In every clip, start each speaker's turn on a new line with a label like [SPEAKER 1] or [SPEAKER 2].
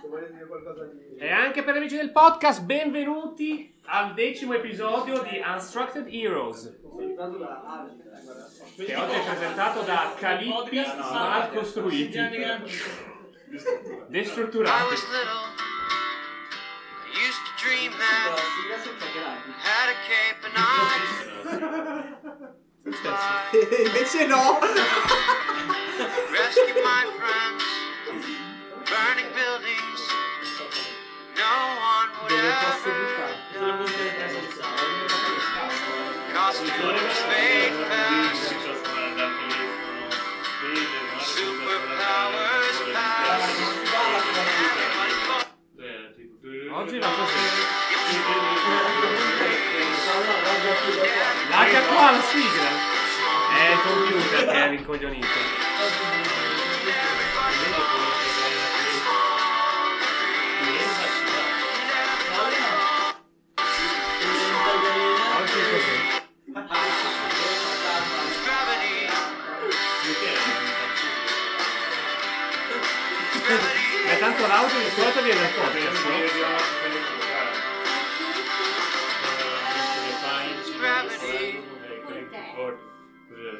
[SPEAKER 1] Se volete dire qualcosa di...
[SPEAKER 2] E anche per gli amici del podcast, benvenuti al decimo episodio di Unstructured Heroes,
[SPEAKER 1] Soltanto da Ale, guarda.
[SPEAKER 2] che oggi è presentato da Calippi
[SPEAKER 3] Podcast
[SPEAKER 2] Mal
[SPEAKER 3] salvo.
[SPEAKER 2] Costruiti,
[SPEAKER 3] Sì, grandi.
[SPEAKER 4] I
[SPEAKER 2] destrutturati.
[SPEAKER 4] was little. I used to dream
[SPEAKER 3] La
[SPEAKER 4] that
[SPEAKER 3] sigla senza gradi.
[SPEAKER 4] I had a cape and I could fly.
[SPEAKER 5] Invece no!
[SPEAKER 4] Rescue my friends from burning buildings. No one would
[SPEAKER 3] Sono
[SPEAKER 4] ever
[SPEAKER 3] cose
[SPEAKER 4] die.
[SPEAKER 3] del trasversale.
[SPEAKER 4] Costumes fade fast. Superpowers pass. Everyone's born
[SPEAKER 2] Oggi va così.
[SPEAKER 4] dead.
[SPEAKER 2] Lagga qua la sigla. È il computer che è rincoglionito. Oggi è così.
[SPEAKER 4] Gravity.
[SPEAKER 2] Ma tanto l'audio di solito viene dal podcast, no?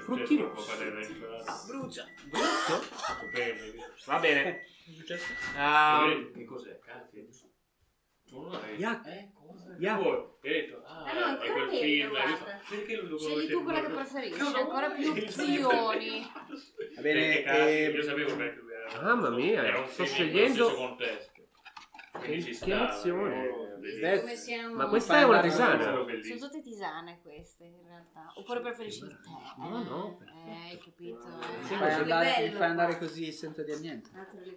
[SPEAKER 2] Fruttino.
[SPEAKER 5] Brucia!
[SPEAKER 2] Va bene. Ehm,
[SPEAKER 6] Che cos'è? Cazzo, Tu non l'hai
[SPEAKER 5] Yak!
[SPEAKER 3] Eh, cosa?
[SPEAKER 5] Yak!
[SPEAKER 6] Poi, hai detto, ah,
[SPEAKER 7] Ah, no,
[SPEAKER 6] è
[SPEAKER 7] ancora
[SPEAKER 6] quel
[SPEAKER 7] te,
[SPEAKER 6] film.
[SPEAKER 7] guarda.
[SPEAKER 6] Perché lo dovevo
[SPEAKER 7] Scegli tu quella che preferisci, ancora più opzioni.
[SPEAKER 5] Va bene,
[SPEAKER 6] Perché,
[SPEAKER 5] ehm,
[SPEAKER 6] io sapevo perché lui era.
[SPEAKER 2] eh, Mamma mia,
[SPEAKER 6] era un
[SPEAKER 2] sto
[SPEAKER 6] film in
[SPEAKER 2] scegliendo-
[SPEAKER 6] quello stesso contesto. Quindi ci sta,
[SPEAKER 2] Ispirazione.
[SPEAKER 6] no?
[SPEAKER 5] Beh,
[SPEAKER 7] Come siamo...
[SPEAKER 2] Eh, Ma questa è una tisana.
[SPEAKER 6] Sono bellissimo.
[SPEAKER 7] Sono tutte tisane queste in realtà. Oppure preferisci il tè?
[SPEAKER 2] No, no,
[SPEAKER 7] Eh, hai capito?
[SPEAKER 5] Mi
[SPEAKER 2] Sì,
[SPEAKER 5] fai
[SPEAKER 2] sì.
[SPEAKER 5] andare, mi fai andare così senza dire niente.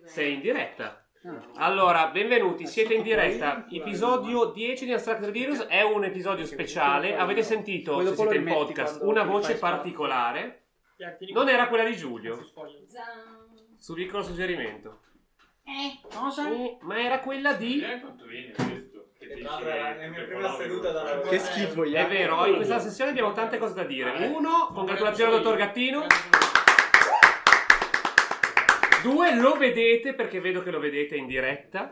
[SPEAKER 2] Sei in diretta.
[SPEAKER 5] Ah.
[SPEAKER 2] Allora, benvenuti, siete in diretta. Episodio 10 di Unstructured Heroes è un episodio speciale. Avete sentito,
[SPEAKER 5] Poi
[SPEAKER 2] se
[SPEAKER 5] dopo
[SPEAKER 2] siete
[SPEAKER 5] lo
[SPEAKER 2] in
[SPEAKER 5] rimetti
[SPEAKER 2] podcast,
[SPEAKER 5] quando
[SPEAKER 2] una
[SPEAKER 5] ti
[SPEAKER 2] voce
[SPEAKER 5] fai spazio.
[SPEAKER 2] particolare. Non era quella di Giulio,
[SPEAKER 7] Zan.
[SPEAKER 2] su piccolo suggerimento.
[SPEAKER 7] Eh,
[SPEAKER 2] Eh, Ma era quella di...
[SPEAKER 6] Vedi Eh, quanto viene questo? Che
[SPEAKER 1] Che
[SPEAKER 6] dici
[SPEAKER 1] tra l'altro era la mia
[SPEAKER 6] tutto
[SPEAKER 1] prima
[SPEAKER 6] economico.
[SPEAKER 1] seduta da lavoro.
[SPEAKER 5] Che schifo,
[SPEAKER 2] È
[SPEAKER 5] Yak!
[SPEAKER 2] vero, in questa sessione abbiamo tante cose da dire.
[SPEAKER 5] Eh.
[SPEAKER 2] Uno, congratulazioni al dottor Gattino. Due, lo vedete perché vedo che lo vedete in diretta.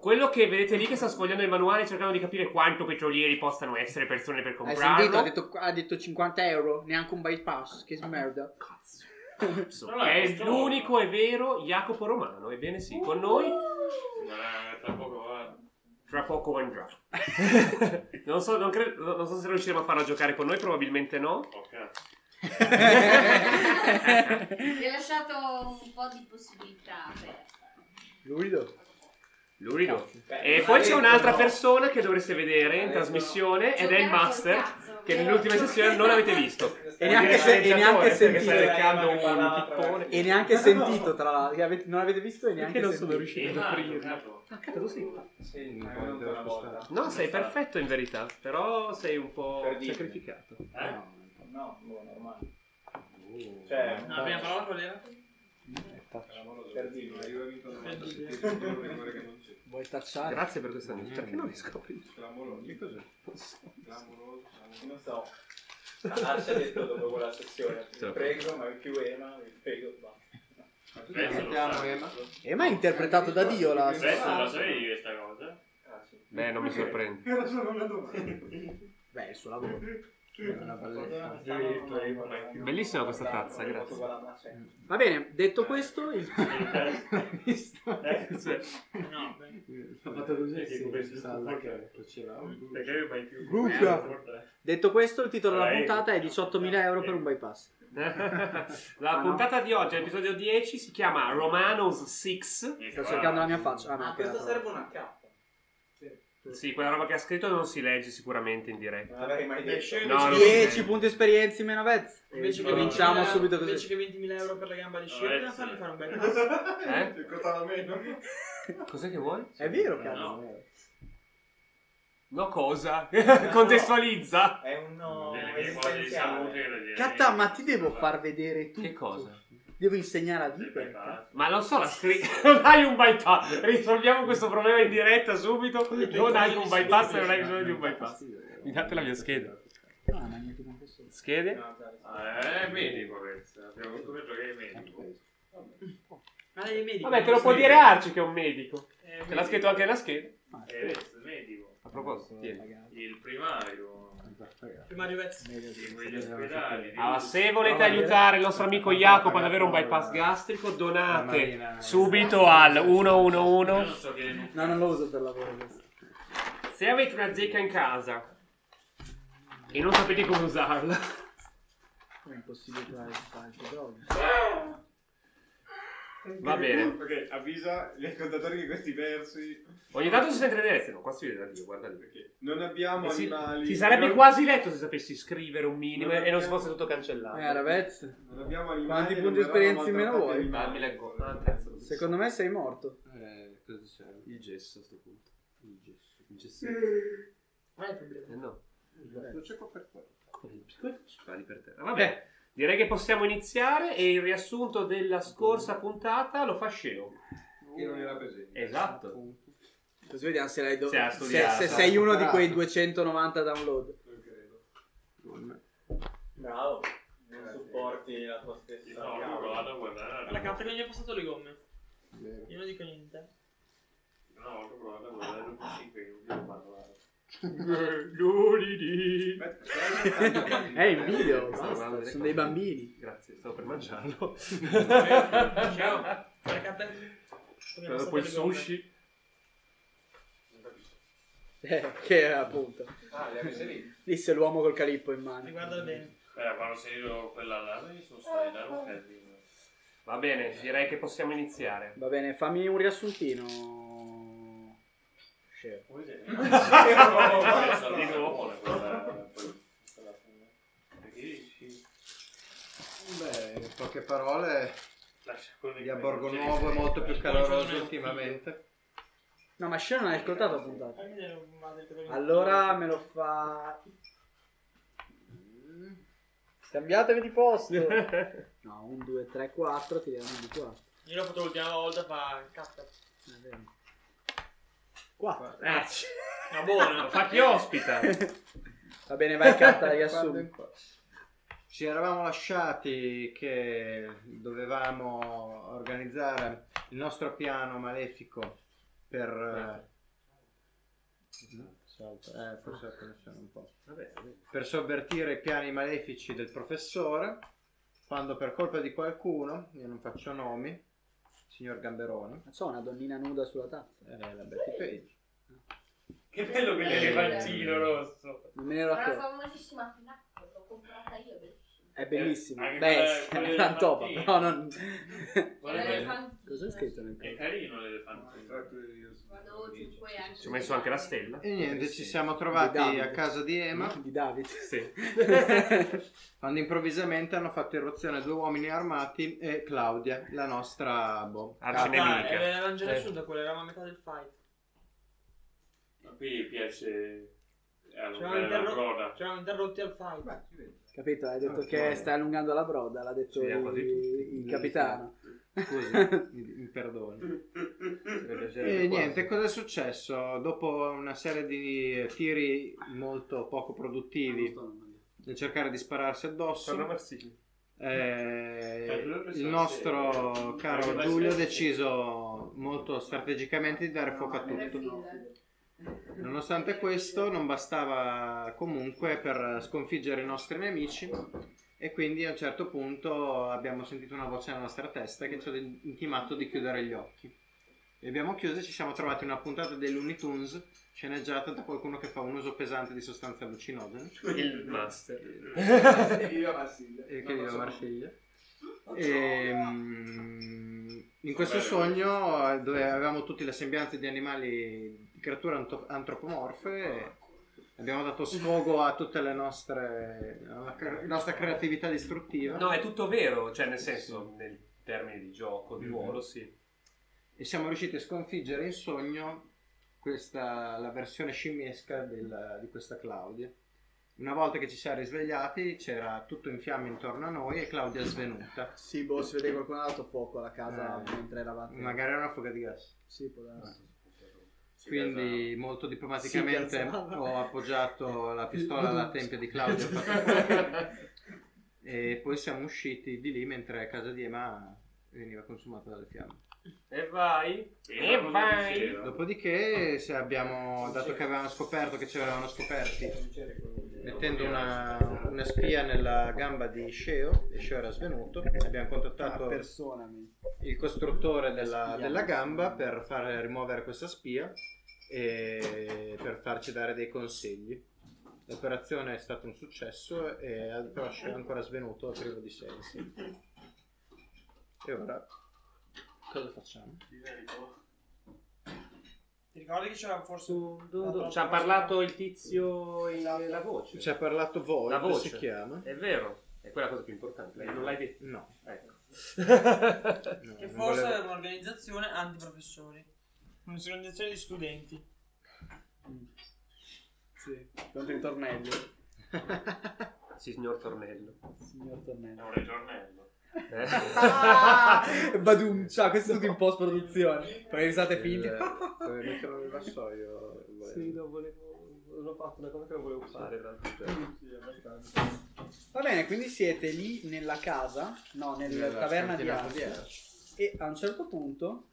[SPEAKER 2] Quello che vedete lì che sta sfogliando il manuale cercando di capire quanto petrolieri possano essere persone per
[SPEAKER 5] Hai
[SPEAKER 2] comprarlo.
[SPEAKER 5] sentito? Ha detto, ha detto 50 euro, neanche un bypass, che smerda.
[SPEAKER 2] Cazzo.
[SPEAKER 6] No, no,
[SPEAKER 2] È
[SPEAKER 6] questo-
[SPEAKER 2] l'unico e vero Jacopo Romano. Ebbene sì, con noi
[SPEAKER 6] Ma tra poco va.
[SPEAKER 2] tra poco andrà. non, so, non, cre- non so se riusciremo a farlo giocare con noi, probabilmente no.
[SPEAKER 6] Oh, cazzo.
[SPEAKER 7] ti ho lasciato un po' di possibilità aperta.
[SPEAKER 5] Luido.
[SPEAKER 2] Lurido.
[SPEAKER 1] Beh,
[SPEAKER 2] E
[SPEAKER 1] ma
[SPEAKER 2] poi
[SPEAKER 1] detto
[SPEAKER 2] c'è un'altra
[SPEAKER 1] no.
[SPEAKER 2] persona che dovreste vedere in trasmissione ed è il
[SPEAKER 7] Giocare col
[SPEAKER 2] Master
[SPEAKER 7] cazzo,
[SPEAKER 2] che
[SPEAKER 7] vero?
[SPEAKER 2] nell'ultima sessione non avete visto.
[SPEAKER 5] E neanche se- e neanche
[SPEAKER 2] Perché
[SPEAKER 5] sentito.
[SPEAKER 2] stai leccando
[SPEAKER 1] Che parlava
[SPEAKER 2] un
[SPEAKER 1] tra-
[SPEAKER 2] pippone.
[SPEAKER 5] E neanche sentito, tra l'altro. che avete- Non avete visto e neanche
[SPEAKER 2] Perché non
[SPEAKER 5] sentito.
[SPEAKER 2] sono riuscito a
[SPEAKER 6] Esatto,
[SPEAKER 2] aprirlo?
[SPEAKER 6] esatto.
[SPEAKER 2] Ah, cazzo, sì.
[SPEAKER 1] Sì, mi è venuto una volta.
[SPEAKER 2] No, sei perfetto in verità, però sei un po'
[SPEAKER 1] Per Disney.
[SPEAKER 2] sacrificato.
[SPEAKER 6] Eh?
[SPEAKER 1] No, boh, normale. Cioè,
[SPEAKER 3] No, la prima parola qual era?
[SPEAKER 1] per dirlo, arrivo vinto 97 con un rigore che non c'è.
[SPEAKER 5] Vuoi tacciare?
[SPEAKER 2] Grazie per questa news. Perché non li scopri?
[SPEAKER 1] Clamoroso. Che cos'è? Clamoroso. Non so. Arsha ha detto dopo quella sessione,
[SPEAKER 2] Te lo
[SPEAKER 1] vi prego, ma più Ema, vi prego, basta. Ma tu
[SPEAKER 6] Penso lo sa.
[SPEAKER 5] E Eh, ma è interpretato da Dio la...
[SPEAKER 6] Penso lo sapevi questa cosa?
[SPEAKER 1] Ah, sì.
[SPEAKER 2] Beh, non mi sorprende.
[SPEAKER 1] Era solo una domanda.
[SPEAKER 5] Beh, il suo lavoro. Una bella-
[SPEAKER 2] Bellissima questa tazza, grazie.
[SPEAKER 5] Va bene, detto questo, il... L'hai visto?
[SPEAKER 3] No.
[SPEAKER 5] oh, Detto questo, il titolo della
[SPEAKER 6] Dai.
[SPEAKER 5] puntata
[SPEAKER 2] eh,
[SPEAKER 5] è 18.000 euro per un bypass.
[SPEAKER 2] La puntata di oggi, episodio 10, si chiama Romanos 6.
[SPEAKER 5] Sto cercando
[SPEAKER 2] eh,
[SPEAKER 5] la mia faccia. Ah, no,
[SPEAKER 1] Ah,
[SPEAKER 5] che era
[SPEAKER 1] questo
[SPEAKER 5] proprio-
[SPEAKER 1] serve una K.
[SPEAKER 2] Sì, quella roba che ha scritto non si legge sicuramente in diretta.
[SPEAKER 1] Non l'avrei mai detto.
[SPEAKER 2] No, non si
[SPEAKER 5] 10
[SPEAKER 2] legge.
[SPEAKER 5] punti esperienze meno vezza.
[SPEAKER 3] Invece che
[SPEAKER 5] Cominciamo
[SPEAKER 3] 20.000
[SPEAKER 5] subito così.
[SPEAKER 3] Invece che 20.000 euro per la gamba di sci,
[SPEAKER 6] No, eh,
[SPEAKER 3] dobbiamo
[SPEAKER 6] sì.
[SPEAKER 3] fargli fare un bel passo.
[SPEAKER 2] Eh?
[SPEAKER 1] Ti costava meno.
[SPEAKER 2] Cos'è che vuoi?
[SPEAKER 5] È vero,
[SPEAKER 6] No.
[SPEAKER 2] eh,
[SPEAKER 5] cazzo.
[SPEAKER 2] No, cosa? Contestualizza.
[SPEAKER 1] È un no
[SPEAKER 6] Delle mie cose di salute
[SPEAKER 1] esistenziale.
[SPEAKER 6] che le direi.
[SPEAKER 5] Catta, ma ti devo far vedere tutto.
[SPEAKER 2] Che cosa?
[SPEAKER 5] Devo insegnare a
[SPEAKER 6] Del
[SPEAKER 5] vivere. Ah,
[SPEAKER 6] bypass.
[SPEAKER 2] Ma non so la scritta. Non hai un bypass. Risolviamo questo problema in diretta subito. Non hai un bypass e non hai bisogno di un bypass. Mi date la mia scheda.
[SPEAKER 5] Ah, ma niente, ma questo-
[SPEAKER 2] Schede?
[SPEAKER 1] No, dai, sì.
[SPEAKER 6] Ah, è medico questo. Abbiamo avuto questo che è medico.
[SPEAKER 3] Ma dai, medico.
[SPEAKER 2] Vabbè, te lo
[SPEAKER 3] non
[SPEAKER 2] può
[SPEAKER 3] sei-
[SPEAKER 2] dire Arci che è un medico.
[SPEAKER 3] Eh,
[SPEAKER 6] Eh,
[SPEAKER 2] Te l'ha scritto anche nella scheda.
[SPEAKER 5] Ah,
[SPEAKER 6] Eh,
[SPEAKER 5] questo,
[SPEAKER 6] il medico,
[SPEAKER 2] A proposito, tieni.
[SPEAKER 5] ragazzi.
[SPEAKER 6] il primario,
[SPEAKER 3] Prima di Vez.
[SPEAKER 6] di quegli ospedali. di-
[SPEAKER 2] Ah, se volete aiutare il nostro amico Jacopo ad avere un bypass gastrico, donate subito al
[SPEAKER 6] Io non
[SPEAKER 2] 111.
[SPEAKER 6] so che non
[SPEAKER 5] No, non lo uso per lavoro questo.
[SPEAKER 2] Se avete una zecca in casa e non sapete come usarla,
[SPEAKER 5] È impossibile trovare tante droghe.
[SPEAKER 2] va bene.
[SPEAKER 1] Ok, avvisa gli ascoltatori che questi versi
[SPEAKER 2] Ogni tanto si sente vedere, se no, qua si vede da Dio, guarda lì.
[SPEAKER 1] perché non abbiamo
[SPEAKER 2] Eh sì,
[SPEAKER 1] animali.
[SPEAKER 2] Si sarebbe
[SPEAKER 1] non-
[SPEAKER 2] quasi letto se sapessi scrivere un minimo
[SPEAKER 1] Non
[SPEAKER 2] e non
[SPEAKER 1] abbiamo-
[SPEAKER 2] si fosse tutto cancellato.
[SPEAKER 5] Eh, Ravez,
[SPEAKER 1] Non abbiamo animali.
[SPEAKER 5] Quanti
[SPEAKER 1] non
[SPEAKER 5] punti
[SPEAKER 1] verranno
[SPEAKER 5] esperienza in meno
[SPEAKER 1] maltrattati
[SPEAKER 5] vuoi?
[SPEAKER 1] animali.
[SPEAKER 2] Dammi la go- ah, cazzo.
[SPEAKER 5] secondo me sei morto.
[SPEAKER 4] Eh, cosa c'è?
[SPEAKER 2] Il gesso a sto punto.
[SPEAKER 4] Il gesso. Il gesso.
[SPEAKER 2] Ma è il problema. Eh no.
[SPEAKER 1] Non c'è qua per te.
[SPEAKER 2] Vali per terra. Vabbè, direi che possiamo iniziare e il riassunto della scorsa puntata lo fa Sceo.
[SPEAKER 1] Che non era presente.
[SPEAKER 2] Esatto.
[SPEAKER 5] Così vediamo se l'hai do-
[SPEAKER 2] Se ha
[SPEAKER 5] se,
[SPEAKER 2] studiato. Ah.
[SPEAKER 5] se sei uno di quei 290 download.
[SPEAKER 1] Non credo.
[SPEAKER 8] Bravo. Non supporti la tua stessa.
[SPEAKER 6] No, io vado a guardare.
[SPEAKER 3] La carta che gli ha passato le gomme. Io non dico niente.
[SPEAKER 6] No, ho provato a guardare il 5 che non devo parlare.
[SPEAKER 1] Aspetta, però non tanto-
[SPEAKER 5] È il video,
[SPEAKER 2] Stavo
[SPEAKER 5] basta,
[SPEAKER 2] guardando delle
[SPEAKER 5] sono dei
[SPEAKER 2] cose.
[SPEAKER 5] bambini.
[SPEAKER 2] Grazie, stavo per mangiarlo.
[SPEAKER 3] Ciao. La carta che mi ha
[SPEAKER 2] Dopo
[SPEAKER 3] passato
[SPEAKER 2] quel
[SPEAKER 3] le gomme.
[SPEAKER 2] sushi.
[SPEAKER 5] Eh, che appunto.
[SPEAKER 1] Ah, le avete lì.
[SPEAKER 5] Disse l'uomo col calippo in mano.
[SPEAKER 3] Mi guarda bene.
[SPEAKER 6] Beh, Eh, quando sento quella là, mi sono stato da un casino.
[SPEAKER 2] Va bene, direi che possiamo iniziare.
[SPEAKER 5] Va bene, fammi un riassuntino. Scemo.
[SPEAKER 6] Poi se- Pensa, dico, "Oh, buona quella- Perché dici?
[SPEAKER 4] Beh, in poche parole,
[SPEAKER 6] Lascia quello cioè,
[SPEAKER 4] via Borgonuovo è molto più caloroso ultimamente.
[SPEAKER 5] No, ma Scemo non hai ascoltato la puntata.
[SPEAKER 3] Fammi vedere un madre che-
[SPEAKER 5] Allora me lo fa. Cambiatevi di posto. No, 1, 2, 3, 4, tiriamo di qua.
[SPEAKER 3] Io l'ho fatto l'ultima volta fa cazzo.
[SPEAKER 5] È vero. Qua.
[SPEAKER 1] Eh.
[SPEAKER 2] Ah,
[SPEAKER 3] Ma buono.
[SPEAKER 2] Lo fa chi ospita.
[SPEAKER 5] Va bene, vai carta,
[SPEAKER 4] Guarda
[SPEAKER 5] riassumi.
[SPEAKER 4] un po'. Ci eravamo lasciati che dovevamo organizzare il nostro piano malefico per... eh, no, salta. Eh, forse la connessione un po'.
[SPEAKER 2] Vabbè, vabbè.
[SPEAKER 4] per sovvertire i piani malefici del professore quando per colpa di qualcuno, io non faccio nomi, signor Gamberoni,
[SPEAKER 5] Non so, una donnina nuda sulla tazza.
[SPEAKER 4] eh, la Betty Page,
[SPEAKER 6] Che bello che
[SPEAKER 7] Eh,
[SPEAKER 6] le faccino rosso.
[SPEAKER 5] Non me ne ero
[SPEAKER 7] È una
[SPEAKER 5] accorto.
[SPEAKER 7] famosissima Fnac, l'ho comprata io.
[SPEAKER 2] Eh,
[SPEAKER 7] bellissima.
[SPEAKER 5] È bellissimo.
[SPEAKER 6] anche
[SPEAKER 5] Beh,
[SPEAKER 6] quella-
[SPEAKER 5] sì,
[SPEAKER 6] quella
[SPEAKER 5] è una
[SPEAKER 6] del
[SPEAKER 5] topa,
[SPEAKER 6] mattino.
[SPEAKER 5] però non.
[SPEAKER 6] Guarda
[SPEAKER 7] Era
[SPEAKER 6] quello.
[SPEAKER 7] elefantino.
[SPEAKER 5] Cos'è scritto nel
[SPEAKER 6] È
[SPEAKER 5] corpo?
[SPEAKER 6] carino
[SPEAKER 1] Ah,
[SPEAKER 6] l'elefante.
[SPEAKER 1] infatti io sono-
[SPEAKER 7] Quando avevo cinque anni.
[SPEAKER 2] Ci ho messo anche la stella.
[SPEAKER 4] E niente, ci siamo
[SPEAKER 5] Di
[SPEAKER 4] trovati
[SPEAKER 5] Davide.
[SPEAKER 4] a casa di Emma
[SPEAKER 5] Di David.
[SPEAKER 2] Sì.
[SPEAKER 4] quando improvvisamente hanno fatto irruzione due uomini armati e Claudia, la nostra boh,
[SPEAKER 3] Ah,
[SPEAKER 2] Arcinemica.
[SPEAKER 3] era l'Angela
[SPEAKER 2] Eh.
[SPEAKER 3] Sud quella, eravamo a metà del fight.
[SPEAKER 6] Ma qui piace eh,
[SPEAKER 3] C'eravamo,
[SPEAKER 6] allungare la
[SPEAKER 3] interro-
[SPEAKER 6] broda.
[SPEAKER 3] c'eravamo interrotti al fight.
[SPEAKER 1] Beh, ci vedi.
[SPEAKER 5] Capito? Hai detto
[SPEAKER 4] Ah,
[SPEAKER 5] che
[SPEAKER 4] buono.
[SPEAKER 5] stai allungando la broda, l'ha detto
[SPEAKER 2] Sì, ha
[SPEAKER 5] il,
[SPEAKER 2] quasi tutto.
[SPEAKER 5] il capitano.
[SPEAKER 4] così, mi, mi perdoni. E
[SPEAKER 2] E
[SPEAKER 4] Eh, niente, cosa è successo? Dopo una serie di tiri molto poco produttivi nel cercare di spararsi addosso,
[SPEAKER 2] Sono Marsiglia.
[SPEAKER 4] Eh, il nostro caro Giulio ha deciso molto strategicamente di dare fuoco a tutto. Nonostante questo, non bastava comunque per sconfiggere i nostri nemici. E quindi a un certo punto abbiamo sentito una voce nella nostra testa che ci ha intimato di chiudere gli occhi. E abbiamo chiuso e ci siamo trovati una puntata dei Looney Tunes sceneggiata da qualcuno che fa un uso pesante di sostanze allucinogene
[SPEAKER 2] Il master.
[SPEAKER 1] Io a Marsiglia. No, non
[SPEAKER 4] e Eh, che vive a
[SPEAKER 1] so-
[SPEAKER 4] Marsiglia. E, mm, in questo sogno eh, dove avevamo tutti le sembianze di animali, di creature anto-
[SPEAKER 1] Ah.
[SPEAKER 4] antropomorfe, abbiamo dato sfogo a tutte le nostre, alla cre- nostra creatività distruttiva
[SPEAKER 2] No, è tutto vero, cioè nel senso, nel termine di gioco,
[SPEAKER 1] Mm-hmm.
[SPEAKER 2] di ruolo, sì.
[SPEAKER 4] e siamo riusciti a sconfiggere in sogno questa, la versione scimmiesca del- di questa Claudia. Una volta che ci siamo risvegliati c'era tutto in fiamme intorno a noi e Claudia è svenuta.
[SPEAKER 5] Sì, boh, si vede che qualcuno ha dato fuoco alla casa
[SPEAKER 4] Eh,
[SPEAKER 5] mentre eravate.
[SPEAKER 4] Magari era una fuga di gas.
[SPEAKER 5] Sì, può darsi.
[SPEAKER 4] Quindi molto
[SPEAKER 5] Si
[SPEAKER 4] diplomaticamente
[SPEAKER 5] piazzava.
[SPEAKER 4] ho appoggiato la pistola alla tempia di Claudio e poi siamo usciti di lì mentre casa di Emma veniva consumata dalle fiamme.
[SPEAKER 2] E vai. E vai.
[SPEAKER 9] Dopodiché, se abbiamo, dato che avevamo scoperto che ci avevano scoperti, mettendo una, una spia nella gamba di Sceo, e Sceo era svenuto, abbiamo
[SPEAKER 5] Una
[SPEAKER 4] Eh.
[SPEAKER 9] contattato
[SPEAKER 5] persona. mi-
[SPEAKER 9] il costruttore della,
[SPEAKER 5] Spia.
[SPEAKER 9] della gamba per far rimuovere questa spia e per farci dare dei consigli. L'operazione è stata un successo e Altrosh è ancora svenuto e privo di sensi. E ora cosa facciamo?
[SPEAKER 3] Ti ricordi che c'era forse un...
[SPEAKER 2] Ci ha parlato Cioè- il tizio in
[SPEAKER 3] Esatto.
[SPEAKER 2] la voce.
[SPEAKER 9] Ci ha parlato voi,
[SPEAKER 2] La
[SPEAKER 9] come
[SPEAKER 2] voce. Eh,
[SPEAKER 9] si chiama?
[SPEAKER 2] È vero. È quella cosa più importante. lei Non l'hai detto.
[SPEAKER 9] No.
[SPEAKER 2] Ecco.
[SPEAKER 4] Eh,
[SPEAKER 9] no,
[SPEAKER 3] Che
[SPEAKER 9] non
[SPEAKER 3] forse
[SPEAKER 9] volevo-
[SPEAKER 3] è un'organizzazione antiprofessori. Un'organizzazione di studenti.
[SPEAKER 5] Sì. Contro il tornello.
[SPEAKER 2] Sì, signor Tornello.
[SPEAKER 5] Signor tornello.
[SPEAKER 6] un ritornello.
[SPEAKER 2] Eh.
[SPEAKER 5] Badum, ciao, questo è tutto in post produzione. Tre risate finte.
[SPEAKER 9] Il- Dove metterlo nel vassoio?
[SPEAKER 2] Sì, non volevo. L'ho fatto una cosa che non volevo fare. tra l'altro.
[SPEAKER 5] Va bene, quindi siete lì nella casa, no, nel
[SPEAKER 9] Nella
[SPEAKER 5] taverna di
[SPEAKER 9] cantina di
[SPEAKER 5] Arthur. E a un certo punto,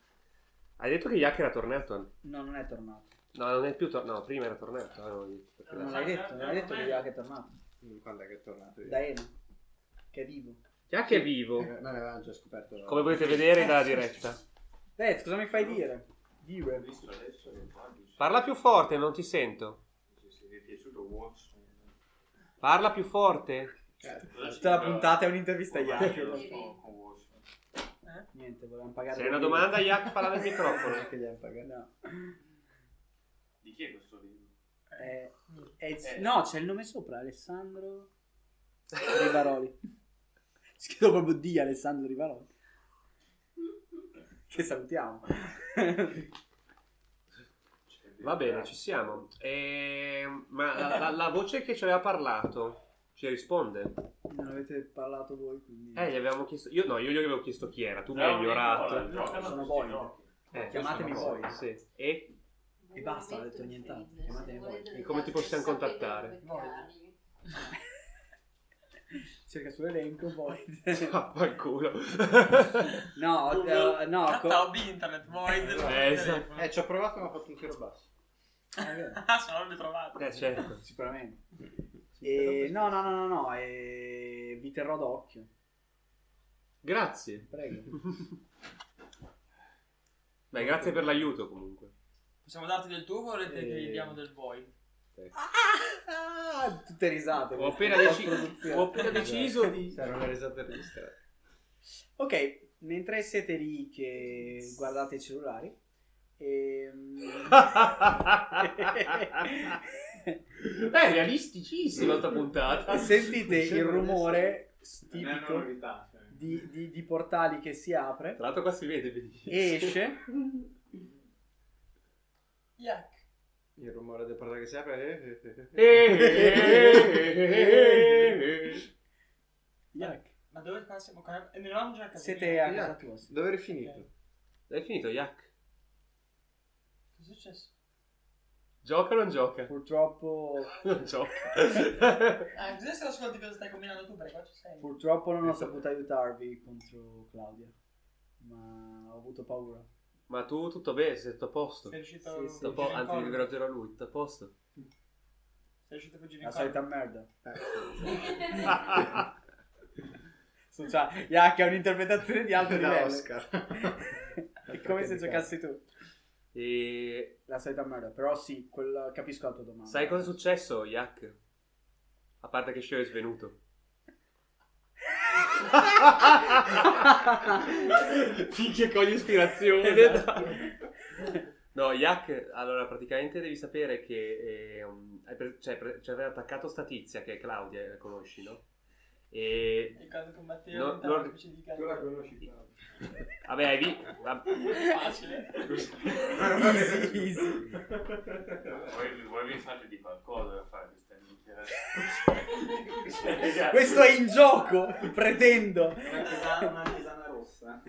[SPEAKER 2] Hai detto che Yak era tornato?
[SPEAKER 5] no, non è tornato.
[SPEAKER 2] No, non è più tornato. No, prima era tornato. avevo detto, perché
[SPEAKER 5] Non
[SPEAKER 2] la-
[SPEAKER 5] l'hai detto, non hai detto che Jack è tornato.
[SPEAKER 9] Quando è che è tornato?
[SPEAKER 5] Da Ena, che è vivo.
[SPEAKER 2] Yak è vivo.
[SPEAKER 9] Eh, Ma l'avevamo già scoperto.
[SPEAKER 2] Come potete vedere dalla diretta.
[SPEAKER 5] Eh, cosa mi fai dire? Dire.
[SPEAKER 2] Parla più forte, non ti sento.
[SPEAKER 6] Se vi è piaciuto Watch.
[SPEAKER 2] Parla più forte.
[SPEAKER 9] Eh,
[SPEAKER 5] Tutta la puntata è un'intervista a
[SPEAKER 6] Ormai ce
[SPEAKER 5] Jack.
[SPEAKER 6] lo so con Watch.
[SPEAKER 5] Niente, volevamo pagare...
[SPEAKER 2] Se hai una domanda, Yak parla nel microfono.
[SPEAKER 5] che gli hanno pagato. No.
[SPEAKER 6] Di chi è questo libro?
[SPEAKER 5] Eh, eh, no, c'è il nome sopra, Alessandro Rivaroli. Scritto proprio di Alessandro Rivaroli. Che salutiamo.
[SPEAKER 6] Cioè,
[SPEAKER 2] Va bene, ci siamo. Ehm, ma la, la- la voce che ci aveva parlato ci risponde?
[SPEAKER 5] non avete parlato voi, quindi...
[SPEAKER 2] Eh, gli avevamo chiesto. Io no, io gli avevo chiesto chi era, tu mi
[SPEAKER 6] No,
[SPEAKER 2] hai ignorato.
[SPEAKER 6] no, no, no, no,
[SPEAKER 5] Sono
[SPEAKER 6] no,
[SPEAKER 5] voi.
[SPEAKER 6] no.
[SPEAKER 2] Eh,
[SPEAKER 5] Chiamatemi
[SPEAKER 2] questo no.
[SPEAKER 5] voi.
[SPEAKER 2] Sì. E
[SPEAKER 5] E basta, non ho detto nient'altro. Chiamatemi voi.
[SPEAKER 2] E come ti possiamo contattare?
[SPEAKER 5] Cerca sull'elenco poi.
[SPEAKER 2] tappa il culo.
[SPEAKER 5] no, eh, no, co-
[SPEAKER 3] Cattavo internet, poi
[SPEAKER 2] Eh, esatto.
[SPEAKER 9] Eh, ci ho provato ma ho fatto un tiro basso.
[SPEAKER 5] Ah, è vero,
[SPEAKER 3] Ah, se no l'avrebbe trovato.
[SPEAKER 2] eh, certo.
[SPEAKER 5] sicuramente. E, no, no, no, no, no, e vi terrò d'occhio.
[SPEAKER 2] Grazie.
[SPEAKER 5] Prego.
[SPEAKER 2] Beh, grazie per l'aiuto comunque.
[SPEAKER 3] Possiamo darti del tuo o volete che gli
[SPEAKER 5] Eh.
[SPEAKER 3] diamo del voi?
[SPEAKER 5] Ah, tutte risate.
[SPEAKER 2] Ho appena, deci- ho appena deciso di.
[SPEAKER 9] C'era una risata registrata.
[SPEAKER 5] Ok, mentre siete lì che guardate i cellulari, ehm,
[SPEAKER 2] Beh, è Eh, realisticissima sta puntata.
[SPEAKER 5] sentite
[SPEAKER 2] Mi
[SPEAKER 5] il
[SPEAKER 2] sembra
[SPEAKER 5] rumore
[SPEAKER 1] Non è una
[SPEAKER 5] tipico
[SPEAKER 1] novità. cioè.
[SPEAKER 5] di, di- di portali che si apre
[SPEAKER 2] Tra l'altro qua si vede benissimo.
[SPEAKER 5] e esce.
[SPEAKER 3] Yak.
[SPEAKER 9] Il rumore del portale che si apre.
[SPEAKER 2] Eh, eh, eh, eh.
[SPEAKER 5] Jack,
[SPEAKER 3] Ma dove qua siamo? Qua- E ne eravamo già capito.
[SPEAKER 5] siete a casa
[SPEAKER 9] Jack,
[SPEAKER 5] tua. sì.
[SPEAKER 9] Dove eri finito?
[SPEAKER 2] Hai finito, Yak?
[SPEAKER 3] Che è successo?
[SPEAKER 2] Gioca o non gioca?
[SPEAKER 5] Purtroppo,
[SPEAKER 2] Non gioca.
[SPEAKER 3] Ah, cos'è se ascolti cosa stai combinando tu? Perché qua ci sei.
[SPEAKER 5] purtroppo non ho saputo aiutarvi contro Claudia, ma ho avuto paura.
[SPEAKER 2] Ma tu tutto bene? Sei tutto a posto?
[SPEAKER 3] Sei riuscito
[SPEAKER 5] Sì, sì.
[SPEAKER 2] Tutto a po- anzi, mi rivolgerò a lui, tutto a posto.
[SPEAKER 3] Sei riuscito a fuggire in
[SPEAKER 5] La
[SPEAKER 3] corpo.
[SPEAKER 5] solita merda.
[SPEAKER 9] eh.
[SPEAKER 2] Ma
[SPEAKER 5] Su, Cioè, Jack ha un'interpretazione di alto
[SPEAKER 9] Da
[SPEAKER 5] livello.
[SPEAKER 9] Oscar.
[SPEAKER 5] È come se giocassi tu.
[SPEAKER 2] E
[SPEAKER 5] La solita merda, però sì, quella- capisco la tua domanda.
[SPEAKER 2] sai cosa è successo, Yak? A parte che Shio è svenuto. Finché coglie ispirazione. Esatto. No, Yak, allora praticamente devi sapere che eh, um, hai pre- cioè, pre- ci aveva attaccato sta tizia che è Claudia, la conosci, no? E
[SPEAKER 3] E quando combattevi
[SPEAKER 2] No,
[SPEAKER 3] lontano
[SPEAKER 2] no.
[SPEAKER 3] che ci dica-
[SPEAKER 1] Tu la conosci Claudio?
[SPEAKER 2] vabbè, hai vi- va-
[SPEAKER 3] Facile.
[SPEAKER 5] Easy, easy.
[SPEAKER 6] Voi, voi vi fate di qualcosa da fare questa minchia.
[SPEAKER 5] Questo è in gioco, pretendo.
[SPEAKER 1] Una tisana, una tisana rossa.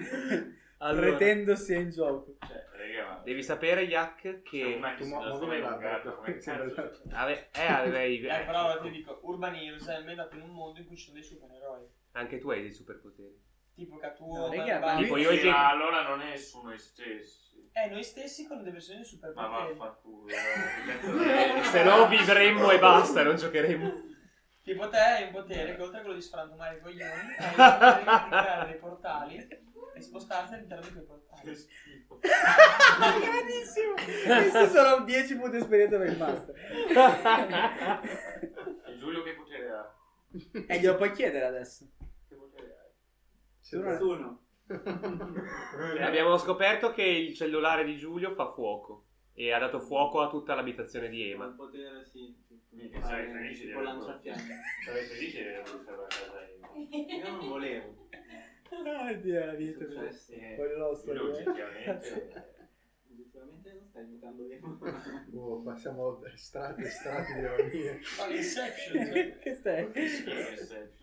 [SPEAKER 2] Allora,
[SPEAKER 5] Pretendo sia in gioco.
[SPEAKER 6] Cioè, raga, ma...
[SPEAKER 2] devi sapere, Yak, che
[SPEAKER 6] Ma che
[SPEAKER 9] Tu
[SPEAKER 6] se
[SPEAKER 9] mu-
[SPEAKER 6] la
[SPEAKER 9] muovi
[SPEAKER 6] sono
[SPEAKER 9] la
[SPEAKER 6] allungata,
[SPEAKER 9] barba.
[SPEAKER 6] come cazzo?
[SPEAKER 2] ave- eh, avevi-
[SPEAKER 3] Eh,
[SPEAKER 2] eh,
[SPEAKER 3] però ora ti dico, Urban Heroes è ambientato in un mondo in cui ci sono dei supereroi.
[SPEAKER 2] anche tu hai dei superpoteri.
[SPEAKER 3] tipo Catuo,
[SPEAKER 5] No, raga,
[SPEAKER 3] Barba-
[SPEAKER 2] Tipo
[SPEAKER 6] Sì,
[SPEAKER 2] io e Jake-
[SPEAKER 6] ma allora non è su noi stessi.
[SPEAKER 3] Eh, noi stessi con le versioni super
[SPEAKER 6] Ma
[SPEAKER 3] potenti.
[SPEAKER 6] vaffanculo. eh, che cazzo di-
[SPEAKER 2] Eh, Se no vivremmo e basta e non giocheremmo.
[SPEAKER 3] Tipo te hai un potere che oltre a quello di sfrantumare i coglioni, hai il potere di creare dei portali e spostarti all'interno di quei portali.
[SPEAKER 5] Bellissimo! Questi sono 10 punti esperienza per il master.
[SPEAKER 6] E Giulio che potere ha?
[SPEAKER 5] e glielo puoi chiedere adesso.
[SPEAKER 6] Che potere hai?
[SPEAKER 1] Uno.
[SPEAKER 2] Eh, Abbiamo scoperto che il cellulare di Giulio fa fuoco e ha dato fuoco a tutta l'abitazione di Ema.
[SPEAKER 1] Un potere, sì. tipo,
[SPEAKER 6] Mica,
[SPEAKER 1] fare-
[SPEAKER 6] sarei felice di
[SPEAKER 1] Tipo
[SPEAKER 6] averlo.
[SPEAKER 1] lanciafiamme.
[SPEAKER 6] Sarei felice di avere la casa in
[SPEAKER 1] Io non volevo.
[SPEAKER 5] Oddio, Ah, la vita.
[SPEAKER 1] Successo.
[SPEAKER 5] Quello
[SPEAKER 6] Giulio
[SPEAKER 5] storia.
[SPEAKER 6] oggettivamente.
[SPEAKER 1] Oggettivamente non stai aiutando bene.
[SPEAKER 10] Boh, passiamo da strati e strati di ironia.
[SPEAKER 3] Ma l'inception, cioè.
[SPEAKER 5] che stai?
[SPEAKER 6] Sì, nel senso.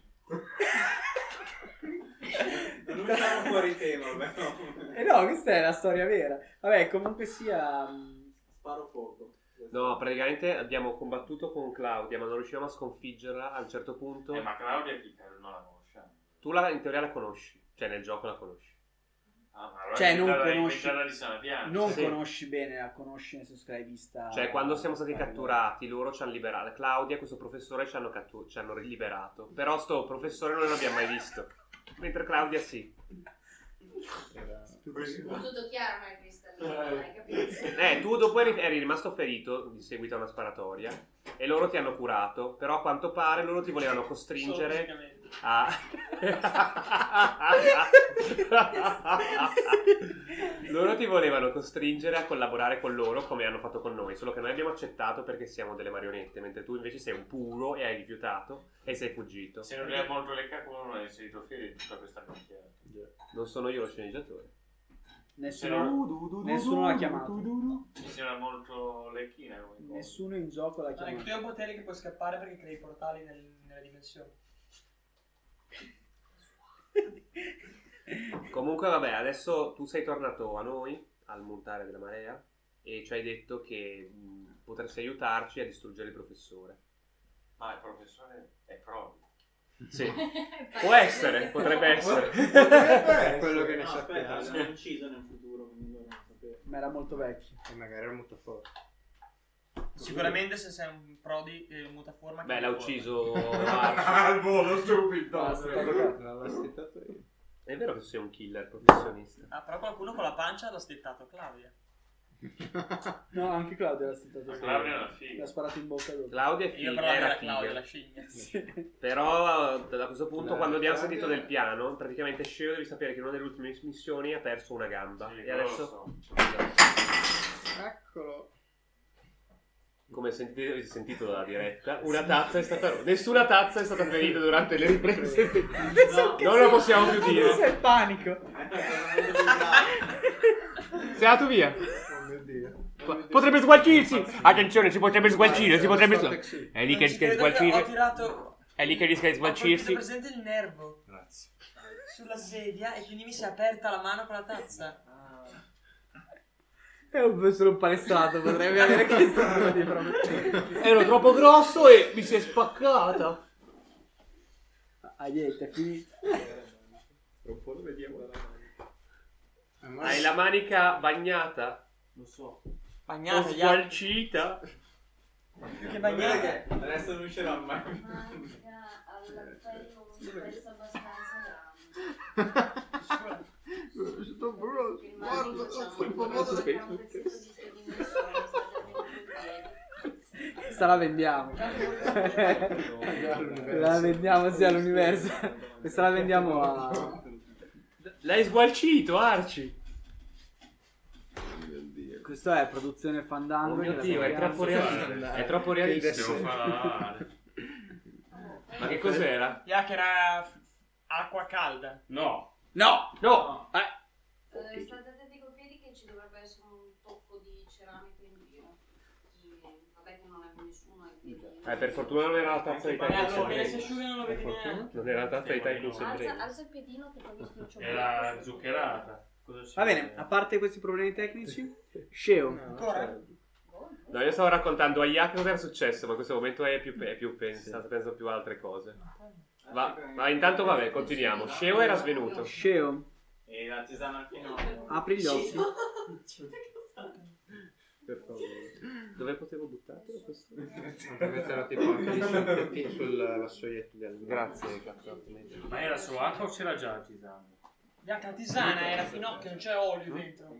[SPEAKER 1] Non siamo fuori tema, però.
[SPEAKER 5] Eh no, questa è la storia vera. Vabbè, comunque sia... mm, mh,
[SPEAKER 1] Sparo fuoco.
[SPEAKER 2] No, praticamente abbiamo combattuto con Claudia, ma non riuscivamo a sconfiggerla. A un certo punto,
[SPEAKER 6] Eh, ma Claudia chi cazzo non la conosciamo?
[SPEAKER 2] tu la, in teoria la conosci, cioè nel gioco la conosci.
[SPEAKER 6] Ah, ma allora
[SPEAKER 5] Cioè, non
[SPEAKER 6] inventarla-
[SPEAKER 5] conosci-
[SPEAKER 6] inventarla di sana pianta.
[SPEAKER 5] Non
[SPEAKER 2] Sì.
[SPEAKER 5] conosci bene, la conosci nel senso che l'hai vista...
[SPEAKER 2] Cioè, quando siamo stati
[SPEAKER 5] Parlo.
[SPEAKER 2] catturati, loro ci hanno liberato. Claudia, questo professore, ci hanno, cattu- ci hanno liberato. Però sto professore non l'abbiamo mai visto. Mentre Claudia sì.
[SPEAKER 7] Tutto chiaro, ma è cristallino, non hai capito?
[SPEAKER 2] Eh, tu dopo eri, eri rimasto ferito di seguito a una sparatoria e loro ti hanno curato, però a quanto pare loro ti volevano costringere
[SPEAKER 3] Fisicamente.
[SPEAKER 2] a... loro ti volevano costringere a collaborare con loro come hanno fatto con noi, solo che noi abbiamo accettato perché siamo delle marionette, mentre tu invece sei un puro e hai rifiutato e sei fuggito.
[SPEAKER 6] Se non è molto le cacco non è inserito fieri in tutta questa minchia.
[SPEAKER 2] Non sono io lo sceneggiatore.
[SPEAKER 5] Nessuno, nessuno l'ha chiamato.
[SPEAKER 6] Mi sembra molto lecchina come cosa.
[SPEAKER 5] Nessuno in gioco l'ha
[SPEAKER 3] No, è che
[SPEAKER 5] chiamato.
[SPEAKER 3] tu hai un potere che puoi scappare perché crei i portali nel- nella dimensione.
[SPEAKER 2] Comunque, vabbè, adesso tu sei tornato a noi al montare della marea e ci hai detto che mh, potresti aiutarci a distruggere il professore.
[SPEAKER 6] Ma Ah, il professore è proprio.
[SPEAKER 2] Sì, eh, può essere, potrebbe essere.
[SPEAKER 10] Potrebbe
[SPEAKER 9] quello che
[SPEAKER 10] essere.
[SPEAKER 9] ne
[SPEAKER 1] No,
[SPEAKER 4] Ah,
[SPEAKER 1] aspetta,
[SPEAKER 9] sappiamo.
[SPEAKER 1] l'hanno ucciso nel futuro, quindi loro non sapevano.
[SPEAKER 5] Ma era molto vecchio.
[SPEAKER 9] E magari era molto forte.
[SPEAKER 3] Sicuramente se sei un prodi eh, mutaforma...
[SPEAKER 2] Beh, l'ha
[SPEAKER 3] cambia
[SPEAKER 2] ucciso Arch.
[SPEAKER 6] Al volo stupido!
[SPEAKER 5] Ah, sta cagando.
[SPEAKER 9] L'ho aspettato io.
[SPEAKER 2] È vero che sei un killer professionista.
[SPEAKER 3] forma. Ah, però qualcuno con la pancia l'ha stettato Claudia.
[SPEAKER 5] No, anche Claudio l'ha stato
[SPEAKER 6] Ma Claudia è una
[SPEAKER 5] L'ha
[SPEAKER 6] figa.
[SPEAKER 5] sparato in bocca dopo.
[SPEAKER 2] Claudia è
[SPEAKER 3] E Io
[SPEAKER 2] fig-
[SPEAKER 3] però
[SPEAKER 2] era
[SPEAKER 3] era Claudia, la
[SPEAKER 2] figa.
[SPEAKER 3] scimmia.
[SPEAKER 5] Sì.
[SPEAKER 2] Però da questo punto,
[SPEAKER 10] Beh,
[SPEAKER 2] quando abbiamo
[SPEAKER 10] Claudia-
[SPEAKER 2] sentito del piano, praticamente Sceo devi sapere che in una delle ultime missioni ha perso una gamba.
[SPEAKER 6] Sì,
[SPEAKER 2] e
[SPEAKER 6] quello lo
[SPEAKER 2] adesso
[SPEAKER 6] so.
[SPEAKER 9] Eccolo.
[SPEAKER 2] come sentite, avete sentito dalla diretta, una tazza è stata Nessuna tazza è stata ferita durante le riprese.
[SPEAKER 5] Adesso che
[SPEAKER 2] non
[SPEAKER 5] sei-
[SPEAKER 2] lo possiamo più dire.
[SPEAKER 5] Adesso è il panico.
[SPEAKER 1] Eh, veramente più bravo.
[SPEAKER 2] Sei andato via.
[SPEAKER 10] Oh mio dio.
[SPEAKER 2] Potrebbe sgualcirsi. Attenzione, si potrebbe sgualcire, si potrebbe sgualcire.
[SPEAKER 10] sgualcire.
[SPEAKER 2] È lì che
[SPEAKER 3] Non ci
[SPEAKER 2] rischia di
[SPEAKER 3] credo che Ho
[SPEAKER 2] sgualcire.
[SPEAKER 3] tirato...
[SPEAKER 2] È lì che rischia di
[SPEAKER 3] Ho colpito
[SPEAKER 2] sgualcirsi.
[SPEAKER 3] presente il nervo
[SPEAKER 6] Grazie.
[SPEAKER 3] sulla sedia e quindi mi si è aperta la mano con la tazza.
[SPEAKER 5] È un, solo un palestrato, potrebbe avere questo tipo di problema.
[SPEAKER 2] Ero troppo grosso e mi si è spaccata.
[SPEAKER 5] Ah, niente, è finito. Ah,
[SPEAKER 2] Hai la manica bagnata.
[SPEAKER 5] Lo so.
[SPEAKER 2] O
[SPEAKER 3] Bagnata,
[SPEAKER 2] sgualcita.
[SPEAKER 3] Che
[SPEAKER 1] Guarda
[SPEAKER 3] bagnata.
[SPEAKER 1] che Adesso non uscirà mai.
[SPEAKER 7] Manca al pelo un pezzo abbastanza grande.
[SPEAKER 10] Sono brutto.
[SPEAKER 7] Il
[SPEAKER 10] Guarda,
[SPEAKER 7] manico
[SPEAKER 10] ho
[SPEAKER 7] c'ha
[SPEAKER 10] quel
[SPEAKER 7] un
[SPEAKER 10] famoso
[SPEAKER 7] pezzo Diciamo, di
[SPEAKER 10] Facebook.
[SPEAKER 7] questa dimensione, sta già venendo
[SPEAKER 5] Questa la vendiamo. la vendiamo sì all'universo. Questa la vendiamo a...
[SPEAKER 2] L'hai sgualcito, Arci.
[SPEAKER 5] Questo è produzione fandango.
[SPEAKER 2] Oh mio
[SPEAKER 5] che la
[SPEAKER 2] dio, è
[SPEAKER 5] vendiamo.
[SPEAKER 2] troppo realistico. È troppo
[SPEAKER 6] Devo
[SPEAKER 2] realistico.
[SPEAKER 6] farla lavare.
[SPEAKER 2] Ma che cos'era?
[SPEAKER 3] Ya che era f- acqua calda.
[SPEAKER 6] No.
[SPEAKER 5] No!
[SPEAKER 2] No! eh,
[SPEAKER 7] Eh, state attenti col piedi che ci dovrebbe essere un tocco di ceramica in giro. Che- Vabbè che non è nessuno ai piedi.
[SPEAKER 2] Eh, per fortuna non era la tazza di
[SPEAKER 3] Eh, allora,
[SPEAKER 2] Tycoon
[SPEAKER 3] che si
[SPEAKER 2] Sembrino.
[SPEAKER 3] asciuga non lo vedi neanche.
[SPEAKER 2] Non era la tazza di Tycoon
[SPEAKER 7] Alza,
[SPEAKER 2] Sembrino.
[SPEAKER 7] alza il piedino che poi mi sto
[SPEAKER 6] Era zuccherata. Cosa si
[SPEAKER 5] Va bene,
[SPEAKER 6] vede?
[SPEAKER 5] a parte questi problemi tecnici, Sceo.
[SPEAKER 3] Ancora?
[SPEAKER 7] Boh,
[SPEAKER 2] No, io stavo raccontando a Iac cosa era successo, ma in questo momento è più, è più pensato, penso più a altre cose. Va, ma intanto vabbè, continuiamo. Sceo era svenuto.
[SPEAKER 5] Sceo,
[SPEAKER 1] E l'artigiano al finale.
[SPEAKER 5] apri gli occhi.
[SPEAKER 2] Per favore. Dove potevo buttarlo questo?
[SPEAKER 9] Metterò tipo anche lì sul piattino, sul vassoietto del...
[SPEAKER 2] Grazie,
[SPEAKER 6] Ma era solo acqua o c'era già la tisana?
[SPEAKER 3] La tisana era finocchio, non c'era olio dentro.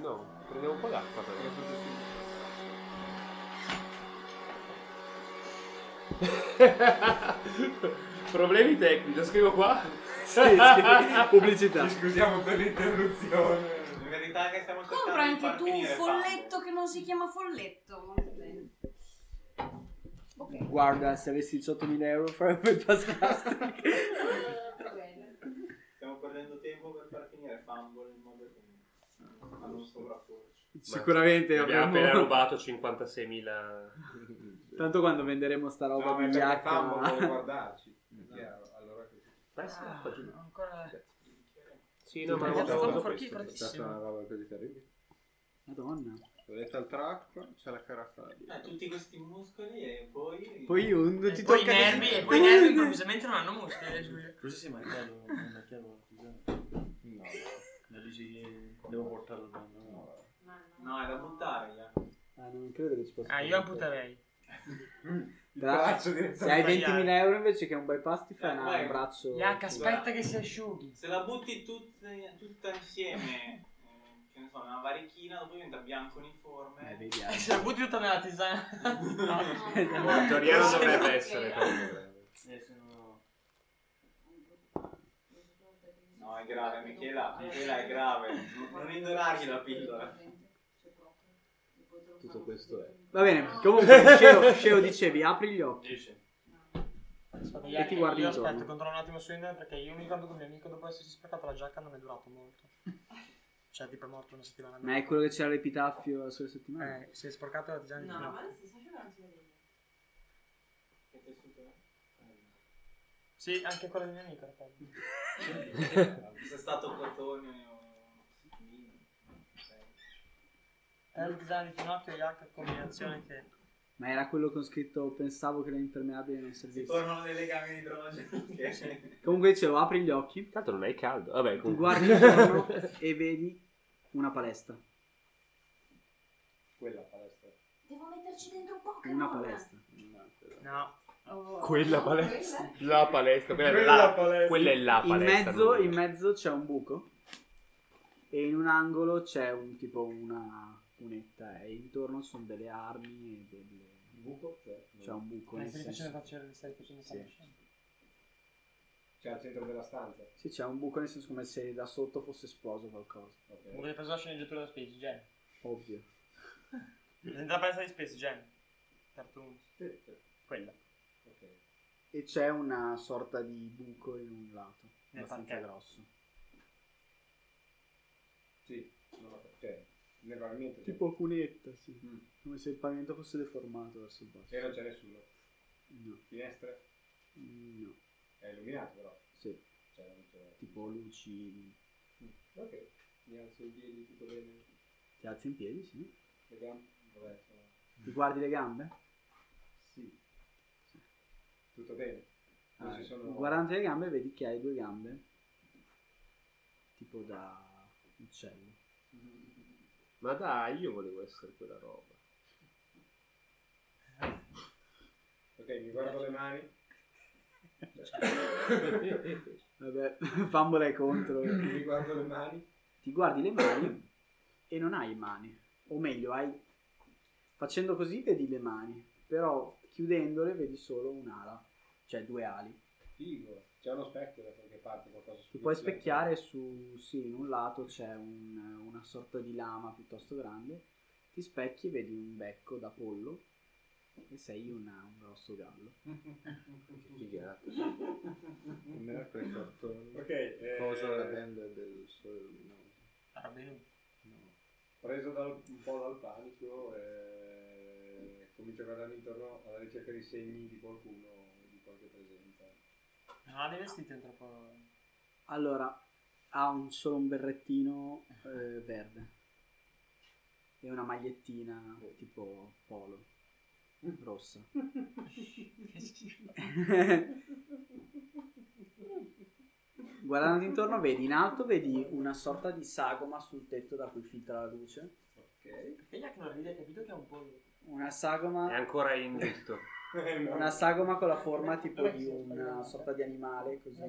[SPEAKER 2] No, prendiamo un po' d'acqua però. Problemi tecnici, lo scrivo qua.
[SPEAKER 5] Sì, sì, pubblicità.
[SPEAKER 1] scusiamo per l'interruzione. In verità che stiamo cercando
[SPEAKER 7] Compra
[SPEAKER 1] di
[SPEAKER 7] anche
[SPEAKER 1] far
[SPEAKER 7] tu un
[SPEAKER 1] finire
[SPEAKER 7] folletto che non si chiama folletto. Molto bene. Ok.
[SPEAKER 5] Guarda, se avessi 18.000 euro farebbe il podcast.
[SPEAKER 7] Molto bene.
[SPEAKER 1] fumble. Stiamo perdendo tempo per far finire Fumble in modo che non sovrapporci.
[SPEAKER 5] Sicuramente
[SPEAKER 2] abbiamo
[SPEAKER 5] avremmo...
[SPEAKER 2] appena rubato 56.000
[SPEAKER 5] Tanto quando venderemo sta roba di giacca...
[SPEAKER 10] guardarci.
[SPEAKER 4] Eh,
[SPEAKER 10] Chiaro, allora che...
[SPEAKER 3] Ah,
[SPEAKER 2] Beh, sì, qua giù.
[SPEAKER 3] Ancora...
[SPEAKER 2] Sì, no, ma
[SPEAKER 5] È stato
[SPEAKER 2] guarda
[SPEAKER 5] un
[SPEAKER 2] questo.
[SPEAKER 10] È stata una roba così terribile.
[SPEAKER 5] Madonna.
[SPEAKER 9] Volete al tracco, c'è la carafaglia.
[SPEAKER 1] Eh, tutti questi muscoli e poi...
[SPEAKER 5] Poi un
[SPEAKER 3] E
[SPEAKER 5] ti
[SPEAKER 3] poi i
[SPEAKER 5] tocca
[SPEAKER 3] nervi,
[SPEAKER 5] così.
[SPEAKER 3] e poi i nervi improvvisamente non hanno muscoli. eh, Giulia.
[SPEAKER 1] Così si è mancato una chiave artigiana.
[SPEAKER 9] No,
[SPEAKER 6] Non dici che devo portarlo da no.
[SPEAKER 1] No, è da buttare. là.
[SPEAKER 5] Ah, non credo che ci possa
[SPEAKER 3] Ah,
[SPEAKER 5] fare.
[SPEAKER 3] io amputerei.
[SPEAKER 10] Il
[SPEAKER 5] Tra-
[SPEAKER 10] braccio diretto
[SPEAKER 5] Se hai
[SPEAKER 3] Sbagliare.
[SPEAKER 5] 20.000 euro invece che un bypass ti fai
[SPEAKER 1] Eh,
[SPEAKER 5] una-
[SPEAKER 1] vai.
[SPEAKER 5] un braccio...
[SPEAKER 3] Iac, aspetta che si asciughi.
[SPEAKER 1] Se la butti tutte- tutta insieme, eh, che ne so, nella varichina, dopo diventa bianco uniforme.
[SPEAKER 5] Eh, vedi,
[SPEAKER 3] E
[SPEAKER 5] Iac.
[SPEAKER 3] se la butti tutta nella tisana.
[SPEAKER 2] In teoria non dovrebbe
[SPEAKER 7] Ok.
[SPEAKER 2] essere comunque.
[SPEAKER 1] Eh, No, è grave, Michela, Michela è grave. Non- non indorargli la pillola.
[SPEAKER 10] Tutto questo è.
[SPEAKER 5] Va
[SPEAKER 7] Ah.
[SPEAKER 5] bene, comunque, Sceo, Sceo dicevi, apri gli occhi.
[SPEAKER 3] Aspetta,
[SPEAKER 5] E
[SPEAKER 3] Iac,
[SPEAKER 5] ti guardi
[SPEAKER 3] io
[SPEAKER 5] intorno.
[SPEAKER 3] aspetto, controllo un attimo su internet perché io mi ricordo che un mio amico dopo essersi spaccato la giacca non è durato molto. Cioè, tipo è morto una settimana.
[SPEAKER 5] Ma è quello che c'era l'epitaffio la scorsa settimana?
[SPEAKER 3] Eh, si è sporcato la tisana di
[SPEAKER 7] No,
[SPEAKER 3] finocchio.
[SPEAKER 7] ma si sa che non si vede.
[SPEAKER 1] Che tessuto è?
[SPEAKER 3] Sì, anche quella di mio amico. era quello.
[SPEAKER 1] Se è stato cotone o...
[SPEAKER 3] Per la tisana di finocchio e Iac combinazione che...
[SPEAKER 5] Ma era quello con scritto pensavo che l'impermeabile non
[SPEAKER 1] Si
[SPEAKER 5] servisse.
[SPEAKER 1] formano dei legami di idrogeno. che-
[SPEAKER 5] Comunque dicevo, apri gli occhi,
[SPEAKER 2] Tanto non è caldo. Vabbè,
[SPEAKER 5] ti
[SPEAKER 2] comunque.
[SPEAKER 5] guardi intorno e vedi una palestra.
[SPEAKER 10] Quella palestra.
[SPEAKER 7] Devo metterci dentro un po'.
[SPEAKER 5] Una palestra.
[SPEAKER 3] No.
[SPEAKER 2] Quella palestra. La palestra. Quella, è
[SPEAKER 10] Quella
[SPEAKER 2] la
[SPEAKER 10] palestra.
[SPEAKER 2] Quella è la
[SPEAKER 5] In
[SPEAKER 2] palestra.
[SPEAKER 5] mezzo,
[SPEAKER 2] non-
[SPEAKER 5] in mezzo c'è un buco e in un angolo c'è un tipo una cunetta e intorno sono delle armi e delle...
[SPEAKER 10] Il buco c'è.
[SPEAKER 5] C'è un buco
[SPEAKER 3] Mi
[SPEAKER 5] nel
[SPEAKER 3] stai
[SPEAKER 5] senso...
[SPEAKER 3] facendo facciare, mi stai facendo
[SPEAKER 5] Sì.
[SPEAKER 3] facciare.
[SPEAKER 10] C'è al centro della stanza.
[SPEAKER 5] Sì, c'è un buco nel senso come se da sotto fosse esploso qualcosa.
[SPEAKER 10] Ok.
[SPEAKER 3] Vorrei preso la sceneggiatura da Space Jam.
[SPEAKER 5] Ovvio.
[SPEAKER 3] Dentro la palestra di Space Jam. Cartoon.
[SPEAKER 10] Sì, sì.
[SPEAKER 3] Quella.
[SPEAKER 10] Ok.
[SPEAKER 5] E c'è una sorta di buco in un lato,
[SPEAKER 3] Nel
[SPEAKER 5] abbastanza
[SPEAKER 3] parquet.
[SPEAKER 5] grosso.
[SPEAKER 10] Sì, non lo so. Cioè, nel pavimento. c'è.
[SPEAKER 5] Tipo cunetta, sì.
[SPEAKER 10] Mm.
[SPEAKER 5] Come se il pavimento fosse deformato verso il
[SPEAKER 2] Eh.
[SPEAKER 5] basso.
[SPEAKER 10] E non c'è nessuno.
[SPEAKER 5] No,
[SPEAKER 10] Finestre.
[SPEAKER 5] no.
[SPEAKER 10] È illuminato però.
[SPEAKER 5] Sì,
[SPEAKER 10] Cioè, non c'è...
[SPEAKER 5] tipo luci.
[SPEAKER 10] Ok. Mi alzo i piedi tutto bene.
[SPEAKER 5] Ti alzi in piedi, sì.
[SPEAKER 10] Vediamo. Vabbè, sono-
[SPEAKER 5] Ti guardi le gambe?
[SPEAKER 10] Sì. Tutto bene. Non ci sono...
[SPEAKER 5] Ah, Guardando le gambe vedi che hai due gambe. Tipo da uccello.
[SPEAKER 2] Ma dai, io volevo essere quella roba.
[SPEAKER 10] Ok, mi guardo le mani.
[SPEAKER 5] Cioè, Vabbè, fambola contro.
[SPEAKER 10] mi guardo le mani.
[SPEAKER 5] Ti guardi le mani e non hai mani. O meglio, hai. Facendo così vedi le mani. Però chiudendole vedi solo un'ala. Cioè due ali.
[SPEAKER 10] Figo. C'è uno specchio da qualche parte, qualcosa su
[SPEAKER 5] Ti puoi specchiare su, sì, in un lato c'è un- una sorta di lama piuttosto grande, ti specchi e vedi un becco da pollo e sei una- un grosso gallo.
[SPEAKER 2] Che figata.
[SPEAKER 9] non era quel cartone.
[SPEAKER 10] Ok, eh,
[SPEAKER 9] Cosa la band del sole luminoso.
[SPEAKER 3] Ah, bene.
[SPEAKER 9] No.
[SPEAKER 10] preso dal- un po' dal panico, eh, comincio a guardarmi intorno alla ricerca di segni di qualcuno, di qualche presenza.
[SPEAKER 3] Non ha dei vestiti un troppo...
[SPEAKER 5] Allora, ha un- solo un berrettino eh, verde e una magliettina tipo polo. rossa. Guardando intorno vedi in alto vedi una sorta di sagoma sul tetto da cui filtra la luce.
[SPEAKER 3] Perché Jack non ride, hai capito che è un po'.
[SPEAKER 5] Una sagoma
[SPEAKER 4] È ancora in lutto.
[SPEAKER 5] una sagoma con la forma tipo di una sorta di animale
[SPEAKER 1] Eh,
[SPEAKER 3] Eh,
[SPEAKER 5] così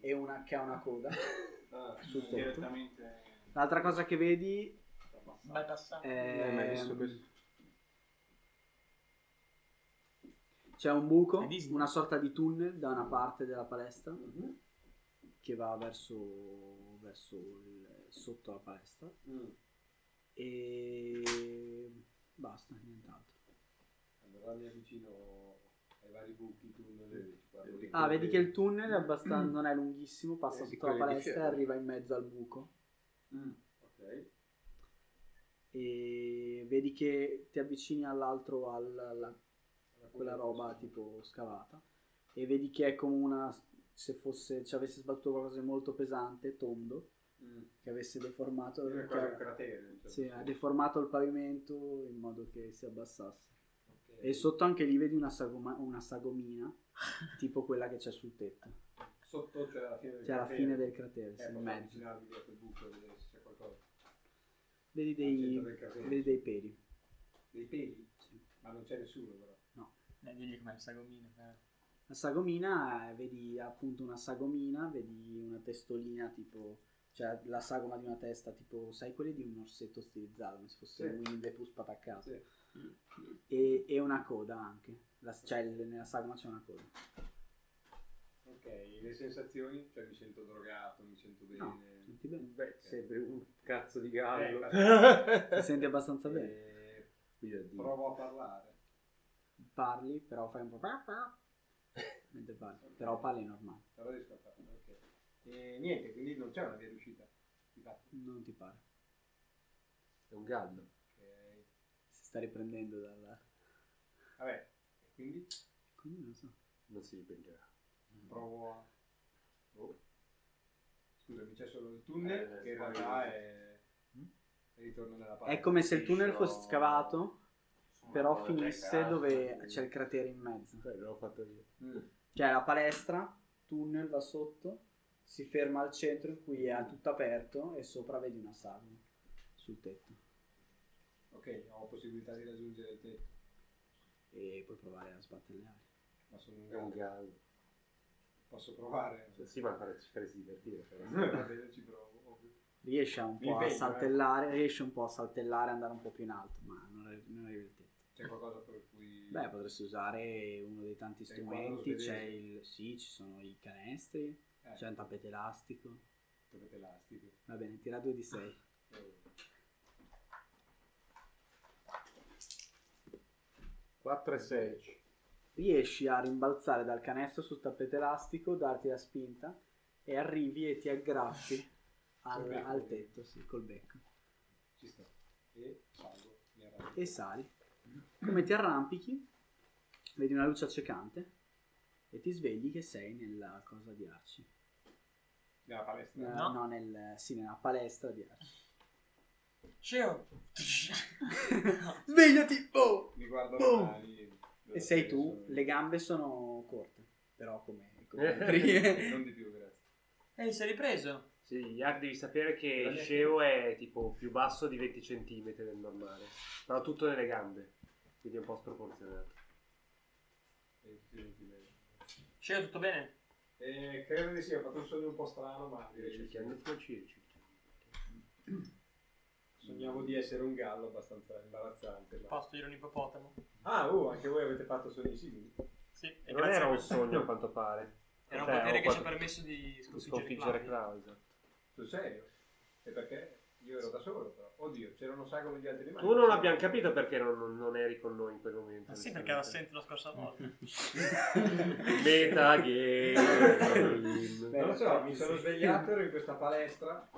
[SPEAKER 5] e una che ha una coda sul
[SPEAKER 1] Ah,
[SPEAKER 5] tetto.
[SPEAKER 1] direttamente
[SPEAKER 5] L'altra cosa che vedi
[SPEAKER 3] Mai passato.
[SPEAKER 5] è
[SPEAKER 2] hai mai visto questo?
[SPEAKER 5] c'è un buco,
[SPEAKER 3] È Disney.
[SPEAKER 5] una sorta di tunnel da una parte della palestra che va verso, verso il, sotto la palestra e basta, nient'altro.
[SPEAKER 2] Allora mi avvicino ai vari buchi, tunnel, ci parlo di
[SPEAKER 5] Ah, vedi che il tunnel è abbastanza, non è lunghissimo, passa
[SPEAKER 11] Eh, di
[SPEAKER 5] sotto la
[SPEAKER 11] quelli di
[SPEAKER 5] palestra e
[SPEAKER 11] ferro.
[SPEAKER 5] arriva in mezzo al buco.
[SPEAKER 2] Ok.
[SPEAKER 5] E vedi che ti avvicini all'altro, al- alla- a quella roba tipo scavata. E vedi che è come una. Se fosse, ci avesse sbattuto qualcosa di molto pesante, tondo,
[SPEAKER 2] Mm.
[SPEAKER 5] che avesse deformato.
[SPEAKER 2] È
[SPEAKER 5] che
[SPEAKER 2] quasi un
[SPEAKER 5] ha-
[SPEAKER 2] cratere. diciamo.
[SPEAKER 10] cioè,
[SPEAKER 5] sì, ha deformato il pavimento in modo che si abbassasse. E sotto anche lì vedi una, sagoma- una sagomina, tipo quella che c'è sul tetto.
[SPEAKER 2] Sotto c'è la fine del
[SPEAKER 5] Cioè alla
[SPEAKER 2] cratere.
[SPEAKER 5] fine del cratere, sì,
[SPEAKER 2] Eh,
[SPEAKER 5] in
[SPEAKER 2] posso
[SPEAKER 5] mezzo.
[SPEAKER 2] avvicinarmi via quel buco e vedere se c'è qualcosa.
[SPEAKER 5] Vedi
[SPEAKER 2] Al
[SPEAKER 5] dei,
[SPEAKER 2] centro del cratere.
[SPEAKER 5] vedi dei peli.
[SPEAKER 2] Dei peli? Ma non c'è nessuno però.
[SPEAKER 3] Dai, Eh, digli com'è il sagomino. però.
[SPEAKER 5] La sagomina, eh, vedi appunto una sagomina, vedi una testolina tipo, cioè la sagoma di una testa tipo, sai quelli di un orsetto stilizzato, come se fosse
[SPEAKER 2] Sì.
[SPEAKER 5] un Windepus pataccato.
[SPEAKER 2] Sì.
[SPEAKER 5] E, e una coda anche, La- cioè l- nella sagoma c'è una coda.
[SPEAKER 2] Ok, le sensazioni? Cioè mi sento drogato, mi sento bene.
[SPEAKER 5] No, senti bene.
[SPEAKER 4] Beh, eh,
[SPEAKER 2] sembri
[SPEAKER 4] un cazzo di
[SPEAKER 2] Eh,
[SPEAKER 4] gallo.
[SPEAKER 2] infatti.
[SPEAKER 5] Ti senti abbastanza bene.
[SPEAKER 2] Eh,
[SPEAKER 4] Quindi,
[SPEAKER 2] Provo a parlare.
[SPEAKER 5] Parli, però fai un po' mentre parli, però parli normale,
[SPEAKER 2] Però riesco a farlo, ok. E niente, quindi non c'è una via d'uscita. Di fatto.
[SPEAKER 5] non ti pare.
[SPEAKER 4] È un gallo.
[SPEAKER 2] Ok.
[SPEAKER 5] Si sta riprendendo dalla...
[SPEAKER 2] Vabbè, e quindi Mm-hmm.
[SPEAKER 5] Quindi non so.
[SPEAKER 4] Non si riprenderà.
[SPEAKER 2] provo a... Boh. Scusami, c'è solo il tunnel
[SPEAKER 4] Eh,
[SPEAKER 2] che in realtà è... e ritorno nella parte.
[SPEAKER 5] È come se il tunnel
[SPEAKER 6] Piscio-
[SPEAKER 5] fosse scavato, però
[SPEAKER 6] Sono delle
[SPEAKER 5] finisse
[SPEAKER 6] case,
[SPEAKER 5] dove c'è il cratere in mezzo.
[SPEAKER 4] Beh, l'ho fatto io.
[SPEAKER 2] Mm.
[SPEAKER 5] Cioè la palestra, tunnel va sotto, si ferma al centro in cui è tutto aperto e sopra vedi una sagoma sul tetto.
[SPEAKER 2] Ok, ho possibilità di raggiungere il tetto,
[SPEAKER 5] E puoi provare a sbattere le ali.
[SPEAKER 2] ma sono un
[SPEAKER 4] È un
[SPEAKER 2] gatto.
[SPEAKER 4] gallo.
[SPEAKER 2] Posso provare?
[SPEAKER 4] Sì, ma fare- ci faresti divertire. però.
[SPEAKER 2] Va bene, ci provo. ovvio.
[SPEAKER 5] Riesci a un
[SPEAKER 2] Mi
[SPEAKER 5] po' a
[SPEAKER 2] impegno, eh.
[SPEAKER 5] saltellare, riesci un po' a saltellare e andare un po' più in alto, ma non arrivi, non arrivi al tetto.
[SPEAKER 2] C'è qualcosa per cui...
[SPEAKER 5] Beh, potresti usare uno dei tanti
[SPEAKER 2] C'è il quadro
[SPEAKER 5] strumenti, c'è
[SPEAKER 2] svedese.
[SPEAKER 5] il... sì, ci sono i canestri,
[SPEAKER 2] eh,
[SPEAKER 5] c'è un tappeto elastico.
[SPEAKER 2] tappeto elastico.
[SPEAKER 5] Va bene, tira due di 6.
[SPEAKER 2] Eh,
[SPEAKER 12] 4 e 6.
[SPEAKER 5] riesci a rimbalzare dal canestro sul tappeto elastico, darti la spinta e arrivi e ti aggrappi al,
[SPEAKER 2] Ah. Col becco.
[SPEAKER 5] al tetto, sì, col becco,
[SPEAKER 2] Ci sta. E salgo. Mi arrabbio.
[SPEAKER 5] e sali. Come ti arrampichi, vedi una luce accecante e ti svegli che sei nella cosa di Arci.
[SPEAKER 2] Nella palestra.
[SPEAKER 5] No,
[SPEAKER 3] No.
[SPEAKER 5] no, nel, sì, nella palestra di Arci.
[SPEAKER 3] Scemo!
[SPEAKER 5] Svegliati! oh!
[SPEAKER 2] Mi guardo
[SPEAKER 5] Boom!
[SPEAKER 2] le mani.
[SPEAKER 5] E sei tu, le gambe sono corte, però come...
[SPEAKER 2] Eh.
[SPEAKER 5] come prima.
[SPEAKER 2] Non di più, grazie.
[SPEAKER 3] Ehi, sei ripreso?
[SPEAKER 4] Sì, Yak, devi sapere che il sceo è tipo più basso di 20 cm del normale, però tutto nelle gambe, quindi è un po' sproporzionato.
[SPEAKER 2] E, tutti bene.
[SPEAKER 3] Scemo, tutto bene?
[SPEAKER 2] Eh, credo di sì, ho fatto un sogno un po' strano, ma direi
[SPEAKER 10] Eh,
[SPEAKER 2] di
[SPEAKER 4] Cerchiamo
[SPEAKER 2] sì.
[SPEAKER 4] di circi.
[SPEAKER 2] Sognavo di essere un gallo abbastanza imbarazzante. ma-
[SPEAKER 3] Posto, io ero un ippopotamo.
[SPEAKER 2] Ah, oh, anche voi avete fatto sogni simili.
[SPEAKER 3] Sì, e
[SPEAKER 4] Non
[SPEAKER 3] grazie
[SPEAKER 4] era
[SPEAKER 3] a
[SPEAKER 4] un
[SPEAKER 3] questo-
[SPEAKER 4] sogno a quanto pare.
[SPEAKER 3] Era un
[SPEAKER 4] Cioè,
[SPEAKER 3] potere
[SPEAKER 4] ho
[SPEAKER 3] che ci ha
[SPEAKER 4] quattro-
[SPEAKER 3] permesso di
[SPEAKER 4] di
[SPEAKER 3] sconfiggere
[SPEAKER 4] sconfiggere
[SPEAKER 3] Claudio.
[SPEAKER 4] Klaus.
[SPEAKER 2] Sul serio? E perché? Io ero da solo, però. Oddio, c'erano sagome di altri mani.
[SPEAKER 4] Tu non abbiamo capito perché non, non- non eri con noi in quel momento.
[SPEAKER 2] Ah,
[SPEAKER 3] Ma sì, perché era assente la scorsa volta.
[SPEAKER 4] Meta game.
[SPEAKER 5] Beh,
[SPEAKER 2] Non lo so, mi sono svegliato, ero in questa palestra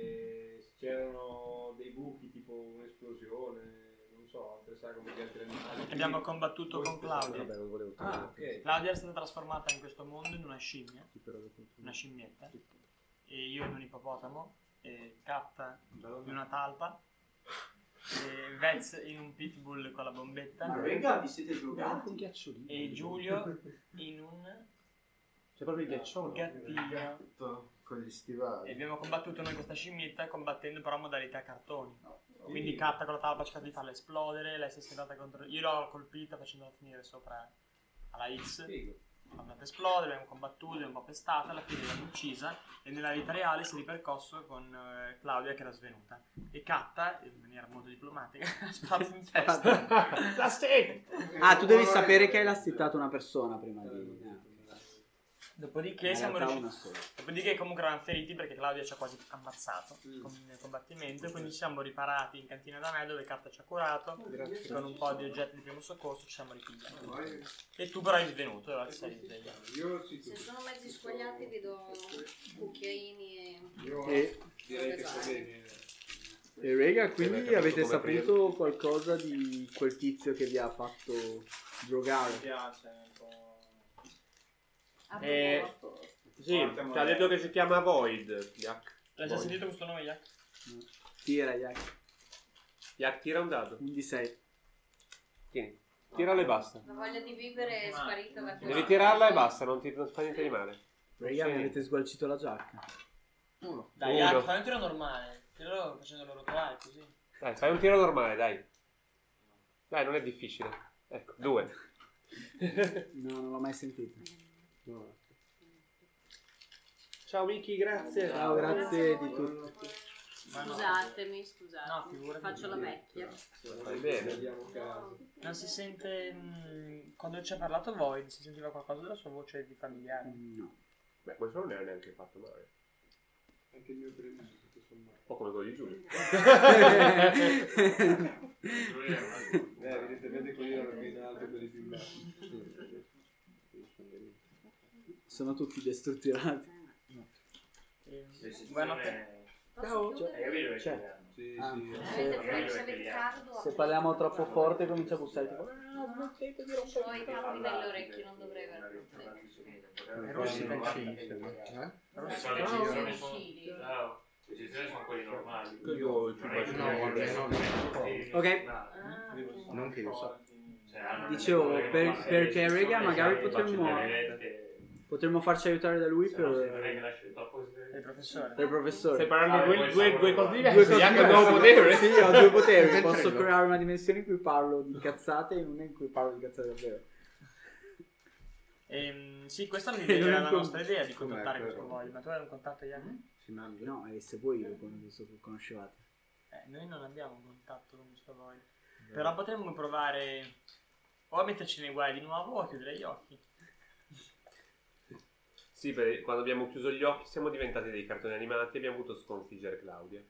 [SPEAKER 2] e c'erano dei buchi, tipo un'esplosione, non so, altre sagome di altri animali.
[SPEAKER 3] Abbiamo
[SPEAKER 2] Quindi-
[SPEAKER 3] combattuto
[SPEAKER 2] voi
[SPEAKER 3] con
[SPEAKER 2] pensate-
[SPEAKER 3] Claudio.
[SPEAKER 4] Vabbè, non volevo
[SPEAKER 2] Ah, ok.
[SPEAKER 3] Claudia è stata trasformata in questo mondo in una scimmia,
[SPEAKER 4] Superare
[SPEAKER 3] una scimmietta, e io in un ippopotamo, e Kat in una talpa, e Vez in un pitbull con la bombetta.
[SPEAKER 1] Ma raga, vi Ah, siete giocati?
[SPEAKER 3] Un ghiacciolino. E Giulio in un
[SPEAKER 5] C'è proprio il ghiacciolo.
[SPEAKER 3] gattino.
[SPEAKER 4] con gli stivali.
[SPEAKER 3] E abbiamo combattuto noi questa scimmietta combattendo però a modalità cartoni. Quindi Katta con la talpa ha cercato di farla esplodere, lei si è schierata contro... Io l'ho colpita facendola finire sopra alla X. L'ho andata a esplodere, abbiamo combattuto, l'abbiamo pestata, alla fine l'hanno uccisa e nella vita reale si è ripercosso con eh, Claudia che era svenuta. E Katta, in maniera molto diplomatica, ha sparato in testa.
[SPEAKER 5] La Ah, tu devi sapere che hai lastittato una persona prima di...
[SPEAKER 3] Dopodiché
[SPEAKER 5] In
[SPEAKER 3] siamo
[SPEAKER 5] realtà
[SPEAKER 3] riusciti.
[SPEAKER 5] una sola.
[SPEAKER 3] Dopodiché, comunque, eravamo feriti perché Claudia ci ha quasi ammazzato
[SPEAKER 2] Mm.
[SPEAKER 3] con- nel combattimento. Quindi, ci siamo riparati in cantina da me dove Carta ci ha curato.
[SPEAKER 4] Grazie.
[SPEAKER 3] e Con un po' di oggetti di primo soccorso ci siamo ripigliati. E tu, però, eri svenuto. Allora, ti sei risvegliato.
[SPEAKER 7] Se sono mezzi squagliati vedo cucchiaini e...
[SPEAKER 1] Eh.
[SPEAKER 5] E-
[SPEAKER 7] direi che sta
[SPEAKER 10] bene.
[SPEAKER 5] E rega, quindi
[SPEAKER 2] capito
[SPEAKER 5] avete
[SPEAKER 2] come
[SPEAKER 5] saputo qualcosa di quel tizio che vi ha fatto
[SPEAKER 1] Mi
[SPEAKER 5] giocare?
[SPEAKER 1] piace un po'.
[SPEAKER 2] Eh, sì,
[SPEAKER 1] Porca
[SPEAKER 2] ci ha
[SPEAKER 1] moneria.
[SPEAKER 2] detto che si chiama Void. Yak.
[SPEAKER 3] L'hai già sentito questo nome, Jack?
[SPEAKER 5] Tira, Yak.
[SPEAKER 2] Yak, tira un dado.
[SPEAKER 5] Quindi sei.
[SPEAKER 2] Tieni. Tirala e basta.
[SPEAKER 7] La voglia di vivere è sparita da
[SPEAKER 2] Devi tirarla e basta, non ti non fa niente di male.
[SPEAKER 5] Raga,
[SPEAKER 2] Sì.
[SPEAKER 5] mi avete sgualcito la giacca.
[SPEAKER 3] Dai,
[SPEAKER 2] Uno.
[SPEAKER 3] Jack, fai un tiro normale. Tiralo facendolo rotolare così.
[SPEAKER 2] Dai, fai un tiro normale, dai. Dai, non è difficile. Ecco, due.
[SPEAKER 5] No, non l'ho mai sentito.
[SPEAKER 2] Ciao Miki, grazie.
[SPEAKER 5] Ciao, grazie di tutto.
[SPEAKER 7] Scusatemi,
[SPEAKER 3] No,
[SPEAKER 7] scusatemi.
[SPEAKER 3] figurati.
[SPEAKER 7] Faccio la vecchia.
[SPEAKER 2] Fai bene.
[SPEAKER 10] Vediamo caso.
[SPEAKER 3] Non si sente. mm, quando ci ha parlato voi, si sentiva qualcosa della sua voce di familiare.
[SPEAKER 5] No.
[SPEAKER 2] Beh, questo non è neanche fatto male. Un
[SPEAKER 10] Anche il mio premio, tutto sommato.
[SPEAKER 2] po' come quello di Giulio.
[SPEAKER 10] Eh, evidentemente quelli erano più in alto, quelli più in basso.
[SPEAKER 5] Sono tutti destrutturati.
[SPEAKER 3] Eh, Buonanotte.
[SPEAKER 6] Buonanotte.
[SPEAKER 7] Posso
[SPEAKER 5] Ciao.
[SPEAKER 6] Hai capito
[SPEAKER 7] chiudere?
[SPEAKER 6] che
[SPEAKER 5] Cioè,
[SPEAKER 6] italiano?
[SPEAKER 10] Sì,
[SPEAKER 5] Ah,
[SPEAKER 10] sì.
[SPEAKER 7] Avete
[SPEAKER 5] se,
[SPEAKER 7] Felice Riccardo?
[SPEAKER 5] se parliamo troppo forte comincia a bussare tipo... "Ah,
[SPEAKER 7] No, smettete di rompere. Ho i cavi nelle orecchie, non dovrei avere problemi.
[SPEAKER 6] problemi.
[SPEAKER 3] Rossi
[SPEAKER 2] Eh,
[SPEAKER 3] per
[SPEAKER 9] Eh?
[SPEAKER 6] Sono
[SPEAKER 7] Ciao,
[SPEAKER 6] decisioni.
[SPEAKER 7] Lucili.
[SPEAKER 6] Ciao. Le decisioni sono quelle normali.
[SPEAKER 2] Io ci
[SPEAKER 6] Non è che
[SPEAKER 2] faccio
[SPEAKER 6] non
[SPEAKER 2] una
[SPEAKER 6] vuole-
[SPEAKER 2] volta.
[SPEAKER 6] no.
[SPEAKER 5] Ok.
[SPEAKER 7] Ah,
[SPEAKER 9] Non che io so.
[SPEAKER 6] Cioè, hanno
[SPEAKER 5] Dicevo,
[SPEAKER 6] delle
[SPEAKER 5] per-
[SPEAKER 6] normali,
[SPEAKER 5] perché
[SPEAKER 6] delle
[SPEAKER 5] Rega
[SPEAKER 6] decisioni
[SPEAKER 5] magari
[SPEAKER 6] che
[SPEAKER 5] potremmo-
[SPEAKER 6] faccio delle rette,
[SPEAKER 5] Potremmo farci aiutare da lui
[SPEAKER 6] se no si
[SPEAKER 5] per...
[SPEAKER 6] prende la scelta opposta.
[SPEAKER 3] Il professore.
[SPEAKER 5] per il
[SPEAKER 2] Stai
[SPEAKER 5] professore.
[SPEAKER 2] parlando di due, due, due cose diverse.
[SPEAKER 5] Due cose
[SPEAKER 2] Yak ha
[SPEAKER 5] diverse.
[SPEAKER 2] nuovo potere.
[SPEAKER 5] Sì, ho due poteri.
[SPEAKER 9] Ventrello.
[SPEAKER 5] Posso creare una dimensione in cui parlo di cazzate e una in cui parlo di cazzate davvero.
[SPEAKER 3] Ehm, sì, questa mi
[SPEAKER 5] E non
[SPEAKER 3] era la
[SPEAKER 5] con-
[SPEAKER 3] nostra idea di contattare
[SPEAKER 4] com'è,
[SPEAKER 3] questo
[SPEAKER 4] però?
[SPEAKER 3] voi, ma tu hai un contatto Ian?
[SPEAKER 5] No, e se voi lo con- se lo conoscevate.
[SPEAKER 3] Eh, noi non abbiamo un contatto con questo voi. Però potremmo provare o a metterci nei guai di nuovo o a chiudere gli occhi.
[SPEAKER 2] Sì, perché quando abbiamo chiuso gli occhi siamo diventati dei cartoni animati e abbiamo dovuto sconfiggere Claudia.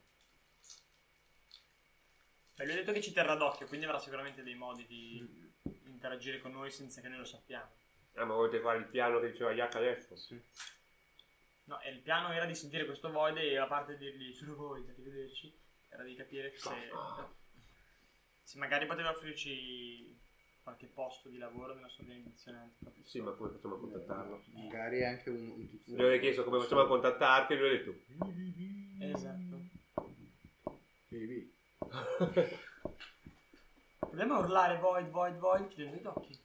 [SPEAKER 3] Beh, lui ha detto che ci terrà d'occhio, quindi avrà sicuramente dei modi di interagire con noi senza che noi lo sappiamo.
[SPEAKER 2] Ah, ma volete fare il piano che diceva Yak adesso? Sì.
[SPEAKER 3] No, e il piano era di sentire questo void e a parte di dirgli solo void, arrivederci, era di capire se, se magari poteva offrirci qualche posto di lavoro nella sua organizzazione.
[SPEAKER 2] Sì, ma come facciamo a contattarlo?
[SPEAKER 9] Magari anche un, un tizio.
[SPEAKER 2] Gli ho chiesto come facciamo a contattarti e lui ha detto...
[SPEAKER 3] Esatto.
[SPEAKER 5] Baby.
[SPEAKER 3] Proviamo a urlare void, void, void, chiudendo gli occhi.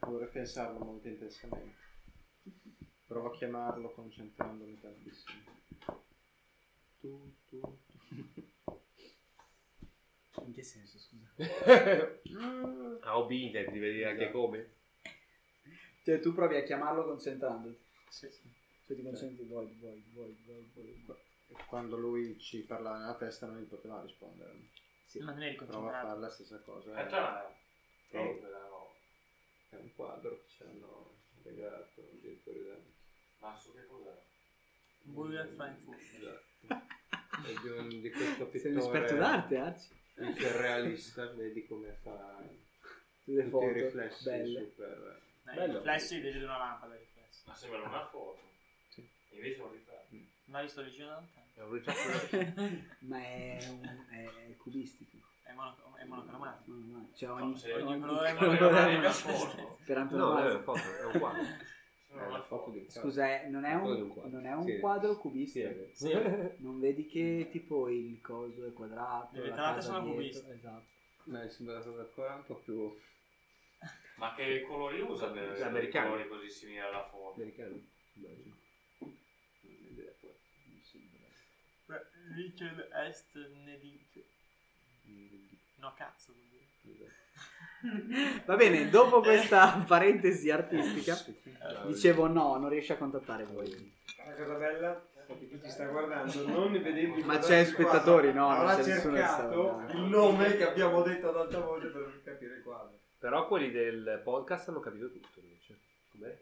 [SPEAKER 9] Vorrei pensarlo molto intensamente. Provo a chiamarlo concentrandomi tantissimo. Tu, tu, tu.
[SPEAKER 5] In che senso, scusa?
[SPEAKER 2] Ah, ho binte, devi dire anche come?
[SPEAKER 5] Cioè, tu provi a chiamarlo concentrandoti. Sì. Cioè, ti concentri, voi, voi, voi, voi, voi. voi.
[SPEAKER 9] Quando lui ci parlava nella testa non gli poteva rispondere.
[SPEAKER 5] Sì.
[SPEAKER 3] Ma non eri
[SPEAKER 9] Prova a
[SPEAKER 3] concentrato.
[SPEAKER 9] fare la stessa cosa. eh.
[SPEAKER 6] Aspetta, ma-
[SPEAKER 9] Provo-
[SPEAKER 6] eh, quella no.
[SPEAKER 4] È un quadro che ci hanno regalato un direttore
[SPEAKER 6] Ma su che cos'era?
[SPEAKER 3] Buio al Frankfurt.
[SPEAKER 4] Esatto. È di, un, di questo pittore
[SPEAKER 5] Sei un esperto d'arte, Arci.
[SPEAKER 4] iperrealista, vedi come fa
[SPEAKER 5] Le
[SPEAKER 4] tutti
[SPEAKER 5] foto
[SPEAKER 4] i riflessi
[SPEAKER 5] belle.
[SPEAKER 4] super
[SPEAKER 3] Dai, I riflessi, vedi una lampada i riflessi.
[SPEAKER 6] Ma sembra una foto.
[SPEAKER 9] Sì.
[SPEAKER 6] Invece è un ritratto.
[SPEAKER 3] Non l'hai visto vicino da lontano.
[SPEAKER 2] È un ricciacolo.
[SPEAKER 5] Ma è, un, è, è cubistico.
[SPEAKER 3] È, mono, è monocromatico.
[SPEAKER 5] No, no, Cioè,
[SPEAKER 6] No,
[SPEAKER 5] ogni,
[SPEAKER 6] se
[SPEAKER 5] ogni,
[SPEAKER 6] ogni
[SPEAKER 3] colore è
[SPEAKER 5] colore
[SPEAKER 3] colore
[SPEAKER 5] è
[SPEAKER 3] è
[SPEAKER 5] una
[SPEAKER 3] una
[SPEAKER 5] stessa.
[SPEAKER 3] foto.
[SPEAKER 5] Per
[SPEAKER 2] no, non è una
[SPEAKER 5] antonomasia.
[SPEAKER 2] foto, è un quadro.
[SPEAKER 6] Sembra una foto.
[SPEAKER 4] di
[SPEAKER 5] Scusa, eh, non è
[SPEAKER 4] È quello di un
[SPEAKER 5] un,
[SPEAKER 4] quadro.
[SPEAKER 5] non è un
[SPEAKER 4] Sì.
[SPEAKER 5] quadro cubistico.
[SPEAKER 4] Sì, è vero.
[SPEAKER 5] Non vedi che tipo il coso è quadrato.
[SPEAKER 3] Le
[SPEAKER 5] la
[SPEAKER 3] vetrate
[SPEAKER 5] casa
[SPEAKER 3] sono
[SPEAKER 5] dietro-
[SPEAKER 3] cubiste.
[SPEAKER 5] Esatto.
[SPEAKER 4] Ma mi sembra una cosa qua un po' più
[SPEAKER 6] Ma che colori usa per
[SPEAKER 4] Gli americani.
[SPEAKER 6] colori così simili alla foto?
[SPEAKER 4] americana. Immagino. Non ho idea qua. Mi sembra.
[SPEAKER 3] Beh, Nickel est nedic. No, cazzo. vuol dire.
[SPEAKER 5] Va bene, dopo questa parentesi artistica,
[SPEAKER 4] Eh,
[SPEAKER 5] dicevo no, non riesce a contattare voi.
[SPEAKER 10] La cosa bella è che chi ci sta guardando non ne vedendo
[SPEAKER 5] Ma c'è spettatori, no, non
[SPEAKER 10] Avrà
[SPEAKER 5] c'è nessuno che sta
[SPEAKER 10] cercato
[SPEAKER 5] guardando.
[SPEAKER 10] il nome che abbiamo detto ad alta voce per capire quale.
[SPEAKER 2] Però quelli del podcast hanno capito tutto invece. Com'è?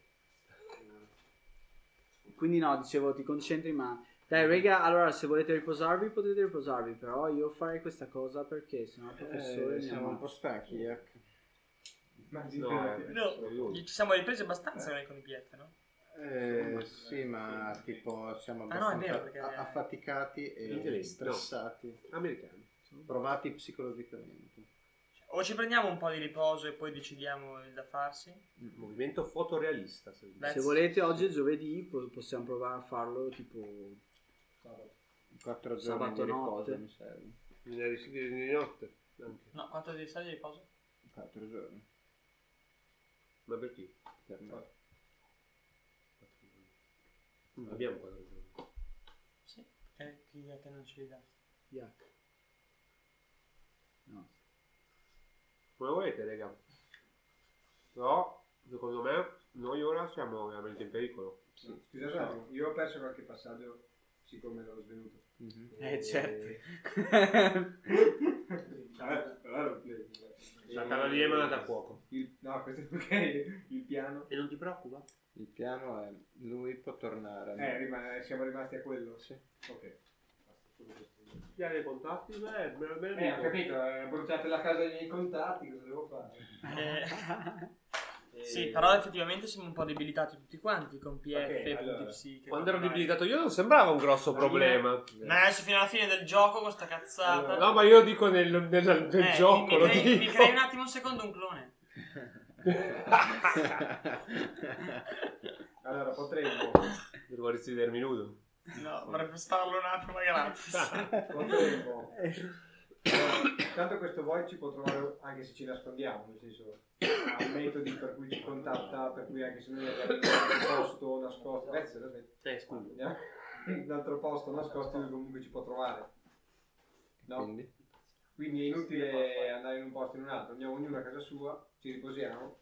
[SPEAKER 4] Eh,
[SPEAKER 5] Quindi no, dicevo, ti concentri, ma... Dai, raga, allora, se volete riposarvi, potete riposarvi, però io farei questa cosa perché sennò il professore...
[SPEAKER 9] Eh,
[SPEAKER 5] mi
[SPEAKER 9] siamo
[SPEAKER 5] ama.
[SPEAKER 9] un po' stachi, eh.
[SPEAKER 10] Ma
[SPEAKER 9] No, eh.
[SPEAKER 3] No, ci siamo ripresi abbastanza noi con i PF, no?
[SPEAKER 9] Eh, sì, ma tipo siamo
[SPEAKER 3] Ah, no, è
[SPEAKER 9] abbastanza
[SPEAKER 3] vero, perché-
[SPEAKER 9] a- affaticati e
[SPEAKER 2] Inglesi,
[SPEAKER 9] stressati,
[SPEAKER 2] Americani.
[SPEAKER 9] provati psicologicamente.
[SPEAKER 3] O ci prendiamo un po' di riposo e poi decidiamo il da farsi?
[SPEAKER 2] Movimento fotorealista. Se
[SPEAKER 3] Beh,
[SPEAKER 5] Se volete, oggi è giovedì, po- possiamo provare a farlo tipo...
[SPEAKER 9] 4 giorni
[SPEAKER 5] Sabato
[SPEAKER 9] di riposo
[SPEAKER 5] notte.
[SPEAKER 9] mi serve.
[SPEAKER 2] Venerdì di notte. Anche.
[SPEAKER 3] No, quanto devi stare di riposo?
[SPEAKER 9] 4 giorni
[SPEAKER 2] Ma per chi?
[SPEAKER 9] per me.
[SPEAKER 2] Mm, Abbiamo quattro giorni.
[SPEAKER 3] Sì. Che, chi è che non ci li dà?
[SPEAKER 5] Yak. No.
[SPEAKER 2] Come volete, raga. Però, secondo me, noi ora siamo veramente in pericolo.
[SPEAKER 10] Scusate, un attimo, io ho perso qualche passaggio siccome l'ho svenuto.
[SPEAKER 2] Mhm.
[SPEAKER 5] Eh,
[SPEAKER 3] certo.
[SPEAKER 10] Vabbè, però era un play.
[SPEAKER 2] La casa di Emma è andata a fuoco.
[SPEAKER 10] Il- no, questo è ok. Il piano.
[SPEAKER 2] E non ti preoccupa?
[SPEAKER 9] Il piano è lui può tornare.
[SPEAKER 10] Eh, rimane- siamo rimasti a quello.
[SPEAKER 9] Sì.
[SPEAKER 10] Ok.
[SPEAKER 2] Chi ha dei contatti? Beh, me lo me lo
[SPEAKER 10] Eh,
[SPEAKER 2] dico.
[SPEAKER 10] ho capito, eh, bruciate la casa dei miei contatti, cosa devo fare?
[SPEAKER 3] Eh, sì, però effettivamente siamo un po' debilitati tutti quanti con PF,
[SPEAKER 10] Ok, allora.
[SPEAKER 3] punti psiche.
[SPEAKER 2] Quando ero
[SPEAKER 3] vai.
[SPEAKER 2] debilitato io non sembrava un grosso
[SPEAKER 10] La
[SPEAKER 2] problema.
[SPEAKER 3] Ma adesso fino alla fine del gioco con sta cazzata.
[SPEAKER 2] No, ma io dico nel, nel- nel
[SPEAKER 3] Eh,
[SPEAKER 2] gioco,
[SPEAKER 3] mi, mi
[SPEAKER 2] lo
[SPEAKER 3] crei, mi
[SPEAKER 2] dico.
[SPEAKER 3] crei un attimo un secondo un clone.
[SPEAKER 10] Allora, potremmo,
[SPEAKER 2] Devo restidermi nudo.
[SPEAKER 3] No, vorrei prestarlo un attimo gratis.
[SPEAKER 10] potremmo. Tanto questo voi ci può trovare anche se ci nascondiamo, nel senso ha metodi per cui ci contatta, per cui anche se noi andiamo in un altro posto nascosto, eh, se lo smetti,
[SPEAKER 2] Eh, scusa.
[SPEAKER 10] andiamo
[SPEAKER 9] Mm.
[SPEAKER 10] in un altro posto nascosto lui comunque ci può trovare. No?
[SPEAKER 9] Quindi?
[SPEAKER 10] Quindi è inutile eh, andare in un posto o in un altro, andiamo ognuno a casa sua, ci riposiamo,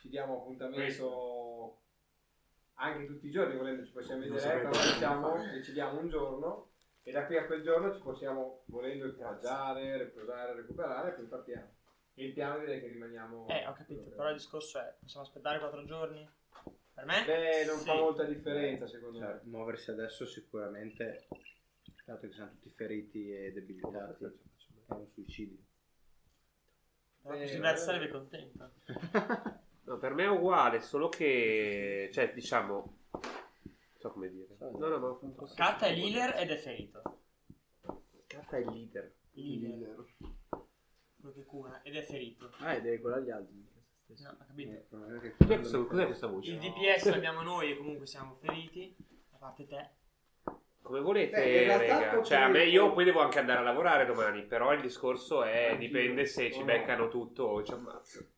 [SPEAKER 10] ci diamo appuntamento anche tutti i giorni, volendo ci possiamo
[SPEAKER 2] Non
[SPEAKER 10] vedere,
[SPEAKER 2] saprei
[SPEAKER 10] però
[SPEAKER 2] cosa
[SPEAKER 10] diciamo, decidiamo un giorno e da qui a quel giorno ci possiamo, volendo, ingaggiare, riposare, recuperare e poi partiamo. E il piano direi che rimaniamo...
[SPEAKER 3] Eh, ho capito, però il discorso è, possiamo aspettare 4 giorni? Per me?
[SPEAKER 10] Beh, non
[SPEAKER 3] Sì.
[SPEAKER 10] fa molta differenza secondo
[SPEAKER 9] Cioè,
[SPEAKER 10] me.
[SPEAKER 9] muoversi adesso sicuramente, dato che siamo tutti feriti e debilitati, è un suicidio.
[SPEAKER 3] Però così
[SPEAKER 10] Eh,
[SPEAKER 3] Bert
[SPEAKER 10] eh.
[SPEAKER 3] sarebbe contento.
[SPEAKER 2] No, per me è uguale, solo che... Cioè, diciamo... Non so come dire. No, no, ma...
[SPEAKER 3] Kata è healer ed è ferito.
[SPEAKER 2] Kata è il leader.
[SPEAKER 3] Healer, quello che cura, ed è ferito.
[SPEAKER 5] Ah, e deve curare gli altri. mica se stesso.
[SPEAKER 3] No, ho capito?
[SPEAKER 2] Cos'è questa, cos'è questa voce?
[SPEAKER 3] Il DPS l'abbiamo noi e comunque siamo feriti, a parte te.
[SPEAKER 2] Come volete,
[SPEAKER 10] Beh, in realtà
[SPEAKER 2] raga.
[SPEAKER 10] potrei-
[SPEAKER 2] Cioè, a me io poi devo anche andare a lavorare domani, però il discorso è dipende se
[SPEAKER 10] O
[SPEAKER 2] ci
[SPEAKER 10] oh no.
[SPEAKER 2] beccano tutto o ci Cioè, ammazzo.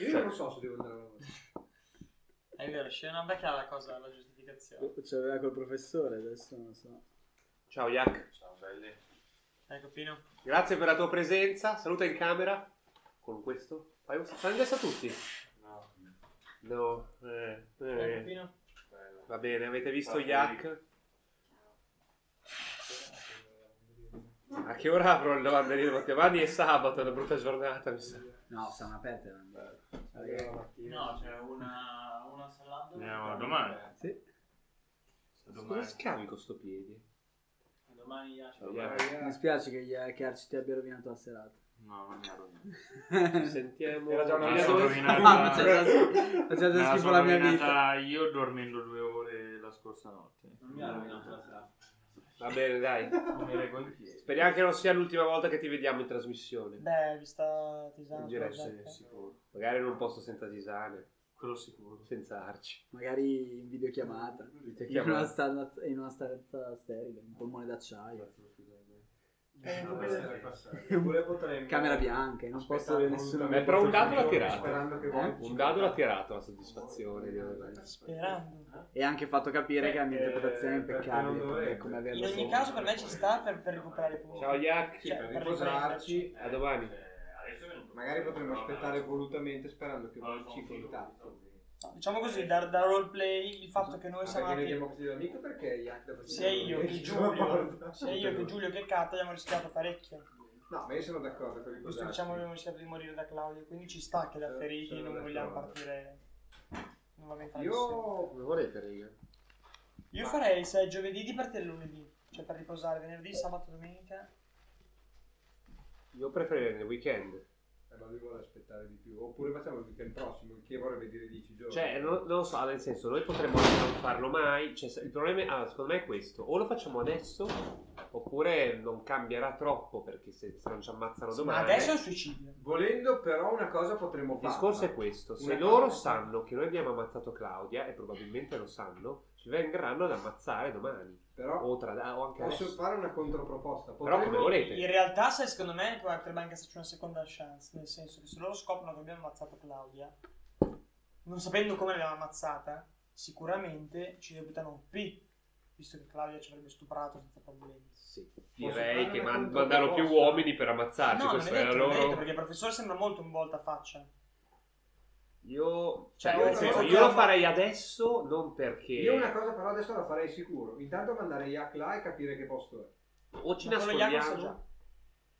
[SPEAKER 10] Io non so se devo andare a lavorare.
[SPEAKER 3] È vero, scena becca la cosa, la giustificazione.
[SPEAKER 5] Ce l'aveva col professore, adesso non lo so.
[SPEAKER 2] Ciao Jack,
[SPEAKER 6] Ciao belli.
[SPEAKER 3] Ecco, Pino.
[SPEAKER 2] grazie per la tua presenza. Saluta in camera con questo. Fai un saluto a tutti.
[SPEAKER 6] No,
[SPEAKER 2] No, eh,
[SPEAKER 3] Ecco,
[SPEAKER 2] eh.
[SPEAKER 3] Pino.
[SPEAKER 6] bello.
[SPEAKER 2] Va bene, avete visto
[SPEAKER 6] Ciao,
[SPEAKER 2] Jack? A che ora apro il lavanderino Mantovani? È sabato, è una brutta giornata, mi sa.
[SPEAKER 5] No, stanno aperte. non-
[SPEAKER 1] No, c'è una, una salata.
[SPEAKER 6] Andiamo domani.
[SPEAKER 5] Sì.
[SPEAKER 2] Cosa scavi con sto piedi?
[SPEAKER 1] Domani io
[SPEAKER 2] Ciao, Jack.
[SPEAKER 5] Mi spiace che gli Arci ti abbia rovinato la serata.
[SPEAKER 6] No, non mi ha rovinato.
[SPEAKER 2] Ci sentiamo.
[SPEAKER 10] Era già una
[SPEAKER 6] Me la
[SPEAKER 10] mia
[SPEAKER 6] sono
[SPEAKER 10] dose.
[SPEAKER 5] Ah,
[SPEAKER 2] cioè,
[SPEAKER 5] faceva
[SPEAKER 6] rovinata.
[SPEAKER 5] già,
[SPEAKER 6] Me
[SPEAKER 5] faceva già
[SPEAKER 6] la
[SPEAKER 5] schifo
[SPEAKER 6] sono
[SPEAKER 5] la mia vita.
[SPEAKER 6] rovinata io dormendo due ore la scorsa notte.
[SPEAKER 1] Non mi ha rovinato la serata.
[SPEAKER 2] Va bene, dai.
[SPEAKER 6] Non mi reggo in piedi.
[SPEAKER 2] Speriamo che non sia l'ultima volta che ti vediamo in trasmissione.
[SPEAKER 3] Beh, vi sta
[SPEAKER 2] In
[SPEAKER 3] tisando.
[SPEAKER 2] giro,
[SPEAKER 3] Jack.
[SPEAKER 2] sì, sicuro. Magari in un posto senza tisane,
[SPEAKER 6] Quello sicuro.
[SPEAKER 2] senza arci.
[SPEAKER 5] Magari in videochiamata. In
[SPEAKER 2] Videochiamata.
[SPEAKER 5] una stanza, in una stanza sterile, un polmone d'acciaio.
[SPEAKER 10] Eh, Oppure potremmo-
[SPEAKER 5] Camera bianca, non posso
[SPEAKER 10] aspettare
[SPEAKER 5] vedere nessuno.
[SPEAKER 10] volutamente
[SPEAKER 2] Beh, però un
[SPEAKER 10] il
[SPEAKER 2] dado l'ha
[SPEAKER 10] giorno,
[SPEAKER 2] tirato.
[SPEAKER 10] Sperando che
[SPEAKER 2] Eh?
[SPEAKER 10] voi ci-
[SPEAKER 2] Un dado l'ha tirato la soddisfazione.
[SPEAKER 3] Sperando.
[SPEAKER 5] E ha anche fatto capire che la mia
[SPEAKER 10] Eh,
[SPEAKER 5] interpretazione è
[SPEAKER 10] perché
[SPEAKER 5] impeccabile.
[SPEAKER 10] non
[SPEAKER 5] come-
[SPEAKER 10] dovrebbe.
[SPEAKER 5] come averla
[SPEAKER 3] In ogni
[SPEAKER 5] solo.
[SPEAKER 3] caso per me ci sta per, per recuperare i punti.
[SPEAKER 2] Ciao Yak,
[SPEAKER 3] Cioè,
[SPEAKER 10] per
[SPEAKER 3] per
[SPEAKER 10] riposarci.
[SPEAKER 2] a domani.
[SPEAKER 6] Eh,
[SPEAKER 10] Magari potremmo aspettare volutamente sperando che voi ci contatto.
[SPEAKER 3] No, Diciamo così, da, da roleplay il fatto che noi
[SPEAKER 10] Ah,
[SPEAKER 3] siamo
[SPEAKER 10] perché
[SPEAKER 3] andati...
[SPEAKER 10] noi abbiamo così l'amico perché Yak da questi
[SPEAKER 3] Sia io
[SPEAKER 10] giorni
[SPEAKER 3] che
[SPEAKER 10] ci sono
[SPEAKER 3] Giulio,
[SPEAKER 10] morto.
[SPEAKER 3] sia io che Giulio che Kat abbiamo rischiato parecchio.
[SPEAKER 10] No, ma io sono d'accordo con
[SPEAKER 3] Questo
[SPEAKER 10] riposarci.
[SPEAKER 3] diciamo abbiamo rischiato di morire da Claudio, quindi ci sta che da
[SPEAKER 10] Sono-
[SPEAKER 3] feriti
[SPEAKER 10] sono
[SPEAKER 3] non vogliamo
[SPEAKER 10] d'accordo.
[SPEAKER 3] partire... Non va bene
[SPEAKER 10] Io
[SPEAKER 4] Come volete, raga?
[SPEAKER 3] Io farei se è giovedì di partire lunedì, cioè per riposare venerdì, sabato, domenica.
[SPEAKER 2] Io preferirei nel weekend.
[SPEAKER 10] Eh, ma lui vuole aspettare di più. Oppure facciamo il weekend prossimo, il che vorrebbe dire 10 giorni.
[SPEAKER 2] Cioè, non, non lo so, nel senso, noi potremmo anche non farlo mai. Cioè, se- il problema, è- allora, secondo me, è questo: o lo facciamo adesso, oppure non cambierà troppo perché se, se non ci ammazzano
[SPEAKER 3] Ma
[SPEAKER 2] domani.
[SPEAKER 3] adesso è un suicidio.
[SPEAKER 10] Volendo però una cosa potremmo
[SPEAKER 2] Il
[SPEAKER 10] fare.
[SPEAKER 2] discorso è questo: se
[SPEAKER 10] Una
[SPEAKER 2] loro
[SPEAKER 10] cosa-
[SPEAKER 2] sanno che noi abbiamo ammazzato Claudia, e probabilmente lo sanno, ci verranno ad ammazzare domani
[SPEAKER 10] Però
[SPEAKER 2] o, tra- o anche
[SPEAKER 10] posso
[SPEAKER 2] adesso.
[SPEAKER 10] fare una controproposta.
[SPEAKER 2] Però come volete.
[SPEAKER 3] In realtà, se secondo me potrebbe anche esserci una seconda chance, nel senso che se loro scoprono che abbiamo ammazzato Claudia, non sapendo come l'abbiamo ammazzata, sicuramente ci reputano un P, visto che Claudia ci avrebbe stuprato senza problemi.
[SPEAKER 2] Sì,
[SPEAKER 10] Posso
[SPEAKER 2] direi
[SPEAKER 10] fare
[SPEAKER 2] che
[SPEAKER 10] una
[SPEAKER 2] man-
[SPEAKER 10] controproposta?
[SPEAKER 2] mandano più uomini per ammazzarci.
[SPEAKER 3] no, non è
[SPEAKER 2] questa Ah, era
[SPEAKER 3] detto,
[SPEAKER 2] la
[SPEAKER 3] non è detto,
[SPEAKER 2] loro.
[SPEAKER 3] perché il professore sembra molto un volta faccia.
[SPEAKER 2] Io, cioè,
[SPEAKER 3] Io
[SPEAKER 2] nel
[SPEAKER 3] non
[SPEAKER 2] senso,
[SPEAKER 3] lo
[SPEAKER 2] io lo
[SPEAKER 3] cambio.
[SPEAKER 2] farei adesso non perché.
[SPEAKER 10] Io una cosa però adesso la farei sicuro. Intanto mandare Yak là e capire che posto è.
[SPEAKER 2] O ci
[SPEAKER 3] Ma quello Iago sa
[SPEAKER 2] nascondiamo.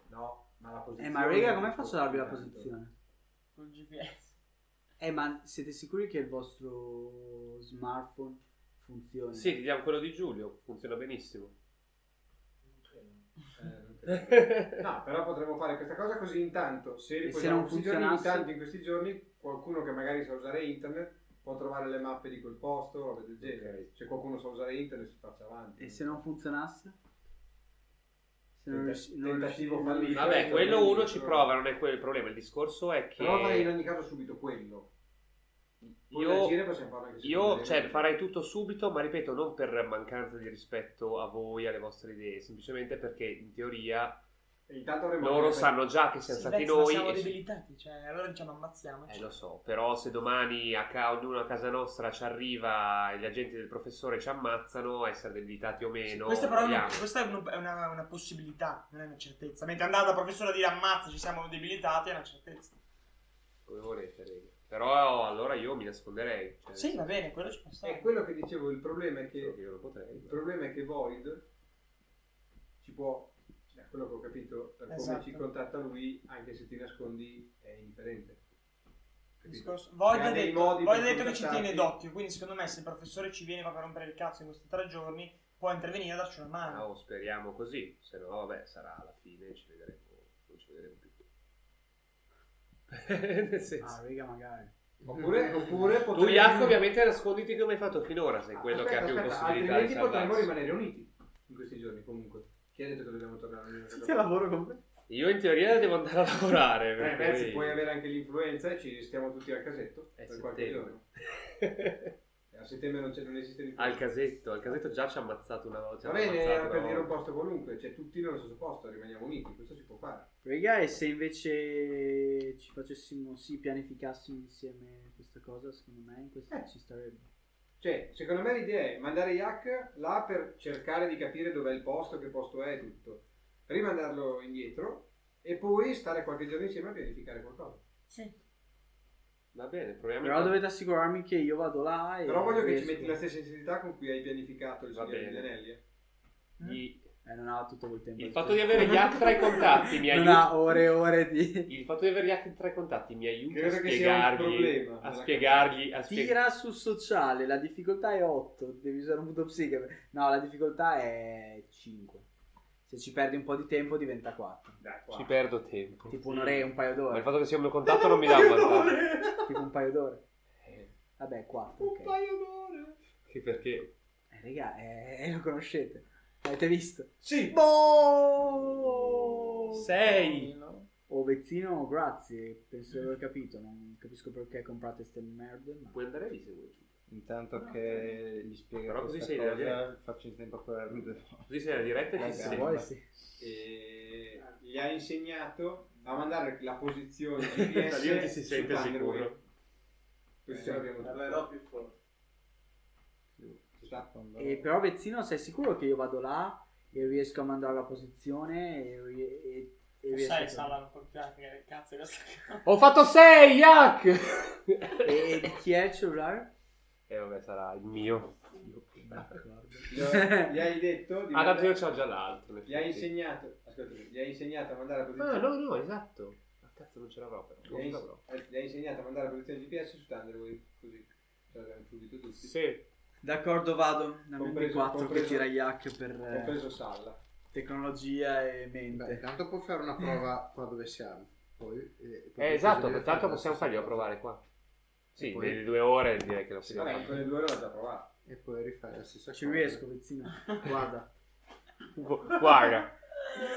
[SPEAKER 3] già.
[SPEAKER 10] No, ma la
[SPEAKER 5] Eh,
[SPEAKER 10] posizione.
[SPEAKER 5] ma raga, come faccio a darvi
[SPEAKER 10] eh,
[SPEAKER 5] la posizione?
[SPEAKER 3] Col GPS.
[SPEAKER 5] Eh, ma siete sicuri che il vostro smartphone funzioni?
[SPEAKER 2] Sì, ti diamo quello di Giulio, funziona benissimo.
[SPEAKER 10] Eh, non credo.
[SPEAKER 2] Eh.
[SPEAKER 10] No, però potremmo fare questa cosa così intanto. Se
[SPEAKER 5] E se
[SPEAKER 10] riposiamo
[SPEAKER 5] non
[SPEAKER 10] questi giorni,
[SPEAKER 5] funzionasse?
[SPEAKER 10] intanto in questi giorni qualcuno che magari sa usare internet può trovare le mappe di quel posto, robe del genere. Se qualcuno sa usare internet si faccia avanti.
[SPEAKER 5] E se non funzionasse? Se non
[SPEAKER 10] Tenta-
[SPEAKER 5] riusci- non
[SPEAKER 10] tentativo
[SPEAKER 5] riusci-
[SPEAKER 10] fallito.
[SPEAKER 2] Vabbè, quello uno ci prova, non è quello il problema. Il discorso è
[SPEAKER 10] Però farei in
[SPEAKER 2] che
[SPEAKER 10] ogni caso subito quello. Poi reagire
[SPEAKER 2] io,
[SPEAKER 10] possiamo farlo anche se
[SPEAKER 2] io
[SPEAKER 10] vogliamo.
[SPEAKER 2] cioè, farei tutto subito, ma ripeto, non per mancanza di rispetto a voi, alle vostre idee, semplicemente perché in teoria
[SPEAKER 10] E intanto avremo
[SPEAKER 2] loro
[SPEAKER 10] anche-
[SPEAKER 2] sanno già che siamo
[SPEAKER 3] Sì,
[SPEAKER 2] stati
[SPEAKER 3] Vez, ma
[SPEAKER 2] noi.
[SPEAKER 3] siamo
[SPEAKER 2] e se-
[SPEAKER 3] debilitati, cioè, allora diciamo ammazziamoci.
[SPEAKER 2] Eh, lo so, però se domani a ca- ognuno a casa nostra ci arriva e gli agenti del professore ci ammazzano, essere debilitati o meno.
[SPEAKER 3] questa però non-
[SPEAKER 2] vediamo.
[SPEAKER 3] questa è un- è una, una possibilità, non è una certezza. Mentre andare dal professore a dire ammazza, ci siamo debilitati, è una certezza.
[SPEAKER 2] Eh, Come volete, rega. Però allora io mi nasconderei. Cioè,
[SPEAKER 3] Sì, va bene, quello ci può
[SPEAKER 10] È
[SPEAKER 3] stare.
[SPEAKER 10] quello che dicevo, il problema è
[SPEAKER 2] Solo
[SPEAKER 10] che
[SPEAKER 2] che io non potrei.
[SPEAKER 10] Il problema è che Void ci può, cioè, da quello che ho capito, per come
[SPEAKER 3] Esatto.
[SPEAKER 10] ci contatta lui, anche se ti nascondi è indifferente.
[SPEAKER 3] Il
[SPEAKER 10] Capito?
[SPEAKER 3] discorso- Void
[SPEAKER 10] Che ha
[SPEAKER 3] ha
[SPEAKER 10] dei
[SPEAKER 3] detto,
[SPEAKER 10] modi
[SPEAKER 3] Void
[SPEAKER 10] per
[SPEAKER 3] ha detto che ci
[SPEAKER 10] contattarti.
[SPEAKER 3] tiene d'occhio, quindi secondo me se il professore ci viene proprio a rompere il cazzo in questi tre giorni, può intervenire e darci una mano.
[SPEAKER 2] Ah, oh, speriamo così, se no vabbè sarà alla fine, ci vedremo, non ci vedremo più. Nel
[SPEAKER 5] Ah,
[SPEAKER 2] senso.
[SPEAKER 5] raga, magari.
[SPEAKER 10] Oppure, oppure
[SPEAKER 2] tu
[SPEAKER 10] potremmo-
[SPEAKER 2] Jacopo ovviamente nasconditi come hai fatto finora, sei
[SPEAKER 10] Ah,
[SPEAKER 2] quello
[SPEAKER 10] aspetta,
[SPEAKER 2] che ha più
[SPEAKER 10] aspetta,
[SPEAKER 2] possibilità di
[SPEAKER 10] Altrimenti potremmo
[SPEAKER 2] salvarsi.
[SPEAKER 10] rimanere uniti in questi giorni comunque. Chi ha detto che dobbiamo tornare a
[SPEAKER 2] Eh,
[SPEAKER 5] Che lavoro con me?
[SPEAKER 2] Io in teoria devo andare a lavorare.
[SPEAKER 10] Eh,
[SPEAKER 2] per
[SPEAKER 10] beh,
[SPEAKER 2] cui-
[SPEAKER 10] se puoi avere anche l'influenza e ci stiamo tutti al casetto
[SPEAKER 2] È
[SPEAKER 10] per qualche
[SPEAKER 2] settembre.
[SPEAKER 10] giorno. Eh, A settembre non, c'è, non esiste
[SPEAKER 2] al
[SPEAKER 10] l'influenza.
[SPEAKER 2] casetto, al casetto già ci ha ammazzato una volta. ci
[SPEAKER 10] Va
[SPEAKER 2] hanno
[SPEAKER 10] bene,
[SPEAKER 2] ammazzato
[SPEAKER 10] era
[SPEAKER 2] una
[SPEAKER 10] per dire un
[SPEAKER 2] volta.
[SPEAKER 10] posto qualunque, cioè tutti nello stesso posto, rimaniamo uniti, questo si può fare.
[SPEAKER 5] Raga, e se invece ci facessimo, sì, pianificassimo insieme questa cosa, secondo me, in questo
[SPEAKER 10] Eh.
[SPEAKER 5] ci starebbe.
[SPEAKER 10] Cioè, secondo me l'idea è mandare Yak là per cercare di capire dov'è il posto, che posto è e tutto. Rimandarlo indietro e poi stare qualche giorno insieme a pianificare qualcosa.
[SPEAKER 2] Va bene, proviamo.
[SPEAKER 5] Però dovete assicurarmi che io vado là e...
[SPEAKER 10] Però voglio che ci
[SPEAKER 5] esco.
[SPEAKER 10] metti la stessa sensibilità con cui hai pianificato il
[SPEAKER 2] Eh, Va
[SPEAKER 10] signore degli
[SPEAKER 2] bene.
[SPEAKER 10] anelli. eh.
[SPEAKER 3] Mm?
[SPEAKER 2] Gli-
[SPEAKER 5] Eh, non ha tutto quel tempo.
[SPEAKER 2] Il fatto di avere Yak tra i contatti mi
[SPEAKER 5] non
[SPEAKER 2] aiuta.
[SPEAKER 5] ha ore e ore di...
[SPEAKER 2] Il fatto di aver gli altri tre contatti mi aiuta a
[SPEAKER 10] Credo che sia un
[SPEAKER 2] spiegargli,
[SPEAKER 10] problema.
[SPEAKER 2] a spiegargli, a spie-
[SPEAKER 5] Tira su sociale, la difficoltà è 8, devi usare un punto psiche. per- No, la difficoltà è 5. Se ci perdi un po' di tempo diventa 4.
[SPEAKER 2] Ci perdo tempo.
[SPEAKER 5] Tipo un'ora e un paio
[SPEAKER 2] Ma
[SPEAKER 5] d'ore.
[SPEAKER 2] il fatto che sia un mio contatto non mi dà un vantaggio.
[SPEAKER 5] Tipo un paio d'ore.
[SPEAKER 2] Eh.
[SPEAKER 5] Vabbè, 4. ok.
[SPEAKER 2] Che perché?
[SPEAKER 5] Eh, raga, eh, lo conoscete. L'avete visto?
[SPEAKER 10] Sì!
[SPEAKER 5] Boh!
[SPEAKER 2] Oh, Sei!
[SPEAKER 5] O Vezzino, grazie. Penso di aver capito. Non capisco perché comprate ste merde. Ma...
[SPEAKER 2] Puoi andare lì se vuoi.
[SPEAKER 4] Intanto
[SPEAKER 10] cioè,
[SPEAKER 4] che gli spiego
[SPEAKER 2] Però così
[SPEAKER 4] questa
[SPEAKER 2] sei nella
[SPEAKER 4] cosa,
[SPEAKER 2] diretta.
[SPEAKER 4] faccio in tempo a curarmi due volte.
[SPEAKER 2] Così sei nella diretta e
[SPEAKER 4] Eh,
[SPEAKER 2] ci si
[SPEAKER 4] se
[SPEAKER 2] sente.
[SPEAKER 4] vuoi, sì.
[SPEAKER 10] E gli ha insegnato a mandare la posizione
[SPEAKER 2] Da lì non ti
[SPEAKER 10] GPS
[SPEAKER 2] si
[SPEAKER 10] su
[SPEAKER 2] sente
[SPEAKER 10] Thunderwave.
[SPEAKER 2] sicuro.
[SPEAKER 10] Questo l'abbiamo
[SPEAKER 1] Parlerò
[SPEAKER 10] detto.
[SPEAKER 1] più forte.
[SPEAKER 10] Ci sta?
[SPEAKER 5] E però Vezzino, sei sicuro che io vado là e riesco a mandare la posizione e, ri- e- e riesco
[SPEAKER 3] Sai,
[SPEAKER 5] a...
[SPEAKER 3] Sala, non portiamo che cazzo è questa
[SPEAKER 5] Ho fatto 6, Yak! e, e di chi è il cellulare?
[SPEAKER 2] E vabbè, sarà il mio.
[SPEAKER 10] Gli ho- gli hai detto di
[SPEAKER 2] Ah, tanto io
[SPEAKER 10] mandare-
[SPEAKER 2] c'ho già l'altro. in
[SPEAKER 10] Gli hai
[SPEAKER 2] effetti.
[SPEAKER 10] insegnato, ascoltami, gli hai insegnato a mandare la
[SPEAKER 2] Ah,
[SPEAKER 10] posizione.
[SPEAKER 2] no, no, esatto. Ma cazzo, non ce l'avrò però.
[SPEAKER 10] Gli
[SPEAKER 2] Non
[SPEAKER 10] hai,
[SPEAKER 2] ce l'avrò.
[SPEAKER 10] eh, gli hai insegnato a mandare la posizione GPS su Thunderwave, così. Cioè, abbiamo subito tutti.
[SPEAKER 2] Sì.
[SPEAKER 5] D'accordo, vado. Dammi il
[SPEAKER 10] Compreso-
[SPEAKER 5] 4 che
[SPEAKER 10] compreso-
[SPEAKER 5] tira Yak per
[SPEAKER 10] Ho
[SPEAKER 5] eh,
[SPEAKER 10] preso Salla.
[SPEAKER 5] tecnologia e
[SPEAKER 4] Beh,
[SPEAKER 5] mente.
[SPEAKER 4] intanto può fare una prova qua dove siamo. Poi,
[SPEAKER 2] Eh, esatto, tanto possiamo farglielo provare qua. Sì,
[SPEAKER 4] E poi-
[SPEAKER 2] nelle due ore direi che lo si
[SPEAKER 10] Vabbè, in quelle due ore l'ho già provato.
[SPEAKER 4] E poi rifare la stessa
[SPEAKER 5] eh, Ci
[SPEAKER 4] cosa.
[SPEAKER 5] riesco, Vezzino. Guarda.
[SPEAKER 2] Guarda.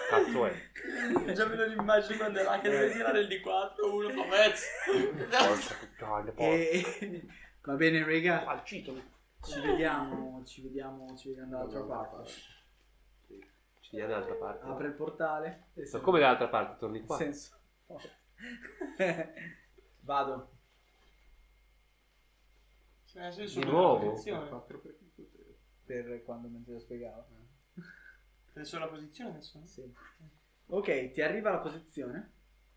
[SPEAKER 2] Cazzo eh. è.
[SPEAKER 3] Già vedo l'immagine quando
[SPEAKER 2] Eh.
[SPEAKER 3] è là che deve girare il D4, uno fa mezzo.
[SPEAKER 2] Guarda,
[SPEAKER 5] E... Va bene, raga.
[SPEAKER 2] Falcito.
[SPEAKER 5] Ci vediamo, ci vediamo, ci vediamo dall'altra parte.
[SPEAKER 2] Ci vediamo dall'altra parte.
[SPEAKER 5] Apre il portale. e
[SPEAKER 2] Ma
[SPEAKER 5] se-
[SPEAKER 2] come dall'altra parte? Torni
[SPEAKER 5] Nel
[SPEAKER 2] qua.
[SPEAKER 5] senso. Vado.
[SPEAKER 3] Cioè,
[SPEAKER 2] Di nuovo?
[SPEAKER 5] Per quando mentre lo spiegavo.
[SPEAKER 3] Adesso la posizione adesso?
[SPEAKER 5] Sì. Ok, ti arriva la posizione.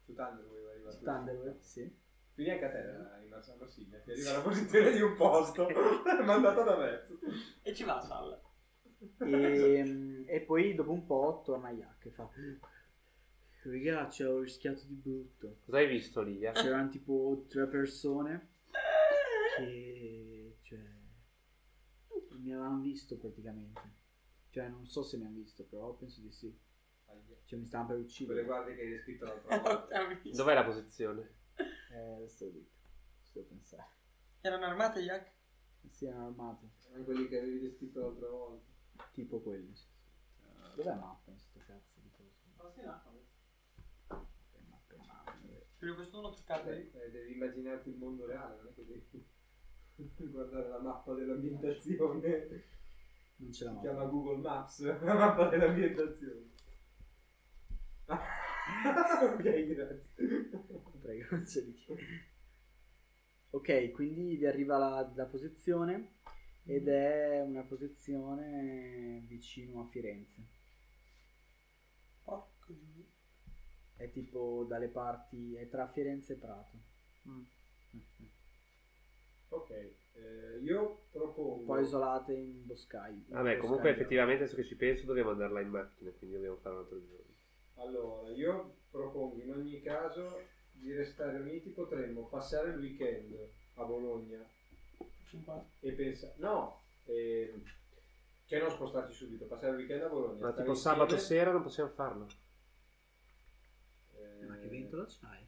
[SPEAKER 10] Su Thunderwave arriva. tutto.
[SPEAKER 5] Thunderwave, sì.
[SPEAKER 10] Quindi anche a te era in Mars- a Marsiglia. Ti arriva la posizione di un posto mandata da mezzo.
[SPEAKER 3] E ci va Sal.
[SPEAKER 5] Ehm, E, e poi dopo un po' torna Yak e fa... Raga, ci ho rischiato di brutto.
[SPEAKER 2] Cosa hai visto lì? eh?
[SPEAKER 5] C'erano tipo tre persone che... Cioè... Mi avevano visto praticamente. Cioè, non so se mi hanno visto, però penso di sì. Cioè, mi stavano per
[SPEAKER 10] Quelle
[SPEAKER 5] uccidere.
[SPEAKER 10] guardie che hai descritto l'altra volta.
[SPEAKER 2] Dov'è la posizione?
[SPEAKER 5] Eh, adesso lo dico. Ci devo pensare.
[SPEAKER 3] Erano armate Yak?
[SPEAKER 5] Sì, erano armate.
[SPEAKER 10] Erano quelli che avevi descritto l'altra volta.
[SPEAKER 5] Tipo quelli. sì. Dov'è mappa in sto cazzo di coso? Mappa, mappa.
[SPEAKER 3] Per questo non ho toccato
[SPEAKER 10] Beh, eh, devi immaginarti il mondo reale, non è che devi guardare la mappa dell'ambientazione. Si
[SPEAKER 5] Non ce la mappa.
[SPEAKER 10] chiama Google Maps, la mappa dell'ambientazione. ok, grazie.
[SPEAKER 5] Prego, non c'è di che. Ok, quindi vi arriva la, la posizione ed è una posizione vicino a Firenze.
[SPEAKER 3] Porco giù.
[SPEAKER 5] È tipo dalle parti, è tra Firenze e Prato.
[SPEAKER 10] Ok, eh, io
[SPEAKER 5] Un
[SPEAKER 10] propongo...
[SPEAKER 5] po' isolate in boscai.
[SPEAKER 2] Vabbè,
[SPEAKER 5] in
[SPEAKER 2] comunque
[SPEAKER 5] boscaglia.
[SPEAKER 2] effettivamente adesso che ci penso dobbiamo andarla in macchina, quindi dobbiamo fare un altro giorno.
[SPEAKER 10] Allora, io propongo in ogni caso di restare uniti, potremmo passare il weekend a Bologna
[SPEAKER 3] Fin qua.
[SPEAKER 10] e pensare... No, ehm, cioè non spostarci subito, passare il weekend a Bologna.
[SPEAKER 2] Ma
[SPEAKER 10] stare
[SPEAKER 2] tipo
[SPEAKER 10] insieme,
[SPEAKER 2] sabato sera non possiamo farlo.
[SPEAKER 10] eh,
[SPEAKER 5] Ma che ventola c'hai?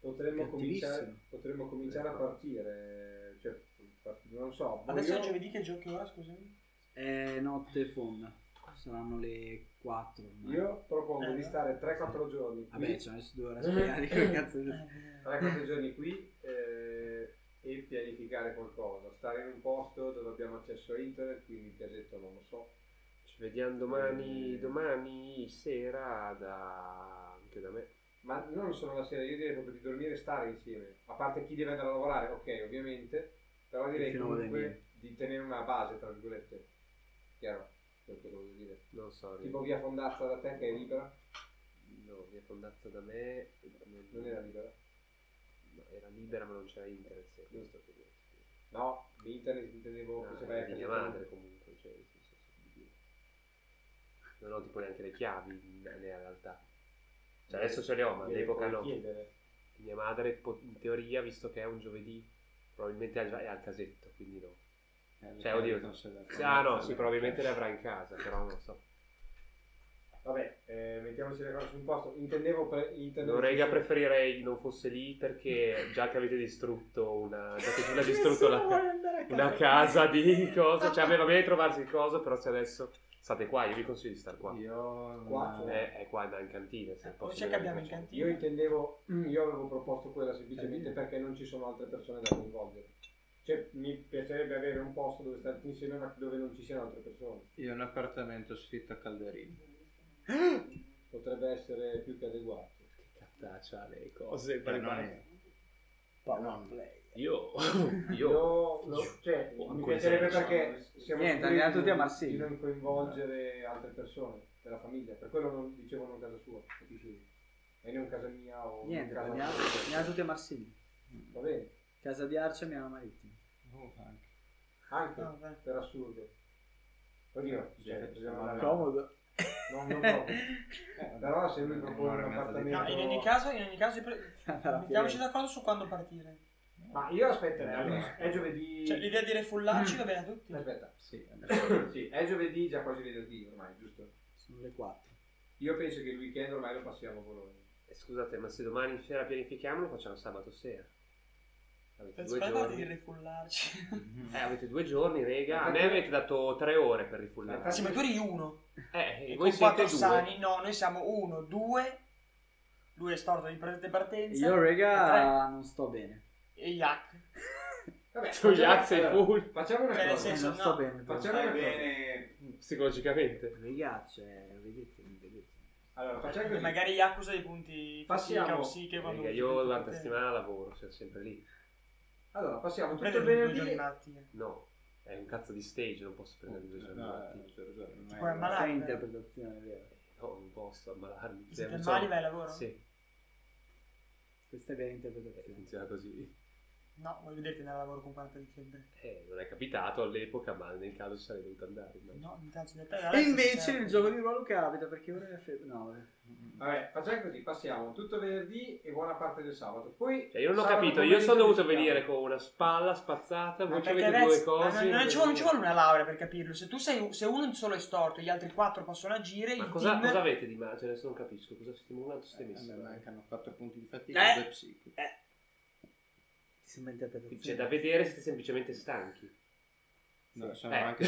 [SPEAKER 10] Potremmo
[SPEAKER 5] Cattivissimo.
[SPEAKER 10] cominciare, potremmo cominciare
[SPEAKER 5] Ecco.
[SPEAKER 10] a partire, cioè, part- non so,
[SPEAKER 3] Adesso
[SPEAKER 10] io-
[SPEAKER 3] è giovedì che giochi ora,
[SPEAKER 2] Eh,
[SPEAKER 3] scusami?
[SPEAKER 5] È notte fonda. Saranno le 4. ormai.
[SPEAKER 10] io propongo
[SPEAKER 3] Eh,
[SPEAKER 10] di
[SPEAKER 3] no.
[SPEAKER 10] stare 3-4 giorni qui.
[SPEAKER 5] Vabbè, ci ho messo due ore a spiegare che cazzo
[SPEAKER 3] Eh,
[SPEAKER 5] è.
[SPEAKER 10] Tre quattro giorni qui eh, e pianificare qualcosa, stare in un posto dove abbiamo accesso a internet, quindi il viaggetto non lo so.
[SPEAKER 2] Ci vediamo domani,
[SPEAKER 10] Eh.
[SPEAKER 2] domani sera da... anche da me.
[SPEAKER 10] Ma non solo la sera, io direi proprio di dormire e stare insieme, a parte chi deve andare a lavorare, ok ovviamente, però direi
[SPEAKER 5] fino a
[SPEAKER 10] comunque
[SPEAKER 5] venerdì.
[SPEAKER 10] di tenere una base, tra virgolette, chiaro, quello che voglio dire.
[SPEAKER 2] Non so.
[SPEAKER 10] Tipo via Fondazza da te che è libera,
[SPEAKER 2] No, via Fondazza da me...
[SPEAKER 10] non era libera?
[SPEAKER 2] No, era libera ma non c'era internet, sì, questo che dico.
[SPEAKER 10] No, internet
[SPEAKER 4] Ah,
[SPEAKER 10] intendevo
[SPEAKER 2] No,
[SPEAKER 10] che Oh, se vai a
[SPEAKER 2] era Ah, di mia
[SPEAKER 10] casa-
[SPEAKER 2] madre comunque, cioè, nel senso, di- non ho tipo neanche le chiavi in- nella realtà. Cioè adesso ce le ho, ma
[SPEAKER 10] Gliele
[SPEAKER 2] all'epoca
[SPEAKER 10] puoi
[SPEAKER 2] no.
[SPEAKER 10] chiedere.
[SPEAKER 2] Mia madre, po- in teoria, visto che è un giovedì, probabilmente è al- è al casetto, quindi no. Cioè, oddio. Sì, Ah no, sì, probabilmente le avrà in casa, però non so.
[SPEAKER 10] Vabbè, eh, mettiamoci le cose su un posto. Intendevo, pre- intendevo
[SPEAKER 2] Cioè, Non rega,
[SPEAKER 10] preferito
[SPEAKER 2] preferirei non fosse lì perché già che avete distrutto una... già che Giulia ha distrutto la- una casa di cosa, cioè aveva bene trovarsi il coso, però se adesso state qua, io vi consiglio di stare qua.
[SPEAKER 4] Io
[SPEAKER 10] Qua,
[SPEAKER 4] non-
[SPEAKER 10] cioè.
[SPEAKER 2] È, è qua da in cantina, se
[SPEAKER 3] Poi
[SPEAKER 2] possibile.
[SPEAKER 3] Eh, c'è che abbiamo in cantina.
[SPEAKER 10] Io mm, intendevo, io avevo proposto quella semplicemente perché non ci sono altre persone da coinvolgere. Cioè, mi piacerebbe avere un posto dove stare tutti insieme ma dove non ci siano altre persone.
[SPEAKER 9] Io ho un appartamento sfitto a Calderino.
[SPEAKER 10] Potrebbe essere più che adeguato.
[SPEAKER 13] Taccia le cose
[SPEAKER 2] Cioè,
[SPEAKER 9] Beh, non
[SPEAKER 13] preparate.
[SPEAKER 9] è-
[SPEAKER 13] Power play. Io, io,
[SPEAKER 10] Io, cioè,
[SPEAKER 13] Oh,
[SPEAKER 10] mi
[SPEAKER 13] quel
[SPEAKER 10] piacerebbe
[SPEAKER 13] senso.
[SPEAKER 10] perché siamo
[SPEAKER 5] Niente,
[SPEAKER 10] sicuri
[SPEAKER 5] andiamo
[SPEAKER 10] di-
[SPEAKER 5] tutti a Marsiglia.
[SPEAKER 10] Di non coinvolgere altre persone della famiglia, per quello non dicevo non casa sua, capisci? E non casa mia o
[SPEAKER 5] Niente,
[SPEAKER 10] casa
[SPEAKER 5] andiamo, andiamo tutti a Marsiglia.
[SPEAKER 10] Va bene,
[SPEAKER 5] Casa di Arce, Milano Marittima.
[SPEAKER 10] anche
[SPEAKER 3] Ah,
[SPEAKER 10] per assurdo. Oddio, cioè, bisogna andare-
[SPEAKER 13] comodo.
[SPEAKER 10] Non, non proprio. Eh, però se lui propone un
[SPEAKER 3] No, in ogni
[SPEAKER 10] appartamento...
[SPEAKER 3] caso, in ogni caso, pre- mettiamoci d'accordo su quando partire.
[SPEAKER 10] Ma io aspetterei, allora, è giovedì...
[SPEAKER 3] Cioè, l'idea di
[SPEAKER 2] Mm.
[SPEAKER 3] refullarci va bene a tutti.
[SPEAKER 10] Aspetta, sì, è giovedì, già quasi venerdì ormai, giusto?
[SPEAKER 5] Sono le 4.
[SPEAKER 10] Io penso che il weekend ormai lo passiamo a Bologna.
[SPEAKER 2] Eh, Scusate, ma se domani sera pianifichiamo lo facciamo sabato sera. Avete due
[SPEAKER 3] Aspetta Eh, di
[SPEAKER 2] giorni.
[SPEAKER 3] refullarci.
[SPEAKER 2] Eh, avete due giorni, rega. A me avete dato tre ore per rifullare.
[SPEAKER 3] Eh, Sì, ma tu eri uno.
[SPEAKER 2] Eh,
[SPEAKER 3] E
[SPEAKER 2] voi
[SPEAKER 3] con quattro
[SPEAKER 2] siete due.
[SPEAKER 3] sani, no, noi siamo uno, due, lui è storto di pre- di partenza.
[SPEAKER 5] Io,
[SPEAKER 3] e
[SPEAKER 5] raga, non sto bene.
[SPEAKER 3] tre. E Yak.
[SPEAKER 10] Vabbè,
[SPEAKER 2] Tu,
[SPEAKER 10] facciamo-
[SPEAKER 2] Jack, sei
[SPEAKER 10] allora,
[SPEAKER 2] full.
[SPEAKER 10] Facciamo una
[SPEAKER 3] Cioè, nel
[SPEAKER 10] cosa.
[SPEAKER 3] senso,
[SPEAKER 5] non sto
[SPEAKER 3] no,
[SPEAKER 5] bene. però.
[SPEAKER 10] Facciamo una cosa.
[SPEAKER 2] Psicologicamente.
[SPEAKER 5] Raga, cioè, vedete, non vedete.
[SPEAKER 10] Allora, facciamo
[SPEAKER 3] E
[SPEAKER 10] così.
[SPEAKER 3] Magari Yak usa dei punti
[SPEAKER 10] Passiamo.
[SPEAKER 3] fatica o psiche quando
[SPEAKER 2] Rega, io durante la settimana lavoro, sono sempre lì.
[SPEAKER 10] Allora, passiamo tutto
[SPEAKER 3] Prende
[SPEAKER 10] il
[SPEAKER 3] due
[SPEAKER 10] venerdì.
[SPEAKER 3] giorni malattia.
[SPEAKER 2] No, è un cazzo di stage, non posso prendere
[SPEAKER 3] Eh,
[SPEAKER 2] due giorni. malattia.
[SPEAKER 3] Ti puoi
[SPEAKER 5] Questa è
[SPEAKER 3] ammalare.
[SPEAKER 5] interpretazione, vero?
[SPEAKER 2] No, non posso ammalarmi.
[SPEAKER 3] Se ti
[SPEAKER 2] cioè, non
[SPEAKER 3] ammali
[SPEAKER 2] so.
[SPEAKER 3] vai al lavoro?
[SPEAKER 2] Sì,
[SPEAKER 5] Questa è vera
[SPEAKER 2] eh,
[SPEAKER 5] interpretazione.
[SPEAKER 2] funziona così.
[SPEAKER 3] No, vuoi vederti andare al lavoro con 40 di febbre?
[SPEAKER 2] Eh, non è capitato all'epoca, ma nel caso ci sarei dovuto andare. immagino.
[SPEAKER 3] No, in caso di te.
[SPEAKER 5] E invece il gioco di ruolo capita perché ora è febbre. No, vabbè.
[SPEAKER 10] Vabbè, facciamo così, passiamo tutto venerdì e buona parte del sabato. Poi
[SPEAKER 2] Cioè, io non ho
[SPEAKER 10] sabato
[SPEAKER 2] capito, io
[SPEAKER 10] pomeriggio
[SPEAKER 2] sono dovuto
[SPEAKER 10] decidiamo.
[SPEAKER 2] venire con una spalla spazzata,
[SPEAKER 3] Ma
[SPEAKER 2] voi ci
[SPEAKER 3] perché
[SPEAKER 2] avete
[SPEAKER 3] adesso-
[SPEAKER 2] due cose.
[SPEAKER 3] ma non, non ci vuole, non ci
[SPEAKER 2] io-
[SPEAKER 3] vuole una laurea per capirlo. Se tu sei se uno solo è storto e gli altri quattro possono agire,
[SPEAKER 2] Ma
[SPEAKER 3] il
[SPEAKER 2] cosa,
[SPEAKER 3] team
[SPEAKER 2] cosa avete di male? Cioè, adesso non capisco, cosa stimolante siete messi?
[SPEAKER 9] Eh, mancano 4 punti di fatica
[SPEAKER 5] Eh.
[SPEAKER 9] e 2 psiche.
[SPEAKER 5] Ti sembra interpretazione.
[SPEAKER 2] C'è Cioè, da vedere, siete semplicemente stanchi.
[SPEAKER 9] No, sono
[SPEAKER 2] Eh.
[SPEAKER 9] anche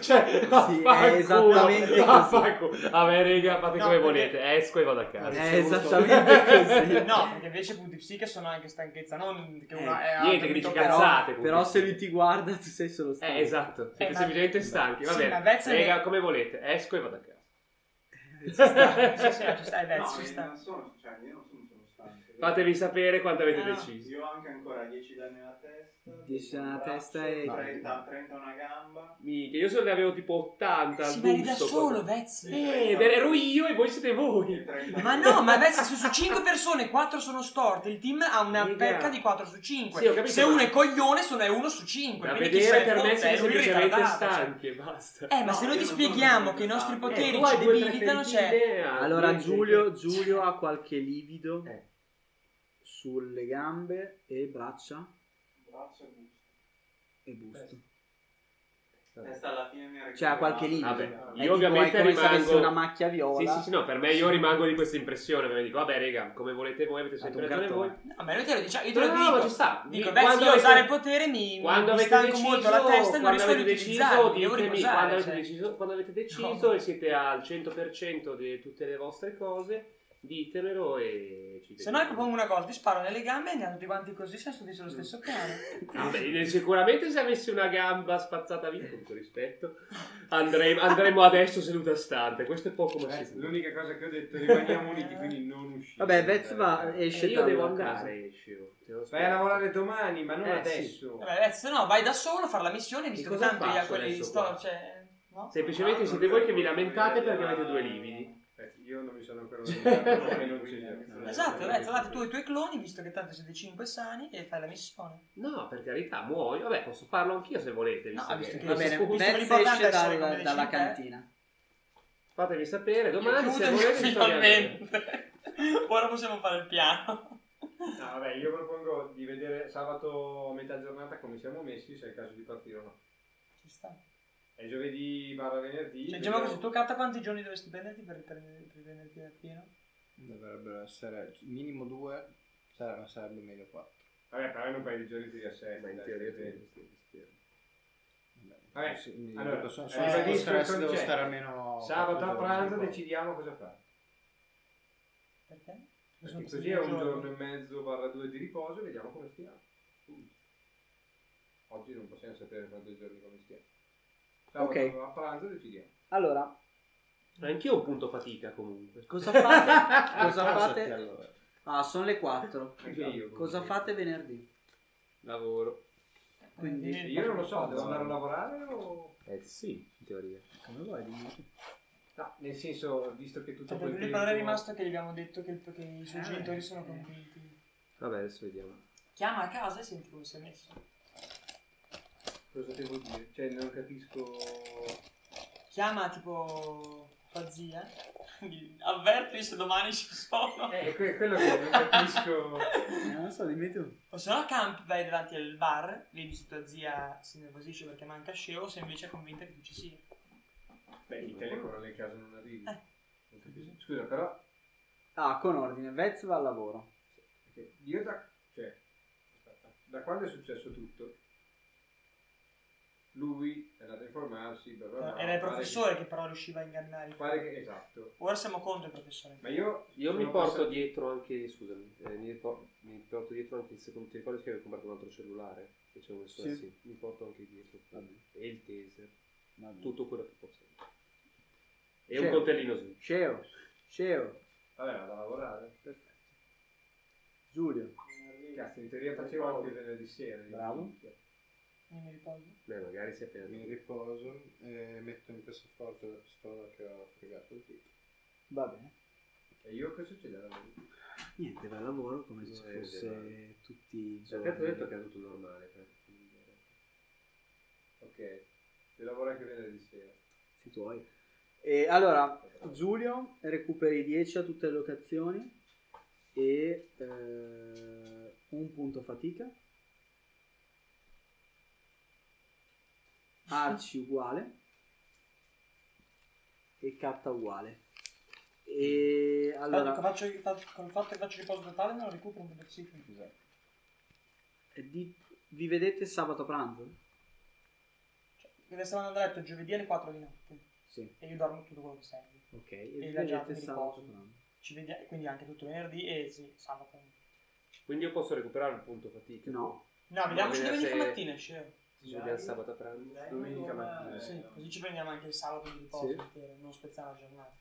[SPEAKER 2] cioè, vaffanculo,
[SPEAKER 5] è esattamente così.
[SPEAKER 2] vaffanculo. Vabbè, raga, fate
[SPEAKER 3] No,
[SPEAKER 2] come
[SPEAKER 3] perché-
[SPEAKER 2] volete, esco e vado a casa.
[SPEAKER 5] È Eh, esattamente così.
[SPEAKER 3] No, perché invece punti psiche sono anche stanchezza, non che uno
[SPEAKER 5] Eh,
[SPEAKER 3] è ha
[SPEAKER 2] niente, che
[SPEAKER 3] dormito
[SPEAKER 2] dici
[SPEAKER 3] per-
[SPEAKER 5] Però,
[SPEAKER 2] cazzate.
[SPEAKER 5] però se lui ti guarda, tu sei solo stanco.
[SPEAKER 2] Eh, esatto, siete
[SPEAKER 3] ma-
[SPEAKER 2] semplicemente stanchi, va
[SPEAKER 3] Sì,
[SPEAKER 2] bene.
[SPEAKER 3] ma Vezza è-
[SPEAKER 2] Raga, come volete, esco e vado a casa.
[SPEAKER 5] Ci sta.
[SPEAKER 3] Sì, sì, Eh, ci stai,
[SPEAKER 1] No,
[SPEAKER 3] Vez, Eh
[SPEAKER 2] eh,
[SPEAKER 3] ci
[SPEAKER 1] io
[SPEAKER 3] sta.
[SPEAKER 1] non sono, cioè, io non sono, sono stanco.
[SPEAKER 2] Fatevi sapere quanto avete
[SPEAKER 3] Ah.
[SPEAKER 2] deciso.
[SPEAKER 1] Io ho anche ancora 10 danni alla testa.
[SPEAKER 5] 10
[SPEAKER 1] un
[SPEAKER 5] alla
[SPEAKER 1] braccio,
[SPEAKER 5] testa e-
[SPEAKER 1] 30, 30 a una gamba.
[SPEAKER 2] Minchia, io se ne avevo tipo 80 al
[SPEAKER 3] Sì, ma eri da
[SPEAKER 2] busto,
[SPEAKER 3] solo,
[SPEAKER 2] cosa-
[SPEAKER 3] Vez.
[SPEAKER 2] Eh, ed ero io e voi siete voi.
[SPEAKER 1] 30
[SPEAKER 3] Ma no, ma adesso se su 5 persone 4 sono storte, il team ha una
[SPEAKER 2] Mica.
[SPEAKER 3] pecca di 4 su 5.
[SPEAKER 2] Sì, ho capito,
[SPEAKER 3] se
[SPEAKER 2] ma-
[SPEAKER 3] uno è coglione, sono è 1 su 5.
[SPEAKER 2] Da
[SPEAKER 3] quindi chi
[SPEAKER 2] vedere
[SPEAKER 3] se ne
[SPEAKER 2] per me
[SPEAKER 3] fotte,
[SPEAKER 2] siete
[SPEAKER 3] Eh, è lui
[SPEAKER 2] semplicemente
[SPEAKER 3] ritardato, cioè.
[SPEAKER 2] stanchi e basta.
[SPEAKER 3] Eh, ma
[SPEAKER 1] No,
[SPEAKER 3] se noi
[SPEAKER 1] io
[SPEAKER 3] ti
[SPEAKER 1] non
[SPEAKER 3] spieghiamo
[SPEAKER 1] sono
[SPEAKER 3] che i nostri
[SPEAKER 1] stanco.
[SPEAKER 3] poteri
[SPEAKER 2] Eh, tu hai
[SPEAKER 3] ci
[SPEAKER 2] due o tre
[SPEAKER 3] debilitano, cioè...
[SPEAKER 2] femmine, ah,
[SPEAKER 5] Allora
[SPEAKER 2] niente.
[SPEAKER 5] Giulio, Giulio ha qualche livido
[SPEAKER 2] Eh.
[SPEAKER 5] sulle gambe e braccia
[SPEAKER 1] Braccio e busto.
[SPEAKER 5] e busto.
[SPEAKER 1] Testa alla fine mi ha
[SPEAKER 5] Cioè ha qualche livido.
[SPEAKER 2] Vabbè,
[SPEAKER 5] È
[SPEAKER 2] io
[SPEAKER 5] tipo,
[SPEAKER 2] ovviamente
[SPEAKER 5] è come se
[SPEAKER 2] rimango
[SPEAKER 5] avesse una macchia
[SPEAKER 2] Sì,
[SPEAKER 5] viola.
[SPEAKER 2] sì, sì, no, per me io rimango di questa impressione, perché dico, vabbè, raga, come volete voi, avete
[SPEAKER 5] Tanto
[SPEAKER 2] sempre
[SPEAKER 5] un
[SPEAKER 2] ragione voi.
[SPEAKER 5] cartone.
[SPEAKER 3] No, ma noi te lo diciamo, io te
[SPEAKER 2] No,
[SPEAKER 3] lo
[SPEAKER 2] no,
[SPEAKER 3] dico.
[SPEAKER 2] ma ci sta.
[SPEAKER 3] Dico,
[SPEAKER 2] Mi-
[SPEAKER 3] beh, se
[SPEAKER 2] quando
[SPEAKER 3] io
[SPEAKER 2] avete-
[SPEAKER 3] usare potere mi,
[SPEAKER 2] quando
[SPEAKER 3] mi
[SPEAKER 2] avete
[SPEAKER 3] stanco
[SPEAKER 2] deciso,
[SPEAKER 3] molto la testa e non
[SPEAKER 2] quando
[SPEAKER 3] riesco ad
[SPEAKER 2] avete
[SPEAKER 3] utilizzarlo,
[SPEAKER 2] deciso,
[SPEAKER 3] lo devo
[SPEAKER 2] ditemi
[SPEAKER 3] riposare,
[SPEAKER 2] quando avete
[SPEAKER 3] cioè.
[SPEAKER 2] deciso, quando avete deciso e siete al 100% di tutte le vostre cose, ditemelo e ci
[SPEAKER 3] Se no, io
[SPEAKER 2] vediamo.
[SPEAKER 3] propongo una cosa, ti sparo nelle gambe e andiamo tutti quanti così, siamo tutti
[SPEAKER 2] Mm.
[SPEAKER 3] sullo stesso piano.
[SPEAKER 2] Vabbè, Ah, sicuramente se avessi una gamba spazzata via, con tutto rispetto, andremo, andremo adesso seduta stante, questo è poco ma
[SPEAKER 10] Eh,
[SPEAKER 2] sicuro.
[SPEAKER 10] l'unica cosa che ho detto, rimaniamo uniti, quindi non usciamo.
[SPEAKER 5] Vabbè, Vez va,
[SPEAKER 2] Eh,
[SPEAKER 5] esce
[SPEAKER 2] io devo
[SPEAKER 5] dalla casa.
[SPEAKER 2] andare, oh, esce.
[SPEAKER 10] Vai a lavorare domani, ma non
[SPEAKER 3] Eh,
[SPEAKER 10] adesso.
[SPEAKER 3] Vabbè, adesso no, vai da solo a fare la missione,
[SPEAKER 2] Che
[SPEAKER 3] visto che
[SPEAKER 2] cosa
[SPEAKER 3] tanto
[SPEAKER 2] faccio
[SPEAKER 3] io a quelli di
[SPEAKER 2] adesso
[SPEAKER 3] sto,
[SPEAKER 2] qua?
[SPEAKER 3] cioè... No?
[SPEAKER 1] Ah,
[SPEAKER 2] Semplicemente siete voi che vi lamentate perché avete due lividi.
[SPEAKER 10] Eh, io non mi sono ancora organizzato perché non ci siamo.
[SPEAKER 3] Esatto, Vez, andate tu e i tuoi cloni, visto che tanto siete 5 sani, e fai la missione.
[SPEAKER 2] No, per carità, muoio. Vabbè, posso farlo anch'io se volete.
[SPEAKER 3] No,
[SPEAKER 2] Visto
[SPEAKER 3] visto
[SPEAKER 2] che...
[SPEAKER 3] che-
[SPEAKER 5] Va bene,
[SPEAKER 3] Visto
[SPEAKER 5] Vez
[SPEAKER 3] l'importante
[SPEAKER 5] esce
[SPEAKER 3] è essere
[SPEAKER 5] dal-
[SPEAKER 3] come
[SPEAKER 5] dalla
[SPEAKER 3] decide te.
[SPEAKER 5] cantina.
[SPEAKER 2] Fatemi sapere domani se
[SPEAKER 3] Chiudere,
[SPEAKER 2] volete. ci torniamo.
[SPEAKER 3] finalmente. Ora possiamo fare il piano.
[SPEAKER 10] No, vabbè, io propongo di vedere sabato a metà giornata come siamo messi, se è il caso di partire o no.
[SPEAKER 3] Ci sta.
[SPEAKER 10] È giovedì barra venerdì.
[SPEAKER 3] Cioè, diciamo così,
[SPEAKER 10] vediamo-
[SPEAKER 3] tu catta quanti giorni dovresti prenderti per, per, per prenderti il pieno?
[SPEAKER 9] Dovrebbero essere minimo 2, sarebbe, sarebbe meglio 4.
[SPEAKER 10] Vabbè, però in un paio di giorni ti riassetti.
[SPEAKER 2] Eh, Ma in
[SPEAKER 10] dai,
[SPEAKER 2] teoria
[SPEAKER 10] dai. Vabbè,
[SPEAKER 9] Vabbè, sì, mi
[SPEAKER 10] allora,
[SPEAKER 9] dico, sono
[SPEAKER 10] eh,
[SPEAKER 9] sono
[SPEAKER 10] ribadisco
[SPEAKER 9] sotto
[SPEAKER 10] il
[SPEAKER 9] stress, devo
[SPEAKER 10] concetto.
[SPEAKER 9] stare almeno...
[SPEAKER 10] Sabato a
[SPEAKER 9] quattro
[SPEAKER 10] pranzo
[SPEAKER 9] giorni.
[SPEAKER 10] decidiamo cosa fare.
[SPEAKER 3] Perché? Sono
[SPEAKER 10] Perché
[SPEAKER 3] passati
[SPEAKER 10] così è
[SPEAKER 3] due
[SPEAKER 10] un
[SPEAKER 3] giorni.
[SPEAKER 10] giorno e mezzo barra due di riposo e vediamo come stiamo. Oggi non possiamo sapere fra due giorni come stia.
[SPEAKER 5] Ok.
[SPEAKER 10] Sabato A pranzo decidiamo.
[SPEAKER 5] Allora,
[SPEAKER 2] Anch'io ho un punto fatica comunque.
[SPEAKER 5] cosa fate? cosa
[SPEAKER 2] Ah,
[SPEAKER 5] fate?
[SPEAKER 2] sì, allora.
[SPEAKER 5] Ah, sono le 4.
[SPEAKER 10] Anche io,
[SPEAKER 5] Cosa fate venerdì?
[SPEAKER 13] Lavoro.
[SPEAKER 3] Eh,
[SPEAKER 5] Quindi
[SPEAKER 10] Io non lo so, devo andare a lavorare o...
[SPEAKER 13] Eh sì, in teoria.
[SPEAKER 5] Come vuoi, dimmi.
[SPEAKER 10] No, nel senso, visto che tutto
[SPEAKER 3] Cioè,
[SPEAKER 10] quel
[SPEAKER 3] il
[SPEAKER 10] tempo...
[SPEAKER 3] però è rimasto che gli abbiamo detto che, il- che i suoi
[SPEAKER 10] Eh.
[SPEAKER 3] genitori sono contenti.
[SPEAKER 13] Vabbè, adesso vediamo.
[SPEAKER 3] Chiama a casa e senti come si è messo.
[SPEAKER 10] Cosa devo dire? Cioè, non capisco...
[SPEAKER 3] Chiama tipo tua zia. Gli- Avverti se domani ci sono.
[SPEAKER 10] Eh, que- quello che non capisco...
[SPEAKER 5] Eh, Non lo so, dimmi tu.
[SPEAKER 3] O se no campi, vai davanti al bar, vedi se tua zia si nervosisce perché manca sceo, se invece è convinta che tu ci sia.
[SPEAKER 10] Beh, il telefono nel caso non arrivi.
[SPEAKER 3] Eh.
[SPEAKER 10] Non capisco. Scusa, però...
[SPEAKER 5] Ah, con ordine, Vez va al lavoro.
[SPEAKER 10] Perché io da, cioè, aspetta, da quando è successo tutto, lui è andato a informarsi, bla bla bla,
[SPEAKER 3] Era il
[SPEAKER 10] pare
[SPEAKER 3] professore che però riusciva a ingannare.
[SPEAKER 10] Che, pare che, esatto.
[SPEAKER 3] Ora siamo contro il professore.
[SPEAKER 10] Ma io,
[SPEAKER 2] Io mi
[SPEAKER 10] sono
[SPEAKER 2] porto
[SPEAKER 10] passato-
[SPEAKER 2] dietro anche, scusami, eh, mi, por- mi porto dietro anche il secondo, ti ricordi che avevo comprato un altro cellulare? Che c'è questo
[SPEAKER 5] Sì.
[SPEAKER 2] sì. mi porto anche dietro. E il taser,
[SPEAKER 5] Vabbè.
[SPEAKER 2] tutto quello che posso. E
[SPEAKER 5] Sceo.
[SPEAKER 2] un coltellino su.
[SPEAKER 5] Sceo, Sceo,
[SPEAKER 10] Vabbè, vado a lavorare.
[SPEAKER 5] perfetto. Giulio,
[SPEAKER 10] Cazzo, in teoria facevo anche Cioè, il venerdì sera.
[SPEAKER 5] Bravo.
[SPEAKER 10] minchia.
[SPEAKER 3] Non mi riposo.
[SPEAKER 2] Beh, magari si è appena...
[SPEAKER 4] Mi riposo e metto in cassaforte la pistola che ho fregato il dito.
[SPEAKER 5] va bene.
[SPEAKER 10] E io che succede alla vita?
[SPEAKER 5] Niente, va al lavoro come se
[SPEAKER 2] Eh,
[SPEAKER 5] fosse tutti i giorni.
[SPEAKER 10] Cioè,
[SPEAKER 2] Cioè, Perché ti ho detto che è tutto normale. per-
[SPEAKER 10] Ok, si lavora anche venerdì sera.
[SPEAKER 5] Sì, tuoi. E allora, Giulio, recuperi 10 a tutte le locazioni e eh, un punto fatica. Arci uguale e Catta uguale. E
[SPEAKER 3] Allora,
[SPEAKER 5] allora,
[SPEAKER 3] con, faccio, fa- con il fatto che faccio riposo totale non recupero un punto psichico.
[SPEAKER 10] Esatto.
[SPEAKER 5] eh, di- vi vedete sabato pranzo?
[SPEAKER 3] Deve essere andando a letto giovedì alle 4 di notte.
[SPEAKER 5] Sì.
[SPEAKER 3] E io dormo tutto quello che serve.
[SPEAKER 5] Ok, e vi
[SPEAKER 3] E la giornata
[SPEAKER 5] vedete
[SPEAKER 3] di
[SPEAKER 5] sabato
[SPEAKER 3] riposo.
[SPEAKER 5] pranzo.
[SPEAKER 3] Ci vediamo, quindi anche tutto venerdì e sì, sabato.
[SPEAKER 2] Quindi io posso recuperare un punto fatica.
[SPEAKER 5] No.
[SPEAKER 3] No, vediamo se
[SPEAKER 2] vediamo
[SPEAKER 3] domenica
[SPEAKER 2] se-
[SPEAKER 3] mattina, scemo. Eh,
[SPEAKER 2] Ci vediamo sabato a pranzo.
[SPEAKER 10] Domenica mattina.
[SPEAKER 3] Esatto, Sì, così ci prendiamo anche il sabato di riposo
[SPEAKER 5] Sì.
[SPEAKER 3] intero, non spezzare la giornata.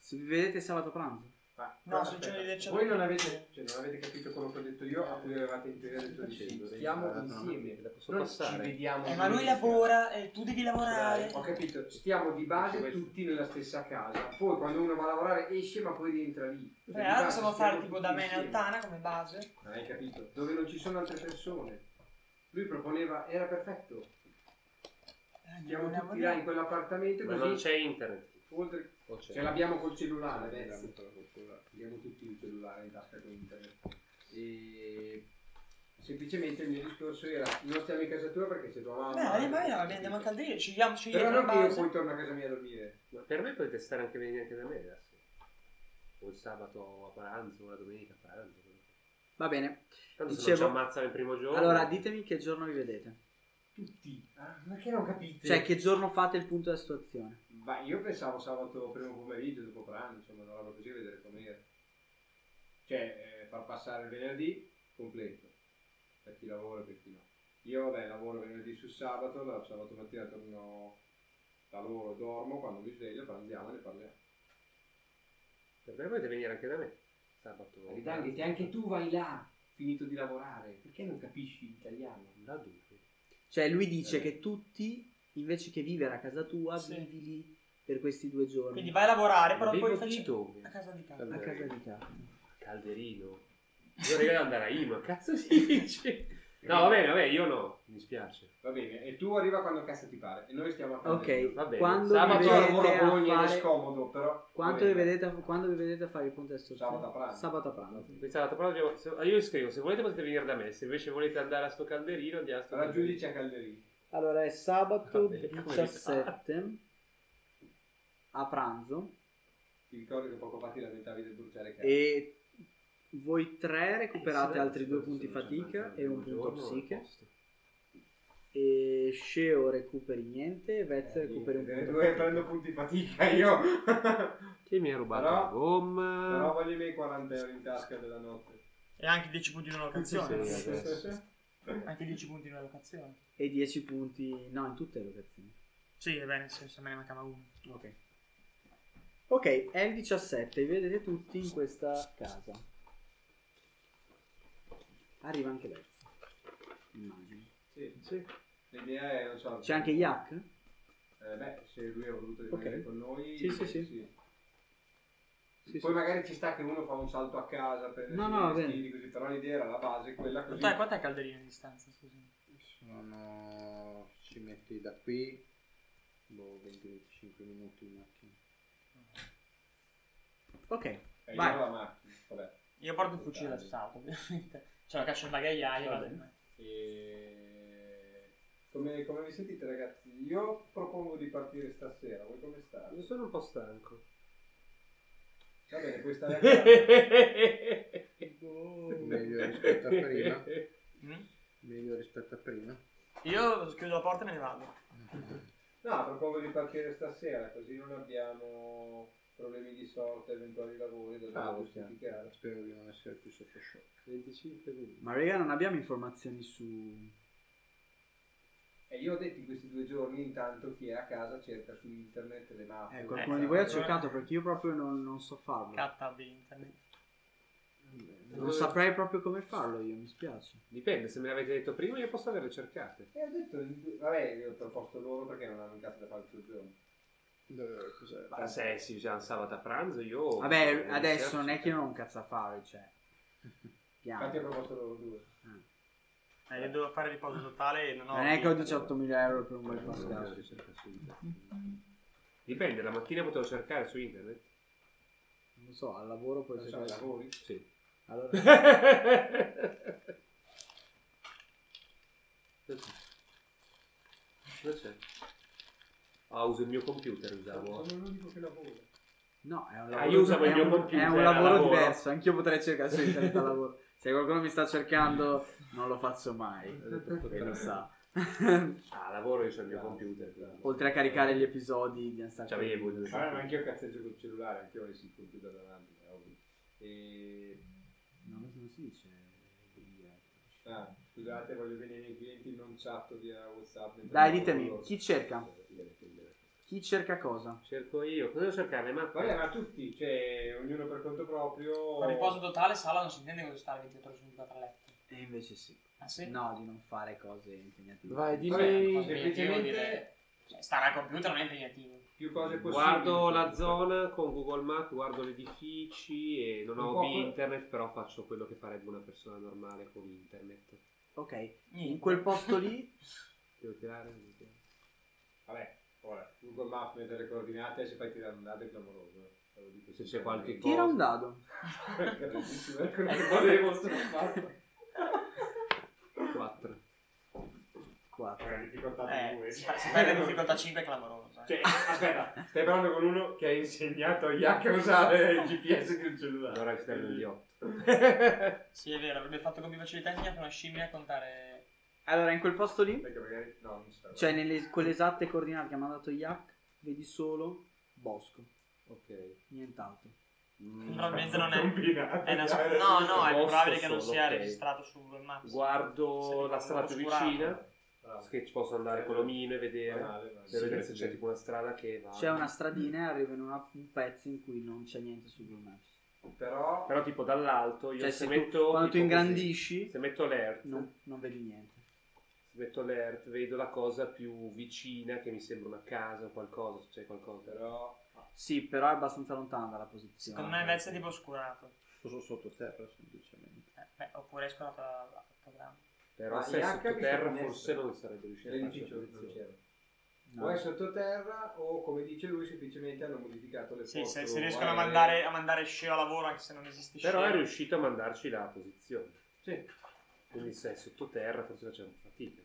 [SPEAKER 5] Se vi vedete sabato pranzo?
[SPEAKER 10] Ma,
[SPEAKER 3] No,
[SPEAKER 10] no,
[SPEAKER 3] se c'è un'idea, c'è
[SPEAKER 10] voi
[SPEAKER 3] da-
[SPEAKER 10] non avete, cioè, non avete capito quello che ho detto io, a cui avevate in teoria detto di sì. Stiamo insieme,
[SPEAKER 2] La posso
[SPEAKER 10] non ci
[SPEAKER 2] passare?
[SPEAKER 10] vediamo.
[SPEAKER 3] Eh, ma lui
[SPEAKER 10] domenica.
[SPEAKER 3] lavora e tu devi lavorare.
[SPEAKER 10] Ho capito, stiamo di base tutti nella stessa casa. Poi quando uno va a lavorare esce ma poi rientra lì. Cioè, Di
[SPEAKER 3] Beh, allora
[SPEAKER 10] base
[SPEAKER 3] possiamo
[SPEAKER 10] stiamo
[SPEAKER 3] fare tipo
[SPEAKER 10] tutti
[SPEAKER 3] da me in
[SPEAKER 10] insieme.
[SPEAKER 3] Altana come base.
[SPEAKER 10] Non hai capito? Dove non ci sono altre persone. Lui proponeva, era perfetto.
[SPEAKER 3] Eh,
[SPEAKER 10] Stiamo
[SPEAKER 3] andiamo
[SPEAKER 10] tutti
[SPEAKER 3] là.
[SPEAKER 10] là in quell'appartamento
[SPEAKER 2] Ma
[SPEAKER 10] così
[SPEAKER 2] non c'è internet.
[SPEAKER 10] oltre-
[SPEAKER 2] O c'è?
[SPEAKER 10] Ce l'abbiamo col cellulare
[SPEAKER 4] Sì,
[SPEAKER 10] adesso.
[SPEAKER 4] veramente col cellulare.
[SPEAKER 10] Abbiamo tutti un cellulare in tasca con internet. E semplicemente il mio discorso era non stiamo in casa tua perché c'è tua mamma.
[SPEAKER 3] Beh, dai, vai, no, andiamo a caldere, ci vediamo, ci
[SPEAKER 10] Però
[SPEAKER 3] vediamo in
[SPEAKER 10] non che io
[SPEAKER 3] base.
[SPEAKER 10] poi torno a casa mia a dormire.
[SPEAKER 2] Ma per me potete stare anche venire anche da me adesso. O il sabato a pranzo, o la domenica a pranzo. quello che-
[SPEAKER 5] Va bene.
[SPEAKER 2] Tanto se non ci
[SPEAKER 5] Dicevo-
[SPEAKER 2] ammazzano il primo giorno.
[SPEAKER 5] Allora, ditemi che giorno vi vedete.
[SPEAKER 10] Tutti. Ah, ma che non capite?
[SPEAKER 5] Cioè, che giorno fate il punto della situazione?
[SPEAKER 10] Ma io pensavo sabato primo pomeriggio, dopo pranzo, insomma, una roba così, vedere com'era. Cioè, eh, far passare il venerdì completo, per chi lavora e per chi no. Io, vabbè, lavoro venerdì su sabato, la sabato mattina torno da loro, dormo, quando mi sveglio pranziamo e ne parliamo.
[SPEAKER 2] Per me potete venire anche da me. Sabato.
[SPEAKER 10] Ridangiti, anche tu vai là, finito di lavorare, perché non capisci l'italiano?
[SPEAKER 2] Da dove?
[SPEAKER 10] Eh,
[SPEAKER 5] Cioè, lui dice che tutti, invece che vivere a casa tua,
[SPEAKER 3] Sì.
[SPEAKER 5] vivi lì per questi due giorni.
[SPEAKER 3] Quindi vai a lavorare, però
[SPEAKER 2] Vivo
[SPEAKER 3] poi
[SPEAKER 2] di
[SPEAKER 3] facci
[SPEAKER 2] dove?
[SPEAKER 10] Ah,
[SPEAKER 3] a casa di casa.
[SPEAKER 5] a casa di casa.
[SPEAKER 2] Calderino. Io regalo andare a Ima, cazzo si dice? No, va bene, vabbè, io no. Mi dispiace.
[SPEAKER 10] Va bene, e tu arriva quando cazzo ti pare, e noi stiamo a casa.
[SPEAKER 5] Ok,
[SPEAKER 2] Va bene.
[SPEAKER 5] quando
[SPEAKER 2] Sabato
[SPEAKER 5] vi
[SPEAKER 10] Sabato lavoro
[SPEAKER 5] vedete
[SPEAKER 10] a Bologna,
[SPEAKER 5] a
[SPEAKER 10] è
[SPEAKER 5] fare...
[SPEAKER 10] scomodo, però...
[SPEAKER 5] Quanto
[SPEAKER 10] va
[SPEAKER 5] vi
[SPEAKER 10] bene.
[SPEAKER 5] vedete a... Quando vi vedete a fare il punto della situazione?
[SPEAKER 10] Sabato a pranzo.
[SPEAKER 5] Sabato a pranzo.
[SPEAKER 2] Pensavo, però dobbiamo- se- io scrivo, se volete potete venire da me, se invece volete andare a sto calderino, andiamo a sto
[SPEAKER 10] Allora
[SPEAKER 2] calderino.
[SPEAKER 10] giudice a Calderino.
[SPEAKER 5] Allora, è sabato
[SPEAKER 2] Vabbè, come
[SPEAKER 5] 17 a pranzo
[SPEAKER 10] Ti ricordo che poco fa ti lamentavi del bruciare cazzo.
[SPEAKER 5] e voi tre
[SPEAKER 2] Eh,
[SPEAKER 5] recuperate
[SPEAKER 2] sì,
[SPEAKER 5] altri
[SPEAKER 2] se-
[SPEAKER 5] due
[SPEAKER 2] se
[SPEAKER 5] punti
[SPEAKER 2] non ci
[SPEAKER 5] fatica
[SPEAKER 2] ammazzano
[SPEAKER 5] e
[SPEAKER 2] il
[SPEAKER 5] un
[SPEAKER 2] primo
[SPEAKER 5] punto
[SPEAKER 2] giorno, a
[SPEAKER 5] psiche
[SPEAKER 2] posto.
[SPEAKER 5] e Sceo recuperi niente e Vez
[SPEAKER 10] Eh,
[SPEAKER 5] recuperi un
[SPEAKER 10] niente,
[SPEAKER 5] punto
[SPEAKER 10] dove
[SPEAKER 5] fatica.
[SPEAKER 10] prendo punti
[SPEAKER 1] cioè,
[SPEAKER 10] fatica io.
[SPEAKER 2] Che mi ha rubato
[SPEAKER 10] Però-
[SPEAKER 2] la gomma.
[SPEAKER 10] Però voglio i miei 40 euro in tasca della notte.
[SPEAKER 3] E anche 10 punti di una
[SPEAKER 2] Sì,
[SPEAKER 3] locazione.
[SPEAKER 2] sì, sì.
[SPEAKER 10] Sì, sì.
[SPEAKER 3] Anche 10 punti in una locazione.
[SPEAKER 5] E 10 punti, no, in tutte le locazioni.
[SPEAKER 3] Sì, va bene, nel senso, me ne mancava uno.
[SPEAKER 5] Ok. Ok, è il 17, vi vedete tutti in questa casa. Arriva anche lei. Immagino.
[SPEAKER 10] Sì, sì. L'idea è, eh, non so...
[SPEAKER 5] C'è anche Yak?
[SPEAKER 10] Eh, beh, se lui ha voluto rimanere
[SPEAKER 5] Ok.
[SPEAKER 10] con noi...
[SPEAKER 5] Sì, sì, sì.
[SPEAKER 10] Poi magari ci sta che uno fa un salto a casa per
[SPEAKER 5] No, no, va bene.
[SPEAKER 10] vestiti, così, però l'idea era la base, quella così.
[SPEAKER 3] Dai, quant'è calderino di distanza, scusi?
[SPEAKER 4] Sono... ci metti da qui boh, 20-25 minuti in macchina.
[SPEAKER 5] Ok,
[SPEAKER 10] Eh,
[SPEAKER 3] vai.
[SPEAKER 10] io la macchina, vabbè.
[SPEAKER 3] Io porto un fucile d'assalto, ovviamente. Ce la caccio in bagagliaio,
[SPEAKER 10] Va
[SPEAKER 5] Certo.
[SPEAKER 3] vado.
[SPEAKER 10] bene. E... Come, come vi sentite ragazzi? Io propongo di partire stasera, voi come state?
[SPEAKER 4] Io sono un po' stanco.
[SPEAKER 10] Va bene, puoi stare a casa.
[SPEAKER 4] Meglio rispetto a prima.
[SPEAKER 3] Mm?
[SPEAKER 4] Meglio rispetto a prima.
[SPEAKER 3] Io chiudo la porta e me ne vado.
[SPEAKER 10] No, propongo di partire stasera, così non abbiamo problemi di sorte, eventuali lavori da
[SPEAKER 5] Ah,
[SPEAKER 10] dover giustificare.
[SPEAKER 4] Spero di non essere più sotto shock.
[SPEAKER 10] 25 minuti.
[SPEAKER 5] Ma raga, non abbiamo informazioni su...
[SPEAKER 10] E io ho detto in questi due giorni intanto chi è a casa cerca su internet le mappe.
[SPEAKER 5] Eh, qualcuno di voi ha cercato perché io proprio non, non so farlo.
[SPEAKER 3] Catta internet.
[SPEAKER 5] Non saprei proprio come farlo io, mi spiace.
[SPEAKER 2] Dipende, se me l'avete detto prima io posso averle cercate.
[SPEAKER 10] E ho detto, vabbè, io ho proposto loro perché non hanno in casa da fare tutto il giorno.
[SPEAKER 4] Cos'è?
[SPEAKER 2] Ma se si usa un sabato a pranzo io... eh,
[SPEAKER 5] Vabbè, adesso non è che io non ho un cazzo a fare, cioè... Piano.
[SPEAKER 10] Infatti ho proposto loro due.
[SPEAKER 3] Eh, io devo fare riposo totale e non ho...
[SPEAKER 5] Non è che ho 18.000 euro per un bel passaggio.
[SPEAKER 2] Dipende, la mattina potevo cercare su internet.
[SPEAKER 5] Non so, al lavoro puoi
[SPEAKER 10] Non so,
[SPEAKER 5] cercare...
[SPEAKER 10] lavori?
[SPEAKER 2] Sì.
[SPEAKER 5] Allora...
[SPEAKER 2] Cosa c'è? Ah, uso il mio computer, usavo.
[SPEAKER 10] Sono l'unico che lavora.
[SPEAKER 5] No, è un
[SPEAKER 2] Ah,
[SPEAKER 5] lavoro,
[SPEAKER 2] io usavo il
[SPEAKER 5] è
[SPEAKER 2] mio
[SPEAKER 5] un-
[SPEAKER 2] computer,
[SPEAKER 5] È un
[SPEAKER 2] era
[SPEAKER 5] lavoro,
[SPEAKER 2] lavoro.
[SPEAKER 5] diverso, anch'io potrei cercare su internet al lavoro. Se qualcuno mi sta cercando, non lo faccio mai. E lo sa.
[SPEAKER 2] Ah, lavoro io sul mio computer. quindi.
[SPEAKER 5] Oltre a caricare gli episodi di Unstar
[SPEAKER 2] C'avevo il
[SPEAKER 10] Vabbè, ma anch'io cazzeggio col cellulare, anch'io ho il computer davanti, è ovvio. E...
[SPEAKER 5] No, non si dice.
[SPEAKER 10] Ah, scusate, voglio bene i miei clienti, non chatto via WhatsApp.
[SPEAKER 5] Dai, ditemi, chi cerca? Chi cerca cosa?
[SPEAKER 2] Cerco io. Cosa devo cercare? Le mappe?
[SPEAKER 10] Vabbè, ma tutti, cioè, ognuno per conto proprio.
[SPEAKER 3] Con riposo totale sala non si intende cosa stare 24 ore su 24 a letto.
[SPEAKER 5] E invece sì.
[SPEAKER 3] Ah sì?
[SPEAKER 5] No, di non fare cose impegnative.
[SPEAKER 2] Vai, dimmi-
[SPEAKER 3] Vabbè,
[SPEAKER 2] semplicemente-
[SPEAKER 3] dire- Cioè, stare al computer non è impegnativo.
[SPEAKER 10] Più cose possibili.
[SPEAKER 2] Guardo la zona con Google Maps, guardo gli edifici e non
[SPEAKER 10] Un
[SPEAKER 2] ho
[SPEAKER 10] po' que-
[SPEAKER 2] internet, però faccio quello che farebbe una persona normale con internet.
[SPEAKER 5] Ok, in
[SPEAKER 3] Niente.
[SPEAKER 5] quel posto lì,
[SPEAKER 2] Devo tirare, devo tirare.
[SPEAKER 10] Vabbè, ora, Google Maps, mettere le coordinate, se fai tirare un dado è clamoroso. eh. Te lo dico
[SPEAKER 2] Se c'è
[SPEAKER 10] sinceramente.
[SPEAKER 2] qualche
[SPEAKER 5] tira un dado.
[SPEAKER 10] Grandissimo, ecco che volevo sono fatto.
[SPEAKER 2] 4.
[SPEAKER 5] 4.
[SPEAKER 10] Una difficoltà di
[SPEAKER 3] Eh,
[SPEAKER 10] due.
[SPEAKER 3] se se fai la difficoltà 5 è clamorosa. eh.
[SPEAKER 10] Cioè, aspetta, stai parlando con uno che ha insegnato agli hack a usare il GPS di un cellulare.
[SPEAKER 2] Allora esterno di 8.
[SPEAKER 3] Sì, è vero, avrebbe fatto con più facilità di una scimmia a contare...
[SPEAKER 5] Allora, in quel posto lì,
[SPEAKER 10] Perché magari no, non c'è.
[SPEAKER 5] cioè nelle quelle esatte coordinate che mi ha dato Yak, vedi solo bosco,
[SPEAKER 2] Ok.
[SPEAKER 5] nient'altro.
[SPEAKER 3] Probabilmente non è...
[SPEAKER 10] combinato.
[SPEAKER 3] è nas- no, no, è
[SPEAKER 2] Posso
[SPEAKER 3] probabile che non
[SPEAKER 2] Eh, solo,
[SPEAKER 3] sia
[SPEAKER 2] ok.
[SPEAKER 3] registrato su Google Maps.
[SPEAKER 2] Guardo
[SPEAKER 3] Se
[SPEAKER 2] la strada più
[SPEAKER 3] tipo oscurato.
[SPEAKER 2] vicina, che ci posso andare con l'omino e
[SPEAKER 3] eh.
[SPEAKER 2] vedere,
[SPEAKER 10] Banale, ma-
[SPEAKER 2] per vedere se c'è tipo una strada che va.
[SPEAKER 5] C'è una stradina e arriva in una- un pezzo in cui non c'è niente su Google Maps.
[SPEAKER 10] Però
[SPEAKER 2] Però tipo dall'alto io
[SPEAKER 5] Cioè,
[SPEAKER 2] se,
[SPEAKER 5] se tu-
[SPEAKER 2] metto...
[SPEAKER 5] quando tu
[SPEAKER 2] tipo così,
[SPEAKER 5] ingrandisci-
[SPEAKER 2] se metto l'ERT,
[SPEAKER 5] Non, non vedi niente.
[SPEAKER 2] se metto l'ERT vedo la cosa più vicina che mi sembra una casa o qualcosa, se c'è qualcosa.
[SPEAKER 10] però
[SPEAKER 5] Sì, però è abbastanza lontana dalla posizione.
[SPEAKER 3] Secondo me invece è tipo oscurato.
[SPEAKER 4] Sono sottoterra semplicemente.
[SPEAKER 3] Eh, beh, oppure è oscurato da- dal programma.
[SPEAKER 2] Però
[SPEAKER 10] Ma
[SPEAKER 2] se
[SPEAKER 10] gli
[SPEAKER 2] è
[SPEAKER 10] H
[SPEAKER 2] sottoterra
[SPEAKER 10] che si
[SPEAKER 2] forse
[SPEAKER 10] finiscono.
[SPEAKER 2] non sarebbe riuscito a fare
[SPEAKER 10] l'edificio
[SPEAKER 2] la
[SPEAKER 10] non
[SPEAKER 2] posizione.
[SPEAKER 10] c'era.
[SPEAKER 5] No.
[SPEAKER 10] O è sottoterra o come dice lui semplicemente hanno modificato le
[SPEAKER 3] Sì,
[SPEAKER 10] foto
[SPEAKER 3] se, se riescono a
[SPEAKER 10] aeree.
[SPEAKER 3] mandare, a mandare Shea a lavoro anche se non esiste
[SPEAKER 2] Però
[SPEAKER 3] Shea.
[SPEAKER 2] è riuscito a mandarci la posizione.
[SPEAKER 10] Sì,
[SPEAKER 2] Quindi se è sottoterra forse facciamo fatica.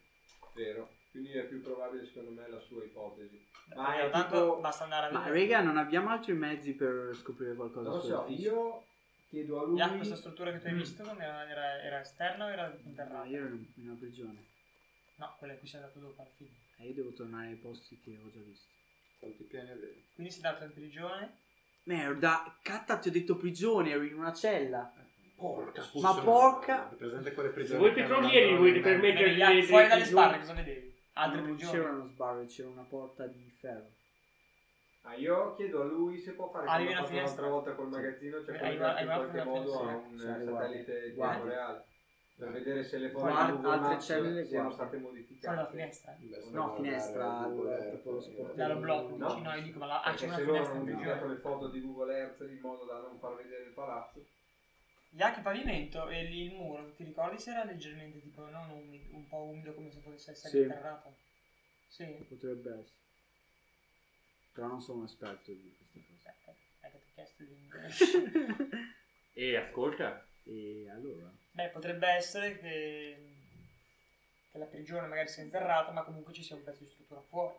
[SPEAKER 10] vero. Quindi è più probabile secondo me la sua ipotesi. Ma
[SPEAKER 3] Ma
[SPEAKER 10] è
[SPEAKER 3] tanto
[SPEAKER 10] tipo
[SPEAKER 3] basta andare a
[SPEAKER 5] Ma
[SPEAKER 3] vedere.
[SPEAKER 5] raga, non abbiamo altri mezzi per scoprire qualcosa
[SPEAKER 10] non lo
[SPEAKER 5] su
[SPEAKER 10] so,
[SPEAKER 5] edifici?
[SPEAKER 10] io chiedo a lui
[SPEAKER 3] Già, questa struttura
[SPEAKER 2] Mm.
[SPEAKER 3] che tu hai visto come era, era, era esterna o era
[SPEAKER 5] No,
[SPEAKER 3] interrata?
[SPEAKER 5] io ero in in una prigione.
[SPEAKER 3] No, quella in cui sei andato dopo alla fine.
[SPEAKER 5] E io devo tornare ai posti che ho già visto.
[SPEAKER 4] Quanti piani avevi?
[SPEAKER 3] Quindi sei andato in prigione.
[SPEAKER 5] Merda, catta, ti ho detto prigione, ero in una cella.
[SPEAKER 14] Porca
[SPEAKER 5] Ma
[SPEAKER 14] puttana.
[SPEAKER 5] porca-
[SPEAKER 14] Avete presente quelle prigioni
[SPEAKER 5] Voi
[SPEAKER 14] che
[SPEAKER 5] petrolieri,
[SPEAKER 14] erano-
[SPEAKER 5] voi per me-
[SPEAKER 3] Venivi
[SPEAKER 5] le-
[SPEAKER 3] là,
[SPEAKER 5] le-
[SPEAKER 3] fuori
[SPEAKER 5] le
[SPEAKER 3] dalle
[SPEAKER 5] prigioni.
[SPEAKER 3] sbarre, cosa vedevi? Altre
[SPEAKER 5] non
[SPEAKER 3] prigioni.
[SPEAKER 5] c'era uno sbarro, c'era una porta di ferro.
[SPEAKER 10] Ah, io chiedo a lui se può fare
[SPEAKER 3] Arrivi
[SPEAKER 10] come ha
[SPEAKER 3] alla
[SPEAKER 10] fatto l'altra
[SPEAKER 3] finestra.
[SPEAKER 10] volta col
[SPEAKER 3] Sì.
[SPEAKER 10] magazzino, cioè
[SPEAKER 3] Arriva-
[SPEAKER 10] collegarsi in
[SPEAKER 3] arriva alla
[SPEAKER 10] qualche modo a
[SPEAKER 3] finestra.
[SPEAKER 10] un eh,
[SPEAKER 5] Sì, guarda.
[SPEAKER 10] satellite di
[SPEAKER 5] Guarda.
[SPEAKER 10] tempo reale per vedere se le
[SPEAKER 5] Guarda,
[SPEAKER 10] foto di Google
[SPEAKER 5] altre
[SPEAKER 10] Maps
[SPEAKER 5] cellule
[SPEAKER 10] siano
[SPEAKER 5] guarda.
[SPEAKER 10] state
[SPEAKER 3] Fuori
[SPEAKER 10] modificate.
[SPEAKER 3] dalla finestra.
[SPEAKER 5] No, finestra, al- tipo lo sportello.
[SPEAKER 3] Dallo blocco, dici, no, io dico, ma la- ah,
[SPEAKER 10] eh, Perché
[SPEAKER 3] c'è una
[SPEAKER 10] se loro
[SPEAKER 3] finestra
[SPEAKER 10] hanno
[SPEAKER 3] in
[SPEAKER 10] usato
[SPEAKER 3] prigione.
[SPEAKER 10] le foto di Google Earth in modo da non far vedere il palazzo.
[SPEAKER 3] Gli anche il pavimento e lì il muro, ti ricordi se era leggermente tipo non umido, un po' umido come se potesse essere
[SPEAKER 5] Sì.
[SPEAKER 3] interrato? Sì.
[SPEAKER 5] Potrebbe essere. Però non sono un esperto di queste cose.
[SPEAKER 3] cioè, eh, È che ti ho chiesto di...
[SPEAKER 2] E ascolta.
[SPEAKER 5] E allora?
[SPEAKER 3] Beh, potrebbe essere che, che la prigione magari sia interrata, ma comunque ci sia un pezzo di struttura fuori.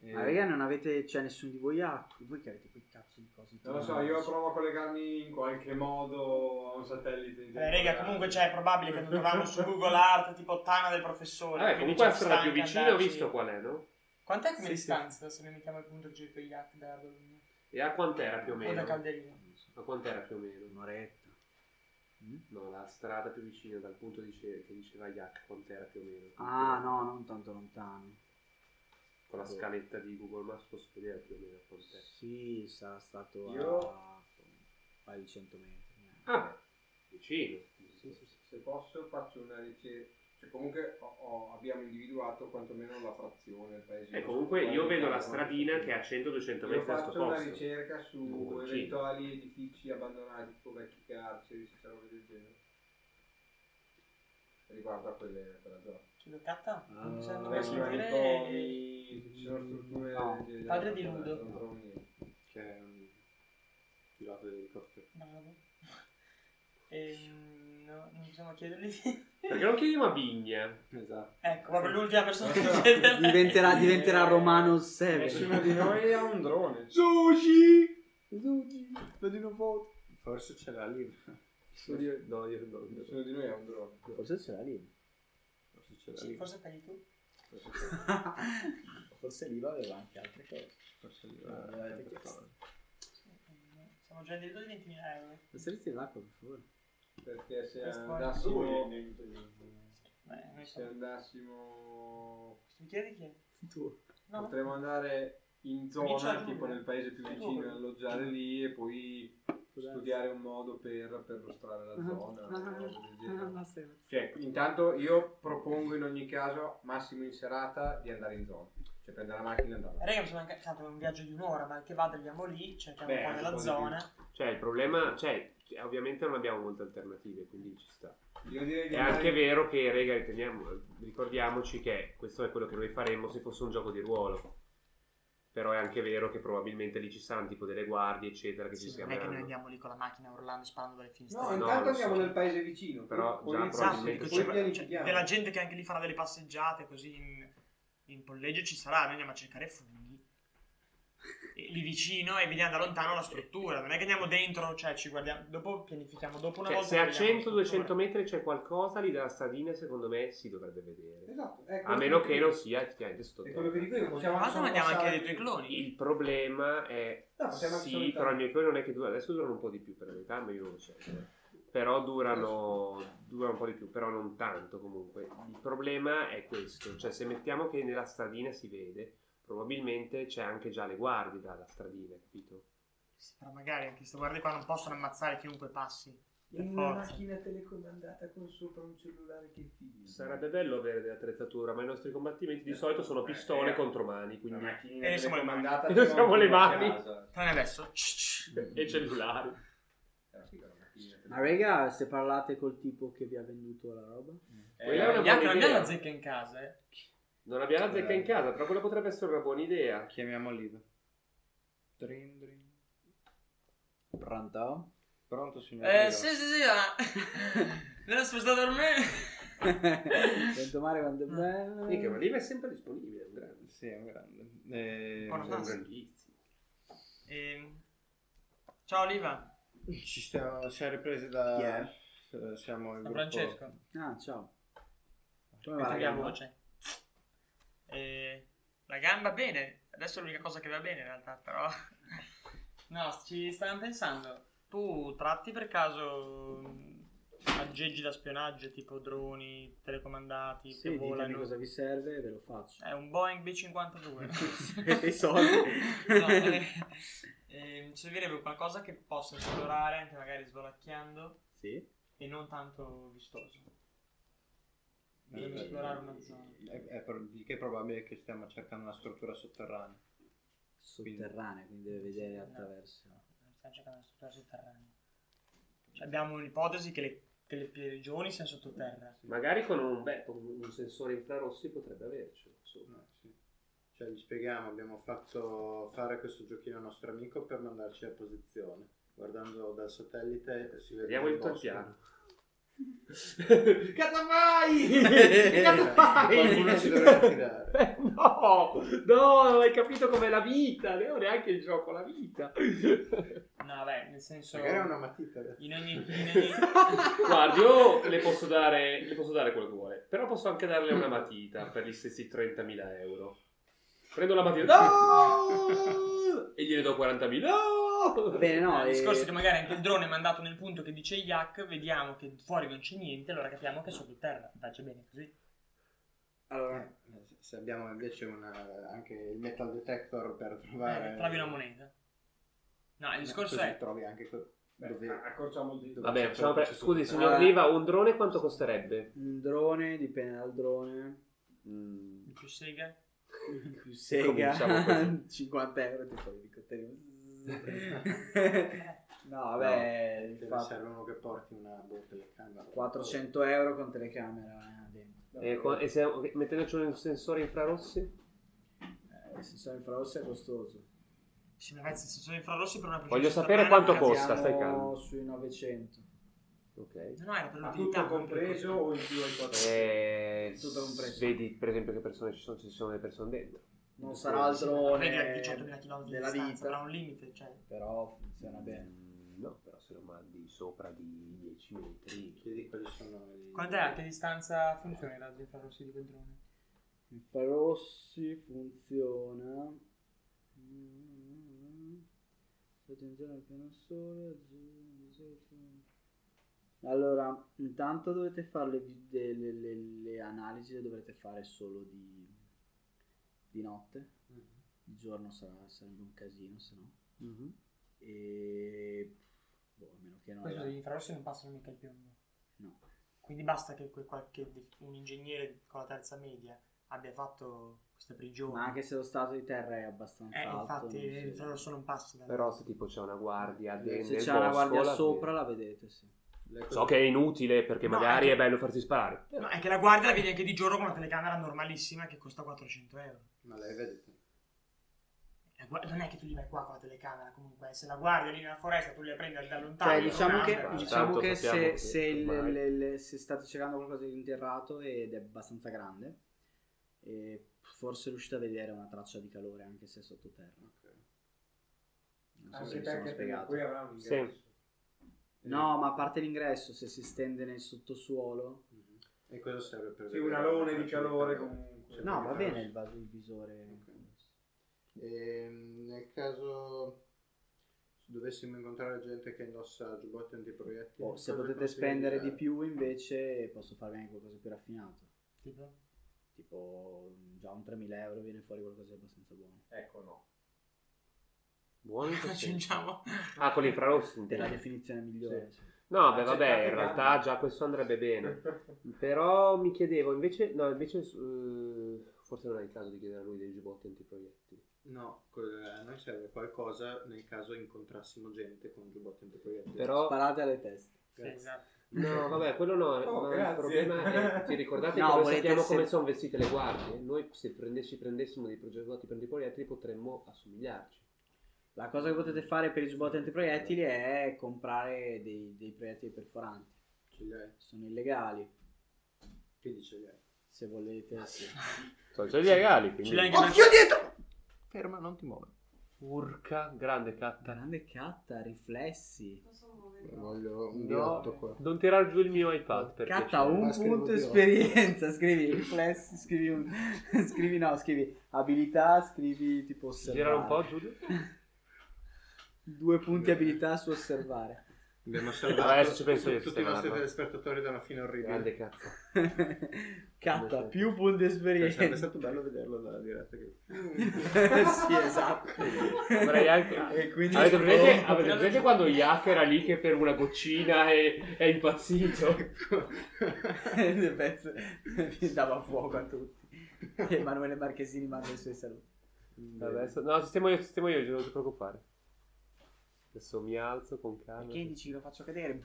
[SPEAKER 5] Ma raga, non avete, cioè nessuno di voi ha, voi che avete quei cazzo di cose.
[SPEAKER 10] Non lo so, io provo a collegarmi in qualche modo a un satellite di
[SPEAKER 3] Beh, Eh, raga, comunque cioè, è probabile che non troviamo su Google Art tipo Tana del professore.
[SPEAKER 2] Vabbè,
[SPEAKER 3] quindi
[SPEAKER 2] comunque la
[SPEAKER 3] ci
[SPEAKER 2] strada più
[SPEAKER 3] Ah, stanca
[SPEAKER 2] vicina ho
[SPEAKER 3] andarci.
[SPEAKER 2] visto qual è, no?
[SPEAKER 3] Quant'è come
[SPEAKER 2] Sì,
[SPEAKER 3] distanza se noi mettiamo il punto G per Yak da Bologna?
[SPEAKER 2] E a quant'era più o
[SPEAKER 3] O da
[SPEAKER 2] meno?
[SPEAKER 3] Calderino?
[SPEAKER 2] A quant'era più o meno? Un'oretta.
[SPEAKER 5] Mm?
[SPEAKER 2] No, la strada più vicina dal punto di ce- che diceva Yak, quant'era più o meno?
[SPEAKER 5] Ah no, non tanto lontano.
[SPEAKER 2] Con la scaletta di Google Maps posso vedere più o meno quant'è.
[SPEAKER 5] Sì, sarà stato
[SPEAKER 10] Io-
[SPEAKER 5] a un paio di cento metri. eh.
[SPEAKER 2] Ah, vicino.
[SPEAKER 10] Se posso faccio una ricerca, cioè comunque ho- ho- abbiamo individuato quantomeno la frazione, il paese.
[SPEAKER 2] E Eh, comunque io vedo la stradina che è a 100-200
[SPEAKER 10] Io
[SPEAKER 2] metri da sto
[SPEAKER 10] faccio una
[SPEAKER 2] posto.
[SPEAKER 10] ricerca su
[SPEAKER 2] Google G.
[SPEAKER 10] eventuali edifici abbandonati, tipo vecchi carceri, se c'è roba del genere. Riguardo a quelle, quella zona.
[SPEAKER 3] Chiedo Catta?
[SPEAKER 10] Ah,
[SPEAKER 3] Non se
[SPEAKER 10] beh,
[SPEAKER 3] doveva
[SPEAKER 10] ci sono
[SPEAKER 3] sentire...
[SPEAKER 10] ricordi, ci sono strutture
[SPEAKER 3] No.
[SPEAKER 10] del-
[SPEAKER 3] Padre di
[SPEAKER 10] del-
[SPEAKER 3] Ludo.
[SPEAKER 10] non trovo niente.
[SPEAKER 14] Che è un pilota di elicottero.
[SPEAKER 3] Bravo. Ehm, no, non possiamo chiedergli...
[SPEAKER 2] Perché non chiediamo a Bigna?
[SPEAKER 14] Esatto.
[SPEAKER 3] Ecco, proprio l'ultima persona che chiede.
[SPEAKER 5] Diventerà, diventerà Romano 7.
[SPEAKER 10] Nessuno Eh, di noi ha un drone.
[SPEAKER 14] Sushi!
[SPEAKER 5] Sushi!
[SPEAKER 14] Vedi una foto. Forse ce l'ha lì. No, io no.
[SPEAKER 10] Nessuno di noi ha un drone.
[SPEAKER 5] Forse ce l'ha lì.
[SPEAKER 14] Forse ce l'ha
[SPEAKER 3] Sì,
[SPEAKER 14] lì.
[SPEAKER 3] forse paghi tu.
[SPEAKER 5] Forse lì aveva anche altre cose.
[SPEAKER 14] Forse lì.
[SPEAKER 5] Avevate chiesto.
[SPEAKER 3] eh, Siamo già addirittura di 20.000 euro.
[SPEAKER 5] Passeresti l'acqua, per favore.
[SPEAKER 10] Perché se
[SPEAKER 3] Questo è
[SPEAKER 10] andassimo...
[SPEAKER 3] Beh, noi
[SPEAKER 10] Se
[SPEAKER 3] siamo...
[SPEAKER 10] andassimo...
[SPEAKER 3] Mi chiedi chi è?
[SPEAKER 5] Tu.
[SPEAKER 3] No.
[SPEAKER 10] Potremmo andare in
[SPEAKER 3] Comincia
[SPEAKER 10] zona,
[SPEAKER 3] a
[SPEAKER 10] tipo
[SPEAKER 3] giugno.
[SPEAKER 10] nel paese più
[SPEAKER 3] Tu,
[SPEAKER 10] vicino, e
[SPEAKER 3] quello.
[SPEAKER 10] alloggiare lì e poi studiare un modo per perlustrare la
[SPEAKER 3] Uh-huh.
[SPEAKER 10] zona. una roba del genere. Cioè, intanto io propongo in ogni caso, massimo in serata, di andare in zona. Cioè prendere la macchina e andare.
[SPEAKER 3] Raga, mi sono anche stato un viaggio di un'ora, ma che vado, andiamo lì, cerchiamo
[SPEAKER 10] Beh,
[SPEAKER 3] un po'
[SPEAKER 10] anche
[SPEAKER 3] nella
[SPEAKER 10] un po' di
[SPEAKER 3] zona.
[SPEAKER 2] Cioè, il problema, cioè, ovviamente non abbiamo molte alternative, quindi ci sta.
[SPEAKER 10] Io direi di
[SPEAKER 2] È
[SPEAKER 10] andare
[SPEAKER 2] anche
[SPEAKER 10] in-
[SPEAKER 2] vero che, rega, riteniamo- ricordiamoci che questo è quello che noi faremmo se fosse un gioco di ruolo. Però è anche vero che probabilmente lì ci saranno tipo delle guardie, eccetera, che ci
[SPEAKER 3] non è che noi
[SPEAKER 2] schermeranno.
[SPEAKER 3] andiamo lì con la macchina urlando e sparando dalle finestre.
[SPEAKER 10] No,
[SPEAKER 2] in-
[SPEAKER 10] intanto
[SPEAKER 2] lo
[SPEAKER 10] andiamo
[SPEAKER 2] so.
[SPEAKER 10] nel paese vicino.
[SPEAKER 2] Però
[SPEAKER 10] poi-
[SPEAKER 2] già
[SPEAKER 10] poi-
[SPEAKER 2] probabilmente
[SPEAKER 10] poi
[SPEAKER 2] c'è-
[SPEAKER 3] Cioè,
[SPEAKER 10] pianifichiamo.
[SPEAKER 3] della gente che anche lì farà delle passeggiate così in, in collegio ci sarà, noi andiamo a cercare funghi E lì vicino e vediamo da lontano la struttura, non è che andiamo dentro, cioè ci guardiamo, dopo pianifichiamo, dopo una
[SPEAKER 2] Cioè,
[SPEAKER 3] volta
[SPEAKER 2] se a
[SPEAKER 3] vediamo la
[SPEAKER 2] 100-200
[SPEAKER 3] struttura.
[SPEAKER 2] metri c'è qualcosa lì dalla stradina, secondo me si dovrebbe vedere.
[SPEAKER 10] Esatto, è
[SPEAKER 2] A
[SPEAKER 10] quello
[SPEAKER 2] meno
[SPEAKER 10] vi
[SPEAKER 2] che
[SPEAKER 10] dico.
[SPEAKER 2] non sia effettivamente sotto
[SPEAKER 10] È quello che dico io. Possiamo
[SPEAKER 3] Ma
[SPEAKER 10] anche
[SPEAKER 3] non andiamo anche
[SPEAKER 10] passare-
[SPEAKER 3] dei tuoi cloni?
[SPEAKER 2] Il problema è
[SPEAKER 10] No, siamo al
[SPEAKER 2] sì,
[SPEAKER 10] solito.
[SPEAKER 2] però i miei cloni non è che durano, adesso durano un po' di più per la verità, ma io non lo so. Però durano, durano un po' di più, però non tanto comunque. Il problema è questo, cioè se mettiamo che nella stradina si vede, probabilmente c'è anche già le guardie dalla stradina, capito?
[SPEAKER 3] Sì, Però magari anche queste guardie qua non possono ammazzare chiunque passi. Per
[SPEAKER 10] In una
[SPEAKER 3] forza.
[SPEAKER 10] macchina telecomandata con sopra un cellulare che film.
[SPEAKER 2] Sarebbe bello avere dell'attrezzatura, ma i nostri combattimenti di solito sono
[SPEAKER 10] Eh,
[SPEAKER 2] pistole contro mani, quindi...
[SPEAKER 3] E noi siamo le mani.
[SPEAKER 10] Andata
[SPEAKER 2] E noi siamo le mani
[SPEAKER 3] Tranne adesso.
[SPEAKER 2] e cellulari.
[SPEAKER 5] Ma raga, se parlate col tipo che vi ha venduto la roba?
[SPEAKER 2] Quella è una
[SPEAKER 3] Gli altri
[SPEAKER 2] buona
[SPEAKER 3] non abbiamo
[SPEAKER 2] idea.
[SPEAKER 3] la zecca in casa, eh.
[SPEAKER 2] Non abbiamo la zecca
[SPEAKER 9] Eh.
[SPEAKER 2] in casa, però quella potrebbe essere una buona idea.
[SPEAKER 9] Chiamiamo Liv. Drin, drin. Pronto? Pronto, signor
[SPEAKER 3] Eh,
[SPEAKER 9] Liv?
[SPEAKER 3] sì, sì, sì, ma... Me l'ha spostato per me.
[SPEAKER 5] Sento male quando è bello.
[SPEAKER 2] Mica, ma Liv è sempre disponibile, è un grande.
[SPEAKER 9] Sì, è un grande. Eh,
[SPEAKER 2] Ah,
[SPEAKER 3] Buona
[SPEAKER 9] sì,
[SPEAKER 3] frase.
[SPEAKER 9] un grande.
[SPEAKER 2] Bellissimo.
[SPEAKER 3] Ehm, Ciao, Oliva.
[SPEAKER 9] Ci stiamo, siamo ripresi da...
[SPEAKER 5] Chi è?
[SPEAKER 9] eh, Siamo il
[SPEAKER 3] Sono
[SPEAKER 9] gruppo...
[SPEAKER 3] Francesco.
[SPEAKER 5] Ah, ciao. Come va?
[SPEAKER 3] Entriamo
[SPEAKER 5] raga?
[SPEAKER 3] in voce. Eh, la gamba bene. Adesso è l'unica cosa che va bene in realtà, però... No, ci stavamo pensando. Tu tratti per caso mh, aggeggi da spionaggio tipo droni telecomandati
[SPEAKER 5] Sì,
[SPEAKER 3] che
[SPEAKER 5] ditemi
[SPEAKER 3] volano? Eh,
[SPEAKER 5] cosa vi serve e ve lo faccio.
[SPEAKER 3] È un Boeing B-52.
[SPEAKER 5] E i soldi.
[SPEAKER 3] no, eh, ehm, servirebbe qualcosa che possa esplorare anche magari svolacchiando
[SPEAKER 5] Sì.
[SPEAKER 3] e non tanto vistoso. Dobbiamo
[SPEAKER 4] Eh,
[SPEAKER 3] esplorare una zona.
[SPEAKER 4] È, è prob- che è probabile che stiamo cercando una struttura sotterranea.
[SPEAKER 5] Sotterranea, quindi deve vedere attraverso.
[SPEAKER 3] Stiamo eh, cercando una struttura sotterranea. Cioè, abbiamo un'ipotesi che le, che le prigioni siano sottoterra.
[SPEAKER 2] Magari con un, beh, con un sensore infrarossi potrebbe averci. Insomma.
[SPEAKER 4] Eh, Cioè, gli spieghiamo, abbiamo fatto fare questo giochino al nostro amico per mandarci a posizione. Guardando dal satellite si vede
[SPEAKER 2] Vediamo il tuo
[SPEAKER 4] bosco.
[SPEAKER 2] piano.
[SPEAKER 4] Che cazzo fai? Che cazzo fai? Eh, Qualcuno si dovrebbe fidare.
[SPEAKER 2] Eh, No, no, non hai capito com'è la vita, non neanche il gioco, la vita.
[SPEAKER 3] No, beh, nel senso.
[SPEAKER 4] Magari è una matita. adesso.
[SPEAKER 3] In ogni. in ogni-
[SPEAKER 2] Guardi, io le posso, dare, le posso dare quello che vuole, però posso anche darle una matita per gli stessi 30.000 euro. Prendo la matita no! e gliene do 40.000. No!
[SPEAKER 5] Va bene, no,
[SPEAKER 3] il discorso
[SPEAKER 5] eh,
[SPEAKER 3] che magari anche il drone è mandato nel punto che dice Yak, vediamo che fuori non c'è niente, allora capiamo che è sottoterra. Faccia bene così. Eh,
[SPEAKER 4] Allora, eh, se abbiamo invece una- anche il metal detector per trovare... Eh,
[SPEAKER 3] Eh, trovi una moneta. No, il discorso
[SPEAKER 4] Così
[SPEAKER 3] è.
[SPEAKER 4] trovi anche que- dove-
[SPEAKER 10] accorciamo il dito.
[SPEAKER 2] Vabbè, facciamo per... scusi,
[SPEAKER 5] Ah.
[SPEAKER 2] signor Riva, un drone quanto costerebbe?
[SPEAKER 5] Un drone, dipende dal drone.
[SPEAKER 3] Il più sega.
[SPEAKER 5] Più sega,
[SPEAKER 2] Cominciamo così.
[SPEAKER 5] 50 euro ti fai di cotterino. No, vabbè,
[SPEAKER 4] No, te ne
[SPEAKER 5] infatti,
[SPEAKER 4] serve uno che porti una boh, telecamera.
[SPEAKER 5] 400 euro con telecamera eh, dentro.
[SPEAKER 2] E, con- e se, mettendoci un sensore infrarossi?
[SPEAKER 5] Eh, il sensore infrarosso è costoso.
[SPEAKER 3] Sì, ragazzi, se sono infrarossi per una prigione
[SPEAKER 2] Voglio sapere
[SPEAKER 3] sotterranea,
[SPEAKER 2] quanto
[SPEAKER 3] ragazzi,
[SPEAKER 2] costa, stai
[SPEAKER 5] Siamo
[SPEAKER 2] calmo.
[SPEAKER 5] sui 900.
[SPEAKER 2] Ok.
[SPEAKER 3] No, era per
[SPEAKER 10] Ma tutto
[SPEAKER 3] l'utilità.
[SPEAKER 10] compreso o in più ai 400?
[SPEAKER 2] Eh,
[SPEAKER 5] Tutto compreso.
[SPEAKER 2] vedi per esempio che persone ci sono, ci sono delle persone dentro.
[SPEAKER 5] Non sarà il drone
[SPEAKER 3] Vedi, a 18.000 km di
[SPEAKER 5] della
[SPEAKER 3] distanza, avrà
[SPEAKER 5] vita,
[SPEAKER 3] un limite, cioè.
[SPEAKER 5] però funziona bene.
[SPEAKER 2] No, però se lo mandi sopra di 10 metri.
[SPEAKER 4] Chiedi quali sono i...
[SPEAKER 3] Quant'è? A che distanza funziona i raggi infrarossi di quel drone?
[SPEAKER 5] Infrarossi funziona. Mm. Attenzione al piano sole. Allora, intanto dovete fare le, vi- de- le- le- le analisi, le dovrete fare solo di, di notte. Di giorno sarà, sarebbe un casino, se no. E boh, a meno che non
[SPEAKER 3] Questo gli infrarossi non passano mica il piombo.
[SPEAKER 5] No.
[SPEAKER 3] Quindi basta che que- qualche di- un ingegnere con la terza media abbia fatto questa prigione.
[SPEAKER 5] Ma anche se lo stato di terra è abbastanza
[SPEAKER 3] Eh,
[SPEAKER 5] alto.
[SPEAKER 3] infatti
[SPEAKER 5] non si-
[SPEAKER 3] l'infrarosso non passa da
[SPEAKER 2] Però se tipo c'è una guardia de-
[SPEAKER 5] Eh, se
[SPEAKER 2] nel
[SPEAKER 5] c'è una
[SPEAKER 2] bosco,
[SPEAKER 5] guardia
[SPEAKER 2] la-
[SPEAKER 5] sopra la vedete, sì.
[SPEAKER 2] So che è inutile perché
[SPEAKER 3] No,
[SPEAKER 2] magari
[SPEAKER 3] anche-
[SPEAKER 2] è bello farsi sparare.
[SPEAKER 3] No, è che la guardia la vedi anche di giorno con una telecamera normalissima che costa 400 euro.
[SPEAKER 4] Ma lei vede te.
[SPEAKER 3] La gua- non è che tu gli vai qua con la telecamera comunque, se la guardia lì nella foresta tu le prendi da lontano.
[SPEAKER 5] Cioè,
[SPEAKER 3] con
[SPEAKER 5] diciamo
[SPEAKER 3] un
[SPEAKER 5] che,
[SPEAKER 3] albero.
[SPEAKER 5] diciamo
[SPEAKER 2] tanto
[SPEAKER 5] che
[SPEAKER 2] sappiamo
[SPEAKER 5] se,
[SPEAKER 2] che
[SPEAKER 5] se il-
[SPEAKER 2] ormai-
[SPEAKER 5] le- le- se state cercando qualcosa di interrato ed è abbastanza grande, e forse riuscite a vedere una traccia di calore anche se è sottoterra. Non so se
[SPEAKER 10] Anche
[SPEAKER 5] mi sono
[SPEAKER 10] perché prima o
[SPEAKER 5] spiegato.
[SPEAKER 10] poi avrà un
[SPEAKER 2] Sì.
[SPEAKER 10] ingresso.
[SPEAKER 5] No, ma a parte l'ingresso, se si stende nel sottosuolo...
[SPEAKER 4] Mhm. E cosa serve per
[SPEAKER 10] Sì,
[SPEAKER 4] vedere
[SPEAKER 10] un
[SPEAKER 4] la
[SPEAKER 10] alone
[SPEAKER 4] faccia
[SPEAKER 10] di calore
[SPEAKER 4] Cioè,
[SPEAKER 10] comunque.
[SPEAKER 5] No,
[SPEAKER 4] perché
[SPEAKER 5] va
[SPEAKER 4] però-
[SPEAKER 5] bene il, vas- il visore.
[SPEAKER 4] Ehm, nel caso se dovessimo incontrare gente che indossa giubbotti antiproiettili...
[SPEAKER 5] Oh, se
[SPEAKER 4] cosa
[SPEAKER 5] potete
[SPEAKER 4] consigli
[SPEAKER 5] spendere di
[SPEAKER 4] fare?
[SPEAKER 5] più invece posso farvi anche qualcosa di più raffinato.
[SPEAKER 3] Tipo?
[SPEAKER 5] Tipo già un 3.000 euro viene fuori qualcosa di abbastanza buono.
[SPEAKER 10] Ecco no.
[SPEAKER 2] Buono. in che senso?
[SPEAKER 3] Aggiungiamo.
[SPEAKER 2] Ah, con gli infrarossi
[SPEAKER 5] Della
[SPEAKER 2] intendi.
[SPEAKER 5] definizione migliore. sì.
[SPEAKER 2] No, beh,
[SPEAKER 10] Accettate
[SPEAKER 2] vabbè, in
[SPEAKER 10] gambe.
[SPEAKER 2] realtà già questo andrebbe bene. Però mi chiedevo, invece, no, invece, eh, forse non è il caso di chiedere a lui dei giubbotti antiproiettili.
[SPEAKER 4] No, co- a noi serve qualcosa nel caso incontrassimo gente con giubbotti antiproiettili.
[SPEAKER 2] Però,
[SPEAKER 5] Sparate alle teste.
[SPEAKER 3] Sì, esatto.
[SPEAKER 2] no, vabbè, quello no.
[SPEAKER 10] Oh,
[SPEAKER 2] ma il
[SPEAKER 10] grazie.
[SPEAKER 2] problema è, ti ricordate
[SPEAKER 5] No,
[SPEAKER 2] che noi
[SPEAKER 5] volete
[SPEAKER 2] sappiamo come
[SPEAKER 5] essere-
[SPEAKER 2] sono vestite le guardie? Noi, se prendessi, prendessimo dei progetti antiproiettili, potremmo assomigliarci.
[SPEAKER 5] La cosa che potete fare per i giubbotti antiproiettili è comprare dei, dei proiettili perforanti.
[SPEAKER 4] Ce li hai?
[SPEAKER 5] Sono illegali,
[SPEAKER 4] Quindi ce li hai.
[SPEAKER 5] se
[SPEAKER 2] Ah,
[SPEAKER 5] volete. sì.
[SPEAKER 2] Sono già legali,
[SPEAKER 3] Ce l'hai anche
[SPEAKER 4] Occhio dietro! Ferma, non ti muovere.
[SPEAKER 2] Urca, grande catta.
[SPEAKER 5] Grande Ah, catta, riflessi.
[SPEAKER 7] Posso muovere?
[SPEAKER 4] Voglio un
[SPEAKER 2] No,
[SPEAKER 4] D8 qua.
[SPEAKER 2] non tirar giù il mio iPad per
[SPEAKER 5] Catta
[SPEAKER 2] piacere.
[SPEAKER 5] un
[SPEAKER 4] Ma scrivo
[SPEAKER 5] punto
[SPEAKER 4] di
[SPEAKER 5] esperienza, scrivi riflessi, scrivi un... scrivi no, scrivi abilità, scrivi tipo osservare.
[SPEAKER 2] Girare un po' Giulio.
[SPEAKER 5] Due punti abilità su osservare.
[SPEAKER 4] Abbiamo salvato
[SPEAKER 2] Adesso ci penso
[SPEAKER 4] tu-
[SPEAKER 2] io a
[SPEAKER 4] tutti i nostri
[SPEAKER 2] sistemarlo.
[SPEAKER 4] telespettatori da una fine orribile. Cioè,
[SPEAKER 2] Grande cazzo.
[SPEAKER 5] Catta, più punti esperienza.
[SPEAKER 4] Sarebbe stato bello vederlo dalla diretta. Che...
[SPEAKER 5] sì, esatto.
[SPEAKER 2] Avrei anche-
[SPEAKER 5] E quindi
[SPEAKER 2] avete presente,
[SPEAKER 5] Oh,
[SPEAKER 2] avete presente quando Yak era lì che per una goccina è, è impazzito?
[SPEAKER 5] Nel pezzo mi dava fuoco a tutti. Emanuele Marchesini manda i suoi saluti.
[SPEAKER 2] Vabbè, adesso- no, sistemo io, sistemo io, non ti preoccupare. Adesso mi alzo con calma.
[SPEAKER 5] Perché dici che lo faccio cadere?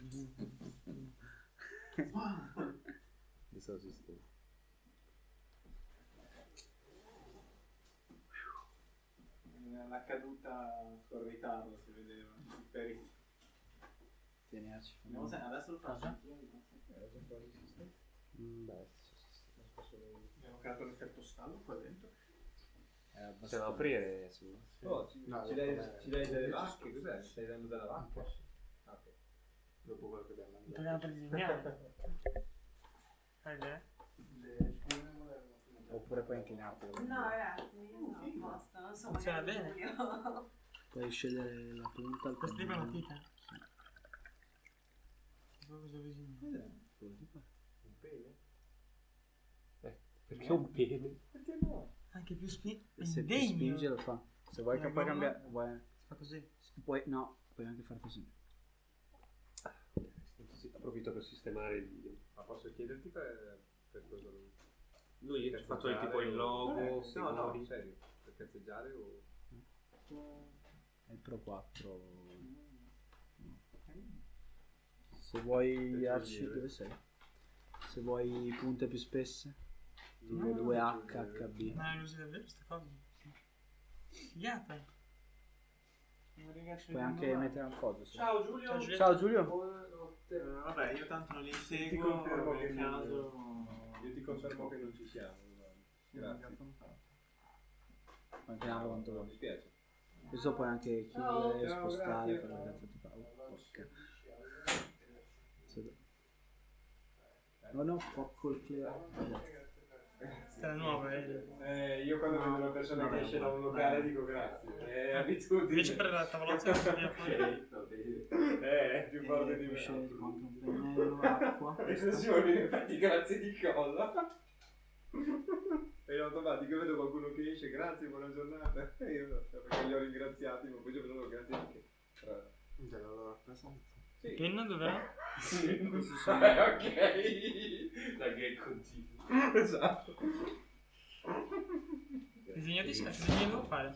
[SPEAKER 2] Adesso lo sistemo.
[SPEAKER 1] La caduta con ritardo si vedeva. Perito.
[SPEAKER 5] Tenerci.
[SPEAKER 1] Vediamo se- Adesso lo
[SPEAKER 10] Ah,
[SPEAKER 1] faccio anch'io.
[SPEAKER 2] Mm,
[SPEAKER 10] Abbiamo creato l'effetto stallo qua dentro.
[SPEAKER 2] Possiamo aprire? Sì.
[SPEAKER 10] No, ci,
[SPEAKER 4] No,
[SPEAKER 10] ci
[SPEAKER 4] vabbè.
[SPEAKER 10] dai, ci dai delle vacche, cos'è? Ci stai dando della vacca? Ah, ok.
[SPEAKER 4] Dopo quello che abbiamo
[SPEAKER 3] Proviamo per disegnare. Vedi?
[SPEAKER 5] Oppure puoi inclinarti.
[SPEAKER 7] No, ragazzi, io sono apposta, non so
[SPEAKER 3] Funziona
[SPEAKER 7] magari
[SPEAKER 3] bene.
[SPEAKER 7] Giulio.
[SPEAKER 5] Puoi scegliere la punta. il
[SPEAKER 3] Questa è la
[SPEAKER 5] condimento.
[SPEAKER 3] matita. Cosa bisogna?
[SPEAKER 2] Perché un pene?
[SPEAKER 10] Perché no?
[SPEAKER 3] Anche più spi-
[SPEAKER 5] Se puoi
[SPEAKER 3] indegno.
[SPEAKER 5] spingi lo fa. Se vuoi che
[SPEAKER 3] Una
[SPEAKER 5] puoi
[SPEAKER 3] gomma?
[SPEAKER 5] cambiare... Vuoi...
[SPEAKER 3] Fa così.
[SPEAKER 5] Puoi... No, puoi anche far così.
[SPEAKER 2] Sì, approfitto per sistemare il video.
[SPEAKER 10] Ma posso chiederti per, per cosa lo
[SPEAKER 2] Lui
[SPEAKER 10] per
[SPEAKER 2] ha fatto il
[SPEAKER 10] cazzeggiare
[SPEAKER 2] tipo il
[SPEAKER 10] o-
[SPEAKER 2] logo,
[SPEAKER 10] Eh, no, no,
[SPEAKER 2] signori.
[SPEAKER 10] in serio. Per cazzeggiare o...
[SPEAKER 5] È il Pro 4. Se vuoi arci... Dove sei? Se vuoi punte più spesse. Tipo
[SPEAKER 3] No,
[SPEAKER 5] 2H, HB.
[SPEAKER 3] Ma le usi davvero queste cose? Figata.
[SPEAKER 5] Puoi anche mettere un coso. se-
[SPEAKER 1] Ciao Giulio.
[SPEAKER 5] Ciao Giulio. Ciao, Giulio.
[SPEAKER 1] Eh, Vabbè, io tanto non li
[SPEAKER 10] Ti
[SPEAKER 1] seguo.
[SPEAKER 10] confermo che
[SPEAKER 1] per caso.
[SPEAKER 10] Io ti confermo che non ci siamo. Grazie.
[SPEAKER 5] Anche la conto.
[SPEAKER 10] Non mi spiace.
[SPEAKER 5] Questo puoi anche chiudere,
[SPEAKER 10] Ciao,
[SPEAKER 5] spostare,
[SPEAKER 10] grazie.
[SPEAKER 5] fare la cazzo di paura. Porca. Se- Non ho po' col clear.
[SPEAKER 3] Questa è la nuova, eh.
[SPEAKER 10] Eh, io quando vedo una persona che esce da un locale dico grazie. È abitudine.
[SPEAKER 3] Invece per la tavolozza che abbiamo
[SPEAKER 10] Ok, va bene. Eh, è più forte di me.
[SPEAKER 5] Acqua.
[SPEAKER 10] Attenzione, infatti grazie di colla. E in automatico vedo qualcuno che esce, grazie, buona giornata. E io perché li ho ringraziati, ma poi ci sono grazie anche.
[SPEAKER 4] Della loro presenza.
[SPEAKER 10] Sì.
[SPEAKER 3] Penna dov'è?
[SPEAKER 10] Eh, ok.
[SPEAKER 6] La gay continua.
[SPEAKER 10] Esatto.
[SPEAKER 3] Disegnati se disegno devo fare.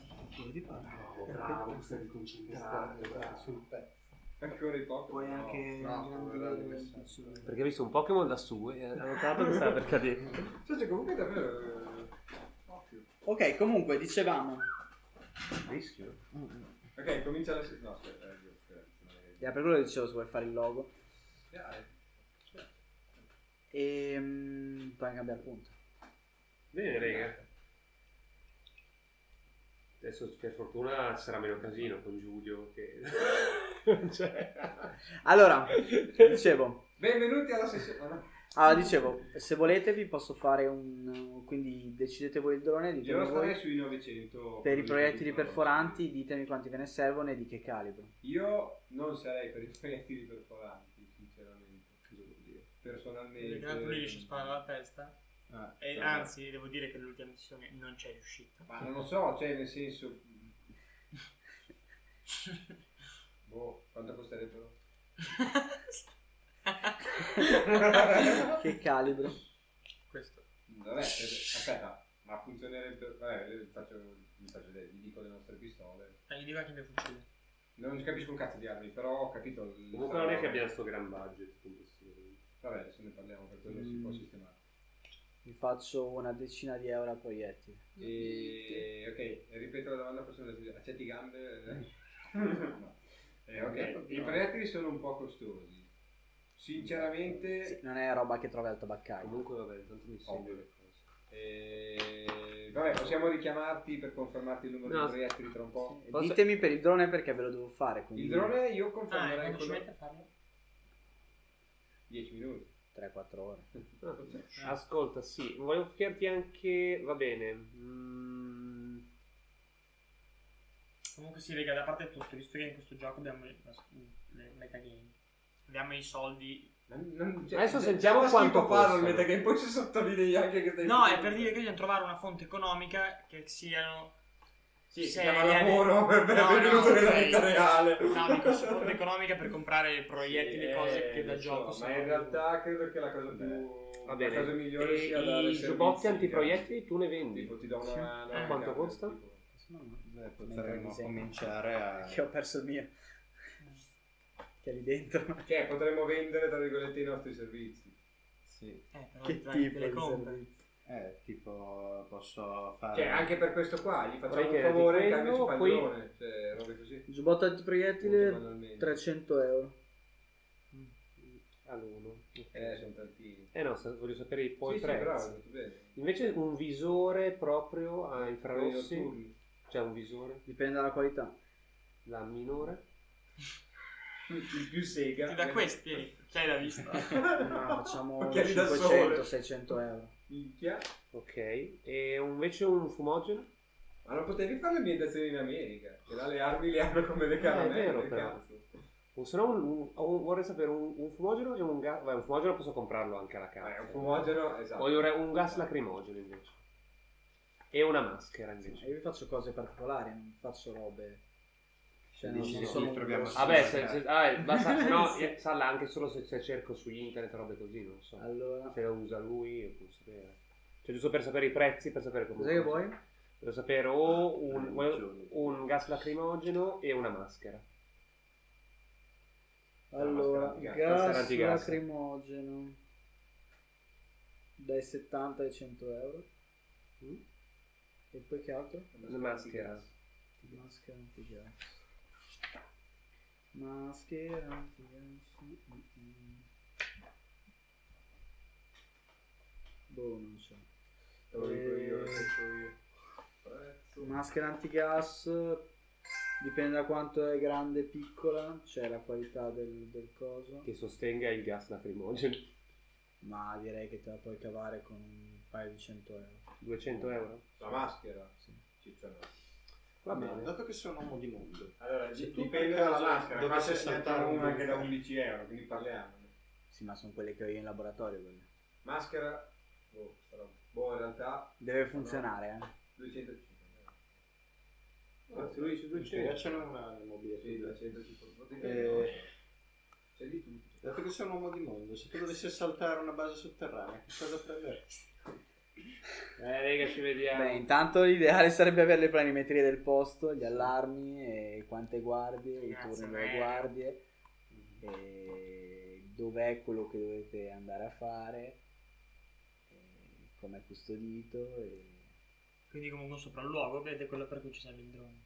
[SPEAKER 6] Bravo, stai concentrato, bravo.
[SPEAKER 4] Sul pezzo.
[SPEAKER 10] Ancora i poco.
[SPEAKER 5] Puoi
[SPEAKER 10] Eh,
[SPEAKER 5] anche...
[SPEAKER 4] No, non verrà di messaggio.
[SPEAKER 2] Perché ha visto un Pokémon lassù e ha notato che stava per cadere.
[SPEAKER 10] Cioè, cioè, comunque davvero... eh, occhio.
[SPEAKER 5] Ok, comunque dicevamo.
[SPEAKER 4] Rischio.
[SPEAKER 5] Mm,
[SPEAKER 10] Ok, comincia la... No, aspetta, Ah, eh. eh, io, eh,
[SPEAKER 5] Era per quello che dicevo se vuoi fare il logo.
[SPEAKER 10] Dai.
[SPEAKER 5] E mm, puoi anche cambiare punto.
[SPEAKER 2] Bene, raga. Adesso per fortuna ci sarà meno casino con Giulio che... non c'è.
[SPEAKER 5] Allora, dicevo.
[SPEAKER 10] Benvenuti alla sessione.
[SPEAKER 5] Allora, dicevo, se volete vi posso fare un... quindi decidete voi il drone,
[SPEAKER 10] Io
[SPEAKER 5] ditemi
[SPEAKER 10] non starei
[SPEAKER 5] voi.
[SPEAKER 10] sui
[SPEAKER 5] Per
[SPEAKER 10] 900.
[SPEAKER 5] i proiettili
[SPEAKER 10] proiettili
[SPEAKER 5] perforanti ditemi quanti ve ne servono e di che calibro.
[SPEAKER 10] Io non sarei per i proiettili perforanti, sinceramente. Cosa vuol dire? Personalmente.
[SPEAKER 3] Perché lui riesce a sparare alla testa.
[SPEAKER 10] Ah,
[SPEAKER 3] E
[SPEAKER 10] cioè,
[SPEAKER 3] anzi, devo dire che nell'ultima missione non c'è riuscita.
[SPEAKER 10] Ma non lo so, cioè nel senso... Boh, quanto costerebbero?
[SPEAKER 5] che calibro.
[SPEAKER 3] Questo.
[SPEAKER 10] Vabbè, eh, aspetta, ma funzionerebbe... Vabbè, vi faccio, vi faccio vedere, vi dico le nostre pistole.
[SPEAKER 3] E Ah, gli dico anche il mio fucile.
[SPEAKER 10] Non capisco un cazzo di armi, però ho capito... il-
[SPEAKER 2] Comunque non è che abbia sto gran budget complessivamente.
[SPEAKER 10] Vabbè, adesso ne parliamo, per quello
[SPEAKER 3] Mm.
[SPEAKER 10] si può sistemare.
[SPEAKER 5] Vi faccio una decina di euro a proiettili.
[SPEAKER 10] E, ok, ripeto la domanda facendo accetti gambe. eh? No. Eh, ok, i proiettili sono un po' costosi. Sinceramente,
[SPEAKER 5] Non è roba che trovi al tabaccaio.
[SPEAKER 2] Comunque vabbè, tanto mi seguo
[SPEAKER 10] Ovvio.
[SPEAKER 2] le cose.
[SPEAKER 10] eh, vabbè, possiamo richiamarti per confermarti il numero
[SPEAKER 2] No.
[SPEAKER 10] di proiettili tra un po'.
[SPEAKER 5] E Ditemi per il drone perché ve lo devo fare. Quindi
[SPEAKER 10] Il drone
[SPEAKER 3] Ah,
[SPEAKER 10] io
[SPEAKER 3] e
[SPEAKER 10] confermerei
[SPEAKER 3] quando ci
[SPEAKER 10] con
[SPEAKER 3] mette a farlo?
[SPEAKER 10] 10 minuti.
[SPEAKER 5] 3-4 ore.
[SPEAKER 3] Ah,
[SPEAKER 2] Ascolta, sì, volevo chiederti anche... va bene. mm,
[SPEAKER 3] Comunque si rega da parte tutto, visto che in questo gioco abbiamo le, mm, le metagame. Abbiamo i soldi.
[SPEAKER 10] cioè,
[SPEAKER 13] Adesso sentiamo quanto
[SPEAKER 10] parla il
[SPEAKER 13] costano.
[SPEAKER 10] metagame, poi ci sottolinei anche che stai
[SPEAKER 3] No, è per dire che dobbiamo trovare una fonte economica che siano.
[SPEAKER 10] Sì, si
[SPEAKER 3] serie
[SPEAKER 10] chiama lavoro,
[SPEAKER 3] di-
[SPEAKER 10] è benvenuto nella
[SPEAKER 3] ok.
[SPEAKER 10] vita reale.
[SPEAKER 3] No, dico su fonte economica per comprare proiettili
[SPEAKER 10] Eh,
[SPEAKER 3] e cose che da
[SPEAKER 10] lo so,
[SPEAKER 3] gioco
[SPEAKER 10] Ma in realtà credo che la cosa più
[SPEAKER 2] Va
[SPEAKER 10] la cosa
[SPEAKER 2] bene.
[SPEAKER 10] migliore
[SPEAKER 2] E
[SPEAKER 10] sia dare
[SPEAKER 2] i
[SPEAKER 10] servizi,
[SPEAKER 2] giubbotti
[SPEAKER 10] cioè.
[SPEAKER 2] antiproiettili tu ne vendi?
[SPEAKER 10] Tipo, ti do una-
[SPEAKER 2] Sì.
[SPEAKER 10] una
[SPEAKER 2] A
[SPEAKER 10] meccanica,
[SPEAKER 2] Quanto costa?
[SPEAKER 4] Beh,
[SPEAKER 5] Mentre
[SPEAKER 4] Eh, potremmo
[SPEAKER 5] disegno.
[SPEAKER 4] cominciare a...
[SPEAKER 5] Che ho perso il mio. Che è lì dentro.
[SPEAKER 10] Cioè, potremmo vendere, tra virgolette, i nostri servizi.
[SPEAKER 4] Sì.
[SPEAKER 3] però
[SPEAKER 5] Che
[SPEAKER 3] ti-
[SPEAKER 5] tipo
[SPEAKER 3] te le
[SPEAKER 5] di
[SPEAKER 3] compri.
[SPEAKER 4] Eh, tipo posso fare...
[SPEAKER 10] Cioè, anche per questo qua, gli facciamo
[SPEAKER 4] Sai
[SPEAKER 10] un
[SPEAKER 4] che
[SPEAKER 10] favore e
[SPEAKER 4] tipo-
[SPEAKER 10] cambiaci
[SPEAKER 4] no, poi-
[SPEAKER 10] pallone. Cioè, robe così.
[SPEAKER 5] Giubbotto
[SPEAKER 10] Molto
[SPEAKER 5] antiproiettile
[SPEAKER 10] banalmente.
[SPEAKER 5] 300 euro.
[SPEAKER 2] All'uno.
[SPEAKER 10] Eh, sono tantini.
[SPEAKER 2] Eh no, sa- voglio sapere i- poi i
[SPEAKER 10] Sì, sì,
[SPEAKER 2] prezzi.
[SPEAKER 10] bravo, tutto bene.
[SPEAKER 2] Invece un visore proprio a
[SPEAKER 10] Quelli
[SPEAKER 2] infrarossi,
[SPEAKER 10] notturni.
[SPEAKER 2] cioè un visore,
[SPEAKER 5] Dipende dalla qualità.
[SPEAKER 2] la minore.
[SPEAKER 10] Il più sega.
[SPEAKER 3] Da
[SPEAKER 10] eh.
[SPEAKER 3] questi, chi hai la vista?
[SPEAKER 5] No, facciamo
[SPEAKER 10] Occhiali da sole.
[SPEAKER 5] 500-600 euro.
[SPEAKER 10] Minchia.
[SPEAKER 2] Ok, e un- invece un fumogeno?
[SPEAKER 10] Ma non potevi fare l'ambientazione in America. Che là le armi le hanno come le caramelle.
[SPEAKER 2] Eh, è vero,
[SPEAKER 10] che
[SPEAKER 2] però.
[SPEAKER 10] cazzo.
[SPEAKER 2] O se no un- un- un- vorrei sapere un, un fumogeno e un gas... Beh, un fumogeno posso comprarlo anche alla casa.
[SPEAKER 10] Eh, un fumogeno, esatto.
[SPEAKER 2] Voglio re- un gas lacrimogeno invece. E una maschera invece.
[SPEAKER 5] Eh, Io vi faccio cose particolari, non faccio robe. Cioè, non,
[SPEAKER 4] Dici
[SPEAKER 5] non
[SPEAKER 4] che
[SPEAKER 5] sono
[SPEAKER 4] ci
[SPEAKER 5] un
[SPEAKER 4] troviamo
[SPEAKER 5] grosso-
[SPEAKER 2] Vabbè, se, se, ah, eh, ma sa- se no,
[SPEAKER 5] Sì.
[SPEAKER 2] eh, salla anche solo se, se cerco su internet robe così, non so.
[SPEAKER 5] Allora,
[SPEAKER 2] Se la usa lui, io posso sapere. Cioè, giusto per sapere i prezzi, per sapere come...
[SPEAKER 5] cos'è che vuoi?
[SPEAKER 2] Devo sapere o un, voglio- un gas lacrimogeno e una maschera.
[SPEAKER 5] Allora,
[SPEAKER 2] maschera antigas. Maschera
[SPEAKER 5] gas
[SPEAKER 2] antigas.
[SPEAKER 5] lacrimogeno dai 70 ai 100 euro. E poi che altro?
[SPEAKER 2] Una maschera.
[SPEAKER 5] Maschera antigas. Maschera antigas. Mm-mm. Boh, non so.
[SPEAKER 10] Te Lo dico io, lo
[SPEAKER 5] Eh,
[SPEAKER 10] dico io. Prezzo.
[SPEAKER 5] Maschera antigas dipende da quanto è grande e piccola, cioè la qualità del, del coso.
[SPEAKER 2] Che sostenga il gas lacrimogeno.
[SPEAKER 5] Ma direi che te la puoi cavare con un paio di 100 euro.
[SPEAKER 2] 200 euro?
[SPEAKER 10] La maschera.
[SPEAKER 5] Sì.
[SPEAKER 10] Cicciano.
[SPEAKER 2] Va
[SPEAKER 4] Ma
[SPEAKER 2] bene.
[SPEAKER 4] dato che sono un uomo di mondo.
[SPEAKER 10] Allora,
[SPEAKER 4] Se
[SPEAKER 10] di-
[SPEAKER 4] tu
[SPEAKER 10] dipende
[SPEAKER 4] per
[SPEAKER 10] dalla
[SPEAKER 4] caso
[SPEAKER 10] maschera. Qua
[SPEAKER 4] dovessi
[SPEAKER 10] c'è stata
[SPEAKER 4] saltare un
[SPEAKER 10] una che da
[SPEAKER 4] buco.
[SPEAKER 10] 11 euro, quindi parliamo.
[SPEAKER 5] Sì, ma sono quelle che ho io in laboratorio. quelle.
[SPEAKER 10] Maschera, boh, sarà- boh, in realtà
[SPEAKER 5] Deve funzionare, eh.
[SPEAKER 10] 250.
[SPEAKER 4] Ah, se lui su due c'era, c'era una mobile.
[SPEAKER 10] Sì, 250.
[SPEAKER 4] Eh,
[SPEAKER 10] C'è di tutto.
[SPEAKER 4] dato che sei un uomo di mondo, se tu dovessi assaltare una base sotterranea, che cosa prenderesti?
[SPEAKER 2] Eh, raga, ci vediamo.
[SPEAKER 5] Beh, intanto l'ideale sarebbe avere le planimetrie del posto, gli allarmi, e quante guardie, i
[SPEAKER 3] Grazie,
[SPEAKER 5] turni
[SPEAKER 3] bello.
[SPEAKER 5] delle guardie, e dov'è quello che dovete andare a fare, e com'è custodito. e-
[SPEAKER 3] Quindi comunque un sopralluogo, vedete quello per cui ci serve il drone.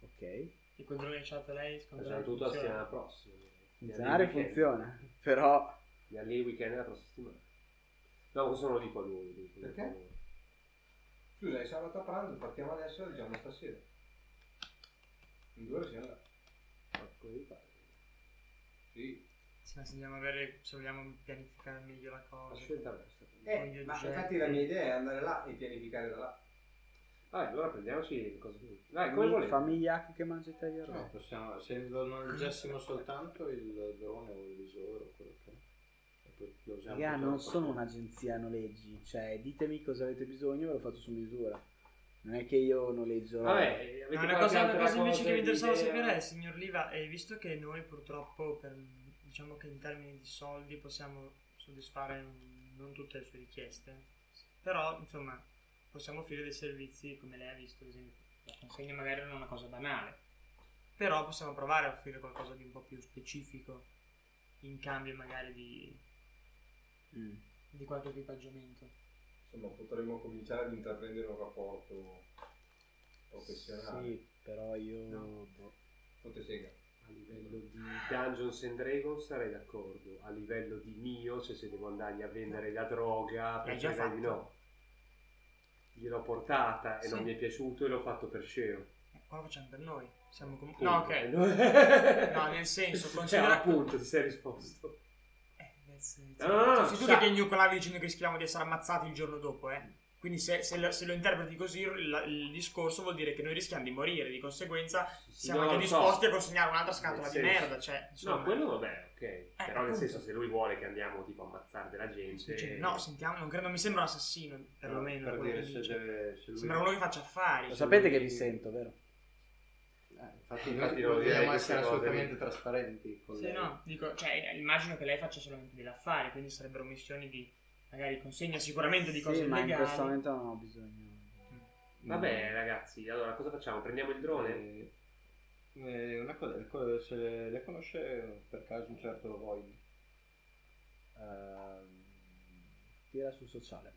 [SPEAKER 5] Ok.
[SPEAKER 3] E quel drone che c'ha lei, secondo
[SPEAKER 2] Facciamo
[SPEAKER 3] me
[SPEAKER 2] tutto la
[SPEAKER 3] funziona?
[SPEAKER 2] settimana prossima.
[SPEAKER 5] Funzionare funziona, però
[SPEAKER 2] Da lì il weekend della prossima settimana. No, questo non lo dico a lui. lo dico
[SPEAKER 10] Perché?
[SPEAKER 2] a lui.
[SPEAKER 10] Scusa, è sabato a pranzo, partiamo adesso e leggiamo stasera. In due ore siamo là.
[SPEAKER 2] Ma come vi pare?
[SPEAKER 10] Sì.
[SPEAKER 3] Sì, ma se vogliamo avere, se vogliamo pianificare meglio la cosa.
[SPEAKER 2] La scelta vostra.
[SPEAKER 10] Eh, ma infatti la mia idea è andare là e pianificare da là.
[SPEAKER 2] Vabbè, allora prendiamoci le cose che- Dai, come
[SPEAKER 5] fammi-
[SPEAKER 2] volete.
[SPEAKER 5] fammi gli hack che mangi tagliare.
[SPEAKER 4] No, possiamo, se lo noleggiassimo soltanto il drone o il visore o quello che è. E poi lo usiamo
[SPEAKER 5] Raga,
[SPEAKER 4] per
[SPEAKER 5] non
[SPEAKER 4] tutto.
[SPEAKER 5] sono un'agenzia noleggi, cioè ditemi cosa avete bisogno e ve lo faccio su misura. Non è che io noleggio...
[SPEAKER 2] Vabbè,
[SPEAKER 3] No,
[SPEAKER 2] avete
[SPEAKER 3] una
[SPEAKER 2] qualche
[SPEAKER 3] cosa, una
[SPEAKER 2] altra
[SPEAKER 3] cosa invece che mi interessava
[SPEAKER 2] idea?
[SPEAKER 3] sapere è, signor Liva, eh, visto che noi purtroppo, per- diciamo che in termini di soldi possiamo soddisfare mm, non tutte le sue richieste, però insomma possiamo offrire dei servizi come lei ha visto, ad esempio, la consegna magari non è una cosa banale, però possiamo provare a offrire qualcosa di un po' più specifico in cambio magari di,
[SPEAKER 5] Mm.
[SPEAKER 3] di qualche equipaggiamento.
[SPEAKER 10] Insomma, potremmo cominciare ad intraprendere un rapporto professionale.
[SPEAKER 5] Sì, però io... boh.
[SPEAKER 10] Fonte sega.
[SPEAKER 2] A livello di Dungeons and Dragons sarei d'accordo. A livello di mio, cioè se devo andargli a vendere la droga,
[SPEAKER 3] L'hai già
[SPEAKER 2] preferirei di
[SPEAKER 3] fatto.
[SPEAKER 2] no. Gliel'ho portata e
[SPEAKER 3] Sì.
[SPEAKER 2] non mi è piaciuto e l'ho fatto per scemo.
[SPEAKER 3] Eh, Qua lo facciamo per noi, siamo comunque...
[SPEAKER 2] Punto.
[SPEAKER 3] No, ok. No, nel senso, considera-
[SPEAKER 2] Cioè, appunto, ti sei risposto.
[SPEAKER 3] Eh, nel senso-
[SPEAKER 2] No, no, no,
[SPEAKER 3] sei tu
[SPEAKER 2] sa-
[SPEAKER 3] che gnucolavi dicendo che rischiamo di essere ammazzati il giorno dopo, eh. Quindi se, se lo, se lo interpreti così il, il discorso vuol dire che noi rischiamo di morire, di conseguenza siamo
[SPEAKER 2] No,
[SPEAKER 3] anche
[SPEAKER 2] lo so.
[SPEAKER 3] disposti a consegnare un'altra
[SPEAKER 2] Nel
[SPEAKER 3] scatola di
[SPEAKER 2] senso-
[SPEAKER 3] merda. Cioè,
[SPEAKER 2] no,
[SPEAKER 3] insomma. Eh,
[SPEAKER 2] quello vabbè, ok. Però nel
[SPEAKER 3] appunto.
[SPEAKER 2] senso, se lui vuole che andiamo tipo a ammazzare della gente,
[SPEAKER 3] Cioè, no, sentiamo, non credo mi sembra un assassino, perlomeno.
[SPEAKER 4] per
[SPEAKER 3] quello
[SPEAKER 4] dire
[SPEAKER 3] che
[SPEAKER 4] se
[SPEAKER 3] dice.
[SPEAKER 4] deve- se lui-
[SPEAKER 3] Sembra uno che faccia affari.
[SPEAKER 4] Lo
[SPEAKER 5] Sapete che vi sento, vero?
[SPEAKER 4] Eh,
[SPEAKER 3] Eh,
[SPEAKER 4] Infatti, infatti dobbiamo essere assolutamente trasparenti. con
[SPEAKER 3] Sì,
[SPEAKER 4] lei.
[SPEAKER 3] no, dico, cioè, immagino che lei faccia solamente degli affari, quindi sarebbero missioni di magari consegna sicuramente di
[SPEAKER 15] Sì,
[SPEAKER 3] cose
[SPEAKER 15] ma
[SPEAKER 3] illegali.
[SPEAKER 15] in questo momento non ho bisogno.
[SPEAKER 2] Mm. Vabbè, ragazzi, allora cosa facciamo? Prendiamo il drone?
[SPEAKER 4] Eh, una cosa, il co- se le conosce per caso un certo Void?
[SPEAKER 5] Ehm, Tira sul sociale.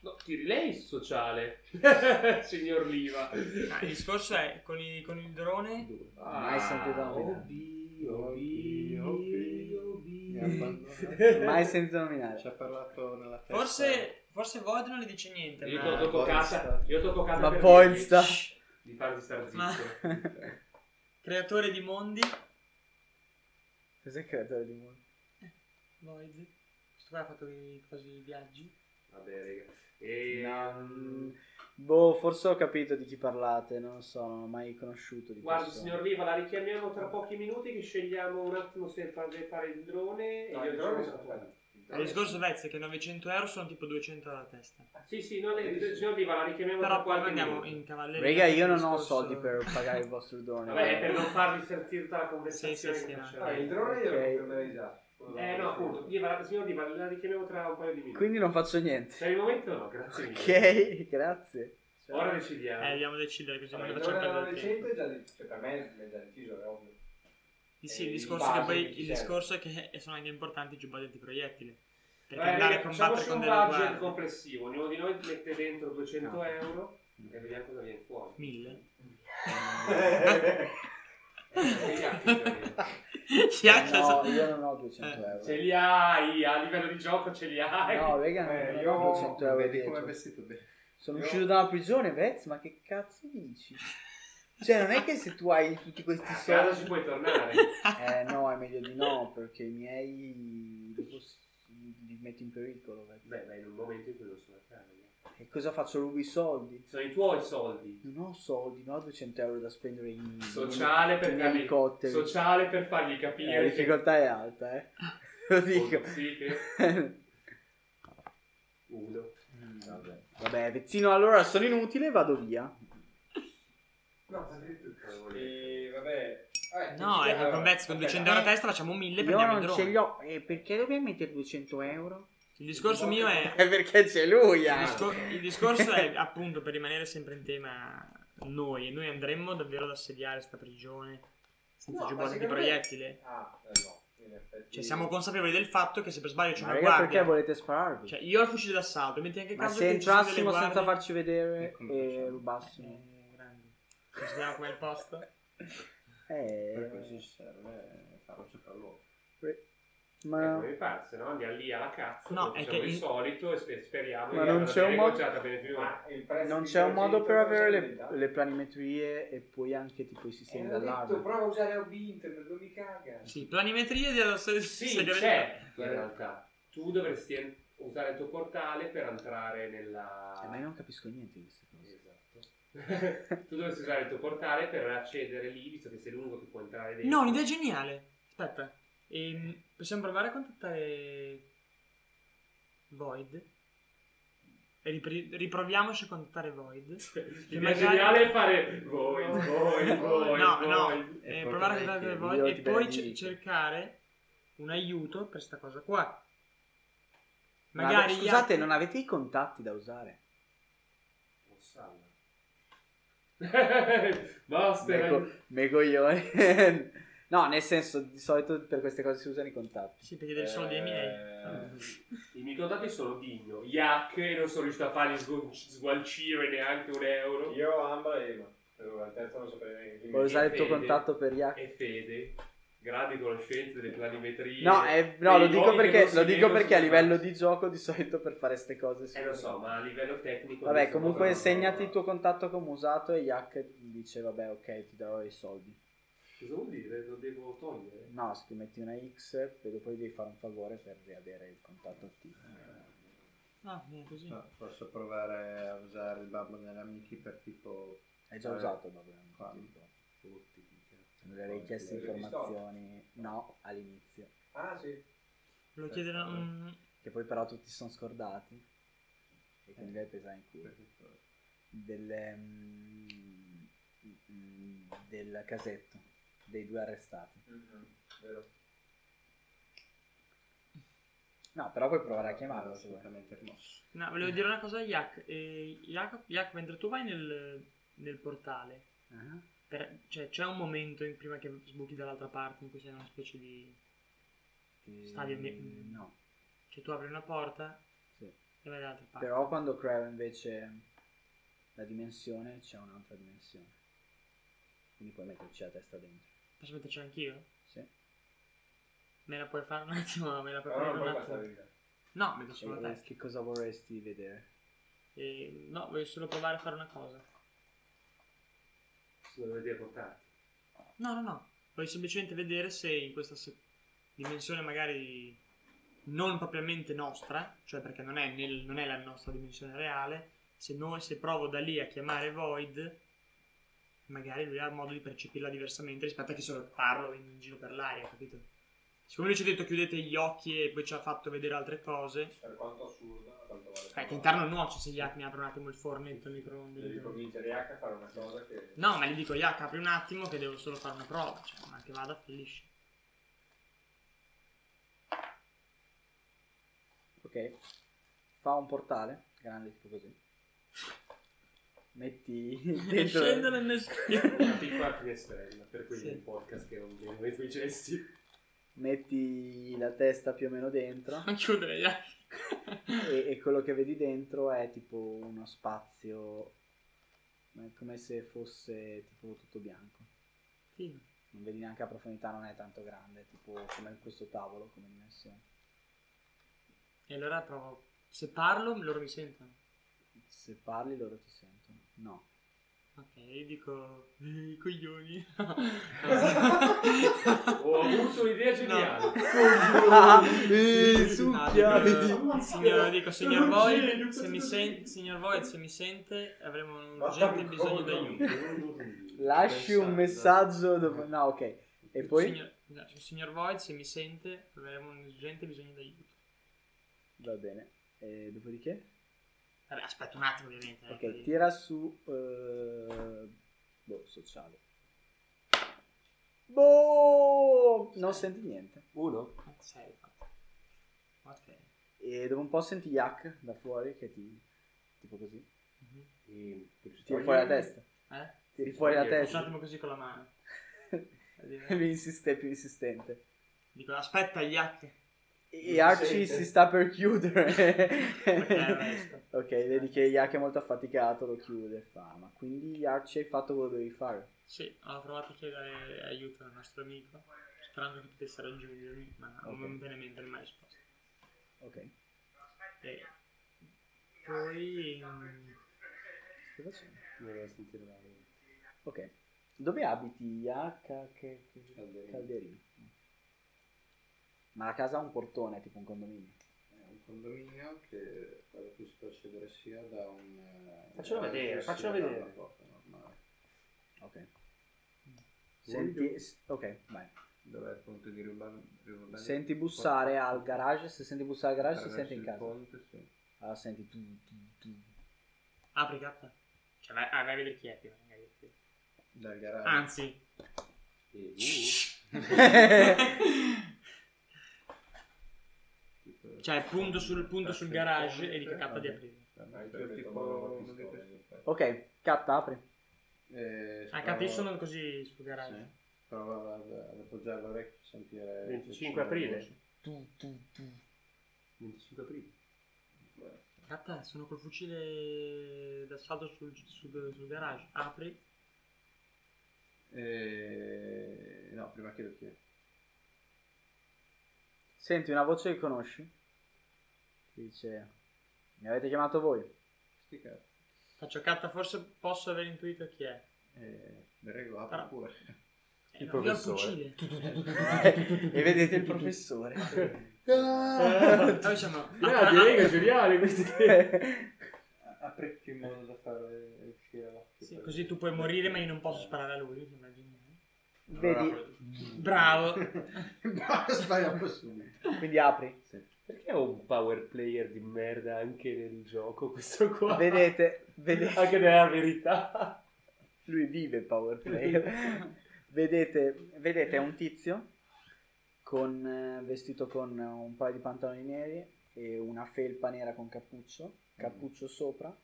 [SPEAKER 2] No, tiri lei il sociale, signor Liva.
[SPEAKER 3] Ah, il discorso è con, i- con il
[SPEAKER 2] Eh.
[SPEAKER 3] drone.
[SPEAKER 2] Ah,
[SPEAKER 5] Mai sentito
[SPEAKER 4] Ah,
[SPEAKER 2] oh,
[SPEAKER 5] nominare. oh, Mai sentito nominare.
[SPEAKER 2] Cioè,
[SPEAKER 4] Ci ha parlato nella testa.
[SPEAKER 3] Forse, forse Void non le dice niente.
[SPEAKER 2] Io
[SPEAKER 3] ma-
[SPEAKER 2] t'ho toccata, io t'ho toccata
[SPEAKER 5] Ma
[SPEAKER 2] per
[SPEAKER 5] poi
[SPEAKER 2] dirti,
[SPEAKER 5] sta-
[SPEAKER 2] "Shh", di farti star zitto.
[SPEAKER 3] Ma- Creatore di mondi.
[SPEAKER 5] Cos'è il creatore di mondo?
[SPEAKER 3] Void. Questo qua ha fatto i così i viaggi.
[SPEAKER 2] Vabbè, raga. E...
[SPEAKER 5] No, Boh, forse ho capito di chi parlate, non lo so, non ho mai conosciuto di
[SPEAKER 2] Guarda,
[SPEAKER 5] persona.
[SPEAKER 2] signor Liva, la richiamiamo tra pochi minuti che scegliamo un attimo se farle fare il drone.
[SPEAKER 10] No,
[SPEAKER 2] e
[SPEAKER 10] il
[SPEAKER 2] io
[SPEAKER 10] drone
[SPEAKER 2] sono-
[SPEAKER 10] mi sa fare.
[SPEAKER 5] Eh,
[SPEAKER 3] Il discorso Vez è che 900 euro sono tipo 200 alla testa.
[SPEAKER 2] Sì, sì, no, le- signor Liva, la richiamiamo
[SPEAKER 3] Però
[SPEAKER 2] tra
[SPEAKER 3] poi
[SPEAKER 2] qualche
[SPEAKER 3] andiamo
[SPEAKER 2] minuto.
[SPEAKER 3] in cavalleria.
[SPEAKER 5] Raga, io non ho
[SPEAKER 3] Discorso-
[SPEAKER 5] soldi per pagare il vostro eh. drone.
[SPEAKER 2] Vabbè, Ah, è per
[SPEAKER 5] guarda.
[SPEAKER 2] non farvi sentire tutta la conversazione
[SPEAKER 3] Sì, sì,
[SPEAKER 2] che
[SPEAKER 3] sì,
[SPEAKER 2] c'è.
[SPEAKER 10] Vabbè, Ah, il drone glielo
[SPEAKER 5] Ok.
[SPEAKER 10] fermerei già.
[SPEAKER 2] Eh no, appunto, Liva, signor Liva, la richiamiamo tra un paio di minuti.
[SPEAKER 5] Quindi non faccio niente.
[SPEAKER 2] Per il momento no, grazie mille. Cioè,
[SPEAKER 5] Ok, grazie.
[SPEAKER 2] Ora decidiamo.
[SPEAKER 3] Eh, dobbiamo decidere così
[SPEAKER 10] Vabbè,
[SPEAKER 3] non
[SPEAKER 10] il
[SPEAKER 3] le facciamo
[SPEAKER 2] Certo,
[SPEAKER 10] drone
[SPEAKER 3] perdere
[SPEAKER 10] era
[SPEAKER 3] il tempo.
[SPEAKER 10] recente, già di- cioè, per me è già deciso, è ovvio.
[SPEAKER 3] Sì, sì,
[SPEAKER 10] Eh,
[SPEAKER 3] il
[SPEAKER 10] in
[SPEAKER 3] discorso,
[SPEAKER 10] base
[SPEAKER 3] che poi,
[SPEAKER 10] che ci
[SPEAKER 3] il
[SPEAKER 10] serve.
[SPEAKER 3] discorso è che eh, sono anche importanti i giubbotti antiproiettile. Perché
[SPEAKER 2] Vabbè,
[SPEAKER 3] andare a
[SPEAKER 2] raga,
[SPEAKER 3] combattere
[SPEAKER 2] facciamoci
[SPEAKER 3] con
[SPEAKER 2] un
[SPEAKER 3] delle
[SPEAKER 2] budget
[SPEAKER 3] guardie
[SPEAKER 2] complessivo, ognuno di noi mette dentro 200
[SPEAKER 3] No.
[SPEAKER 2] euro Ah. e vediamo cosa viene fuori.
[SPEAKER 3] mille.
[SPEAKER 2] Eh, Sì, anche
[SPEAKER 5] Eh, No,
[SPEAKER 2] se-
[SPEAKER 5] io non ho 200
[SPEAKER 2] Eh,
[SPEAKER 5] euro.
[SPEAKER 2] Ce li hai, a livello di gioco ce li hai.
[SPEAKER 5] No, raga, non
[SPEAKER 4] Eh,
[SPEAKER 5] ho
[SPEAKER 4] io
[SPEAKER 5] 200 euro
[SPEAKER 4] vedi
[SPEAKER 5] dietro.
[SPEAKER 4] come è vestito bene.
[SPEAKER 5] Sono
[SPEAKER 4] io-
[SPEAKER 5] uscito dalla prigione, Vez, ma che cazzo dici? Cioè, non è che se tu hai tutti questi soldi...
[SPEAKER 2] ci puoi tornare.
[SPEAKER 5] Eh, no, è meglio di no, perché i miei... dopo s- li metto in pericolo, Vez.
[SPEAKER 2] Beh, ma in un momento in cui non sono a casa. no?
[SPEAKER 5] E cosa faccio? Rubo i soldi?
[SPEAKER 2] Sono i tuoi soldi.
[SPEAKER 5] Non ho soldi, non ho 200 euro da spendere in...
[SPEAKER 2] Sociale per,
[SPEAKER 5] in
[SPEAKER 2] fargli-
[SPEAKER 5] elicotteri.
[SPEAKER 2] sociale per fargli
[SPEAKER 5] Eh, la
[SPEAKER 2] capire. che-
[SPEAKER 5] difficoltà è alta, eh. Lo dico.
[SPEAKER 2] Sì, che... Uno. Vabbè.
[SPEAKER 5] Vabbè, Vezzino, allora sono inutile, vado via.
[SPEAKER 10] No, addirittura. E vabbè. vabbè,
[SPEAKER 3] No,
[SPEAKER 10] ci
[SPEAKER 3] è
[SPEAKER 10] siamo.
[SPEAKER 3] che con Vez con
[SPEAKER 10] Ok,
[SPEAKER 3] 200 euro a
[SPEAKER 10] eh,
[SPEAKER 3] testa facciamo 1000
[SPEAKER 5] Io
[SPEAKER 3] prendiamo il
[SPEAKER 5] non ce
[SPEAKER 3] drone.
[SPEAKER 5] li ho. E perché dobbiamo mettere 200 euro?
[SPEAKER 3] Il discorso mio è...
[SPEAKER 5] È perché c'è lui
[SPEAKER 3] Il,
[SPEAKER 5] anche.
[SPEAKER 3] discor- il discorso
[SPEAKER 5] eh.
[SPEAKER 3] è appunto per rimanere sempre in tema noi, noi andremmo davvero ad assediare sta prigione senza
[SPEAKER 10] No, ma
[SPEAKER 3] giubbotti di
[SPEAKER 10] secondo me-
[SPEAKER 3] proiettile.
[SPEAKER 10] Ah, eh, no. In effetti.
[SPEAKER 3] Cioè siamo consapevoli del fatto che se per sbaglio c'è
[SPEAKER 5] Ma
[SPEAKER 3] una
[SPEAKER 5] raga, perché
[SPEAKER 3] guardia,
[SPEAKER 5] volete spararvi?
[SPEAKER 3] cioè io ho il fucile d'assalto, metti anche
[SPEAKER 5] Ma
[SPEAKER 3] caso
[SPEAKER 5] se
[SPEAKER 3] che ci sono delle
[SPEAKER 5] entrassimo
[SPEAKER 3] guardie...
[SPEAKER 5] senza farci vedere
[SPEAKER 4] come
[SPEAKER 5] e rubassimo.
[SPEAKER 3] Eh, grandi. Come si chiama quel posto?
[SPEAKER 4] Per questo
[SPEAKER 5] Eh,
[SPEAKER 4] ci serve fare un sopralluogo.
[SPEAKER 5] re-
[SPEAKER 2] Eh,
[SPEAKER 5] ma,
[SPEAKER 2] come vi pare, se no andiamo lì alla cazzo,
[SPEAKER 3] No,
[SPEAKER 2] come
[SPEAKER 3] è
[SPEAKER 2] facciamo
[SPEAKER 3] che
[SPEAKER 2] di
[SPEAKER 3] in-
[SPEAKER 2] solito e sper- speriamo
[SPEAKER 5] Ma
[SPEAKER 2] di
[SPEAKER 5] non
[SPEAKER 2] avere
[SPEAKER 5] c'è un modo-
[SPEAKER 2] bocciata bene più.
[SPEAKER 10] Ma il prezzo
[SPEAKER 5] non
[SPEAKER 10] di
[SPEAKER 5] c'è un
[SPEAKER 10] 300
[SPEAKER 5] modo per avere
[SPEAKER 10] cosa
[SPEAKER 5] le,
[SPEAKER 10] mi dà?
[SPEAKER 5] le planimetrie e poi anche tipo i
[SPEAKER 10] Eh,
[SPEAKER 5] sistemi
[SPEAKER 10] l'ho detto,
[SPEAKER 5] d'allarme.
[SPEAKER 10] prova a usare OB internet, non mi caga.
[SPEAKER 3] Sì, planimetrie della se-
[SPEAKER 2] Sì,
[SPEAKER 3] segreteria.
[SPEAKER 2] c'è, in realtà. Tu dovresti en- usare il tuo portale per entrare nella...
[SPEAKER 5] Eh, ma io non capisco niente di queste cose.
[SPEAKER 2] Esatto. tu dovresti usare il tuo portale per accedere lì, visto che sei l'unico che può entrare dentro.
[SPEAKER 3] No, un'idea geniale. Aspetta, Ehm, possiamo provare a contattare Void. E ripri- riproviamoci a contattare Void. Che
[SPEAKER 2] L'idea
[SPEAKER 3] magari-
[SPEAKER 2] geniale Cioè, è fare voi, voi, voi,
[SPEAKER 3] no,
[SPEAKER 2] voi.
[SPEAKER 3] no,
[SPEAKER 2] E
[SPEAKER 3] eh,
[SPEAKER 2] poi
[SPEAKER 3] provare a
[SPEAKER 2] come chiedi?
[SPEAKER 3] contattare Void
[SPEAKER 5] Io
[SPEAKER 3] e
[SPEAKER 5] ti
[SPEAKER 3] poi
[SPEAKER 5] benedico.
[SPEAKER 3] ce- cercare un aiuto per sta cosa qua.
[SPEAKER 5] Ma
[SPEAKER 3] Magari
[SPEAKER 5] scusate,
[SPEAKER 3] gli altri-
[SPEAKER 5] non avete i contatti da usare?
[SPEAKER 2] Ossala. Basta,
[SPEAKER 5] Me co-
[SPEAKER 2] dai.
[SPEAKER 5] me coglioni. no, nel senso, di solito per queste cose si usano i contatti.
[SPEAKER 3] Sì, perché devi solo dei miei.
[SPEAKER 5] Eh.
[SPEAKER 2] I miei contatti sono Digno, Yak e non sono riuscito a fargli sgo- sgualcire neanche un euro.
[SPEAKER 10] Io Ambra e Ema. Per ora, il terzo non saprei neanche chi mi-
[SPEAKER 5] Vuoi usare il tuo
[SPEAKER 2] Fede.
[SPEAKER 5] contatto per Yak?
[SPEAKER 2] E Fede, grandi conoscenze delle planimetrie.
[SPEAKER 5] No, eh, no,
[SPEAKER 2] dei
[SPEAKER 5] lo dico
[SPEAKER 2] luoghi che non
[SPEAKER 5] perché,
[SPEAKER 2] si
[SPEAKER 5] lo dico
[SPEAKER 2] vedono,
[SPEAKER 5] perché a
[SPEAKER 2] si
[SPEAKER 5] livello di gioco di solito per fare ste cose
[SPEAKER 2] Eh
[SPEAKER 5] sono-
[SPEAKER 2] lo so, ma a livello tecnico...
[SPEAKER 5] Vabbè,
[SPEAKER 2] adesso
[SPEAKER 5] comunque
[SPEAKER 2] non-
[SPEAKER 5] segnati il tuo contatto come usato e Yak dice vabbè ok ti darò i soldi.
[SPEAKER 2] Cosa vuol dire? Lo devo togliere?
[SPEAKER 5] No, se ti metti una X e poi devi fare un favore per riavere il contatto attivo.
[SPEAKER 3] Ah, bene, così.
[SPEAKER 4] No, Cioè, posso provare a usare il babbo delle amiche per tipo...
[SPEAKER 5] Hai
[SPEAKER 2] Eh,
[SPEAKER 5] già usato il babbo delle amiche?
[SPEAKER 4] Quando?
[SPEAKER 5] Non le avrei chiesto informazioni. No, all'inizio.
[SPEAKER 10] Ah, sì.
[SPEAKER 3] Lo
[SPEAKER 1] Eh,
[SPEAKER 3] chiedono. mm,
[SPEAKER 5] Che poi però tutti si sono scordati. E quindi lei pesa in culo. Delle, mm, mm, del casetto. Dei due arrestati.
[SPEAKER 1] Vero.
[SPEAKER 5] No, però puoi provare a chiamarlo se vuoi.
[SPEAKER 4] Assolutamente rimosso.
[SPEAKER 3] No, volevo dire una cosa a Yak. Eh, Jacob, Yak, mentre tu vai nel, nel portale,
[SPEAKER 5] Ah.
[SPEAKER 3] per- cioè, c'è un momento in- prima che sbuchi dall'altra parte in cui sei in una specie di.
[SPEAKER 5] Eh,
[SPEAKER 3] Stadio me-
[SPEAKER 5] No.
[SPEAKER 3] Cioè, tu apri una porta
[SPEAKER 5] Sì.
[SPEAKER 3] e vai dall'altra parte.
[SPEAKER 5] Però quando creo invece la dimensione c'è un'altra dimensione. Quindi puoi metterci la testa dentro.
[SPEAKER 3] Posso metterci anch'io?
[SPEAKER 5] Sì.
[SPEAKER 3] Me la puoi fare un attimo? Me la puoi
[SPEAKER 1] Però
[SPEAKER 3] fare
[SPEAKER 1] non puoi
[SPEAKER 3] un
[SPEAKER 1] passare
[SPEAKER 3] attimo?
[SPEAKER 1] via.
[SPEAKER 3] No, metto solo la
[SPEAKER 5] E- e
[SPEAKER 3] testa.
[SPEAKER 5] Che cosa vorresti vedere?
[SPEAKER 3] Eh, no, voglio solo provare a fare una cosa.
[SPEAKER 2] Si deve vedere portarti.
[SPEAKER 3] No, no, no. Voglio semplicemente vedere se in questa se- dimensione magari non propriamente nostra, cioè perché non è, nel- non è la nostra dimensione reale, se, noi, se provo da lì a chiamare Void, magari lui ha modo di percepirla diversamente rispetto a chi solo parlo in giro per l'aria, capito? Siccome lui ci ha detto chiudete gli occhi e poi ci ha fatto vedere altre cose,
[SPEAKER 1] Per quanto assurda, tanto vale.
[SPEAKER 3] aspetta, intanto nuoce se Yak mi apre un attimo il fornetto, il microonde.
[SPEAKER 1] Devi convincere H a fare una cosa che...
[SPEAKER 3] No, ma gli dico, Yak, apri un attimo che devo solo fare una prova. Cioè, ma che vada, fallisce.
[SPEAKER 5] Ok. Fa un portale, grande tipo così. Metti dentro...
[SPEAKER 3] Scendere nel
[SPEAKER 2] Una piccola finestrella per quei
[SPEAKER 5] Sì.
[SPEAKER 2] podcast che non vedono i tuoi gesti.
[SPEAKER 5] Metti la testa più o meno dentro.
[SPEAKER 3] Non chiudere gli occhi.
[SPEAKER 5] e, e quello che vedi dentro è tipo uno spazio ma è come se fosse tipo tutto bianco
[SPEAKER 3] Figo.
[SPEAKER 5] non vedi neanche la profondità non è tanto grande tipo come questo tavolo come dimensione
[SPEAKER 3] E allora provo. Se parlo, loro mi sentono.
[SPEAKER 5] se parli loro ti sentono no
[SPEAKER 3] Ok, io dico. "Eh, Coglioni.
[SPEAKER 2] Ho avuto un'idea geniale.
[SPEAKER 5] Eh,
[SPEAKER 3] succhia,
[SPEAKER 5] vedi?
[SPEAKER 3] Signor, dico,
[SPEAKER 2] Non
[SPEAKER 3] signor Void,
[SPEAKER 2] genio,
[SPEAKER 3] se mi
[SPEAKER 2] questo
[SPEAKER 3] sen- signor Void, se mi sente, avremo un
[SPEAKER 1] Ma
[SPEAKER 3] urgente
[SPEAKER 1] tanto
[SPEAKER 3] bisogno
[SPEAKER 1] no.
[SPEAKER 3] d'aiuto.
[SPEAKER 5] lasci un messaggio dopo no ok e poi
[SPEAKER 3] Signor, no, signor Void, se mi sente, avremo un urgente bisogno d'aiuto.
[SPEAKER 5] va bene e dopodiché
[SPEAKER 3] Vabbè, aspetta un attimo, ovviamente. eh,
[SPEAKER 5] ok
[SPEAKER 3] poi-
[SPEAKER 5] tira su eh, boh sociale boh non senti niente
[SPEAKER 2] Uno?
[SPEAKER 3] Sei, fatto. Ok.
[SPEAKER 5] E dopo un po' senti Yak da fuori che ti. tipo così.
[SPEAKER 3] Mhm.
[SPEAKER 2] E-
[SPEAKER 5] Ti tiri fuori la testa.
[SPEAKER 3] Eh?
[SPEAKER 5] Tiri fuori la
[SPEAKER 2] Togli-
[SPEAKER 3] Faccio un
[SPEAKER 5] testa.
[SPEAKER 3] attimo così con la mano.
[SPEAKER 5] Più insiste- più insistente.
[SPEAKER 3] Dico, aspetta, Yak.
[SPEAKER 5] E Archie si sta per chiudere.
[SPEAKER 3] resto.
[SPEAKER 5] ok, vedi che Yak è molto affaticato, lo chiude. Fa, ma quindi Archie hai fatto quello che dovevi fare.
[SPEAKER 3] Sì, ho provato a chiedere aiuto al nostro amico, sperando che potesse raggiungermi, ma
[SPEAKER 5] Ok.
[SPEAKER 3] momentaneamente non mi ha risposto.
[SPEAKER 5] Ok.
[SPEAKER 3] E poi... mm,
[SPEAKER 5] Che facciamo?
[SPEAKER 2] Dovrei sentire la voce.
[SPEAKER 5] Ok. Dove abiti Yak? Che... che-
[SPEAKER 2] Calderino.
[SPEAKER 5] Calderino. Ma la casa ha un portone, tipo un condominio.
[SPEAKER 4] È un condominio che da cui si può accedere sia da un... eh,
[SPEAKER 2] Faccelo
[SPEAKER 4] da-
[SPEAKER 2] vedere,
[SPEAKER 4] sia
[SPEAKER 2] faccelo
[SPEAKER 4] da una
[SPEAKER 2] vedere.
[SPEAKER 4] porta normale.
[SPEAKER 5] Ok. Senti, s- ok, vai.
[SPEAKER 4] Dov'è il ponte di Rivalbello?
[SPEAKER 5] Senti bussare al garage, se senti bussare al garage si
[SPEAKER 4] Attraverso
[SPEAKER 5] sente in
[SPEAKER 4] il
[SPEAKER 5] casa.
[SPEAKER 4] ponte, sì.
[SPEAKER 5] Allora senti tu, tu, tu.
[SPEAKER 3] Apri K. Cioè, vai, ah, vai a vedere chi è prima, magari.
[SPEAKER 5] Eh.
[SPEAKER 4] Dal garage.
[SPEAKER 3] Anzi,
[SPEAKER 2] E uh,
[SPEAKER 4] tipo- eh,
[SPEAKER 3] cioè, punto sul, punto sul garage e dico K di aprire.
[SPEAKER 4] Dai, per tipo-
[SPEAKER 5] Ok, catta, apri.
[SPEAKER 4] Eh,
[SPEAKER 3] Ah,
[SPEAKER 4] provo-
[SPEAKER 3] K, io sono così sul
[SPEAKER 4] sì.
[SPEAKER 3] garage.
[SPEAKER 4] Prova ad, ad appoggiare l'orecchio e sentire...
[SPEAKER 2] 25 aprile.
[SPEAKER 5] Tu, tu, tu.
[SPEAKER 2] 25 aprile.
[SPEAKER 3] K, sono col fucile d'assalto sul, sul- sul garage. Apri.
[SPEAKER 4] Eh, no, prima chiedo chi è.
[SPEAKER 5] Senti una voce che conosci. Ti dice, mi avete chiamato voi?
[SPEAKER 4] Sti cazzi.
[SPEAKER 3] Faccio K, forse posso aver intuito chi è.
[SPEAKER 4] Eh, Berego, apri
[SPEAKER 3] Però-
[SPEAKER 4] pure.
[SPEAKER 3] Eh,
[SPEAKER 16] Il
[SPEAKER 5] professore.
[SPEAKER 16] e vedete il professore.
[SPEAKER 5] Ah,
[SPEAKER 16] Noi siamo-
[SPEAKER 5] Ah, direi che è geniale questi
[SPEAKER 16] Eh, Aprecchio in modo da fare uscire la
[SPEAKER 3] Sì, così tu puoi morire, ma io non posso sparare a lui. eh. sembra geniale.
[SPEAKER 16] Vedi?
[SPEAKER 3] Bravo.
[SPEAKER 4] Sbagliamo Mm. subito.
[SPEAKER 16] Quindi apri.
[SPEAKER 2] Perché è un power player di merda anche nel gioco questo qua?
[SPEAKER 5] Vedete, vedete.
[SPEAKER 2] Anche nella verità.
[SPEAKER 5] Lui vive il power player. vedete, vedete un tizio con, eh, vestito con un paio di pantaloni neri e una felpa nera con cappuccio, cappuccio sopra,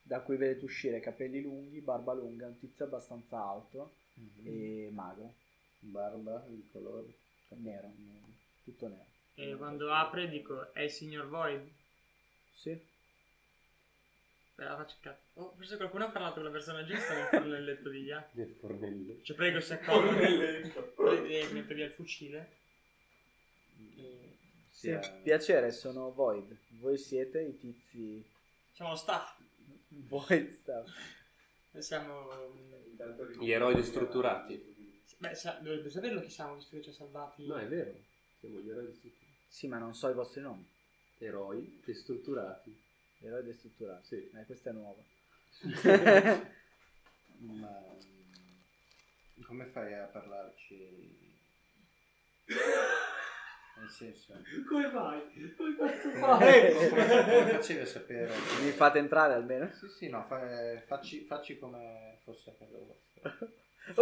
[SPEAKER 5] da cui vedete uscire capelli lunghi, barba lunga, un tizio abbastanza alto
[SPEAKER 3] Mm-hmm.
[SPEAKER 5] e magro. Barba di colore? Nero, tutto nero.
[SPEAKER 3] E quando apre dico, è il signor Void?
[SPEAKER 5] Sì.
[SPEAKER 3] Beh, la faccio cazzo. Oh, forse qualcuno ha parlato con la persona giusta nel fornelletto di Jack.
[SPEAKER 2] Nel fornello.
[SPEAKER 3] Cioè, prego, si accorga. Prego, mette via il fucile. E...
[SPEAKER 5] Sì, eh.
[SPEAKER 4] eh.
[SPEAKER 5] Piacere, sono Void. Voi siete i tizi
[SPEAKER 3] Siamo lo staff.
[SPEAKER 5] Void Staff.
[SPEAKER 3] Noi siamo...
[SPEAKER 17] Gli eroi destrutturati.
[SPEAKER 3] Beh, sa- dovrebbe saperlo chi siamo, visto che ci ha salvati.
[SPEAKER 2] No, è vero. Siamo gli eroi destrutturati.
[SPEAKER 5] Sì, ma non so i vostri nomi.
[SPEAKER 2] Eroi destrutturati.
[SPEAKER 5] Eroi destrutturati. Sì. Eh, questa è nuova.
[SPEAKER 4] Ma mm, come fai a parlarci? Nel senso,
[SPEAKER 3] Come fai? Come cazzo
[SPEAKER 4] come, come facevi a sapere?
[SPEAKER 5] Mi fate entrare almeno?
[SPEAKER 4] Sì, sì, no, fa- facci, facci come fosse a casa vostra.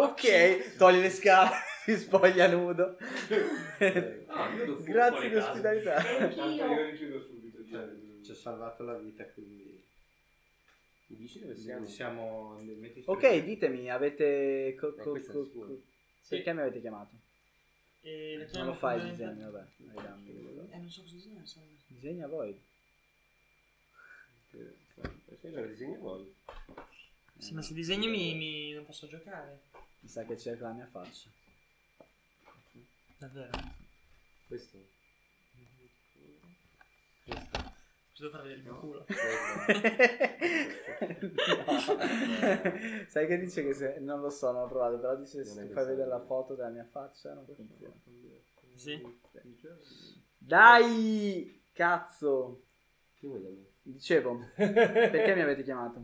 [SPEAKER 5] Ok, togli le scarpe, si spoglia nudo.
[SPEAKER 4] fuori
[SPEAKER 5] Grazie di
[SPEAKER 4] casa.
[SPEAKER 5] ospitalità.
[SPEAKER 4] Tanto io richiudo subito. Cioè, ci ha salvato la vita, quindi... Mi dici
[SPEAKER 2] Eh,
[SPEAKER 4] dove
[SPEAKER 5] siamo?
[SPEAKER 4] Siamo... metti su-
[SPEAKER 5] Ok, ditemi, avete... co-
[SPEAKER 4] Ma
[SPEAKER 5] co-
[SPEAKER 4] questo è
[SPEAKER 5] co-
[SPEAKER 4] sicuro.
[SPEAKER 5] co-
[SPEAKER 3] Sì.
[SPEAKER 5] perché mi avete chiamato?
[SPEAKER 3] E la
[SPEAKER 5] Non
[SPEAKER 3] chiamo
[SPEAKER 5] lo fai il
[SPEAKER 3] fondamentalmente-
[SPEAKER 5] disegno, vabbè. dai, dammi quello.
[SPEAKER 3] Eh, non so cosa disegnare, so-
[SPEAKER 5] Disegna voi.
[SPEAKER 2] Perché non disegni voi?
[SPEAKER 5] Eh,
[SPEAKER 3] Sì, ma se disegno mi, mi- non posso giocare.
[SPEAKER 5] Mi sa che cerca la mia faccia.
[SPEAKER 3] Davvero.
[SPEAKER 2] Questo?
[SPEAKER 3] Posso fare vedere il mio culo.
[SPEAKER 5] Sai che dice che se... Non lo so, non ho provato, però dice se
[SPEAKER 2] Non è
[SPEAKER 5] ti fai
[SPEAKER 2] che
[SPEAKER 5] vedere
[SPEAKER 2] sai.
[SPEAKER 5] la foto della mia faccia non funziona.
[SPEAKER 3] Sì.
[SPEAKER 5] Dai! Cazzo!
[SPEAKER 2] Chi vogliamo?
[SPEAKER 5] Dicevo, perché mi avete chiamato?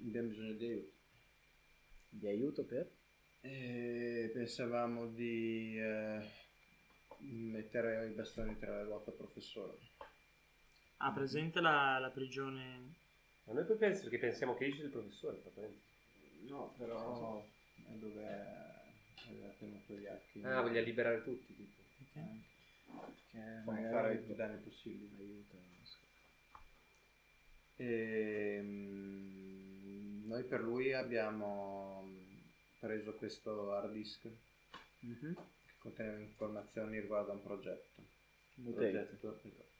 [SPEAKER 4] Abbiamo bisogno di aiuto.
[SPEAKER 5] Di aiuto per?
[SPEAKER 4] E Eh, pensavamo di eh, mettere i bastoni tra le ruote al professore.
[SPEAKER 3] Ha Ah, presente la, la prigione.
[SPEAKER 2] Ma noi poi pensiamo perché pensiamo che esce il professore, praticamente.
[SPEAKER 4] No, però è dove aveva tenuto gli archi.
[SPEAKER 2] Ah, voglia liberare tutti, tipo.
[SPEAKER 5] Perché
[SPEAKER 4] Come
[SPEAKER 5] magari-
[SPEAKER 4] fare più danni possibili.
[SPEAKER 5] Aiuto. non so.
[SPEAKER 4] Ehm, noi per lui abbiamo preso questo hard disk che
[SPEAKER 5] Mhm.
[SPEAKER 4] conteneva informazioni riguardo a un progetto.
[SPEAKER 5] Mutante.
[SPEAKER 4] Progetto, esatto.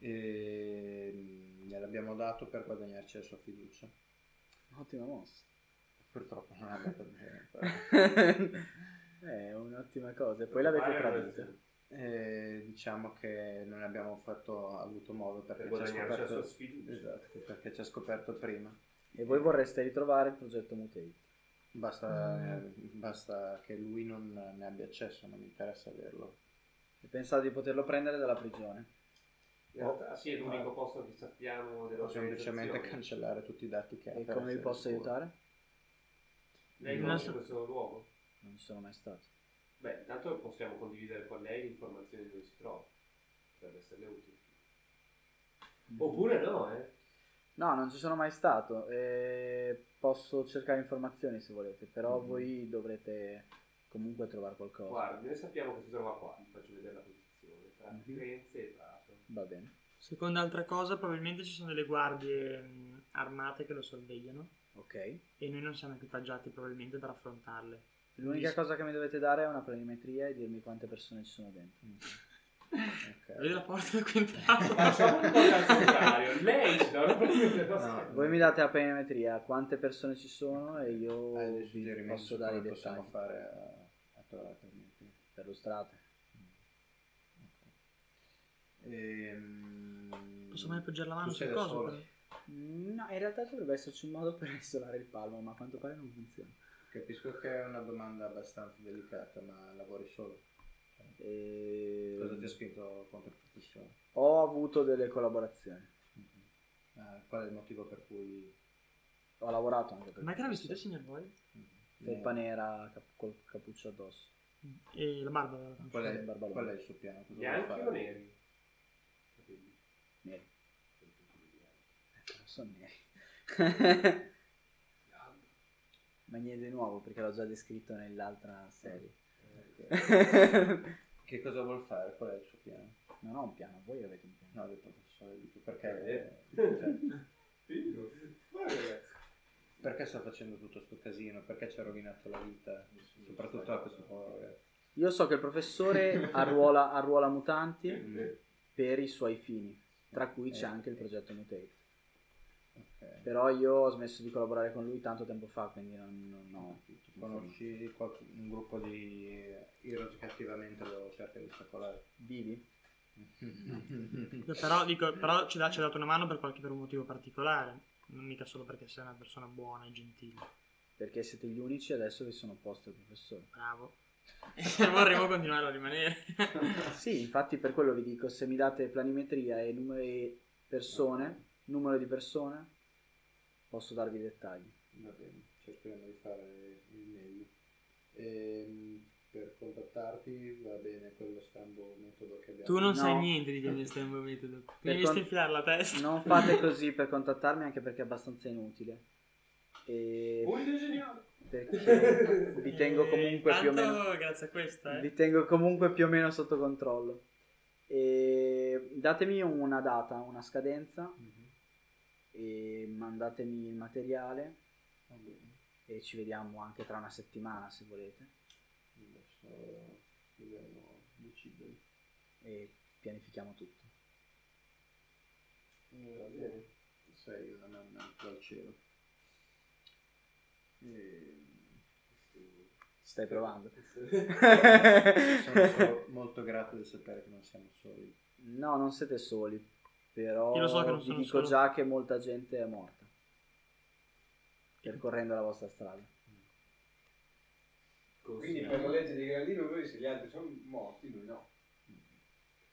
[SPEAKER 4] E mm, gliel'abbiamo dato per guadagnarci la sua fiducia.
[SPEAKER 5] Ottima mossa.
[SPEAKER 4] Purtroppo non è andata bene.
[SPEAKER 5] Eh, è un'ottima cosa. E poi l'avete
[SPEAKER 4] Vai,
[SPEAKER 5] tradita.
[SPEAKER 4] ragazzi. Eh, diciamo che non abbiamo fatto, avuto modo perché
[SPEAKER 2] Per
[SPEAKER 4] ci ha
[SPEAKER 2] guadagnarci la
[SPEAKER 4] scoperto-
[SPEAKER 2] sua sfiducia.
[SPEAKER 4] Esatto, perché ci ha scoperto prima.
[SPEAKER 5] E voi vorreste ritrovare il progetto Mutate.
[SPEAKER 4] Basta, eh,
[SPEAKER 5] Mm.
[SPEAKER 4] basta che lui non ne abbia accesso, non mi interessa averlo.
[SPEAKER 5] E pensate di poterlo prendere dalla prigione.
[SPEAKER 2] In realtà sì, è l'unico posto che sappiamo
[SPEAKER 4] Devo semplicemente
[SPEAKER 2] dell'organizzazione.
[SPEAKER 4] cancellare tutti i dati che ha.
[SPEAKER 5] E
[SPEAKER 4] Eh, per
[SPEAKER 5] come vi
[SPEAKER 4] essere
[SPEAKER 5] posso
[SPEAKER 4] sicuro.
[SPEAKER 5] aiutare?
[SPEAKER 2] Lei
[SPEAKER 5] Il
[SPEAKER 2] conosce
[SPEAKER 5] nostro-
[SPEAKER 2] questo luogo?
[SPEAKER 5] Non ci sono mai stato.
[SPEAKER 2] Beh, intanto possiamo condividere con lei le informazioni dove si trova, per esserle utili. Oppure no, eh?
[SPEAKER 5] No, non ci sono mai stato. eh, posso cercare informazioni se volete, però voi dovrete comunque trovare qualcosa.
[SPEAKER 2] Guardi, noi sappiamo che si trova qua, vi faccio vedere la posizione, tra Firenze e Prato.
[SPEAKER 5] Va bene.
[SPEAKER 3] Secondo altra cosa, probabilmente ci sono delle guardie mh, armate che lo sorvegliano.
[SPEAKER 5] Ok.
[SPEAKER 3] E noi non siamo equipaggiati probabilmente per affrontarle.
[SPEAKER 5] L'unica
[SPEAKER 3] Quindi-
[SPEAKER 5] cosa che mi dovete dare è una planimetria e dirmi quante persone ci sono dentro.
[SPEAKER 3] Vedi la porta da cui
[SPEAKER 5] Ah,
[SPEAKER 3] entravo?
[SPEAKER 2] Facciamo Ah, un po' al contrario. Lei ci dà una
[SPEAKER 5] No, voi mi date la planimetria, quante persone ci sono e io vi
[SPEAKER 4] Suggerimenti
[SPEAKER 5] posso
[SPEAKER 4] su
[SPEAKER 5] dare i
[SPEAKER 4] come
[SPEAKER 5] dettagli.
[SPEAKER 4] possiamo fare a, a trovare altrimenti.
[SPEAKER 5] Per lo strato.
[SPEAKER 4] eh, Ehm,
[SPEAKER 3] Posso mai appoggiare la mano
[SPEAKER 4] tu sei
[SPEAKER 3] sul
[SPEAKER 4] da
[SPEAKER 3] coso?
[SPEAKER 4] sola?
[SPEAKER 3] però?
[SPEAKER 5] No, in realtà dovrebbe esserci un modo per isolare il palmo, ma a quanto pare non funziona.
[SPEAKER 4] Capisco che è una domanda abbastanza delicata, ma lavori solo.
[SPEAKER 5] Ehm.
[SPEAKER 4] Cosa ti ha spinto contro professione?
[SPEAKER 5] Ho avuto delle collaborazioni.
[SPEAKER 4] Eh, qual è il motivo per cui
[SPEAKER 5] Ho lavorato anche per
[SPEAKER 3] Ma che era vestito il signor voi?
[SPEAKER 4] eh,
[SPEAKER 5] felpa nera cap- col cappuccio addosso.
[SPEAKER 3] E la barba?
[SPEAKER 4] qual è,
[SPEAKER 5] Barbalone.
[SPEAKER 4] qual è il suo piano? Cosa vuole
[SPEAKER 18] Bianchi
[SPEAKER 4] fare?
[SPEAKER 18] o neri?
[SPEAKER 5] Neri. Eh, Sono neri. Ma niente di nuovo perché l'ho già descritto nell'altra serie.
[SPEAKER 3] Eh.
[SPEAKER 4] Che cosa vuol fare? Qual è il suo piano?
[SPEAKER 5] non ho un piano, voi avete un piano. Eh,
[SPEAKER 4] No, del professore, dico perché, cioè,
[SPEAKER 19] Figo.
[SPEAKER 4] perché sto facendo tutto sto casino? Perché ci ha rovinato la vita? Soprattutto a questo povero ragazzo.
[SPEAKER 5] Io so che il professore arruola, arruola mutanti per i suoi fini, tra cui
[SPEAKER 3] Eh.
[SPEAKER 5] c'è anche il progetto Mutate. Però io ho smesso di collaborare con lui tanto tempo fa, quindi non, non ho
[SPEAKER 4] Tu conosci qualche- un gruppo di Heroes che attivamente lo cerca di ostacolare?
[SPEAKER 5] Vivi?
[SPEAKER 3] però, dico, però ci dà- ci ha dato una mano per, qualche, per un motivo particolare, non mica solo perché sei una persona buona e gentile.
[SPEAKER 5] Perché siete gli unici adesso che sono opposti al professore.
[SPEAKER 3] Bravo. E vorremmo continuare a rimanere.
[SPEAKER 5] Sì, infatti per quello vi dico, se mi date planimetria e numeri persone, numero di persone, posso darvi i dettagli.
[SPEAKER 4] Va bene, cercheremo di fare il meglio. Ehm, per contattarti va bene quello stampo metodo che abbiamo.
[SPEAKER 3] Tu non
[SPEAKER 5] No.
[SPEAKER 3] sai niente di quello stai metodo. Mi
[SPEAKER 5] Per
[SPEAKER 3] hai
[SPEAKER 5] con-
[SPEAKER 3] visto infilare la testa.
[SPEAKER 5] Non fate così per contattarmi anche perché è abbastanza inutile. E perché vi tengo
[SPEAKER 3] E
[SPEAKER 5] comunque più o
[SPEAKER 3] intanto,
[SPEAKER 5] meno
[SPEAKER 3] Eh, grazie a questa, eh.
[SPEAKER 5] vi tengo comunque più o meno sotto controllo. E datemi una data, una scadenza e mandatemi il materiale e ci vediamo anche tra una settimana se volete
[SPEAKER 4] Adesso dobbiamo decidere.
[SPEAKER 5] e pianifichiamo tutto.
[SPEAKER 4] Va bene, sei una nanna al cielo. Ehm,
[SPEAKER 5] Stai provando?
[SPEAKER 4] Sono solo molto grato di sapere che non siamo soli.
[SPEAKER 5] No, non siete soli, però
[SPEAKER 3] Io lo so che non
[SPEAKER 5] vi
[SPEAKER 3] sono
[SPEAKER 5] dico
[SPEAKER 3] solo.
[SPEAKER 5] già che molta gente è morta percorrendo la vostra strada.
[SPEAKER 10] Quindi per la legge dei Gallino lui se gli altri sono morti, lui no.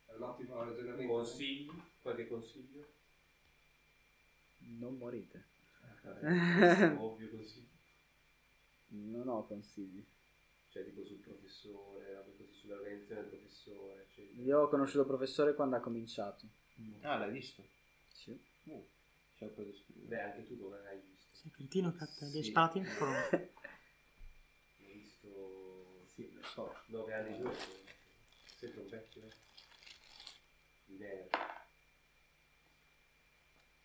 [SPEAKER 10] È un ottimo ragionamento.
[SPEAKER 2] Consigli? Qualche consiglio?
[SPEAKER 5] Non morite.
[SPEAKER 2] Ovvio consiglio.
[SPEAKER 5] Non ho consigli.
[SPEAKER 2] Cioè tipo sul professore, robe così, sull'organizzazione del professore. Cioè...
[SPEAKER 5] Io ho conosciuto il professore quando ha cominciato.
[SPEAKER 4] Ah, l'hai visto?
[SPEAKER 5] Sì.
[SPEAKER 4] C'è poi da scrivere.
[SPEAKER 2] Beh, anche tu come l'hai visto?
[SPEAKER 3] Sei cretino, catta, gli hai
[SPEAKER 2] Sì.
[SPEAKER 3] sparato in fronte.
[SPEAKER 2] L'hai visto... Sì, lo so. Nove anni dopo. Sempre un vecchio. eh? Di eh. nero.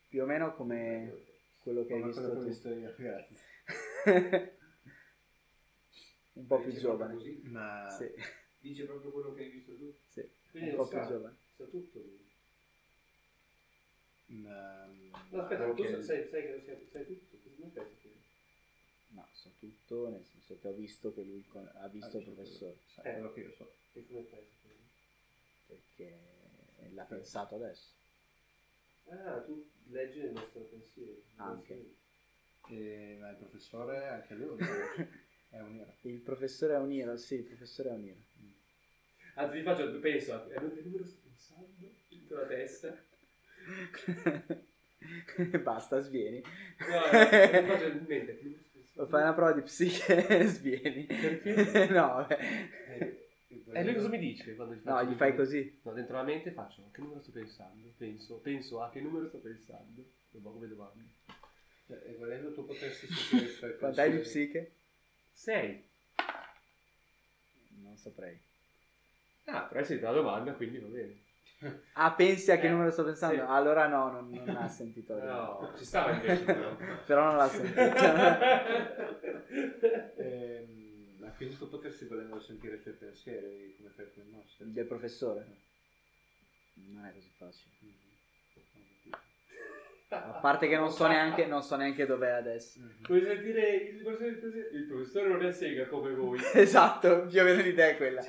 [SPEAKER 5] Più o meno come quello che hai
[SPEAKER 4] Come
[SPEAKER 5] visto
[SPEAKER 4] quello che ho
[SPEAKER 5] tu.
[SPEAKER 4] visto io, grazie.
[SPEAKER 5] Un po' più
[SPEAKER 10] Dice proprio
[SPEAKER 5] giovane. Mm.
[SPEAKER 10] così?
[SPEAKER 4] Ma
[SPEAKER 5] Sì,
[SPEAKER 10] Dice proprio quello che hai visto tu.
[SPEAKER 5] sì.
[SPEAKER 2] Quindi
[SPEAKER 5] un
[SPEAKER 2] lo
[SPEAKER 5] po' più
[SPEAKER 2] sa,
[SPEAKER 5] giovane.
[SPEAKER 2] sa tutto lui.
[SPEAKER 4] Ma,
[SPEAKER 2] No, aspetta, ma tu
[SPEAKER 4] anche-
[SPEAKER 2] sa- sai, sai che lo sai, sai tutto, così non pensi che...
[SPEAKER 5] No, so tutto, nel senso che ho visto che lui con- ha Ah, visto il professore.
[SPEAKER 4] Sai quello che io so.
[SPEAKER 2] E come pensi che...
[SPEAKER 5] Perché l'ha pensato adesso.
[SPEAKER 2] Ah, tu leggi nel nostro pensiero.
[SPEAKER 5] Anche.
[SPEAKER 4] E, ma il professore anche lui è un- è un ira.
[SPEAKER 5] Il professore è un hero, sì, il professore è un hero.
[SPEAKER 2] Anzi, vi faccio, penso, è un numero sto pensando, tutta la testa.
[SPEAKER 5] Basta, svieni.
[SPEAKER 2] No, no, in mente, che numero sto pensando?
[SPEAKER 5] Fai una prova di psiche e svieni.
[SPEAKER 2] Perché?
[SPEAKER 5] no, vabbè.
[SPEAKER 2] E lui cosa mi dice quando gli
[SPEAKER 5] No,
[SPEAKER 2] faccio
[SPEAKER 5] gli
[SPEAKER 2] il
[SPEAKER 5] fai
[SPEAKER 2] numero?
[SPEAKER 5] così.
[SPEAKER 2] No, dentro la mente faccio che numero sto pensando? Penso, penso a che numero sto pensando? Un po' come domanda.
[SPEAKER 4] Cioè, e volendo tu potresti sentire i suoi
[SPEAKER 5] Quant'hai di
[SPEAKER 4] pensieri.
[SPEAKER 5] psiche?
[SPEAKER 2] 6.
[SPEAKER 5] Non saprei.
[SPEAKER 2] Ah, però è sentita la domanda, quindi va bene.
[SPEAKER 5] Ah, pensi a che
[SPEAKER 2] Eh,
[SPEAKER 5] numero sto pensando?
[SPEAKER 2] sì.
[SPEAKER 5] Allora no, non, non ha sentito. la
[SPEAKER 2] No,
[SPEAKER 5] domanda.
[SPEAKER 2] ci stava invece. però.
[SPEAKER 5] Però non l'ha sentita.
[SPEAKER 4] Ehm, ma quindi tu potresti volendo sentire i suoi pensieri come fai con il nostro.
[SPEAKER 5] Del professore? Non è così facile.
[SPEAKER 20] Mm.
[SPEAKER 5] A parte che non so neanche, non so neanche dov'è adesso.
[SPEAKER 2] Vuoi sentire il professore? Il professore non è sega come voi.
[SPEAKER 5] Esatto, più o meno l'idea è quella.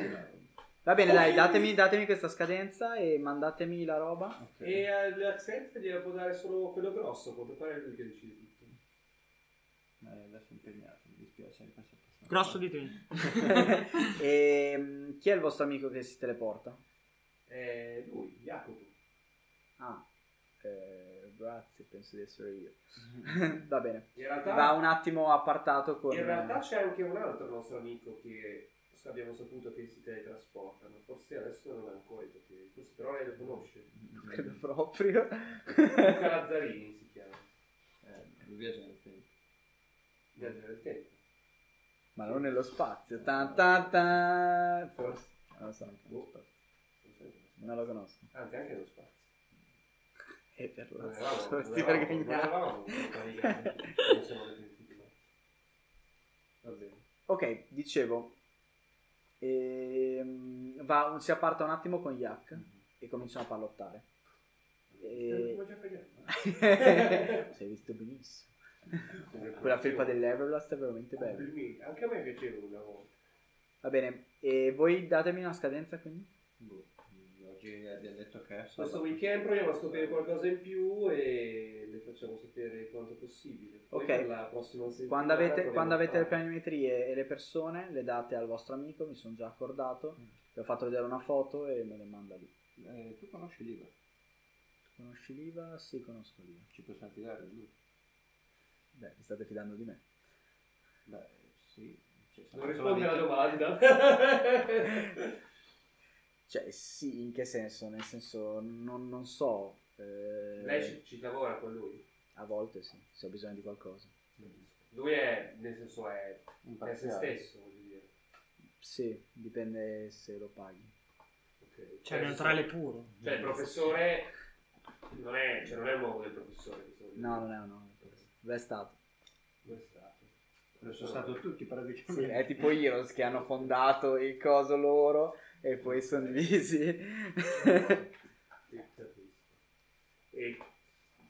[SPEAKER 5] Va bene, dai,
[SPEAKER 2] Ok.
[SPEAKER 5] datemi, datemi questa scadenza e mandatemi la roba.
[SPEAKER 2] E all'accent gliela può dare solo quello grosso, a quanto pare è lui che decide tutto.
[SPEAKER 4] Ma è adesso impegnato, mi
[SPEAKER 5] dispiace. mi piace abbastanza.
[SPEAKER 3] Grosso di te.
[SPEAKER 5] e, mm, chi è il vostro amico che si teleporta?
[SPEAKER 2] Eh, lui, Jacopo.
[SPEAKER 5] Ah, eh, grazie, penso di essere io. Va bene.
[SPEAKER 2] In realtà-
[SPEAKER 5] Va un attimo appartato con... eh,
[SPEAKER 2] In realtà c'è anche un altro nostro amico che abbiamo saputo che si teletrasportano, forse adesso non è ancora perché forse però lei lo conosce.
[SPEAKER 5] Credo proprio.
[SPEAKER 2] Luca Lazzarini si chiama.
[SPEAKER 5] Eh,
[SPEAKER 20] Lui viaggia nel tempo.
[SPEAKER 2] Viaggia nel tempo.
[SPEAKER 5] Ma non nello spazio. Tan, tan, tan. Forse. Non lo so. anche nello
[SPEAKER 2] Boh.
[SPEAKER 5] spazio. Non lo conosco.
[SPEAKER 2] Anzi, anche nello spazio.
[SPEAKER 5] E per
[SPEAKER 2] Non
[SPEAKER 5] la
[SPEAKER 2] eravamo-
[SPEAKER 5] dovresti
[SPEAKER 2] non eravamo- non eravamo
[SPEAKER 5] vergognare.
[SPEAKER 2] parigani, come siamo diventati, ma- Va bene.
[SPEAKER 5] ok, dicevo. Ehm, va- si apparta un attimo con Yak e cominciano a pallottare. E...
[SPEAKER 2] Stiamo già pagando.
[SPEAKER 5] Sei visto benissimo. Quella felpa dell'Everlast è veramente bella.
[SPEAKER 2] Complimenti, Anche a me piaceva una volta.
[SPEAKER 5] Va bene, e voi datemi una scadenza quindi?
[SPEAKER 20] Boh, oggi abbiamo detto che è
[SPEAKER 2] Questo
[SPEAKER 20] sabato.
[SPEAKER 2] weekend proviamo a scoprire qualcosa in più e le facciamo sapere quanto possibile. Poi
[SPEAKER 5] Ok.
[SPEAKER 2] per la prossima settimana
[SPEAKER 5] Quando avete,
[SPEAKER 2] proviamo
[SPEAKER 5] quando
[SPEAKER 2] a
[SPEAKER 5] avete le
[SPEAKER 2] fare.
[SPEAKER 5] planimetrie e le persone, le date al vostro amico, mi sono già accordato, vi ho fatto vedere una foto e me le manda lì.
[SPEAKER 20] Eh, tu conosci l'IVA?
[SPEAKER 5] Conosci l'IVA? Sì, conosco l'IVA.
[SPEAKER 20] Ci possiamo fidare di lui?
[SPEAKER 5] Beh, vi state fidando di me.
[SPEAKER 20] Beh, sì. Cioè,
[SPEAKER 2] Non risponde alla domanda.
[SPEAKER 5] Cioè, sì, in che senso? Nel senso, non, non so. eh,
[SPEAKER 2] Lei ci, ci lavora con lui.
[SPEAKER 5] A volte sì, se ho bisogno di qualcosa.
[SPEAKER 2] Lui è, nel senso, è, è se
[SPEAKER 20] Imparziale.
[SPEAKER 2] stesso, voglio dire.
[SPEAKER 5] Sì, dipende se lo paghi.
[SPEAKER 2] Ok.
[SPEAKER 3] Cioè, neutrale puro.
[SPEAKER 2] Eh, Cioè, il professore non è, cioè, non è l'uomo del professore. che sono io.
[SPEAKER 5] No, non è un nome. Beh, è stato.
[SPEAKER 2] Lo è stato.
[SPEAKER 20] Lo sono stato tutti diciamo
[SPEAKER 5] Sì,
[SPEAKER 20] praticamente.
[SPEAKER 5] è tipo Heroes che hanno fondato il coso loro e poi sono divisi.
[SPEAKER 2] Sì, capisco. E,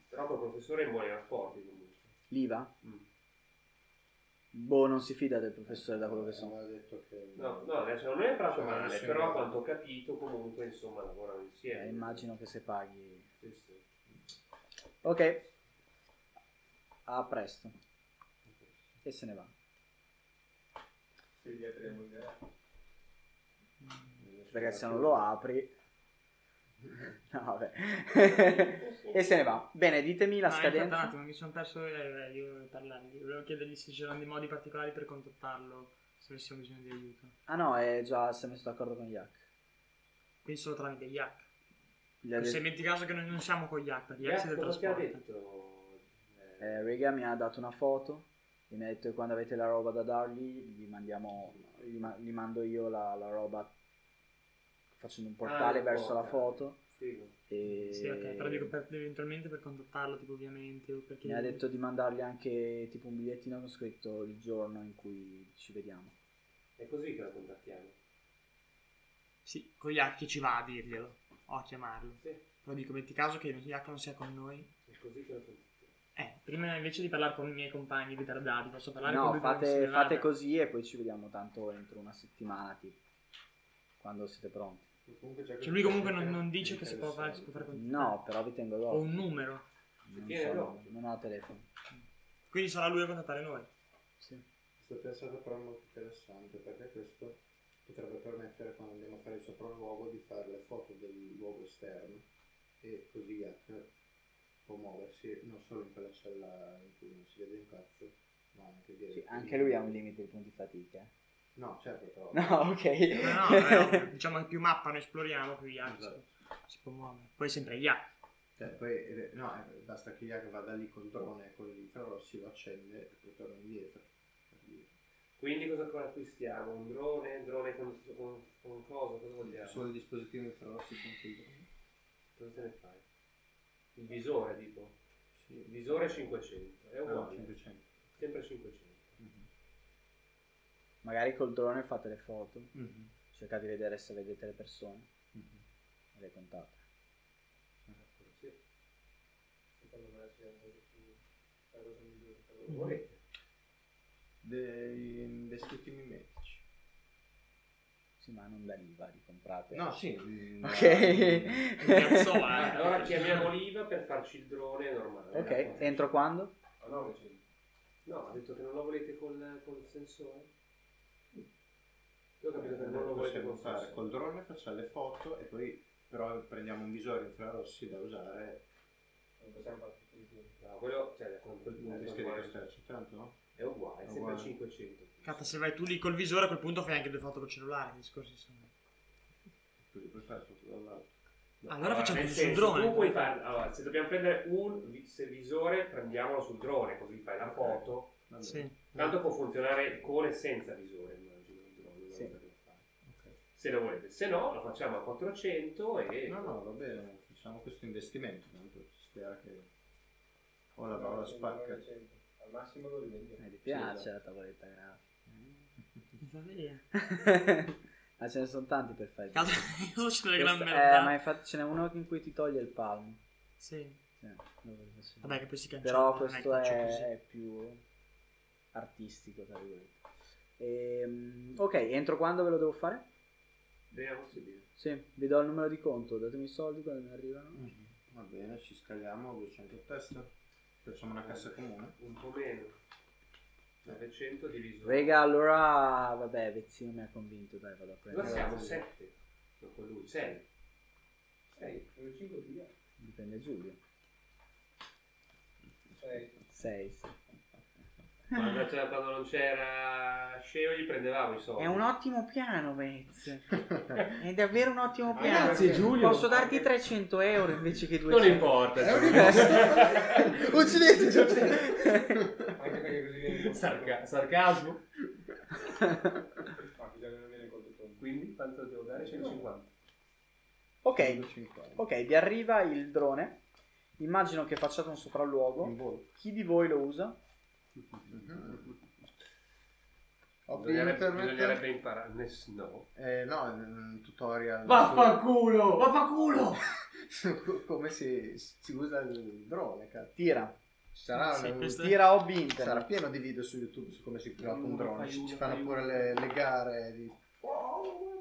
[SPEAKER 2] però col professore muore rapporti comunque.
[SPEAKER 5] L'IVA?
[SPEAKER 2] Mm.
[SPEAKER 5] Boh, non si fida del professore da quello che so.
[SPEAKER 20] Aveva detto che...
[SPEAKER 2] No, no, adesso non è proprio
[SPEAKER 20] Insomma,
[SPEAKER 2] male,
[SPEAKER 20] adesso-
[SPEAKER 2] però a quanto ho capito comunque insomma lavorano
[SPEAKER 5] Eh,
[SPEAKER 2] insieme.
[SPEAKER 5] immagino che se paghi.
[SPEAKER 2] Sì, sì.
[SPEAKER 5] Ok. A presto. E se ne va.
[SPEAKER 21] Se gli apriamo il
[SPEAKER 2] Eh,
[SPEAKER 5] Perché se non lo apri. No, vabbè. e se ne va. Bene, ditemi la
[SPEAKER 3] No, infatti, un
[SPEAKER 5] scadenza.
[SPEAKER 3] attimo, mi sono perso eh, io volevo parlargli. Volevo chiedergli se c'erano dei modi particolari per contattarlo se avessimo bisogno di aiuto.
[SPEAKER 5] Ah no, è già si è messo d'accordo con Yak.
[SPEAKER 3] Quindi solo tramite Yak.
[SPEAKER 5] Gli ha
[SPEAKER 3] Se
[SPEAKER 5] detto-
[SPEAKER 3] metti caso che noi non siamo con Yak, perché Yak si
[SPEAKER 2] Grazie, cosa ti ha
[SPEAKER 3] teletrasporta.
[SPEAKER 2] detto?
[SPEAKER 5] Eh, Rega mi ha dato una foto e mi ha detto che quando avete la roba da dargli gli, mandiamo, gli, ma- gli mando io la, la roba facendo un portale
[SPEAKER 2] Ah,
[SPEAKER 5] verso la
[SPEAKER 2] portale.
[SPEAKER 5] foto
[SPEAKER 2] Figo.
[SPEAKER 5] e
[SPEAKER 3] Sì, ok, però dico per- eventualmente per contattarlo, tipo ovviamente, o perché...
[SPEAKER 5] mi ha detto di mandargli anche tipo un bigliettino con scritto il giorno in cui ci vediamo.
[SPEAKER 2] È così che la contattiamo.
[SPEAKER 3] Sì, con Yak chi ci va a dirglielo, o a chiamarlo.
[SPEAKER 2] Sì,
[SPEAKER 3] Però dico, metti caso che Yak non sia con noi.
[SPEAKER 2] è così che la contattiamo.
[SPEAKER 3] Eh, prima invece di parlare con i miei compagni ritardati, posso parlare con
[SPEAKER 5] No,
[SPEAKER 3] lui prima che
[SPEAKER 5] fate,
[SPEAKER 3] se ne
[SPEAKER 5] fate
[SPEAKER 3] vada?
[SPEAKER 5] così e poi ci vediamo tanto entro una settimana tipo, quando siete pronti.
[SPEAKER 2] Comunque c'è
[SPEAKER 3] Cioè lui comunque non, non dice che si può fare, si può fare con...
[SPEAKER 5] No, però vi tengo
[SPEAKER 3] O un
[SPEAKER 5] d'occhio.
[SPEAKER 3] numero.
[SPEAKER 5] Non,
[SPEAKER 2] Tiene
[SPEAKER 5] so,
[SPEAKER 2] d'occhio.
[SPEAKER 5] non ho telefono.
[SPEAKER 3] Quindi sarà lui a contattare noi.
[SPEAKER 5] Sì.
[SPEAKER 4] Sto pensando però molto interessante perché questo potrebbe permettere quando andiamo a fare il sopralluogo di fare le foto del luogo esterno e così Yak può muoversi non solo in quella cella in cui non si vede un cazzo ma anche dietro.
[SPEAKER 5] Sì, anche lui ha un limite di punti fatica. eh.
[SPEAKER 4] No, certo però...
[SPEAKER 5] No, ok.
[SPEAKER 3] No, no, però, diciamo che più mappa noi esploriamo, più Yak si-
[SPEAKER 4] Esatto.
[SPEAKER 3] si può muovere. Poi sempre Yak.
[SPEAKER 4] Cioè, poi, eh, no, eh, basta che Yak vada lì col drone con l'infrarossi, lo accende e poi torna indietro. Per dire.
[SPEAKER 2] Quindi cosa cosa acquistiamo? Un drone? Un drone con, con, con cosa? Cosa vogliamo?
[SPEAKER 4] Solo il dispositivo infrarossi con il drone.
[SPEAKER 2] Cosa te ne fai? Il visore tipo.
[SPEAKER 4] Sì.
[SPEAKER 2] Il visore 500. È
[SPEAKER 4] No,
[SPEAKER 2] uguale.
[SPEAKER 4] 500.
[SPEAKER 2] Sempre 500.
[SPEAKER 4] Mm,
[SPEAKER 5] Magari col drone fate le foto,
[SPEAKER 4] Mhm.
[SPEAKER 5] cercate di vedere se vedete le persone e le contate.
[SPEAKER 4] mm.
[SPEAKER 2] Sì. Secondo me sia la cosa più- la cosa migliore. Cosa volete?
[SPEAKER 4] Dei vestitini medici.
[SPEAKER 5] Sì, ma non dall'IVA, li comprate.
[SPEAKER 4] No, sì. mm,
[SPEAKER 5] Ah, Ok.
[SPEAKER 3] Cazzola.
[SPEAKER 2] Allora chiamiamo l'IVA per farci il drone normale.
[SPEAKER 5] ok, entro quando?
[SPEAKER 2] A 900.
[SPEAKER 22] No, ha detto che non la volete col, col sensore. Io ho capito che non lo volete
[SPEAKER 4] Mm. Eh, possiamo
[SPEAKER 22] col
[SPEAKER 4] fare
[SPEAKER 22] sensore.
[SPEAKER 4] col drone, facciamo le foto e poi però prendiamo un visore infrarossi da usare.
[SPEAKER 22] Non possiamo fare tutti insieme. No, quello, cioè, con quel punto
[SPEAKER 4] Eh,
[SPEAKER 22] è
[SPEAKER 4] rischia di
[SPEAKER 22] uguale.
[SPEAKER 4] costarci tanto, no?
[SPEAKER 22] È uguale,
[SPEAKER 4] È
[SPEAKER 22] sempre
[SPEAKER 4] uguale.
[SPEAKER 22] 500.
[SPEAKER 3] Catta, se vai tu lì col visore, a quel punto fai anche due foto col cellulare. I discorsi sono.
[SPEAKER 4] Così puoi fare tutto dall'alto.
[SPEAKER 3] Allora facciamo
[SPEAKER 2] nel
[SPEAKER 3] tutto sul
[SPEAKER 2] senso,
[SPEAKER 3] drone.
[SPEAKER 2] Tu puoi fare, allora, se dobbiamo prendere un vi- se visore, prendiamolo sul drone, così fai la foto.
[SPEAKER 3] Sì.
[SPEAKER 2] Tanto può funzionare con e senza visore, immagino, il drone, una
[SPEAKER 4] Sì.
[SPEAKER 2] volta che lo fai. Se lo volete, se no lo facciamo a 400 e...
[SPEAKER 4] No, no, va bene, facciamo questo investimento, tanto si spera che... O la parola spacca.
[SPEAKER 10] Al massimo lo rivendi.
[SPEAKER 5] Mi
[SPEAKER 3] certo.
[SPEAKER 5] piace la tavoletta grafica. Ma ce ne sono tanti per fare.
[SPEAKER 3] Cazzo, io ce n'ho le gran
[SPEAKER 5] Questa-
[SPEAKER 3] merda.
[SPEAKER 5] eh, ma infatti ce n'è uno in cui ti toglie il palmo.
[SPEAKER 3] Sì.
[SPEAKER 5] Cioè, non voglio dire sì.
[SPEAKER 3] Vabbè, che poi si cancella,
[SPEAKER 5] Però
[SPEAKER 3] non è che
[SPEAKER 5] questo
[SPEAKER 3] faccio
[SPEAKER 5] è,
[SPEAKER 3] così.
[SPEAKER 5] è più artistico, tra virgolette. Ehm, ok, entro quando ve lo devo fare?
[SPEAKER 2] Vediamo se viene.
[SPEAKER 5] Sì, vi do il numero di conto, datemi i soldi quando mi arrivano.
[SPEAKER 3] Mm.
[SPEAKER 4] Va bene, ci scaliamo 200 a testa. Facciamo una cassa comune.
[SPEAKER 2] Un po' meno. 900 diviso.
[SPEAKER 5] Rega, allora, vabbè, Vezzino mi ha convinto, dai, vado a
[SPEAKER 2] Noi
[SPEAKER 5] prendere.
[SPEAKER 2] siamo 7. Con lui 6.
[SPEAKER 10] 6, 5 via.
[SPEAKER 5] Dipende Giulio.
[SPEAKER 10] 6.
[SPEAKER 5] 6.
[SPEAKER 2] Quando, c'era- quando non c'era Sceo gli prendevamo i soldi.
[SPEAKER 5] È un ottimo piano, Vez. È davvero un ottimo
[SPEAKER 2] Ah,
[SPEAKER 5] piano.
[SPEAKER 2] grazie, Giulio.
[SPEAKER 5] Posso darti 300 euro invece che 200.
[SPEAKER 2] Non importa.
[SPEAKER 5] È un investo. Uccidete
[SPEAKER 10] Anche perché così viene il
[SPEAKER 2] Sarca- sarcasmo.
[SPEAKER 10] Ma bisogna avere il conto pronto.
[SPEAKER 2] Quindi quanto devo dare? 150.
[SPEAKER 5] Ok, ok, vi arriva il drone. Immagino che facciate un sopralluogo. Chi di voi lo usa?
[SPEAKER 4] Ho
[SPEAKER 2] Bisognerebbe,
[SPEAKER 4] permette-
[SPEAKER 2] bisognerebbe imparare. Ness- No.
[SPEAKER 4] Eh, no, è un tutorial.
[SPEAKER 2] Vaffanculo!
[SPEAKER 5] Vaffanculo!
[SPEAKER 4] su Come si, si usa il drone, cazzo.
[SPEAKER 5] Tira.
[SPEAKER 4] Ci sarà
[SPEAKER 5] Sì,
[SPEAKER 4] un-
[SPEAKER 5] questo è- Tira hobby internet.
[SPEAKER 4] Sarà pieno di video su YouTube su come si pilota un
[SPEAKER 10] Aiuto,
[SPEAKER 4] drone.
[SPEAKER 10] aiuto,
[SPEAKER 4] Ci ci fanno
[SPEAKER 10] aiuto.
[SPEAKER 4] pure le, le gare di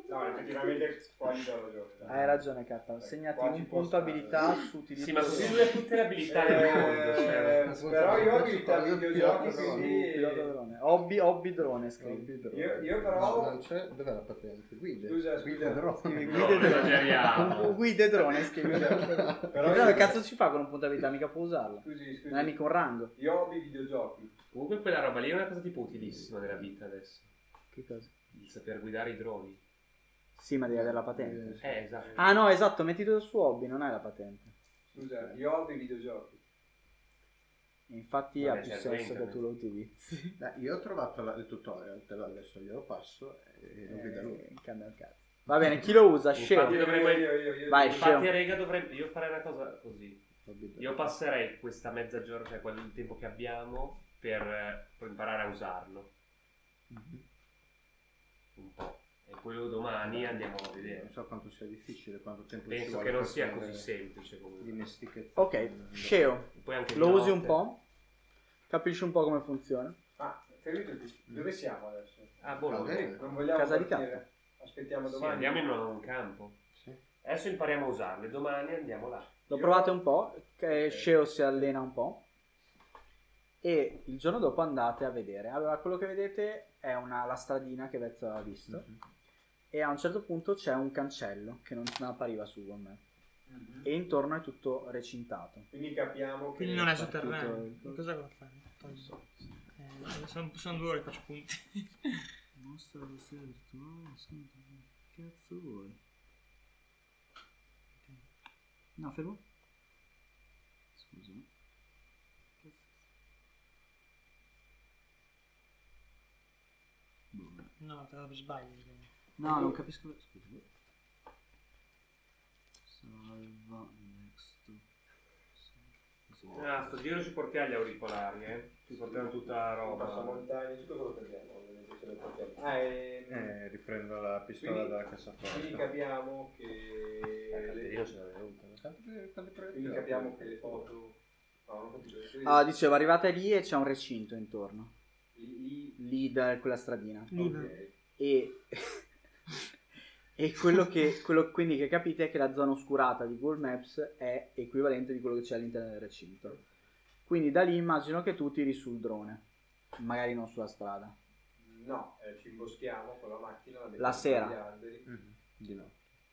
[SPEAKER 10] No, effettivamente qua gli do ragione. dai.
[SPEAKER 5] Hai ragione, Katta. Segnati
[SPEAKER 10] Qua ci
[SPEAKER 5] un
[SPEAKER 10] può
[SPEAKER 5] punto
[SPEAKER 10] stare.
[SPEAKER 5] abilità su utilizzo.
[SPEAKER 2] Sì, ma su due tutte le abilità del mondo.
[SPEAKER 10] Eh,
[SPEAKER 2] cioè.
[SPEAKER 10] però io ho abilità
[SPEAKER 4] Io
[SPEAKER 10] videogiochi,
[SPEAKER 4] pilota
[SPEAKER 10] quindi...
[SPEAKER 5] Pilota drone. Hobby, hobby drone, scrivi.
[SPEAKER 10] Io- io però-
[SPEAKER 4] No, non c'è... Dov'è la patente? Guide.
[SPEAKER 10] Scusa,
[SPEAKER 4] Guide drone.
[SPEAKER 5] Guide drone.
[SPEAKER 2] Ah.
[SPEAKER 4] esageriamo.
[SPEAKER 5] Guide drone, scrivi.
[SPEAKER 10] Però
[SPEAKER 5] Però che
[SPEAKER 10] io-
[SPEAKER 5] cazzo ci fa con un punto abilità? Mica può usarlo.
[SPEAKER 10] Scusi, scusi.
[SPEAKER 5] Non è mica un rango.
[SPEAKER 10] Io ho i videogiochi.
[SPEAKER 2] Comunque quella roba lì è una cosa tipo utilissima nella vita adesso.
[SPEAKER 5] Che cosa?
[SPEAKER 2] Il saper guidare i droni.
[SPEAKER 5] Sì, ma devi avere la patente.
[SPEAKER 2] Eh, esatto.
[SPEAKER 5] Ah no, esatto, mettito su hobby, non hai la patente. Eh,
[SPEAKER 10] Scusa, io ho i videogiochi.
[SPEAKER 5] Infatti
[SPEAKER 4] Vabbè,
[SPEAKER 5] ha più
[SPEAKER 4] certo,
[SPEAKER 5] senso
[SPEAKER 4] internet.
[SPEAKER 5] che tu lo utilizzi.
[SPEAKER 4] Dai, io ho trovato la- il tutorial, te lo adesso glielo passo e lo guida lui.
[SPEAKER 5] Cambia il cazzo. Va bene, chi lo usa?
[SPEAKER 2] Infatti
[SPEAKER 5] Scemo.
[SPEAKER 2] dovremmo-
[SPEAKER 5] Vai,
[SPEAKER 2] Infatti,
[SPEAKER 5] scemo.
[SPEAKER 2] rega, dovrebbe... io farei una cosa così. Io passerei questa mezza giornata, cioè quello il tempo che abbiamo, per, eh, per imparare a usarlo. Mhm. Un po'. E poi lo domani andiamo a vedere.
[SPEAKER 4] Non so quanto sia difficile, quanto tempo ci
[SPEAKER 2] Penso
[SPEAKER 4] vuole
[SPEAKER 2] che non
[SPEAKER 4] per
[SPEAKER 2] sia
[SPEAKER 4] prendere
[SPEAKER 2] così semplice comunque.
[SPEAKER 4] Dimestichezza.
[SPEAKER 5] Ok, Sceo.
[SPEAKER 2] Cioè, Poi anche
[SPEAKER 5] Lo
[SPEAKER 2] di
[SPEAKER 5] usi un
[SPEAKER 2] notte.
[SPEAKER 5] po'? Capisci un po' come funziona?
[SPEAKER 10] Ah, fermito tutti. Dove siamo adesso?
[SPEAKER 2] A Bologna.
[SPEAKER 10] Ok, Non vogliamo
[SPEAKER 5] Casa di
[SPEAKER 10] partire. Aspettiamo
[SPEAKER 2] boh, Sì,
[SPEAKER 10] domani.
[SPEAKER 2] andiamo in un campo. Adesso impariamo a usarlo e domani andiamo là.
[SPEAKER 5] Lo provate un po', che Sceo si allena un po' e il giorno dopo andate a vedere. Allora, quello che vedete è una, la stradina che Vezzo aveva visto e a un certo punto c'è un cancello che non appariva su Google
[SPEAKER 10] Mhm.
[SPEAKER 5] e intorno è tutto recintato.
[SPEAKER 10] Quindi capiamo che...
[SPEAKER 3] Quindi non è
[SPEAKER 5] partito
[SPEAKER 3] sotterraneo.
[SPEAKER 5] il-
[SPEAKER 3] Che cosa vuoi fare? Eh, sono, sono due ore che faccio punti.
[SPEAKER 5] Mostra lo scherzo, no, che cazzo vuoi? No, fermo. Scusa.
[SPEAKER 3] No, te lo sbaglio.
[SPEAKER 5] No, non capisco. Scusami. Salva next.
[SPEAKER 2] Ah, sto giro ci portiamo gli auricolari, eh. Ci portiamo tutta la roba.
[SPEAKER 10] montagne, tutto quello che abbiamo, ovviamente ce lo portiamo. Ah, e...
[SPEAKER 4] Eh, riprendo la pistola
[SPEAKER 10] Quindi-
[SPEAKER 4] dalla cassaforte.
[SPEAKER 5] certo.
[SPEAKER 10] Quindi capiamo che... Quindi capiamo che le foto... No, non ho capito.
[SPEAKER 5] Ah, dicevo, arrivate lì e c'è un recinto intorno.
[SPEAKER 10] Lì-
[SPEAKER 5] Lì da quella stradina.
[SPEAKER 10] Ok.
[SPEAKER 5] E, e quello che quello quindi che capite è che la zona oscurata di Google Maps è equivalente di quello che c'è all'interno del recinto. Quindi da lì immagino che tu tiri sul drone. magari non sulla strada.
[SPEAKER 10] No, eh, ci imboschiamo con la macchina. La,
[SPEAKER 5] La
[SPEAKER 10] mettiamo
[SPEAKER 5] sera.
[SPEAKER 10] sugli alberi.
[SPEAKER 4] Mm-hmm.
[SPEAKER 5] Di no.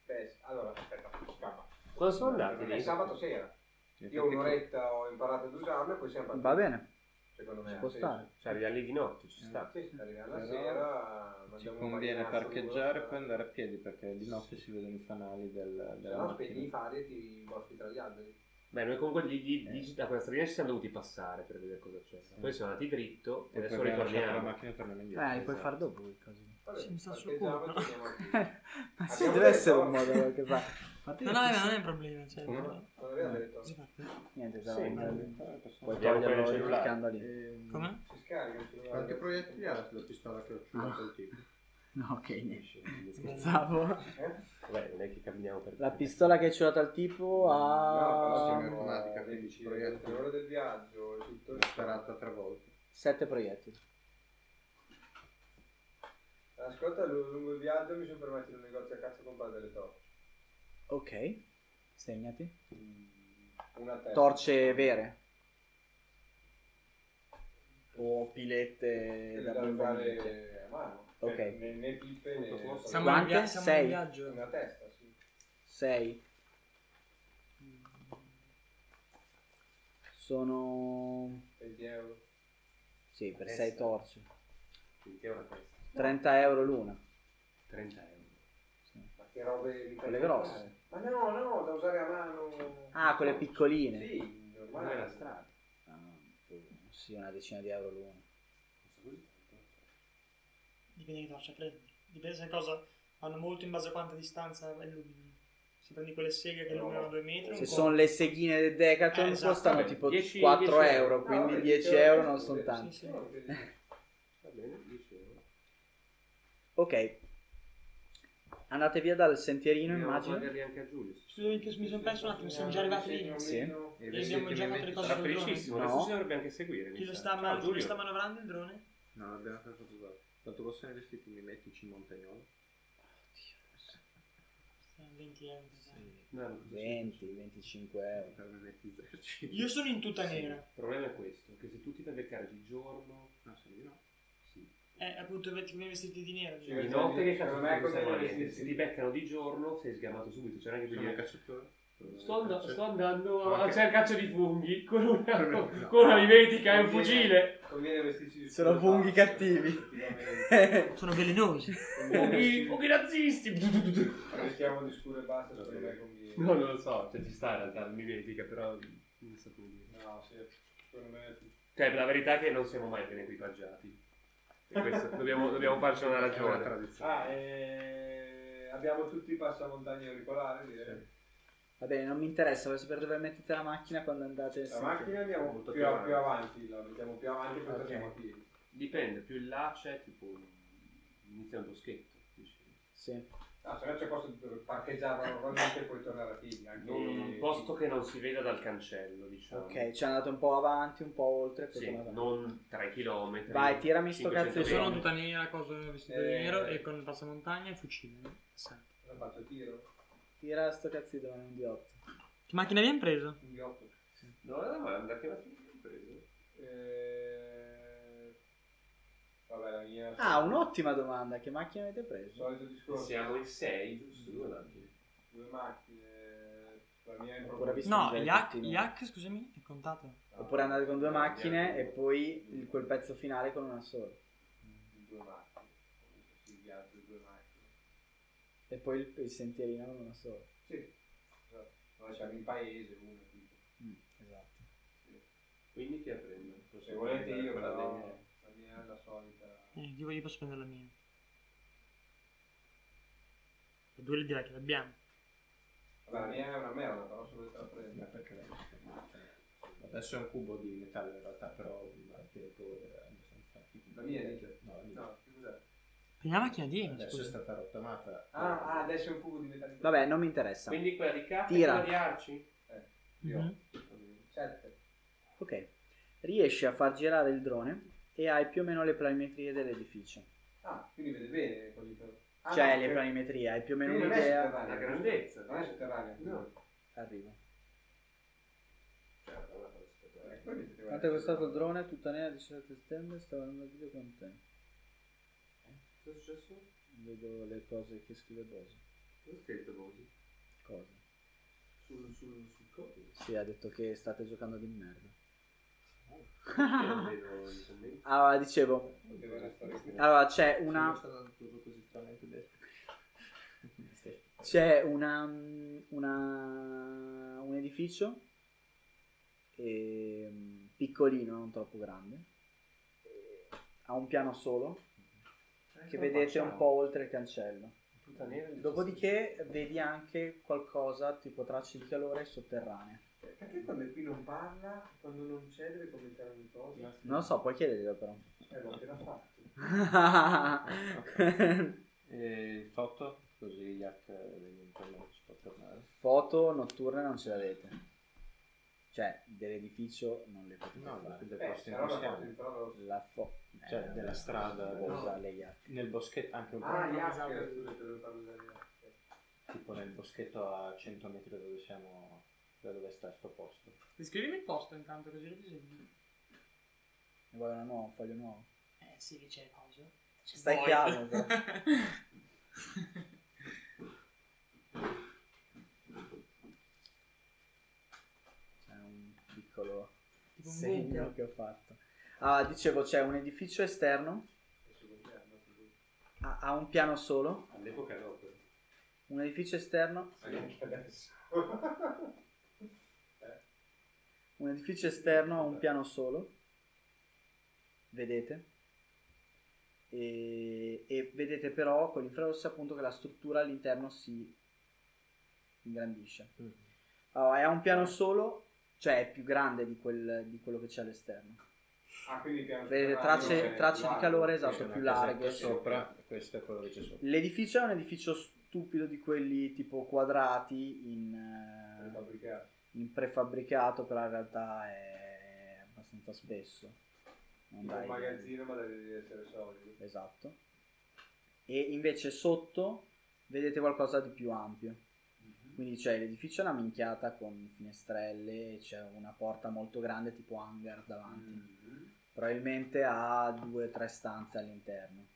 [SPEAKER 10] Beh, allora, aspetta, scappa.
[SPEAKER 2] Quando sono andati
[SPEAKER 10] È
[SPEAKER 2] lì?
[SPEAKER 10] sabato sera. Io un'oretta ho imparato ad usarlo e poi siamo partiti.
[SPEAKER 5] Va bene,
[SPEAKER 10] Secondo me.
[SPEAKER 5] ci può
[SPEAKER 10] sì.
[SPEAKER 5] stare.
[SPEAKER 2] Cioè, arriviamo lì di notte, ci
[SPEAKER 10] Mm.
[SPEAKER 2] sta.
[SPEAKER 10] Sì, sì, arriviamo la
[SPEAKER 4] Però
[SPEAKER 10] sera.
[SPEAKER 4] Ci
[SPEAKER 10] mangiamo un
[SPEAKER 4] conviene
[SPEAKER 10] bagnazzo,
[SPEAKER 4] parcheggiare e
[SPEAKER 10] due,
[SPEAKER 4] poi andare a piedi perché di notte si vedono i fanali del,
[SPEAKER 10] Se
[SPEAKER 4] della
[SPEAKER 10] no, spegni i
[SPEAKER 4] macchina.
[SPEAKER 10] fari e ti boschi tra gli alberi.
[SPEAKER 2] Beh, noi comunque lì,
[SPEAKER 4] Eh.
[SPEAKER 2] lì- lì- da quella stradina ci siamo dovuti passare per vedere cosa c'era. Poi siamo andati dritto e
[SPEAKER 4] Poi
[SPEAKER 2] adesso
[SPEAKER 4] abbiamo lasciato
[SPEAKER 2] ritorniamo.
[SPEAKER 4] la macchina e torniamo
[SPEAKER 5] Eh,
[SPEAKER 4] indietro.
[SPEAKER 5] li puoi
[SPEAKER 2] Esatto.
[SPEAKER 5] fare dopo quelle cose.
[SPEAKER 10] Vabbè,
[SPEAKER 3] Ci mi sta sul
[SPEAKER 10] parcheggiamo
[SPEAKER 3] culo.
[SPEAKER 10] e torniamo a piedi.
[SPEAKER 5] Ma sì,
[SPEAKER 10] Abbiamo
[SPEAKER 5] deve essere
[SPEAKER 10] detto-
[SPEAKER 5] un modo che fa. Ma te-
[SPEAKER 3] No, no, ma non è un problema. Cioè,
[SPEAKER 5] Come?
[SPEAKER 3] no.
[SPEAKER 10] Non aveva detto.
[SPEAKER 3] Così fatto.
[SPEAKER 5] Niente,
[SPEAKER 4] Sì,
[SPEAKER 5] sarà
[SPEAKER 4] ma-
[SPEAKER 5] un- Puoi
[SPEAKER 4] Abbiamo
[SPEAKER 5] toglierlo
[SPEAKER 4] quello cellulare.
[SPEAKER 5] cliccando lì.
[SPEAKER 4] Ehm,
[SPEAKER 3] Come?
[SPEAKER 10] Si scarica il cellulare.
[SPEAKER 4] Quanti proiettili ha sulla pistola
[SPEAKER 5] Ah.
[SPEAKER 4] che ho ciulato il tipo?
[SPEAKER 5] No, ok, niente. Scherzavo.
[SPEAKER 10] Eh?
[SPEAKER 2] Vabbè, non è che camminiamo per
[SPEAKER 5] La pistola che hai ciulato al tipo
[SPEAKER 10] No,
[SPEAKER 5] ha
[SPEAKER 10] però siamo
[SPEAKER 4] automatica,
[SPEAKER 10] devi
[SPEAKER 4] quindi ci
[SPEAKER 10] decidere
[SPEAKER 4] proiettili.
[SPEAKER 10] tutte le ore del viaggio, tutto il
[SPEAKER 4] L'ho sparata tre volte.
[SPEAKER 5] 7 proiettili.
[SPEAKER 10] Ascolta, lu- lungo il viaggio mi sono fermato in un negozio a cazzo a comprare delle torce.
[SPEAKER 5] Ok, segnati.
[SPEAKER 10] Mm, Una a testa.
[SPEAKER 5] Torce vere. O pilette
[SPEAKER 10] Quelle
[SPEAKER 5] da
[SPEAKER 10] da
[SPEAKER 5] prendere.
[SPEAKER 10] usare a mano.
[SPEAKER 5] Ok.
[SPEAKER 10] Cioè, Né, né pippe né...
[SPEAKER 3] Siamo
[SPEAKER 5] Quante?
[SPEAKER 3] in via- siamo
[SPEAKER 5] Sei.
[SPEAKER 3] in viaggio. eh.
[SPEAKER 10] Una testa, sì.
[SPEAKER 5] 6. Sono...
[SPEAKER 10] 20 euro.
[SPEAKER 5] Sì, per
[SPEAKER 2] Testa.
[SPEAKER 5] 6 torce.
[SPEAKER 2] Quindi è una testa.
[SPEAKER 5] 30 euro l'una.
[SPEAKER 2] 30 euro.
[SPEAKER 10] Ma che robe...
[SPEAKER 5] Quelle grosse.
[SPEAKER 10] Ma no, no, da usare a mano.
[SPEAKER 5] Ah, quelle piccoline.
[SPEAKER 10] Sì,
[SPEAKER 2] Non
[SPEAKER 10] normale.
[SPEAKER 2] è la strada.
[SPEAKER 5] Ah, boh, sì, una decina di euro l'una.
[SPEAKER 3] Dipende che torcia prendi. Dipende se cosa hanno molto in base a quanta distanza illumini. Se prendi quelle seghe che
[SPEAKER 10] No.
[SPEAKER 3] illuminano 2 metri,
[SPEAKER 5] Se
[SPEAKER 3] un po'.
[SPEAKER 5] sono le seghine del Decathlon
[SPEAKER 3] Eh, esatto.
[SPEAKER 5] costano
[SPEAKER 2] Vabbè,
[SPEAKER 5] tipo
[SPEAKER 2] 10
[SPEAKER 5] 4
[SPEAKER 2] 10
[SPEAKER 5] euro,
[SPEAKER 2] euro.
[SPEAKER 5] quindi
[SPEAKER 10] No,
[SPEAKER 5] 10
[SPEAKER 10] euro
[SPEAKER 5] euro
[SPEAKER 10] è
[SPEAKER 5] non
[SPEAKER 10] solo
[SPEAKER 5] sono
[SPEAKER 10] per-
[SPEAKER 5] tanti.
[SPEAKER 3] Sì, sì.
[SPEAKER 10] No, per-
[SPEAKER 2] Va bene, 10 euro.
[SPEAKER 5] Ok. Andate via dal sentierino, immagino.
[SPEAKER 2] pagarli anche a Giulio.
[SPEAKER 3] Scusami, che mi sono perso un attimo, siamo già arrivati lì.
[SPEAKER 5] Sì.
[SPEAKER 3] E abbiamo già fatto le cose
[SPEAKER 2] Sarà
[SPEAKER 3] sul drone.
[SPEAKER 2] felicissimo,
[SPEAKER 5] No.
[SPEAKER 2] adesso ci dovrebbe anche seguire.
[SPEAKER 3] Chi
[SPEAKER 2] mi
[SPEAKER 3] lo
[SPEAKER 2] sa.
[SPEAKER 3] sta,
[SPEAKER 2] Ciao,
[SPEAKER 3] ma- chi lo
[SPEAKER 2] Giulio.
[SPEAKER 3] sta manovrando il drone?
[SPEAKER 4] No, l'abbiamo fatto tutto. Quanto costano i vestiti mimetici montagnoli?
[SPEAKER 3] 20 euro. dai.
[SPEAKER 2] No,
[SPEAKER 5] 20, 25 euro.
[SPEAKER 4] Per mimetizzarci.
[SPEAKER 3] Io sono in tuta
[SPEAKER 2] Sì,
[SPEAKER 3] nera.
[SPEAKER 2] Il problema è questo, che se tu ti fai beccare di giorno,
[SPEAKER 4] No, se di no.
[SPEAKER 2] sì.
[SPEAKER 3] Eh, appunto, vesti- come vestiti di nero.
[SPEAKER 10] Sì.
[SPEAKER 3] cioè.
[SPEAKER 2] di notte riesci a
[SPEAKER 10] secondo
[SPEAKER 2] fare
[SPEAKER 10] me cosa
[SPEAKER 2] questa
[SPEAKER 10] devi
[SPEAKER 2] maniera.
[SPEAKER 10] dire?
[SPEAKER 2] se ti beccano di giorno sei sgamato subito, cioè c'è anche più
[SPEAKER 4] Sono un
[SPEAKER 2] dire-
[SPEAKER 4] cacciatore.
[SPEAKER 2] Sto, and- sto andando
[SPEAKER 4] Ma
[SPEAKER 2] a
[SPEAKER 4] Cioè, anche-
[SPEAKER 2] c'è il caccia di funghi con una,
[SPEAKER 4] No.
[SPEAKER 2] con una eh. mimetica e un
[SPEAKER 10] Conviene-
[SPEAKER 2] fucile.
[SPEAKER 10] Conviene vestirsi di
[SPEAKER 5] Sono
[SPEAKER 10] scuro
[SPEAKER 5] funghi
[SPEAKER 10] basso,
[SPEAKER 5] cattivi.
[SPEAKER 10] effettivamente.
[SPEAKER 3] Sono velenosi.
[SPEAKER 10] Conviene
[SPEAKER 2] Funghi,
[SPEAKER 10] vestirsi-
[SPEAKER 2] funghi nazisti.
[SPEAKER 10] Mettiamo di scuro e basta, secondo me
[SPEAKER 2] No,
[SPEAKER 10] conviene.
[SPEAKER 2] non lo so, cioè ci sta in realtà la mimetica, però non so come dire.
[SPEAKER 10] No, sì, secondo me...
[SPEAKER 2] Cioè, la verità è che non siamo mai ben equipaggiati. E questo- dobbiamo, dobbiamo farci una
[SPEAKER 4] È una
[SPEAKER 2] ragione.
[SPEAKER 4] tradizione.
[SPEAKER 10] Ah, eh, abbiamo tutti i passamontagni auricolari, direi.
[SPEAKER 5] Va bene, non mi interessa, voglio sapere dove mettete la macchina quando andate.
[SPEAKER 10] La macchina andiamo
[SPEAKER 2] Molto
[SPEAKER 10] più,
[SPEAKER 2] più avanti.
[SPEAKER 10] più avanti, la mettiamo più avanti poi
[SPEAKER 5] Ok.
[SPEAKER 10] torniamo a piedi.
[SPEAKER 2] Dipende, più in là c'è tipo un- inizia un boschetto. dici.
[SPEAKER 5] Sì.
[SPEAKER 10] No, Ah, se no c'è posto per parcheggiarla normalmente e poi tornare a piedi. Anche
[SPEAKER 2] Non un posto che non si veda dal cancello, diciamo.
[SPEAKER 5] Ok, ci andate un po' avanti, un po' oltre. poi
[SPEAKER 2] Sì,
[SPEAKER 5] tornate.
[SPEAKER 2] non 3 km.
[SPEAKER 5] Vai, tirami sto cazzo di
[SPEAKER 3] Sono
[SPEAKER 5] Bene.
[SPEAKER 3] in tuta nera, cosa vestito di
[SPEAKER 10] Eh.
[SPEAKER 3] nero e con il passamontagna e fucile. Sì.
[SPEAKER 10] Non faccio tiro,
[SPEAKER 5] Tira sto cazzo di drone, un di 8.
[SPEAKER 3] Che macchina abbiamo preso?
[SPEAKER 10] un ghiotto.
[SPEAKER 2] No, è una domanda che la ho preso.
[SPEAKER 10] Eh, Vabbè, la mia...
[SPEAKER 5] Ah, un'ottima domanda, che macchina avete
[SPEAKER 10] Il
[SPEAKER 5] preso?
[SPEAKER 10] solito discorso.
[SPEAKER 2] Siamo in 6, giusto? Due macchine.
[SPEAKER 10] Due macchine, la mia è
[SPEAKER 5] Ancora
[SPEAKER 10] proprio...
[SPEAKER 5] visto?
[SPEAKER 3] No,
[SPEAKER 5] Sì,
[SPEAKER 3] Yak,
[SPEAKER 5] tutti noi.
[SPEAKER 3] Yak, scusami, è contato.
[SPEAKER 5] Oppure andate con due macchine e poi il- quel pezzo finale con una sola.
[SPEAKER 10] Due macchine. Si viaggio due macchine.
[SPEAKER 5] E poi il, il sentierino con una sola.
[SPEAKER 10] Sì. Esatto. No, siamo in paese, uno, tipo.
[SPEAKER 5] esatto.
[SPEAKER 2] Quindi chi la prende? Posso
[SPEAKER 10] Se volete io,
[SPEAKER 2] prendere quella
[SPEAKER 10] però...
[SPEAKER 2] dei miei?
[SPEAKER 10] La mia è la solita...
[SPEAKER 3] Eh, io, io posso prendere la mia. E due le direi che l'abbiamo.
[SPEAKER 10] Vabbè, la mia è una merda, però se volete la prendere.
[SPEAKER 4] Ma perché la Adesso è un cubo di metallo in realtà, però al tempo era abbastanza
[SPEAKER 10] La mia dice?
[SPEAKER 4] No, la mia.
[SPEAKER 10] No, che cos'è?
[SPEAKER 3] Prendiamo la macchina di Eva,
[SPEAKER 4] Adesso è
[SPEAKER 3] scusa.
[SPEAKER 4] stata rottamata.
[SPEAKER 10] Ah, ah, adesso è un cubo di metallo.
[SPEAKER 5] Vabbè, non mi interessa.
[SPEAKER 2] Quindi quella di K e
[SPEAKER 5] Tira.
[SPEAKER 2] quella di Arci?
[SPEAKER 10] Eh, Io.
[SPEAKER 3] Mhm.
[SPEAKER 5] Mm-hmm.
[SPEAKER 10] 7.
[SPEAKER 5] Ok. Riesci a far girare il drone e hai più o meno le planimetrie dell'edificio.
[SPEAKER 10] Ah, quindi vede bene con il ah,
[SPEAKER 5] cioè,
[SPEAKER 10] no,
[SPEAKER 5] le
[SPEAKER 10] che-
[SPEAKER 5] planimetrie, hai più o meno
[SPEAKER 10] quindi non è
[SPEAKER 5] un'idea.
[SPEAKER 10] sotterranea,
[SPEAKER 2] La grandezza.
[SPEAKER 10] Non è sotterranea.
[SPEAKER 2] No.
[SPEAKER 5] Arriva.
[SPEAKER 2] Cioè, allora, aspetta,
[SPEAKER 5] Quanto è costato il drone? Tutta nera 17 settembre, stavo andando a video con te.
[SPEAKER 2] Eh? Cosa è successo?
[SPEAKER 5] Vedo le cose che scrive Bosi.
[SPEAKER 2] Cosa ho scritto Bosi?
[SPEAKER 5] Cosa?
[SPEAKER 2] Sul, sul, sul copy?
[SPEAKER 5] Sì, ha detto che state giocando di merda.
[SPEAKER 2] Non vedo i commenti.
[SPEAKER 5] Allora, dicevo, allora c'è una, c'è una, una- un edificio ehm, piccolino, non troppo grande, eh, ha un piano solo che vedete un po' oltre il cancello.
[SPEAKER 2] Tutta nera.
[SPEAKER 5] Dopodiché vedi anche qualcosa tipo tracce di calore sotterranee.
[SPEAKER 10] Cioè, Perché quando qui non parla, quando non c'è deve commentare ogni cosa?
[SPEAKER 5] Non lo so, puoi chiederglielo però.
[SPEAKER 10] Eh, l'ho appena fatto.
[SPEAKER 4] E foto? Così Yak vede un po' come ci può tornare.
[SPEAKER 5] Foto notturne non ce l'avete. Cioè, dell'edificio non le potete
[SPEAKER 4] No,
[SPEAKER 5] fare.
[SPEAKER 4] del posto in cui siamo.
[SPEAKER 5] La fo-
[SPEAKER 4] Cioè,
[SPEAKER 5] eh,
[SPEAKER 4] della strada.
[SPEAKER 5] cosa
[SPEAKER 4] del-
[SPEAKER 5] le iac-
[SPEAKER 4] Nel boschetto, anche un po'.
[SPEAKER 10] Ah, Yask, scusa, te lo parlo da Yask.
[SPEAKER 4] Tipo nel boschetto a 100 metri da dove siamo, da dove sta sto posto.
[SPEAKER 3] Descrivimi il posto intanto così lo disegno.
[SPEAKER 5] Ne vuoi una nuova, un foglio nuovo?
[SPEAKER 3] Eh sì, che c'è cosa.
[SPEAKER 5] Stai chiaro, però.
[SPEAKER 3] Perché
[SPEAKER 5] C'è Cioè, un piccolo
[SPEAKER 23] Tipo un
[SPEAKER 5] segno
[SPEAKER 23] buco.
[SPEAKER 5] che ho fatto. Ah, dicevo, c'è un edificio esterno, ha, ha un piano solo,
[SPEAKER 2] All'epoca no, però.
[SPEAKER 5] un edificio esterno,
[SPEAKER 2] Anche adesso.
[SPEAKER 5] un edificio esterno ha un piano solo, vedete, e, e vedete però con l'infrarosso appunto che la struttura all'interno si ingrandisce. Allora, è un piano solo, cioè è più grande di, quel- di quello che c'è all'esterno.
[SPEAKER 10] Ah, quindi piano
[SPEAKER 5] Vedete
[SPEAKER 10] sotterraneo
[SPEAKER 5] tracce,
[SPEAKER 10] c'è
[SPEAKER 5] tracce di
[SPEAKER 10] largo,
[SPEAKER 5] calore,
[SPEAKER 10] c'è
[SPEAKER 5] esatto,
[SPEAKER 10] una
[SPEAKER 5] più
[SPEAKER 10] casetta
[SPEAKER 5] larghe.
[SPEAKER 4] Sopra, questo è quello che c'è sopra.
[SPEAKER 5] L'edificio è un edificio stupido di quelli tipo quadrati in, eh, in prefabbricato, però in realtà è abbastanza spesso. Non
[SPEAKER 10] Tipo
[SPEAKER 5] dai-
[SPEAKER 10] un magazzino, ma devi essere solido.
[SPEAKER 5] Esatto. E invece sotto vedete qualcosa di più ampio.
[SPEAKER 10] Mhm.
[SPEAKER 5] Quindi c'è l'edificio è una minchiata con finestrelle, c'è una porta molto grande tipo hangar davanti.
[SPEAKER 10] Mhm.
[SPEAKER 5] Probabilmente ha due o tre stanze all'interno.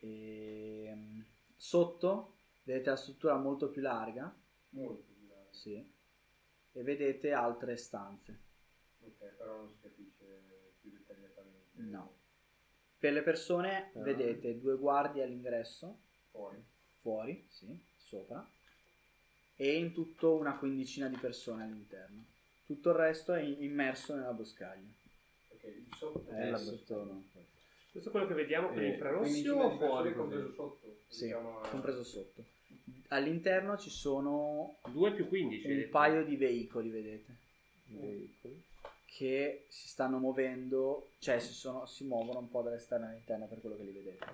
[SPEAKER 5] E, mm, sotto vedete la struttura molto più larga.
[SPEAKER 10] Molto più largo.
[SPEAKER 5] Sì. E vedete altre stanze.
[SPEAKER 10] Ok, però non si capisce più dettagliatamente.
[SPEAKER 5] No. Per le persone
[SPEAKER 10] Ah.
[SPEAKER 5] vedete due guardie all'ingresso,
[SPEAKER 10] Fuori.
[SPEAKER 5] fuori, sì, sopra, e in tutto una quindicina di persone all'interno. Tutto il resto è in- immerso nella boscaglia.
[SPEAKER 10] Ok, il sotto.
[SPEAKER 5] Eh, il sotto no.
[SPEAKER 24] Questo è quello che vediamo con
[SPEAKER 5] Eh,
[SPEAKER 24] l'infrarossi
[SPEAKER 10] quindicina
[SPEAKER 24] o
[SPEAKER 10] di
[SPEAKER 24] fuori?
[SPEAKER 10] persone compreso sotto.
[SPEAKER 5] Sì,
[SPEAKER 10] diciamo, eh.
[SPEAKER 5] compreso sotto. All'interno ci sono
[SPEAKER 24] 2 più 15.
[SPEAKER 5] un paio di veicoli, vedete, che si stanno muovendo, cioè si, sono- si muovono un po' dall'esterno all'interno per quello che li vedete.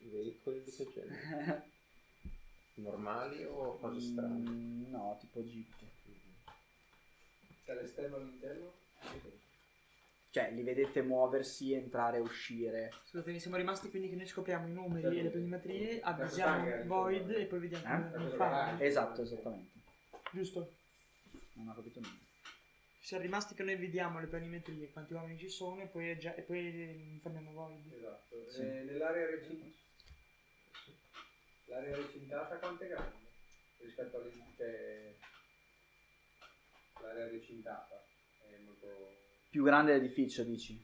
[SPEAKER 4] I veicoli di che genere? Normali o cose strane?
[SPEAKER 5] Mm, No, tipo jeep.
[SPEAKER 10] Dall'esterno Cioè, all'interno?
[SPEAKER 5] Cioè, li vedete muoversi, entrare e uscire.
[SPEAKER 3] Scusatemi, siamo rimasti quindi che noi scopriamo i numeri
[SPEAKER 5] Certo.
[SPEAKER 3] e le planimetrie,
[SPEAKER 5] Certo.
[SPEAKER 3] avvisiamo Void e poi
[SPEAKER 5] Eh?
[SPEAKER 3] vediamo come come fare.
[SPEAKER 5] Esatto, esattamente.
[SPEAKER 3] Giusto?
[SPEAKER 5] Non ho capito niente.
[SPEAKER 3] Siamo rimasti che noi vediamo le planimetrie, quanti uomini ci sono e poi, eh, aggia- e poi informiamo Void.
[SPEAKER 10] Esatto.
[SPEAKER 3] Sì.
[SPEAKER 10] Eh, nell'area recintata, l'area recintata quanto è grande? Rispetto alle cioè, l'area recintata è molto...
[SPEAKER 5] Più grande l'edificio, dici?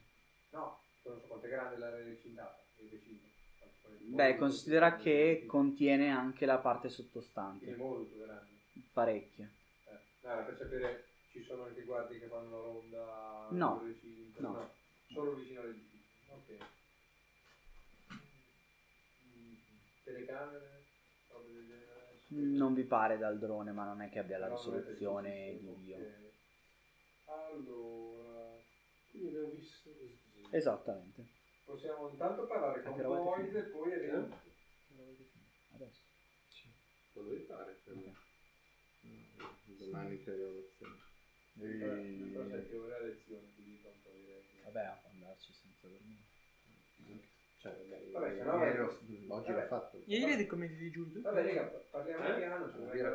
[SPEAKER 10] No, non so quanto è grande l'area recintata, il recinto. Quanto- quanto-
[SPEAKER 5] Beh, considera che contiene anche la parte
[SPEAKER 10] Quindi è
[SPEAKER 5] sottostante.
[SPEAKER 10] molto grande.
[SPEAKER 5] Parecchia.
[SPEAKER 10] Eh, no, era per sapere ci sono anche guardie che fanno la ronda
[SPEAKER 5] No,
[SPEAKER 10] nel recinto,
[SPEAKER 5] no.
[SPEAKER 10] solo vicino all'edificio. Ok. Mm, Telecamere, robe del genere.
[SPEAKER 5] Mm, Non vi pare dal drone, ma non è che abbia la
[SPEAKER 10] No, non è perché
[SPEAKER 5] risoluzione
[SPEAKER 10] ci
[SPEAKER 5] di
[SPEAKER 10] sono
[SPEAKER 5] Dio.
[SPEAKER 10] tutte- Allora, quindi abbiamo visto così.
[SPEAKER 5] Esattamente.
[SPEAKER 10] Possiamo intanto parlare con
[SPEAKER 5] Anche la volta
[SPEAKER 10] Void e poi
[SPEAKER 2] Eh?
[SPEAKER 10] vediamo.
[SPEAKER 5] Adesso.
[SPEAKER 2] Lo devi fare per me.
[SPEAKER 4] Domani ulteriore opzione.
[SPEAKER 10] Eh, Tra 7 ore a lezione, quindi fa un po' direi.
[SPEAKER 5] Vabbè, a andarci senza dormire.
[SPEAKER 4] Cioè, vabbè,
[SPEAKER 10] Vabbè,
[SPEAKER 4] ieri-
[SPEAKER 10] se no-
[SPEAKER 4] ieri ho- oggi
[SPEAKER 10] vabbè.
[SPEAKER 4] l'ho fatto.
[SPEAKER 3] Ieri vedi i commenti di Giulio?
[SPEAKER 10] Vabbè, raga, parliamo
[SPEAKER 2] Eh?
[SPEAKER 10] piano.
[SPEAKER 2] L'ho
[SPEAKER 10] cioè,
[SPEAKER 2] visto,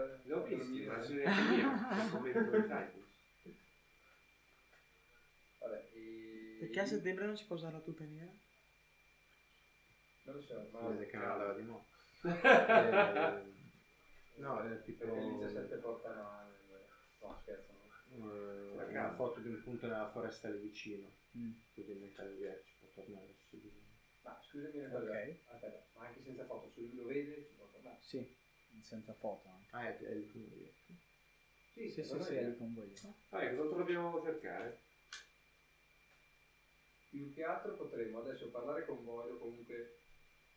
[SPEAKER 10] non
[SPEAKER 2] ma
[SPEAKER 10] dire-
[SPEAKER 2] se ne è mio, è come il tuo Titus.
[SPEAKER 10] lì.
[SPEAKER 5] Che a settembre non si può usare la tuta nera?
[SPEAKER 10] Non lo so,
[SPEAKER 4] Si
[SPEAKER 10] ma...
[SPEAKER 4] vede che ne andava di mo'. Eh, no, era tipo...
[SPEAKER 10] Perché lì c'è sempre portano... a- No, scherzo.
[SPEAKER 4] eh,
[SPEAKER 10] La
[SPEAKER 4] una
[SPEAKER 10] casa.
[SPEAKER 4] foto di un punto nella foresta lì vicino.
[SPEAKER 5] Mm.
[SPEAKER 4] Così nel caso di eh, ci può tornare su di
[SPEAKER 10] Ma scusami una cosa.
[SPEAKER 4] Ok.
[SPEAKER 10] Ah, Aspetta, ma anche senza foto, se lui lo vede ci può tornare.
[SPEAKER 5] Sì, senza foto anche.
[SPEAKER 4] Ah, è, è il convoglio.
[SPEAKER 10] Sì,
[SPEAKER 5] Sì, sì,
[SPEAKER 10] allora
[SPEAKER 5] sì,
[SPEAKER 10] via.
[SPEAKER 5] è il convoglio.
[SPEAKER 2] Ah, ecco, cosa dobbiamo cercare?
[SPEAKER 10] Più che altro potremmo adesso parlare con voi o comunque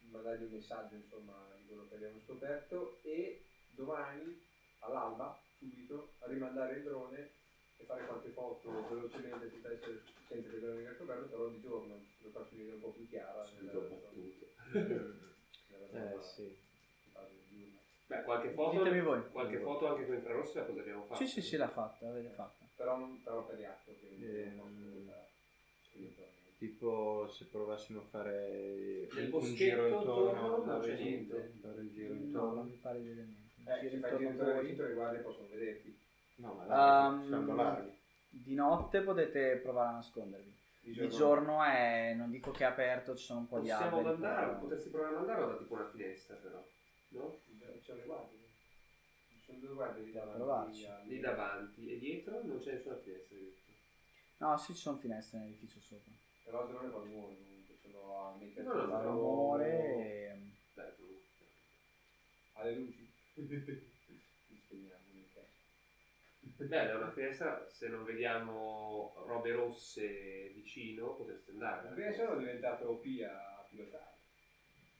[SPEAKER 10] mandargli un messaggio insomma di quello che abbiamo scoperto e domani all'alba subito a rimandare il drone e fare qualche foto velocemente senza essere senza che venga il governo però di giorno lo faccio vedere un po' più chiara
[SPEAKER 2] Subito
[SPEAKER 10] nella-
[SPEAKER 2] battuto.
[SPEAKER 10] nella- nella-
[SPEAKER 4] Eh, sì.
[SPEAKER 10] fase diurna.
[SPEAKER 2] Beh, qualche foto,
[SPEAKER 5] Ditemi voi.
[SPEAKER 2] qualche foto anche con infrarossi la abbiamo fatta.
[SPEAKER 5] Sì, sì, sì, l'ha fatta, l'avete fatta.
[SPEAKER 10] però non però per gli altri quindi
[SPEAKER 4] Ehm,
[SPEAKER 10] non posso usare quindi torno.
[SPEAKER 4] Tipo se provassimo a fare
[SPEAKER 2] Nel
[SPEAKER 4] un- un
[SPEAKER 2] boschetto
[SPEAKER 4] giro
[SPEAKER 2] intorno
[SPEAKER 4] intorno,
[SPEAKER 2] non
[SPEAKER 4] dare
[SPEAKER 2] c'è
[SPEAKER 4] il giro-
[SPEAKER 2] niente.
[SPEAKER 4] dare il giro
[SPEAKER 5] No, non
[SPEAKER 4] intorno.
[SPEAKER 5] mi pare di vedere niente.
[SPEAKER 10] eh, se
[SPEAKER 5] Giri
[SPEAKER 10] fai
[SPEAKER 5] intorno
[SPEAKER 10] direttore
[SPEAKER 5] voi.
[SPEAKER 10] dentro le guardie possono vederti
[SPEAKER 4] No, ma là, stanno
[SPEAKER 5] Ehm,
[SPEAKER 4] larghi.
[SPEAKER 5] Di notte potete provare a nascondervi.
[SPEAKER 10] Di
[SPEAKER 5] Di
[SPEAKER 10] giorno-
[SPEAKER 5] giorno, è, non dico che è aperto, ci sono un po' di
[SPEAKER 2] Possiamo
[SPEAKER 5] alberi.
[SPEAKER 2] mandare,
[SPEAKER 5] però-
[SPEAKER 2] potresti provare a mandare da tipo una finestra però, no?
[SPEAKER 10] Beh, c'è le guardie ci sono due guardie lì
[SPEAKER 5] provarci.
[SPEAKER 10] davanti al-
[SPEAKER 2] Lì davanti e dietro non c'è nessuna finestra. giusto?
[SPEAKER 5] No, sì, ci sono finestre nell'edificio sopra.
[SPEAKER 10] però il drone fa rumore comunque sono a mettere
[SPEAKER 2] No, no,
[SPEAKER 5] Fa
[SPEAKER 2] Però-
[SPEAKER 10] Oh.
[SPEAKER 5] rumore e...
[SPEAKER 2] Dai, tu.
[SPEAKER 10] alle luci Li spegniamo nel caso.
[SPEAKER 2] Beh, da una finestra, se non vediamo robe rosse vicino, potresti andare.
[SPEAKER 10] perché sono diventato OP a pilotare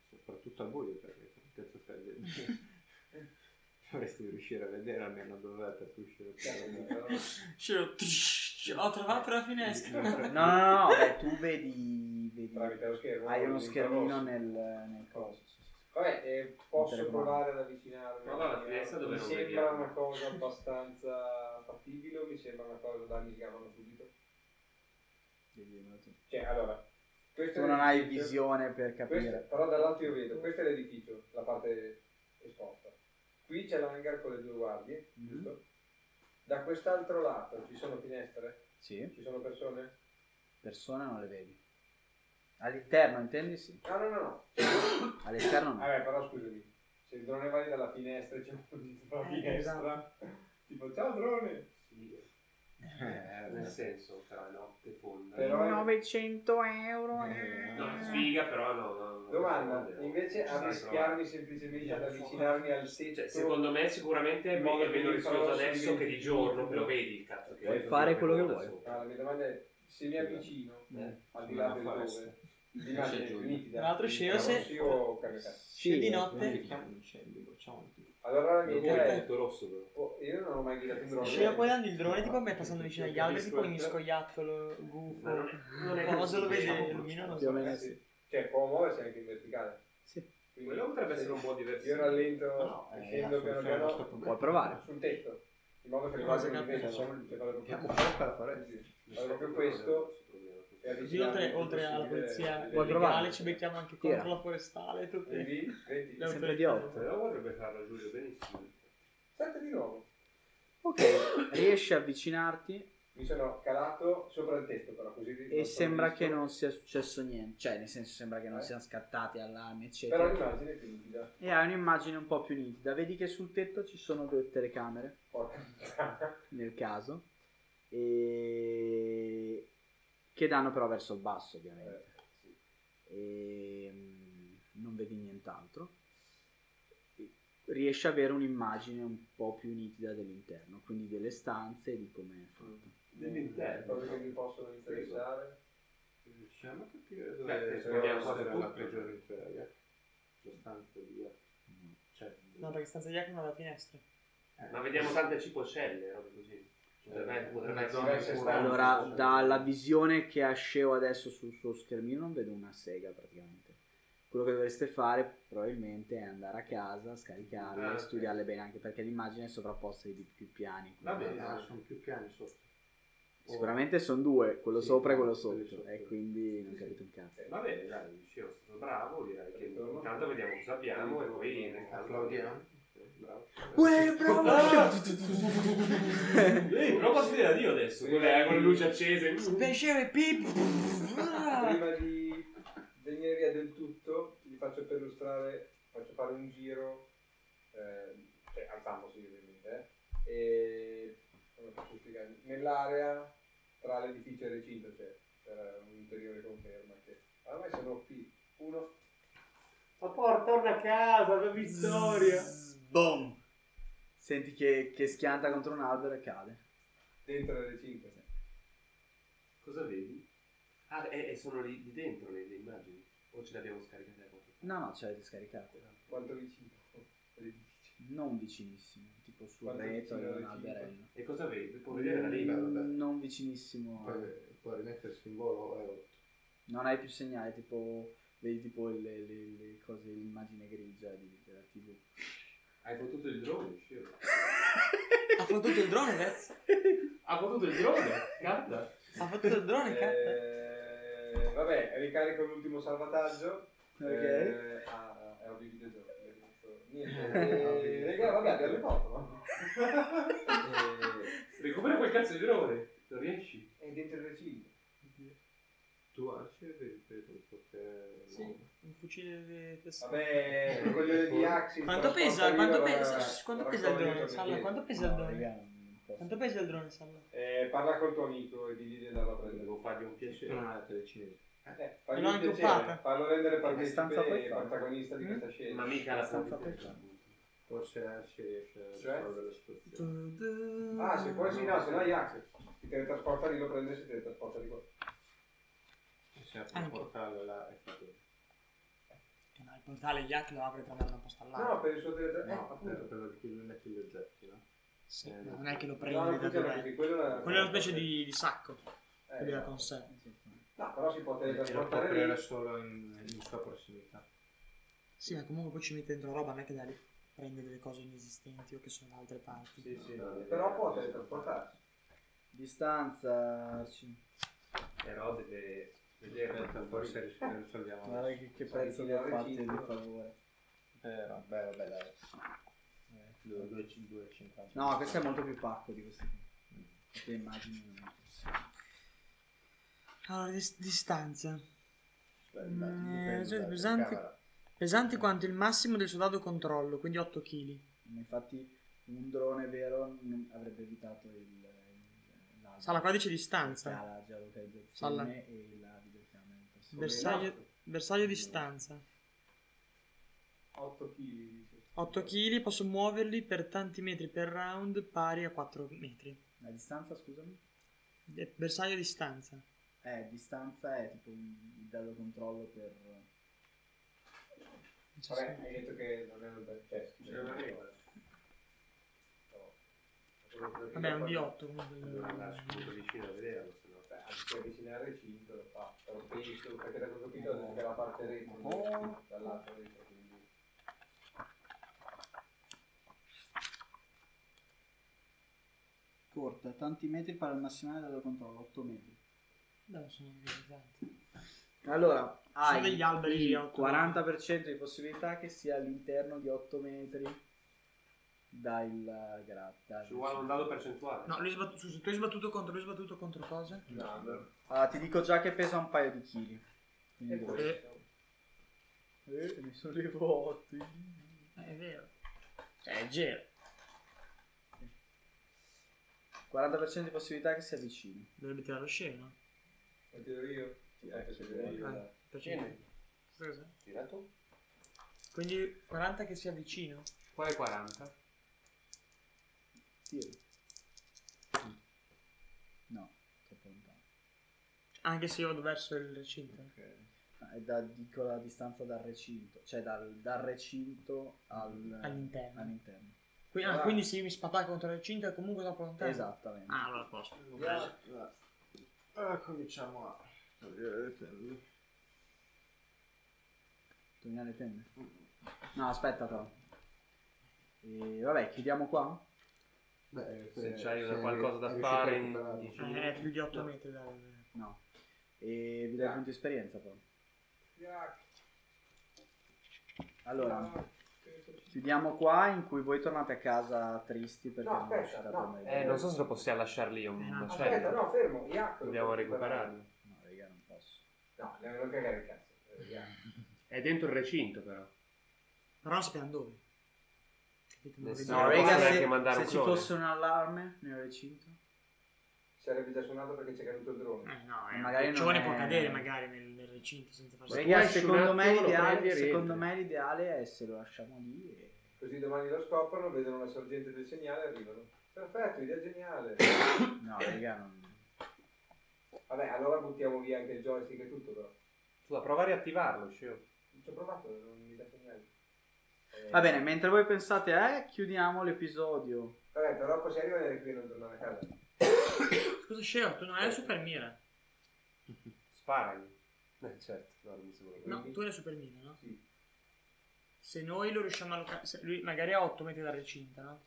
[SPEAKER 4] soprattutto al buio perché come cazzo fai dentro? dovresti riuscire a vedere almeno dov'è per cui uscire
[SPEAKER 10] Certo,
[SPEAKER 4] fuori.
[SPEAKER 10] però-
[SPEAKER 3] Cioè, ho trovato la finestra.
[SPEAKER 5] No, no, no, beh, tu vedi... vedi-
[SPEAKER 10] tramite lo schermo
[SPEAKER 5] hai uno
[SPEAKER 10] quindi
[SPEAKER 5] schermino
[SPEAKER 10] infrarosso.
[SPEAKER 5] nel, nel coso. sì, sì, sì.
[SPEAKER 10] Vabbè, eh,
[SPEAKER 5] Per
[SPEAKER 10] posso
[SPEAKER 5] mano.
[SPEAKER 10] provare ad avvicinarmi.
[SPEAKER 2] Prova la finestra dove
[SPEAKER 10] mi
[SPEAKER 2] non
[SPEAKER 10] sembra
[SPEAKER 2] vediamo.
[SPEAKER 10] una cosa abbastanza fattibile, o mi sembra una cosa da migliorare subito.
[SPEAKER 5] Dimmelo tu.
[SPEAKER 10] Cioè, allora, questo
[SPEAKER 5] Tu
[SPEAKER 10] è
[SPEAKER 5] non hai
[SPEAKER 10] l'edificio.
[SPEAKER 5] visione per
[SPEAKER 10] Questo-
[SPEAKER 5] capire.
[SPEAKER 10] però dall'alto io vedo, questo è l'edificio, la parte esposta. Qui c'è l'hangar con le due guardie,
[SPEAKER 5] Mhm.
[SPEAKER 10] giusto? Da quest'altro lato ci sono finestre?
[SPEAKER 5] Sì,
[SPEAKER 10] Ci sono persone?
[SPEAKER 5] persone non le vedi. All'interno, intendi? Sì.
[SPEAKER 10] No, no, no, no.
[SPEAKER 5] All'esterno no.
[SPEAKER 10] Vabbè, però scusami, se il drone va lì dalla finestra e c'è
[SPEAKER 5] Eh,
[SPEAKER 10] una finestra,
[SPEAKER 5] esatto.
[SPEAKER 10] tipo ciao drone!
[SPEAKER 2] Sì,
[SPEAKER 4] Eh,
[SPEAKER 2] nel senso, tra notte fonda.
[SPEAKER 10] Però-
[SPEAKER 5] 900 euro. eh.
[SPEAKER 2] No, sfiga, però no. no, no.
[SPEAKER 10] Domanda, invece
[SPEAKER 2] Ci stai
[SPEAKER 10] arrischiarmi semplicemente ad avvicinarmi al
[SPEAKER 2] provando.
[SPEAKER 10] tetto
[SPEAKER 2] Cioè, secondo me sicuramente è meglio- è meno rischioso adesso che di giorno, che lo vedi il cazzo che
[SPEAKER 5] Puoi
[SPEAKER 2] è.
[SPEAKER 5] fare quello che vuoi.
[SPEAKER 10] Ah, la mia domanda è, se mi avvicino,
[SPEAKER 5] Eh,
[SPEAKER 10] al di là
[SPEAKER 4] una
[SPEAKER 10] del
[SPEAKER 4] foresta.
[SPEAKER 10] dove, l'immagine
[SPEAKER 4] C'è
[SPEAKER 10] è
[SPEAKER 4] giù.
[SPEAKER 10] nitida.
[SPEAKER 3] Un altro scemo se-
[SPEAKER 10] Io cambio cazzo.
[SPEAKER 5] Sì,
[SPEAKER 3] di
[SPEAKER 4] non
[SPEAKER 3] notte.
[SPEAKER 4] richiamo un incendio, facciamo un tiro.
[SPEAKER 10] Allora la mia
[SPEAKER 2] Lo
[SPEAKER 10] idea
[SPEAKER 2] vuoi
[SPEAKER 10] è,
[SPEAKER 2] tutto rosso, però.
[SPEAKER 10] oh, io non ho mai guidato un drone.
[SPEAKER 3] Scemo guardando il drone, tipo a me passando vicino agli alberi, tipo ogni scoiattolo, gufo.
[SPEAKER 2] Ma non è- non è
[SPEAKER 3] Ma cosa lo vedi?
[SPEAKER 2] diciamo,
[SPEAKER 3] Illumina, non
[SPEAKER 5] Più
[SPEAKER 3] so.
[SPEAKER 5] o meno
[SPEAKER 10] Ragazzi,
[SPEAKER 5] sì.
[SPEAKER 10] Cioè, può muoversi anche in verticale.
[SPEAKER 5] Sì.
[SPEAKER 10] Quindi,
[SPEAKER 2] Quello potrebbe essere un po' diverso.
[SPEAKER 10] Io rallento,
[SPEAKER 4] No,
[SPEAKER 10] e
[SPEAKER 4] eh,
[SPEAKER 10] scendo
[SPEAKER 4] la
[SPEAKER 10] piano
[SPEAKER 4] soluzione al nostro
[SPEAKER 10] piano
[SPEAKER 4] problema.
[SPEAKER 5] Puoi provare.
[SPEAKER 10] sul tetto, in modo che le
[SPEAKER 3] Cosa
[SPEAKER 10] cose non
[SPEAKER 3] capita?
[SPEAKER 10] diventino, cioè, vado
[SPEAKER 4] Andiamo
[SPEAKER 10] proprio-
[SPEAKER 4] fuori dalla foresta.
[SPEAKER 10] Vado proprio questo e
[SPEAKER 3] Così oltre, oltre alla polizia
[SPEAKER 10] Puoi
[SPEAKER 5] provare.
[SPEAKER 3] legale ci becchiamo anche
[SPEAKER 5] Tira.
[SPEAKER 3] contro la forestale e tutti.
[SPEAKER 10] Quindi, vedi,
[SPEAKER 3] le
[SPEAKER 5] Sempre di
[SPEAKER 3] autorità.
[SPEAKER 5] otto.
[SPEAKER 2] Però potrebbe farlo Giulio benissimo.
[SPEAKER 10] salta di nuovo.
[SPEAKER 5] Ok, riesci a avvicinarti
[SPEAKER 10] Mi sono calato sopra il tetto, però così
[SPEAKER 5] e sembra che non sia successo niente, cioè nel senso sembra che non
[SPEAKER 10] Eh?
[SPEAKER 5] siano scattati allarmi
[SPEAKER 10] Però
[SPEAKER 5] eccetera.
[SPEAKER 10] l'immagine è più nitida.
[SPEAKER 5] E hai un'immagine un po' più nitida, vedi che sul tetto ci sono due telecamere
[SPEAKER 10] Porca puttana.
[SPEAKER 5] nel caso, e... che danno però verso il basso ovviamente.
[SPEAKER 10] Eh, sì.
[SPEAKER 5] e mm, non vedi nient'altro, riesci ad avere un'immagine un po' più nitida dell'interno, quindi delle stanze e di come è fatto.
[SPEAKER 2] Dell'interno.
[SPEAKER 10] Cose che mi possono interessare.
[SPEAKER 4] Riusciamo a capire
[SPEAKER 2] Beh,
[SPEAKER 4] dove
[SPEAKER 2] penso che abbiamo
[SPEAKER 4] dove
[SPEAKER 2] fatto
[SPEAKER 4] era la
[SPEAKER 2] tutto.
[SPEAKER 4] prigione di Ferraia. La stanza di Jack. Cioè,
[SPEAKER 3] No, perché stanza di acqua non ha la finestra.
[SPEAKER 4] eh,
[SPEAKER 2] Ma vediamo cioè, tante cipocelle, robe così. Potrebbe,
[SPEAKER 4] Eh,
[SPEAKER 2] potrebbe
[SPEAKER 4] una
[SPEAKER 2] essere
[SPEAKER 4] zona
[SPEAKER 2] diverse
[SPEAKER 4] pura.
[SPEAKER 2] stanze.
[SPEAKER 5] Allora,
[SPEAKER 4] sì.
[SPEAKER 5] dalla visione che ha Sceo adesso sul suo schermino non vedo una sega praticamente. Quello che dovreste fare probabilmente è andare a casa, scaricarle,
[SPEAKER 2] Ah, ok.
[SPEAKER 5] studiarle bene anche perché l'immagine è sovrapposta di più piani. quindi-
[SPEAKER 4] Vabbè, no, sono più piani sotto.
[SPEAKER 5] Sicuramente sono due, quello
[SPEAKER 4] Sì,
[SPEAKER 5] sopra e Oh. quello
[SPEAKER 4] quelli
[SPEAKER 5] sotto,
[SPEAKER 4] sotto.
[SPEAKER 5] e quindi non
[SPEAKER 10] Sì, sì.
[SPEAKER 5] capite un cazzo.
[SPEAKER 10] Eh.
[SPEAKER 2] Va bene, dai, Sceo, è stato bravo, direi che
[SPEAKER 10] Certo.
[SPEAKER 2] intanto vediamo cosa abbiamo e poi nel caso...
[SPEAKER 4] Applaudiamo.
[SPEAKER 2] Bravo.
[SPEAKER 5] Uè, bravo!
[SPEAKER 2] Però posso dire addio adesso, con le, eh, con le luci accese.
[SPEAKER 10] Piacere Pip!
[SPEAKER 3] Ah!
[SPEAKER 10] Prima di venire via del tutto, vi faccio perlustrare, faccio fare un giro, eh, cioè alzandosi ovviamente, eh, e come posso spiegarvi? nell'area tra l'edificio e il recinto c'è c'era un'ulteriore conferma che ormai sono P, uno
[SPEAKER 5] Ma porca, torna a casa, la vittoria. Boom. Senti che, che schianta contro un albero e cade.
[SPEAKER 10] dentro il recinto. cioè.
[SPEAKER 2] Cosa vedi? Ah, e, e sono lì, lì dentro le, le immagini? O ce le abbiamo scaricate da qualche
[SPEAKER 5] No, no, ce l'hai scaricate.
[SPEAKER 10] Quanto vicino? L'edificio.
[SPEAKER 5] Non vicinissimo, tipo sul
[SPEAKER 10] Quanto
[SPEAKER 5] retro
[SPEAKER 10] vicino
[SPEAKER 5] e
[SPEAKER 10] al
[SPEAKER 5] un
[SPEAKER 10] recinto?
[SPEAKER 5] alberello.
[SPEAKER 2] E cosa vedi? Puoi vedere la riva,
[SPEAKER 5] Mm,
[SPEAKER 2] vabbè.
[SPEAKER 5] Non vicinissimo.
[SPEAKER 4] Poi può rimettere il simbolo è otto.
[SPEAKER 5] Non hai più segnali, tipo vedi tipo le, le- le cose, l'immagine grigia di- della TV.
[SPEAKER 25] Hai fottuto il drone, scemo.
[SPEAKER 3] Ha fottuto il drone, ragazzi.
[SPEAKER 2] Ha fottuto il drone? Canta.
[SPEAKER 3] Ha fottuto il drone, cazzo.
[SPEAKER 10] Eh, vabbè, ricarico l'ultimo salvataggio.
[SPEAKER 5] Ok.
[SPEAKER 10] Eh, ah, era un videogioco. Niente, eh, raga, vabbè, abbiamo le foto, no?
[SPEAKER 2] Recupera quel cazzo di drone. Non riesci?
[SPEAKER 10] È dentro il recinto.
[SPEAKER 4] Tu Arce vedi perché
[SPEAKER 3] Un fucile tessere.
[SPEAKER 10] Eh, Vabbè, quel coglione di Axis.
[SPEAKER 3] Quanto pesa?
[SPEAKER 10] trasporta
[SPEAKER 3] Quanto
[SPEAKER 10] lì la-
[SPEAKER 3] pesa? shh, Quanto
[SPEAKER 10] la
[SPEAKER 3] pesa il
[SPEAKER 10] raccoglie
[SPEAKER 3] drone?
[SPEAKER 10] torna
[SPEAKER 3] Salla,
[SPEAKER 10] indietro.
[SPEAKER 3] quanto pesa il
[SPEAKER 5] No,
[SPEAKER 3] drone?
[SPEAKER 5] raga, non posso.
[SPEAKER 3] Quanto pesa il drone, Salla?
[SPEAKER 10] Eh, parla col tuo amico e digli di andare a prendere.
[SPEAKER 2] Devo fargli un piacere.
[SPEAKER 4] non ha la telecinese.
[SPEAKER 10] Eh,
[SPEAKER 3] Me
[SPEAKER 10] fagli
[SPEAKER 3] l'ho
[SPEAKER 10] un piacere,
[SPEAKER 3] intoppata.
[SPEAKER 10] fallo rendere
[SPEAKER 5] stanza puoi
[SPEAKER 10] partecipe e
[SPEAKER 5] fare?
[SPEAKER 10] protagonista
[SPEAKER 3] Mm?
[SPEAKER 10] di questa scena.
[SPEAKER 2] Ma mica la
[SPEAKER 5] Abbastanza
[SPEAKER 2] pubblicità.
[SPEAKER 4] Forse Arce riesce a
[SPEAKER 10] Cioè?
[SPEAKER 4] risolvere la situazione.
[SPEAKER 10] Ah, se poi sì, no, se no Iac ti teletrasporta lì, lo prende e si teletrasporta di qua.
[SPEAKER 4] E Si apre un
[SPEAKER 3] Anche.
[SPEAKER 4] portale là e fa quello.
[SPEAKER 3] No, il portale Yak lo apre per andare da un posto all'altro.
[SPEAKER 10] No, per il suo
[SPEAKER 3] Eh,
[SPEAKER 10] teletrasporto.
[SPEAKER 4] No,
[SPEAKER 10] No,
[SPEAKER 4] appunto,
[SPEAKER 10] appunto.
[SPEAKER 4] quello di cui lui mette gli oggetti, no?
[SPEAKER 3] Sì,
[SPEAKER 4] Eh,
[SPEAKER 3] ma non è che lo
[SPEAKER 10] No,
[SPEAKER 3] prendi
[SPEAKER 10] non
[SPEAKER 3] da
[SPEAKER 10] funziona
[SPEAKER 3] dove
[SPEAKER 10] così, quello è
[SPEAKER 3] Quello è una specie di, di sacco che lui ha
[SPEAKER 10] esatto.
[SPEAKER 3] con sé.
[SPEAKER 5] Eh,
[SPEAKER 10] No, però si può
[SPEAKER 2] Eh,
[SPEAKER 4] Perché lo può aprire
[SPEAKER 10] teletrasportare
[SPEAKER 4] solo
[SPEAKER 10] lì.
[SPEAKER 4] in, in sua prossimità.
[SPEAKER 3] Sì, ma comunque poi ci mette dentro roba, non è che da lì prende delle cose inesistenti o che sono da altre parti.
[SPEAKER 4] Sì, sì.
[SPEAKER 10] Però può teletrasportarsi.
[SPEAKER 5] Distanza. sì.
[SPEAKER 25] Però deve vedere
[SPEAKER 4] Aspetta, forse ris- risolviamo.
[SPEAKER 5] Guarda che, che prezzo
[SPEAKER 10] Sì,
[SPEAKER 5] gli ha
[SPEAKER 10] sì,
[SPEAKER 5] fatto
[SPEAKER 10] sì.
[SPEAKER 5] di favore.
[SPEAKER 26] Eh, vabbè, vabbè, dai.
[SPEAKER 4] Eh,
[SPEAKER 26] 2,50.
[SPEAKER 5] No, questo è molto più pacco di questo qui. Perché immagino.
[SPEAKER 3] Allora, dis- distanza.
[SPEAKER 26] Beh,
[SPEAKER 3] Mm,
[SPEAKER 26] dai, dipende
[SPEAKER 3] oggetti
[SPEAKER 26] dalla
[SPEAKER 3] pesanti.
[SPEAKER 26] camera.
[SPEAKER 3] Pesanti quanto il massimo del suo dado controllo, quindi 8 kg.
[SPEAKER 5] Infatti un drone vero non- avrebbe evitato il, il l'albero.
[SPEAKER 3] Sala, qua dice distanza.
[SPEAKER 5] La geolocalizzazione
[SPEAKER 3] Sala.
[SPEAKER 5] e la videocamera. in prossimità.
[SPEAKER 3] Bersaglio, bersaglio distanza.
[SPEAKER 10] 8 kg dice.
[SPEAKER 3] 8 kg, posso muoverli per tanti metri per round pari a 4 metri.
[SPEAKER 5] La distanza, scusami?
[SPEAKER 3] Be- Bersaglio distanza.
[SPEAKER 5] Eh, distanza è tipo un- il dado controllo per...
[SPEAKER 3] Non so
[SPEAKER 10] Vabbè,
[SPEAKER 3] se-
[SPEAKER 10] hai detto che non è un bel cioè,
[SPEAKER 2] C'è una regola.
[SPEAKER 3] Vabbè, è un D8 comunque. eh,
[SPEAKER 2] Lasci molto vicino a vederlo, se no.
[SPEAKER 10] Beh, anche se avvicina al recinto lo fa, però penso, perché da questo capito è la parte retro,
[SPEAKER 5] Oh.
[SPEAKER 10] dall'altro retro, quindi...
[SPEAKER 5] Corta, tanti metri per il massimale del dado controllo, 8 metri.
[SPEAKER 3] No, sono organizzati.
[SPEAKER 5] Allora, hai
[SPEAKER 3] degli alberi di
[SPEAKER 5] il
[SPEAKER 3] otto
[SPEAKER 5] 40% di possibilità che sia all'interno di 8 metri dal gratta.
[SPEAKER 2] Ci vuole un dado percentuale.
[SPEAKER 3] No, lui è sbattuto, scusa, tu hai sbattuto contro, lui è sbattuto contro cosa?
[SPEAKER 5] Ah, ti dico già che pesa un paio di chili. Quindi
[SPEAKER 10] Boh.
[SPEAKER 5] voi.
[SPEAKER 3] Eh,
[SPEAKER 5] Eh, mi sono rivolti.
[SPEAKER 3] è vero. Cioè, è leggero.
[SPEAKER 5] 40% di possibilità che sia vicino.
[SPEAKER 3] Dovrebbe tirare lo scemo.
[SPEAKER 10] Lo tiro io? Sì, ecco, se tiro io.
[SPEAKER 3] Ah, perché... Cosa?
[SPEAKER 25] Tirato?
[SPEAKER 3] Quindi 40 che sia vicino.
[SPEAKER 2] Quale 40?
[SPEAKER 5] Sì. No, troppo lontano.
[SPEAKER 3] Anche se io vado verso il recinto.
[SPEAKER 5] Ah, È da, dico la distanza dal recinto, cioè dal, dal recinto al-
[SPEAKER 3] All'interno.
[SPEAKER 5] all'interno.
[SPEAKER 3] Qui- ah,
[SPEAKER 10] Allora-
[SPEAKER 3] quindi se io mi spataco contro il recinto è comunque troppo lontano.
[SPEAKER 5] Esattamente.
[SPEAKER 3] Ah, allora a posto.
[SPEAKER 4] Allora cominciamo a togliere le tende.
[SPEAKER 5] Togliere le tende. No, aspetta però. E, vabbè, chiudiamo qua.
[SPEAKER 4] Beh,
[SPEAKER 2] Se c'hai una qualcosa da fare in 10
[SPEAKER 3] Eh, è più di 8 metri da...
[SPEAKER 5] No. E vi dai punti esperienza però.
[SPEAKER 10] Iac,
[SPEAKER 5] Allora, Chiudiamo qua in cui voi tornate a casa tristi perché
[SPEAKER 10] No,
[SPEAKER 5] non
[SPEAKER 10] aspetta,
[SPEAKER 5] riuscite a
[SPEAKER 10] no.
[SPEAKER 5] dormire.
[SPEAKER 2] Eh, non so se lo possiamo lasciar lì
[SPEAKER 3] Eh,
[SPEAKER 2] un macello.
[SPEAKER 10] Aspetta, no, fermo, Iaco.
[SPEAKER 2] Dobbiamo recuperarlo.
[SPEAKER 5] No, raga, non posso.
[SPEAKER 10] No, non cagare il cazzo. eh, Iaco.
[SPEAKER 2] È dentro il recinto, però.
[SPEAKER 3] Però non sappiamo dove. Capito? Non
[SPEAKER 2] Nel
[SPEAKER 3] vediamo.
[SPEAKER 2] senso,
[SPEAKER 5] No, raga,
[SPEAKER 2] posso neanche
[SPEAKER 5] se,
[SPEAKER 2] mandare
[SPEAKER 5] se
[SPEAKER 2] un
[SPEAKER 5] ci
[SPEAKER 2] clone.
[SPEAKER 5] fosse un allarme nel recinto,
[SPEAKER 10] Sarebbe già suonato perché c'è caduto il drone.
[SPEAKER 3] Eh, no,
[SPEAKER 5] Eh,
[SPEAKER 3] eh,
[SPEAKER 5] magari
[SPEAKER 3] il giovane
[SPEAKER 5] non
[SPEAKER 3] può
[SPEAKER 5] è-
[SPEAKER 3] cadere magari nel, nel recinto senza farsi
[SPEAKER 5] Raga,
[SPEAKER 2] esci un
[SPEAKER 5] secondo, me
[SPEAKER 2] attimo, lo prendi
[SPEAKER 5] l'ideale,
[SPEAKER 2] e rientri.
[SPEAKER 5] secondo me l'ideale è se lo lasciamo lì e...
[SPEAKER 10] Così domani lo scoprono, vedono la sorgente del segnale e arrivano. Perfetto, idea geniale.
[SPEAKER 5] No, raga, non...
[SPEAKER 10] Vabbè, allora buttiamo via anche il joystick e tutto, però.
[SPEAKER 2] Tu prova a riattivarlo, Scio.
[SPEAKER 10] Non ci ho provato, non mi dà segnali. Eh,
[SPEAKER 5] Va bene, mentre voi pensate, eh, chiudiamo l'episodio.
[SPEAKER 10] Vabbè, però poi se rimanere qui e non tornare a casa.
[SPEAKER 3] Scusa, Sceo, tu non hai la super mira.
[SPEAKER 2] Sparagli. Eh, certo, no, non mi sembra.
[SPEAKER 3] No, tu hai la super mira, no?
[SPEAKER 10] Sì.
[SPEAKER 3] Se noi lo riusciamo a localizzare, lui magari a 8 metri dal recinto, no?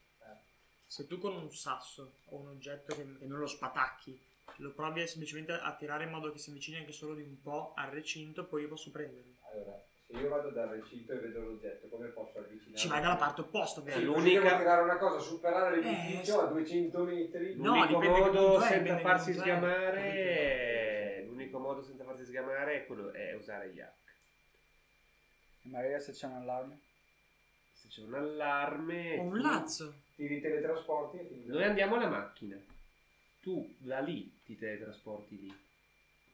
[SPEAKER 3] Se tu con un sasso o un oggetto che, che non lo spatacchi, lo provi semplicemente a tirare in modo che si avvicini anche solo di un po' al recinto, poi io posso prenderlo.
[SPEAKER 10] Allora, se io vado dal recinto e vedo l'oggetto, come posso avvicinarmi?
[SPEAKER 3] Ci vai dalla parte opposta,
[SPEAKER 10] Sì,
[SPEAKER 3] ovviamente.
[SPEAKER 10] l'unica...
[SPEAKER 2] l'unica-
[SPEAKER 10] Devo tirare una cosa, superare l'edificio
[SPEAKER 3] Eh,
[SPEAKER 10] a 200 metri.
[SPEAKER 3] No,
[SPEAKER 2] L'unico
[SPEAKER 3] dipende che
[SPEAKER 2] modo
[SPEAKER 3] punto è, dipende
[SPEAKER 2] senza
[SPEAKER 3] che
[SPEAKER 2] farsi
[SPEAKER 3] punto è. certo.
[SPEAKER 2] sgamare. L'unico modo senza farsi sgamare è quello è usare gli hack.
[SPEAKER 5] Ma raga, se c'è un allarme?
[SPEAKER 2] Se c'è un allarme.
[SPEAKER 3] Ho un
[SPEAKER 2] tu-
[SPEAKER 3] lazzo.
[SPEAKER 10] Ti teletrasporti e finisci.
[SPEAKER 2] Noi andiamo alla macchina. Tu da lì ti teletrasporti lì.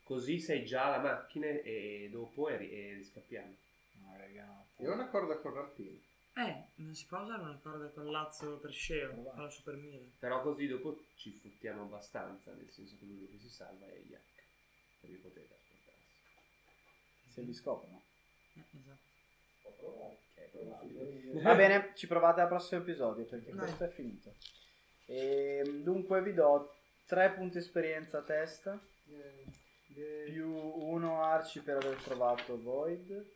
[SPEAKER 2] Così sei già alla macchina e dopo e, ri- e riscappiamo.
[SPEAKER 5] No, raga, no.
[SPEAKER 27] Io ho una corda con rattino.
[SPEAKER 3] Eh, non si può usare una corda con lazzo per Sceo, con la super mira.
[SPEAKER 2] Però così dopo ci fottiamo abbastanza, nel senso che l'unico che si salva è Yak. Perché potete trasportarsi.
[SPEAKER 5] Se li scoprono.
[SPEAKER 3] Eh, esatto.
[SPEAKER 10] Ho provato.
[SPEAKER 2] Ok, però-
[SPEAKER 5] Va bene, ci provate al prossimo episodio perché
[SPEAKER 3] Dai.
[SPEAKER 5] questo è finito. Ehm, dunque vi do 3 punti esperienza a testa, più 1 arci per aver trovato Void,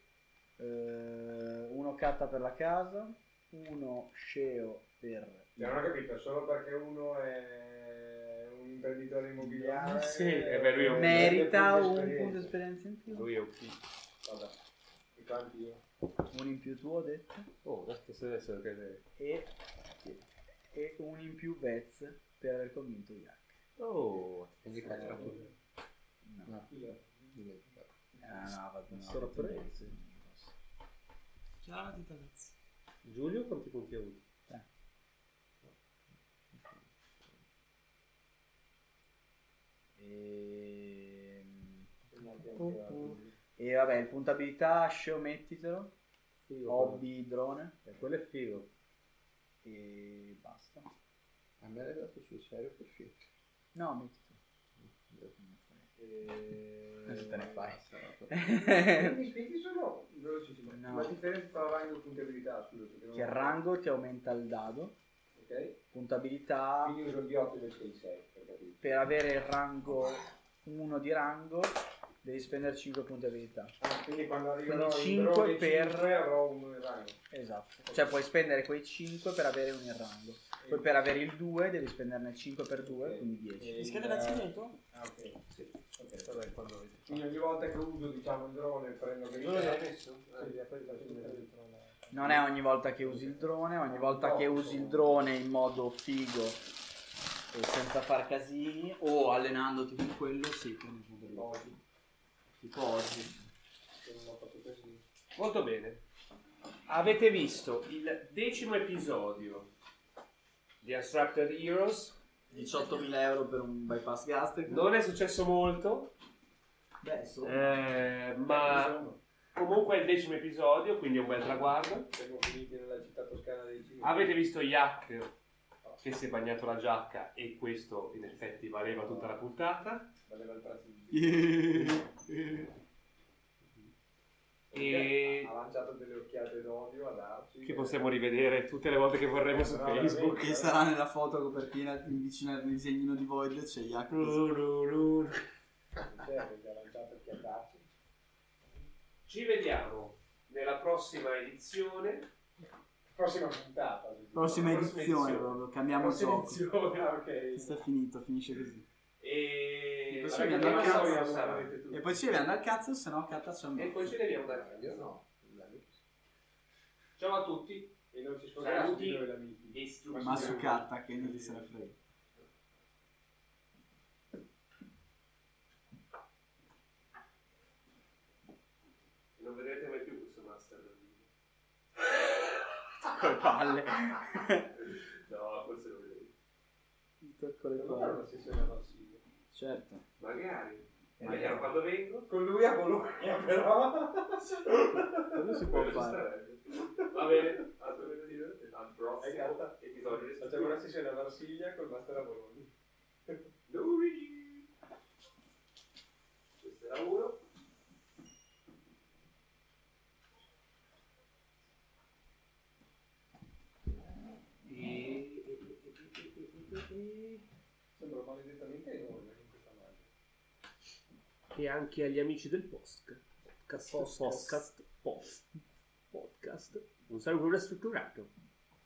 [SPEAKER 5] 1 catta per la casa, 1 sceo per...
[SPEAKER 10] Cioè, non ho capito, solo perché uno è un imprenditore immobiliare.
[SPEAKER 2] Sì, eh beh, lui è un-
[SPEAKER 5] Merita
[SPEAKER 10] Mette
[SPEAKER 5] un
[SPEAKER 10] punti
[SPEAKER 5] punto
[SPEAKER 10] esperienza.
[SPEAKER 5] esperienza in più.
[SPEAKER 2] Lui è un
[SPEAKER 10] Vabbè, e quanti io?
[SPEAKER 5] Uno in più tu ho detto.
[SPEAKER 2] Oh, perché se adesso lo cadere.
[SPEAKER 5] E, e uno in più Vez per aver convinto Yak.
[SPEAKER 2] Oh,
[SPEAKER 27] Quindi quattro punti.
[SPEAKER 5] No.
[SPEAKER 10] Io.
[SPEAKER 5] Ah, no, va bene.
[SPEAKER 2] Sorpresa.
[SPEAKER 3] Chiamati Tavez.
[SPEAKER 2] Giulio quanti punti ha avuto?
[SPEAKER 5] Eh. Ehm,
[SPEAKER 10] Pu, pu.
[SPEAKER 5] E vabbè, il punto abilità, show, mettitelo.
[SPEAKER 2] Figo.
[SPEAKER 5] Hobby, drone.
[SPEAKER 2] Eh, Quello è figo.
[SPEAKER 5] E basta.
[SPEAKER 27] A me l'hai dato sul serio perfetto.
[SPEAKER 5] No, mettitelo.
[SPEAKER 10] E...
[SPEAKER 5] Cosa te ne fai?
[SPEAKER 10] I figli sono velocissimi.
[SPEAKER 5] No.
[SPEAKER 10] Ma differenza tra rango e puntabilità, scusa. perché non-
[SPEAKER 5] Che il rango ti aumenta il dado.
[SPEAKER 10] Ok?
[SPEAKER 5] Puntabilità
[SPEAKER 10] Quindi uso gli 8 invece dei 6, per capire.
[SPEAKER 5] per avere il rango 1 di rango devi spendere 5 punti abilità.
[SPEAKER 10] Ah, quindi quando arriverò
[SPEAKER 5] Quindi
[SPEAKER 10] in drone
[SPEAKER 5] cinque per-
[SPEAKER 10] 5 avrò uno in rango.
[SPEAKER 5] Esatto. Cioè puoi spendere quei 5 per avere un il rango. Poi per avere il 2 devi spenderne 5 per 2, quindi 10.
[SPEAKER 3] Mi schede l'aziendetto?
[SPEAKER 10] Ah, ok. Sì. Ok, vabbè, quando avete- Quindi ogni volta che uso, diciamo, il drone, Eh, prendo che...
[SPEAKER 28] Dove l'hai messo?
[SPEAKER 10] Sì, la prendo il drone.
[SPEAKER 5] Non è ogni volta che usi il drone, ogni volta che usi il drone in modo figo e senza far casini o allenandoti con quello, sì, con il punto di
[SPEAKER 10] Oggi,
[SPEAKER 5] Tipo oggi.
[SPEAKER 10] che non ho fatto così.
[SPEAKER 2] Molto bene. Avete visto il decimo episodio di Unstructured Heroes.
[SPEAKER 5] 18.000 euro per un bypass gastrico.
[SPEAKER 2] Non è successo molto,
[SPEAKER 5] Beh, so.
[SPEAKER 2] eh, ma comunque è il decimo episodio, quindi è un bel traguardo.
[SPEAKER 10] Siamo finiti nella città toscana dei cinesi.
[SPEAKER 2] Avete visto Yak che si è bagnato la giacca e questo in effetti valeva tutta la puntata.
[SPEAKER 10] Valeva il prezzo di
[SPEAKER 2] E
[SPEAKER 10] Ha lanciato delle occhiate d'odio ad Arci. eh,
[SPEAKER 2] che possiamo rivedere tutte le volte che vorremmo su Facebook.
[SPEAKER 5] Che sarà nella foto copertina in vicino al disegnino di Void, c'è Jack.
[SPEAKER 10] Certo, che ha lanciato occhiatacce.
[SPEAKER 2] Ci vediamo nella prossima edizione.
[SPEAKER 10] Prossima puntata.
[SPEAKER 5] Prossima
[SPEAKER 2] Prossima
[SPEAKER 5] edizione
[SPEAKER 2] edizione.
[SPEAKER 5] proprio, cambiamo
[SPEAKER 2] Prossima
[SPEAKER 5] gioco.
[SPEAKER 2] edizione.
[SPEAKER 10] Ah, ok.
[SPEAKER 5] Questo è finito, finisce così.
[SPEAKER 2] E
[SPEAKER 5] Così
[SPEAKER 2] la
[SPEAKER 5] abbiamo
[SPEAKER 2] prima
[SPEAKER 5] cazzo,
[SPEAKER 2] storia
[SPEAKER 5] non
[SPEAKER 2] sarà-
[SPEAKER 5] E poi ci devi andare al cazzo, se no Katta ci
[SPEAKER 2] E poi
[SPEAKER 5] ammazza.
[SPEAKER 2] ci deviamo andare.
[SPEAKER 27] Io no.
[SPEAKER 1] Ciao a tutti e non ci scordiamo di noi amici.
[SPEAKER 29] Ma su carta che non ti se ne frega.
[SPEAKER 10] Non vedrete mai più questo master dal vivo.
[SPEAKER 5] Con le palle.
[SPEAKER 10] No, forse lo vedrete.
[SPEAKER 5] Tocco le
[SPEAKER 1] Non è
[SPEAKER 5] palle.
[SPEAKER 1] una sessione passiva.
[SPEAKER 5] Certo.
[SPEAKER 10] Magari.
[SPEAKER 5] Eh,
[SPEAKER 10] Vediamo quando vengo.
[SPEAKER 1] Con lui a Bologna però.
[SPEAKER 5] Come si può fare?
[SPEAKER 10] Va bene, altro venerdì divertente. Al
[SPEAKER 1] Hai
[SPEAKER 10] prossimo
[SPEAKER 1] carta?
[SPEAKER 10] episodio di
[SPEAKER 1] Facciamo una sessione a Marsiglia col master a Bologna.
[SPEAKER 10] Duri. Questo era uno.
[SPEAKER 1] Sembra maledettamente enorme in questa magia.
[SPEAKER 2] E anche agli amici del post. Podcast. Podcast. Podcast. Un saluto strutturato.